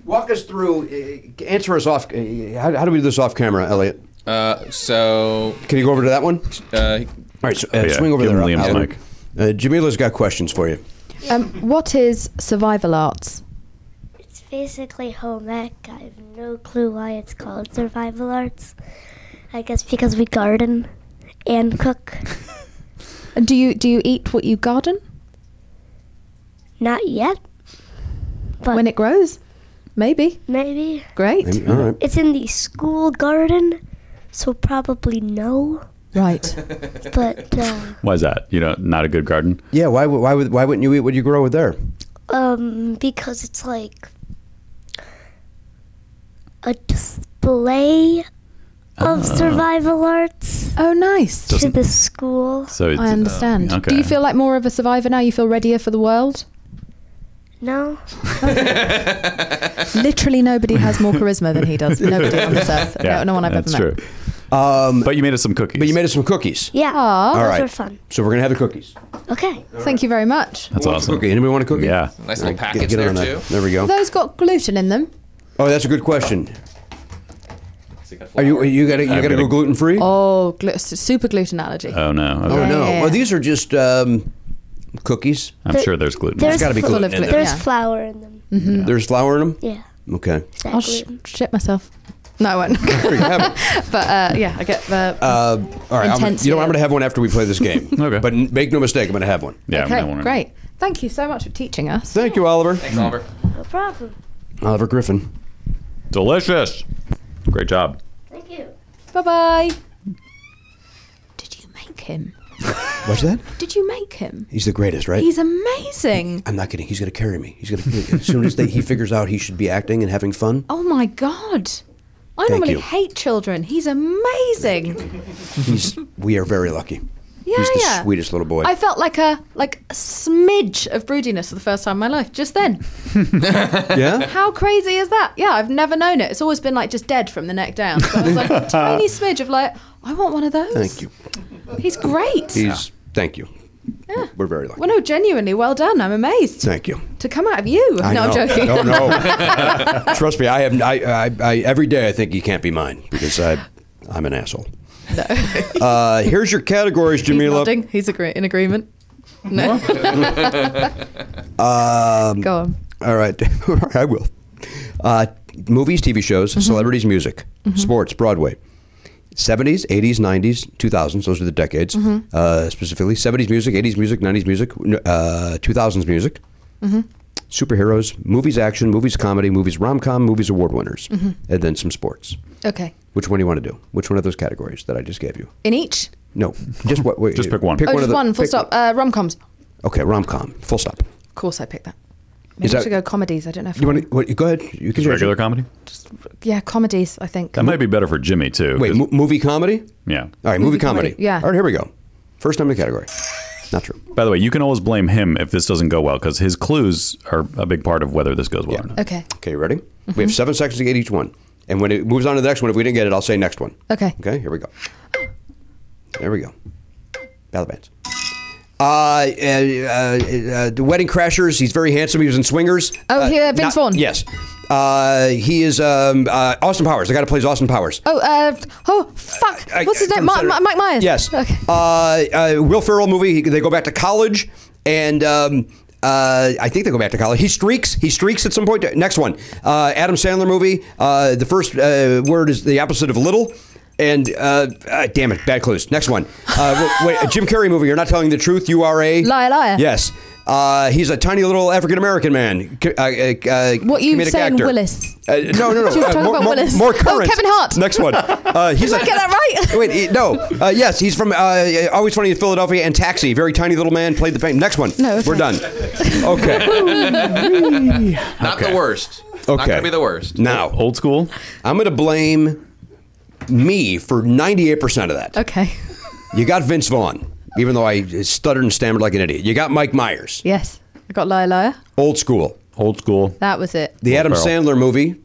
Speaker 4: Walk us through, uh, answer us off. uh, How, how do we do this off camera, Elliot?
Speaker 10: Uh, so,
Speaker 4: Can you go over to that one?
Speaker 10: uh,
Speaker 4: All right, so, uh,
Speaker 1: Oh, yeah.
Speaker 4: swing over
Speaker 1: Give
Speaker 4: there.
Speaker 1: him Liam's
Speaker 4: Alan.
Speaker 1: mic.
Speaker 4: Uh, Jamila's got questions for you.
Speaker 14: Um, what is survival arts?
Speaker 12: It's basically home ec. I have no clue why it's called survival arts. I guess because we garden and cook.
Speaker 14: And Do you do you eat what you garden
Speaker 12: Not yet, but
Speaker 14: when it grows? Maybe.
Speaker 12: maybe.
Speaker 14: Great.
Speaker 4: All right.
Speaker 12: It's in the school garden, so probably no.
Speaker 14: Right.
Speaker 12: But uh,
Speaker 1: Why is that? You know, not a good garden?
Speaker 4: Yeah, why, would- why, would- why wouldn't you eat what you grow there?
Speaker 12: um, because it's like a display of
Speaker 1: Uh.
Speaker 12: survival arts
Speaker 14: Oh, nice.
Speaker 12: to the school.
Speaker 1: So it's, uh,
Speaker 14: I understand.
Speaker 1: Okay.
Speaker 14: Do you feel like more of a survivor now? You feel readier for the world?
Speaker 12: No.
Speaker 14: Literally, nobody has more charisma than he does. Nobody on this earth.
Speaker 1: Yeah,
Speaker 14: no, no one I've
Speaker 1: that's
Speaker 14: ever met.
Speaker 1: true.
Speaker 4: Um,
Speaker 1: But you made us some cookies.
Speaker 4: but you made us some cookies.
Speaker 12: Yeah.
Speaker 14: Aw,
Speaker 4: All
Speaker 12: Those
Speaker 4: right.
Speaker 12: were fun.
Speaker 4: So we're going to have the cookies.
Speaker 12: Okay.
Speaker 14: Thank you very much.
Speaker 1: That's awesome.
Speaker 4: Cookie. Anybody want a cookie?
Speaker 1: Yeah.
Speaker 10: nice
Speaker 4: All
Speaker 10: little
Speaker 4: right, get-
Speaker 10: package
Speaker 4: get it
Speaker 10: there,
Speaker 4: on
Speaker 10: too.
Speaker 4: that. There we go.
Speaker 14: Those got gluten in them.
Speaker 4: Oh, that's a good question.
Speaker 10: It's like a
Speaker 4: Are you
Speaker 10: flower.
Speaker 4: you got to you
Speaker 1: I'm
Speaker 4: got to
Speaker 1: gonna-
Speaker 4: go gluten free?
Speaker 14: Oh, glu- super gluten allergy.
Speaker 1: Oh, no. Okay.
Speaker 4: Oh no!
Speaker 14: Yeah.
Speaker 4: Well, these are just um, cookies.
Speaker 1: I'm
Speaker 12: There-
Speaker 1: sure there's gluten.
Speaker 12: There's
Speaker 4: gotta be
Speaker 12: fl-
Speaker 4: gluten
Speaker 14: Full of in gluten,
Speaker 12: There's
Speaker 14: yeah.
Speaker 12: flour in them.
Speaker 14: Mm.
Speaker 4: There's flour in them.
Speaker 12: Yeah.
Speaker 4: Okay.
Speaker 12: Is that
Speaker 14: I'll sh-
Speaker 12: gluten?
Speaker 14: shit myself. No, I won't.
Speaker 4: There you have it.
Speaker 14: but uh, yeah, I get the.
Speaker 4: Uh, all right. I'm,
Speaker 14: Intense
Speaker 4: you know, I'm
Speaker 14: feeling.
Speaker 4: going to have one after we play this game.
Speaker 1: Okay.
Speaker 4: But n- make no mistake, I'm going to have one.
Speaker 1: Yeah, I'm
Speaker 14: okay,
Speaker 1: gonna wanna-
Speaker 14: great. Thank you so much for teaching us.
Speaker 4: Thank you, Oliver.
Speaker 10: Thanks, Oliver.
Speaker 12: No problem.
Speaker 4: Oliver Griffin.
Speaker 1: Delicious. Great job.
Speaker 12: Thank you.
Speaker 14: Bye bye. Did you make him?
Speaker 4: What's that?
Speaker 14: Did you make him?
Speaker 4: He's the greatest, right?
Speaker 14: He's amazing.
Speaker 4: I'm not kidding. He's going to carry me. He's going to as soon as they, he figures out he should be acting and having fun.
Speaker 14: Oh my god. I
Speaker 4: Thank
Speaker 14: normally
Speaker 4: you.
Speaker 14: hate children. He's amazing.
Speaker 4: He's we are very lucky.
Speaker 14: Yeah,
Speaker 4: He's the
Speaker 14: yeah.
Speaker 4: sweetest little boy.
Speaker 14: I felt like a like a smidge of broodiness for the first time in my life just then.
Speaker 4: yeah.
Speaker 14: How crazy is that? Yeah, I've never known it. It's always been like just dead from the neck down. So I was like a tiny smidge of like, I want one of those.
Speaker 4: Thank you.
Speaker 14: He's great.
Speaker 4: He's thank you. Yeah. We're very lucky.
Speaker 14: Well, no, genuinely, well done. I'm amazed
Speaker 4: Thank you.
Speaker 14: to come out of you.
Speaker 4: I
Speaker 14: no, I'm
Speaker 4: know.
Speaker 14: joking.
Speaker 4: No, no. Trust me, I have. I, I, I, every day I think you can't be mine because I, I'm an asshole. No. Uh, here's your categories,
Speaker 14: He's
Speaker 4: Jamila.
Speaker 14: nodding. He's agree- in agreement. No.
Speaker 4: Um,
Speaker 14: Go on.
Speaker 4: All right, All right, I will. Uh, movies, TV shows,
Speaker 14: Mm-hmm.
Speaker 4: celebrities, music,
Speaker 14: Mhm.
Speaker 4: sports, Broadway. 70s, 80s, 90s, 2000s, those are the decades.
Speaker 14: Mhm.
Speaker 4: Uh, specifically, 70s music, 80s music, 90s music, uh, 2000s music,
Speaker 14: Mhm.
Speaker 4: superheroes, movies, action, movies, comedy, movies, rom com, movies, award winners,
Speaker 14: Mhm.
Speaker 4: and then some sports.
Speaker 14: Okay.
Speaker 4: Which one do you want to do? Which one of those categories that I just gave you?
Speaker 14: In each?
Speaker 4: No, just what? Wait, just pick one. Pick
Speaker 14: oh,
Speaker 4: one
Speaker 14: just
Speaker 4: of the,
Speaker 14: one, full
Speaker 4: pick-
Speaker 14: stop. Uh, Rom coms.
Speaker 4: Okay, rom com, full stop.
Speaker 14: Of course I picked that. Maybe
Speaker 4: Is
Speaker 14: I
Speaker 4: that-
Speaker 14: should go comedies. I don't know if
Speaker 4: You want to go ahead? You can regular
Speaker 1: comedy.
Speaker 14: Yeah, comedies, I think.
Speaker 1: That might be better for Jimmy too.
Speaker 4: Wait, mo- movie comedy?
Speaker 1: Yeah.
Speaker 4: All right, movie, comedy.
Speaker 14: yeah.
Speaker 4: All right, here we go. First time in the category. Not true.
Speaker 1: By the way, you can always blame him if this doesn't go well because his clues are a big part of whether this goes well or not.
Speaker 14: Okay.
Speaker 4: Okay, you ready?
Speaker 14: Mm-hmm.
Speaker 4: We have seven seconds to get each one. And when it moves on to the next one, if we didn't get it, I'll say next one.
Speaker 14: Okay.
Speaker 4: Okay, here we go. There we go. Battle bands. Uh, uh, uh, uh, the Wedding Crashers. He's very handsome. He was in Swingers.
Speaker 14: Oh, he- uh, Vince Vaughn.
Speaker 4: Yes. Uh, he is um, uh, Austin Powers. The guy that plays Austin Powers.
Speaker 14: Oh, uh, oh, fuck.
Speaker 4: I-
Speaker 14: What's his
Speaker 4: I'm
Speaker 14: name? Ma-
Speaker 4: sorry.
Speaker 14: Ma- Mike Myers.
Speaker 4: Yes.
Speaker 14: Okay.
Speaker 4: Uh, uh, Will Ferrell movie. They go back to college, and um, uh, I think they go back to college. He streaks. He streaks at some point. Next one. Uh, Adam Sandler movie. Uh, the first uh, word is the opposite of little. And uh, uh, damn it, bad clues. Next one. Uh, wait, wait, a Jim Carrey movie. You're not telling the truth. You are a
Speaker 14: Liar, liar.
Speaker 4: Yes. Uh, he's a tiny little African American man. C- Uh, uh, uh,
Speaker 14: What you
Speaker 4: comedic
Speaker 14: saying,
Speaker 4: actor.
Speaker 14: Willis?
Speaker 4: Uh, no, no, no.
Speaker 14: She was
Speaker 4: uh,
Speaker 14: talking
Speaker 4: more,
Speaker 14: about
Speaker 4: more-
Speaker 14: Willis.
Speaker 4: more
Speaker 14: Oh,
Speaker 4: current.
Speaker 14: Kevin Hart.
Speaker 4: Next one. Uh, he's
Speaker 14: Did I
Speaker 4: a-
Speaker 14: get that right?
Speaker 4: Wait, he- no. Uh, yes, he's from uh, Always Funny in Philadelphia and Taxi. Very tiny little man, played the paint. Next one.
Speaker 14: No, okay.
Speaker 4: We're done. Okay.
Speaker 10: Not the worst.
Speaker 4: Okay.
Speaker 10: Not gonna be the worst.
Speaker 4: Now,
Speaker 1: Oh, old school.
Speaker 4: I'm going to blame me for 98% of that.
Speaker 14: Okay.
Speaker 4: You got Vince Vaughn, even though I stuttered and stammered like an idiot. You got Mike Myers,
Speaker 14: Yes. I got Liar Liar.
Speaker 4: old school.
Speaker 1: Old school.
Speaker 14: That was it.
Speaker 4: The Adam
Speaker 1: Ferrell.
Speaker 4: Sandler movie.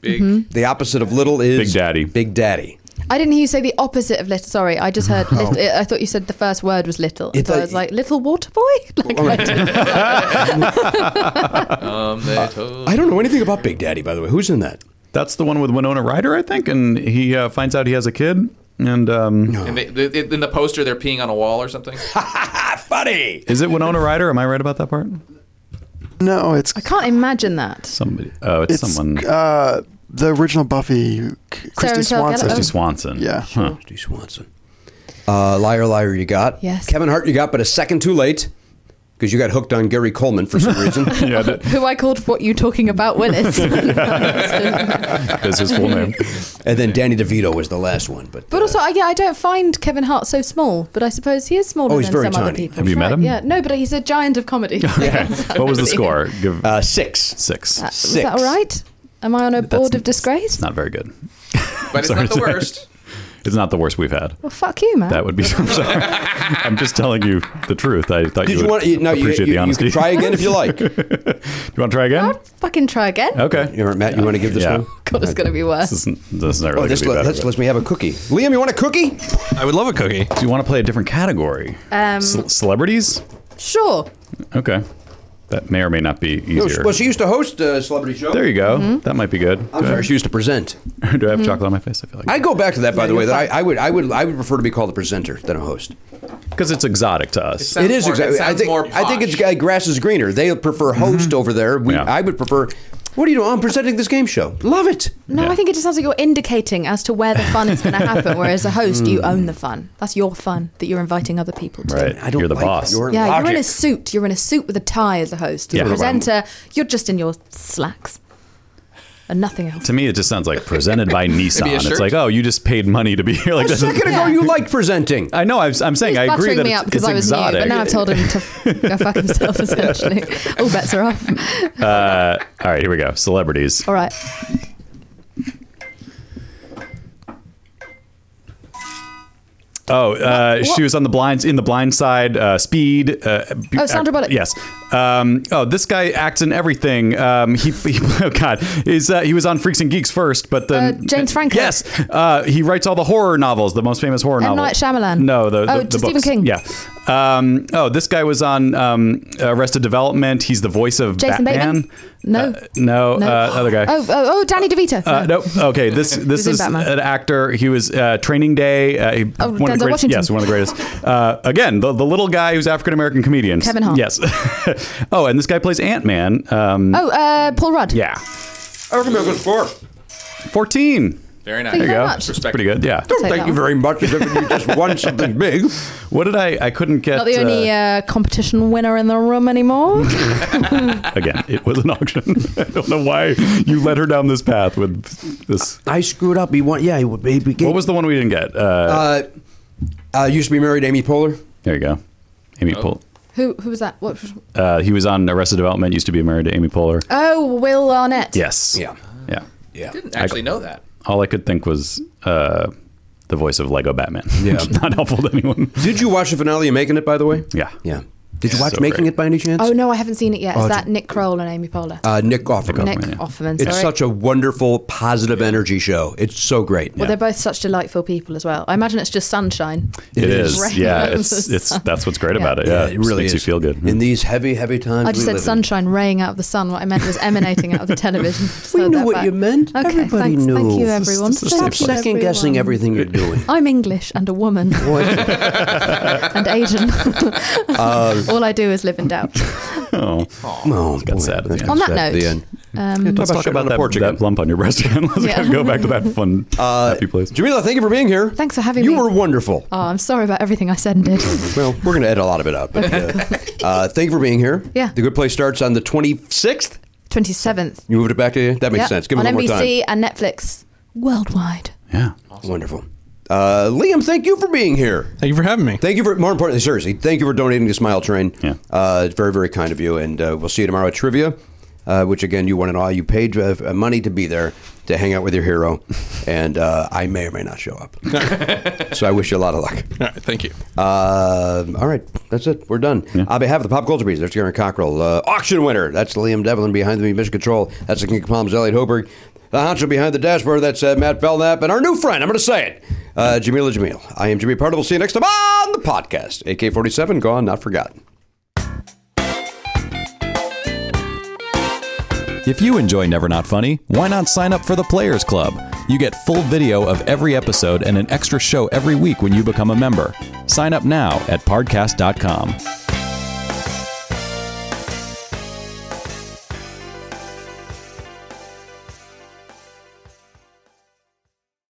Speaker 10: Big.
Speaker 1: Mm-hmm.
Speaker 4: The opposite of little is Big
Speaker 1: Daddy.
Speaker 4: Big Daddy.
Speaker 14: I didn't hear you say the opposite of little. Sorry, I just heard. Little, I thought you said the first word was little.
Speaker 4: Oh. It-
Speaker 14: so I was like, little water boy? Like, I didn't-
Speaker 10: Um, they told-
Speaker 4: I don't know anything about Big Daddy, by the way. Who's in that?
Speaker 1: That's the one with Winona Ryder, I think, and he uh, finds out he has a kid. And um,
Speaker 10: and they, they, in the poster, they're peeing on a wall or something.
Speaker 4: Funny.
Speaker 1: is it Winona Ryder? Am I right about that part?
Speaker 7: No, it's
Speaker 14: I can't imagine that.
Speaker 1: Somebody. Oh, it's,
Speaker 7: it's
Speaker 1: someone.
Speaker 7: uh, the original Buffy, C- Christy
Speaker 14: Michelle Gellar.
Speaker 7: Swanson.
Speaker 1: Christy Swanson.
Speaker 7: Yeah.
Speaker 1: Huh.
Speaker 4: Christy Swanson. Uh, liar, liar, you got.
Speaker 14: Yes.
Speaker 4: Kevin Hart, you got, but a second too late because you got hooked on Gary Coleman for some reason.
Speaker 1: yeah, that-
Speaker 14: Who I called what you talking about, Willis.
Speaker 1: that's his full name.
Speaker 4: And then Danny DeVito was the last one, but uh,
Speaker 14: But also, I, yeah, I don't find Kevin Hart so small, but I suppose he is smaller
Speaker 4: Oh, he's
Speaker 14: than
Speaker 4: very
Speaker 14: some other
Speaker 4: tiny.
Speaker 14: people.
Speaker 1: Have you
Speaker 14: That's
Speaker 1: met
Speaker 14: right.
Speaker 1: him?
Speaker 14: Yeah, no, but he's a giant of comedy.
Speaker 1: Okay. What was the score? Give
Speaker 4: uh, six.
Speaker 1: six.
Speaker 14: That- Is that all right? Am I on a board of disgrace?
Speaker 1: It's not very good.
Speaker 10: But it's
Speaker 1: Sorry,
Speaker 10: not the
Speaker 1: sorry.
Speaker 10: worst.
Speaker 1: It's not the worst we've had.
Speaker 14: Well, fuck you, man.
Speaker 1: That would be. I'm sorry. I'm just telling you the truth. I thought
Speaker 4: Did
Speaker 1: you,
Speaker 4: you
Speaker 1: would
Speaker 4: want- you- no, you-
Speaker 1: appreciate
Speaker 4: you-
Speaker 1: the
Speaker 4: you
Speaker 1: honesty.
Speaker 4: can try again if you like.
Speaker 1: you want to try again?
Speaker 14: Fucking try again.
Speaker 1: Okay.
Speaker 4: You know, Matt, you want to give this
Speaker 1: Yeah.
Speaker 4: one?
Speaker 14: God, it's going to be worse.
Speaker 1: This isn't, this is not really
Speaker 4: Oh, this
Speaker 1: gonna be
Speaker 4: let,
Speaker 1: better,
Speaker 4: let's,
Speaker 1: but-
Speaker 4: let's me have a cookie. Liam, you want a cookie?
Speaker 11: I would love a cookie.
Speaker 1: Do you want to play a different category?
Speaker 14: Um,
Speaker 1: Ce- celebrities?
Speaker 14: sure.
Speaker 1: Okay. That may or may not be
Speaker 4: No,
Speaker 1: easier.
Speaker 4: Oh, well, she used to host a celebrity show.
Speaker 1: there you go.
Speaker 14: Mm-hmm.
Speaker 1: That might be good.
Speaker 4: I'm
Speaker 1: do,
Speaker 4: sorry, she used to present.
Speaker 1: I, do I have chocolate on my face? I feel like
Speaker 4: I go back to that, by the way. That I, I would, I would, I would prefer to be called a presenter than a host.
Speaker 1: because it's exotic to us.
Speaker 10: Sounds
Speaker 4: it is
Speaker 10: more- it
Speaker 4: exactly. I
Speaker 10: sounds
Speaker 4: think,
Speaker 10: more
Speaker 4: I think it's
Speaker 10: posh.
Speaker 1: Mm-hmm.
Speaker 4: uh, grass is greener. They prefer host over there. We, I would prefer. What are you doing? I'm presenting this game show. Love it.
Speaker 14: No, I think it just sounds like you're indicating as to where the fun is going to happen. Whereas a host, you
Speaker 4: Mm.
Speaker 14: own the fun. That's your fun that you're inviting other people to.
Speaker 1: Hmm. Right. I don't You're the like boss. your
Speaker 14: yeah, you're in a
Speaker 1: logic.
Speaker 14: suit. You're in a suit with a tie as a host. As
Speaker 1: Yeah.
Speaker 14: a presenter, you're just in your slacks and nothing else.
Speaker 1: To me, it just sounds like presented by Nissan. It's
Speaker 14: shirt?
Speaker 1: like, oh, you just paid money to be here. Like
Speaker 14: A
Speaker 1: doesn't-
Speaker 14: second ago, Yeah. you
Speaker 4: liked presenting.
Speaker 1: I know. I was, I'm saying I agree
Speaker 14: buttering
Speaker 1: that
Speaker 14: me
Speaker 1: it's,
Speaker 14: up because
Speaker 1: it's
Speaker 14: I was
Speaker 1: exotic.
Speaker 14: new, but now I've told him to f- go fuck himself. Essentially, all bets are off.
Speaker 1: uh, all right, here we go. Celebrities.
Speaker 14: All right.
Speaker 1: Oh, uh, she was on the blinds in the Blind Side, uh, Speed. Uh,
Speaker 14: Oh, Sandra Bullock.
Speaker 1: yes. Um, oh, this guy acts in everything. Um, he, he- oh God, is uh, he was on Freaks and Geeks first, but
Speaker 14: Uh,
Speaker 1: then
Speaker 14: James Franco.
Speaker 1: Yes, uh, he writes all the horror novels, the most famous horror
Speaker 14: M.
Speaker 1: novel.
Speaker 14: Night Shyamalan.
Speaker 1: No, the, the,
Speaker 14: Oh,
Speaker 1: the
Speaker 14: Stephen
Speaker 1: books.
Speaker 14: King.
Speaker 1: Yeah. Um, oh, this guy was on um, Arrested Development. He's the voice of
Speaker 14: Jason
Speaker 1: Batman.
Speaker 14: Bateman. No.
Speaker 1: No,
Speaker 14: No.
Speaker 1: Uh, other guy.
Speaker 14: Oh, oh, oh, Danny DeVito.
Speaker 1: Uh, nope. Okay. This this
Speaker 14: He's in
Speaker 1: is
Speaker 14: Batman.
Speaker 1: an actor. He was uh, Training Day. Uh, he-
Speaker 14: Oh,
Speaker 1: one of
Speaker 14: Denzel
Speaker 1: the greatest,
Speaker 14: Washington.
Speaker 1: Yes, one of the greatest. Uh, again, the, the little guy who's African American comedian.
Speaker 14: Kevin Hart.
Speaker 1: Yes. oh, and this guy plays Ant Man. Um,
Speaker 14: Oh, uh, Paul Rudd.
Speaker 1: Yeah.
Speaker 4: African American score.
Speaker 1: Fourteen.
Speaker 10: Very nice.
Speaker 1: There you
Speaker 10: Thank you
Speaker 1: go.
Speaker 10: very much.
Speaker 1: It's Pretty good. Yeah.
Speaker 14: Don't Take thank that you one.
Speaker 1: very much. You just won something big. What did I? I couldn't get.
Speaker 14: Not the only
Speaker 1: uh,
Speaker 14: uh, competition winner in the room anymore. uh,
Speaker 1: again, it was an auction. I don't know why you led her down this path with this.
Speaker 4: I screwed up. He won. Yeah, he would be.
Speaker 1: What was the one we didn't get? Uh,
Speaker 4: Uh, uh, used to be married Amy Poehler.
Speaker 1: there you go. Amy Poehler.
Speaker 14: who who was that? What? was-
Speaker 1: Uh, he was on Arrested Development. Used to be married to Amy Poehler.
Speaker 14: Oh, Will Arnett.
Speaker 1: Yes. Yeah. Yeah.
Speaker 4: Yeah.
Speaker 10: Didn't actually know that.
Speaker 1: All I could think was uh, the voice of Lego Batman. Yeah. Not helpful to anyone.
Speaker 4: Did you watch the finale of Making It, by the way?
Speaker 1: Yeah.
Speaker 4: Yeah. Did you
Speaker 1: Yeah.
Speaker 4: watch
Speaker 1: So
Speaker 4: Making
Speaker 1: great.
Speaker 4: It by any chance?
Speaker 14: Oh no, I haven't seen it yet. Is
Speaker 4: Oh,
Speaker 14: that Nick Kroll and Amy Poehler?
Speaker 4: Uh, Nick
Speaker 1: Oh,
Speaker 4: Offerman.
Speaker 14: Nick Offerman. Sorry.
Speaker 4: It's such a wonderful, positive energy show. It's so great.
Speaker 14: well, they're both such delightful people as well. I imagine it's just sunshine.
Speaker 1: it is.
Speaker 14: Rain
Speaker 1: Yeah.
Speaker 14: on
Speaker 1: It's
Speaker 14: the
Speaker 1: it's
Speaker 14: sun.
Speaker 1: that's what's great about it. Yeah.
Speaker 4: it
Speaker 1: It just
Speaker 4: really
Speaker 1: makes you
Speaker 4: is.
Speaker 1: feel good.
Speaker 4: In these heavy, heavy times,
Speaker 14: I just
Speaker 4: we
Speaker 14: said
Speaker 4: live in.
Speaker 14: sunshine raying out of the sun. What I meant was emanating out of the television. Just
Speaker 4: We
Speaker 14: heard
Speaker 4: knew
Speaker 14: that
Speaker 4: what
Speaker 14: back.
Speaker 4: you meant.
Speaker 14: Okay,
Speaker 4: Everybody
Speaker 14: thanks.
Speaker 4: knew.
Speaker 14: Thank you,
Speaker 4: This is-
Speaker 14: everyone.
Speaker 4: this is
Speaker 14: Thank you,
Speaker 4: Stop second guessing
Speaker 14: everyone.
Speaker 4: everything you're doing.
Speaker 14: I'm English and a woman and Asian.
Speaker 4: Uh,
Speaker 14: All I do is live in doubt.
Speaker 1: Oh.
Speaker 4: No,
Speaker 1: got sad at the end.
Speaker 14: On that note, um,
Speaker 1: Let's talk about that, that lump on your breast again. Let's
Speaker 14: Yeah.
Speaker 1: go back to that fun, happy place.
Speaker 4: Jamila, thank you for being here.
Speaker 14: Thanks for having
Speaker 4: you
Speaker 14: me.
Speaker 4: were wonderful.
Speaker 14: Oh, I'm sorry about everything I said and did.
Speaker 4: Well, we're going to edit a lot of it out. But, uh, uh, thank you for being here.
Speaker 14: Yeah.
Speaker 4: The Good Place starts on the 26th.
Speaker 14: 27th.
Speaker 4: You moved it back to That makes
Speaker 14: Yep,
Speaker 4: sense. Give it
Speaker 14: on
Speaker 4: one more time.
Speaker 14: NBC and Netflix worldwide.
Speaker 1: Yeah.
Speaker 4: Wonderful. Uh, Liam, thank you for being here.
Speaker 11: Thank you for having me.
Speaker 4: Thank you for, more importantly, seriously, thank you for donating to Smile Train. Yeah. Uh, it's very, very kind of you. And uh, we'll see you tomorrow at Trivia, uh, which again, you won it all. You paid uh, f- money to be there to hang out with your hero. And uh, I may or may not show up. so I wish you a lot of luck.
Speaker 11: All right, thank you.
Speaker 4: Uh, all right, that's it. We're done. On behalf of the Pop Culture Beast, there's Garen Cockrell. Uh, auction winner, that's Liam Devlin behind the Mission Control. That's the King of Palms, Elliot Hoberg. The honcho behind the dashboard, that's uh, Matt Belknap. And our new friend, I'm going to say it, uh, Jamila Jamil. I am Jimmy Pardo. We'll see you next time on the podcast. AK 47, gone, not forgotten.
Speaker 1: If you enjoy Never Not Funny, why not sign up for the Players Club? You get full video of every episode and an extra show every week when you become a member. Sign up now at podcast.com.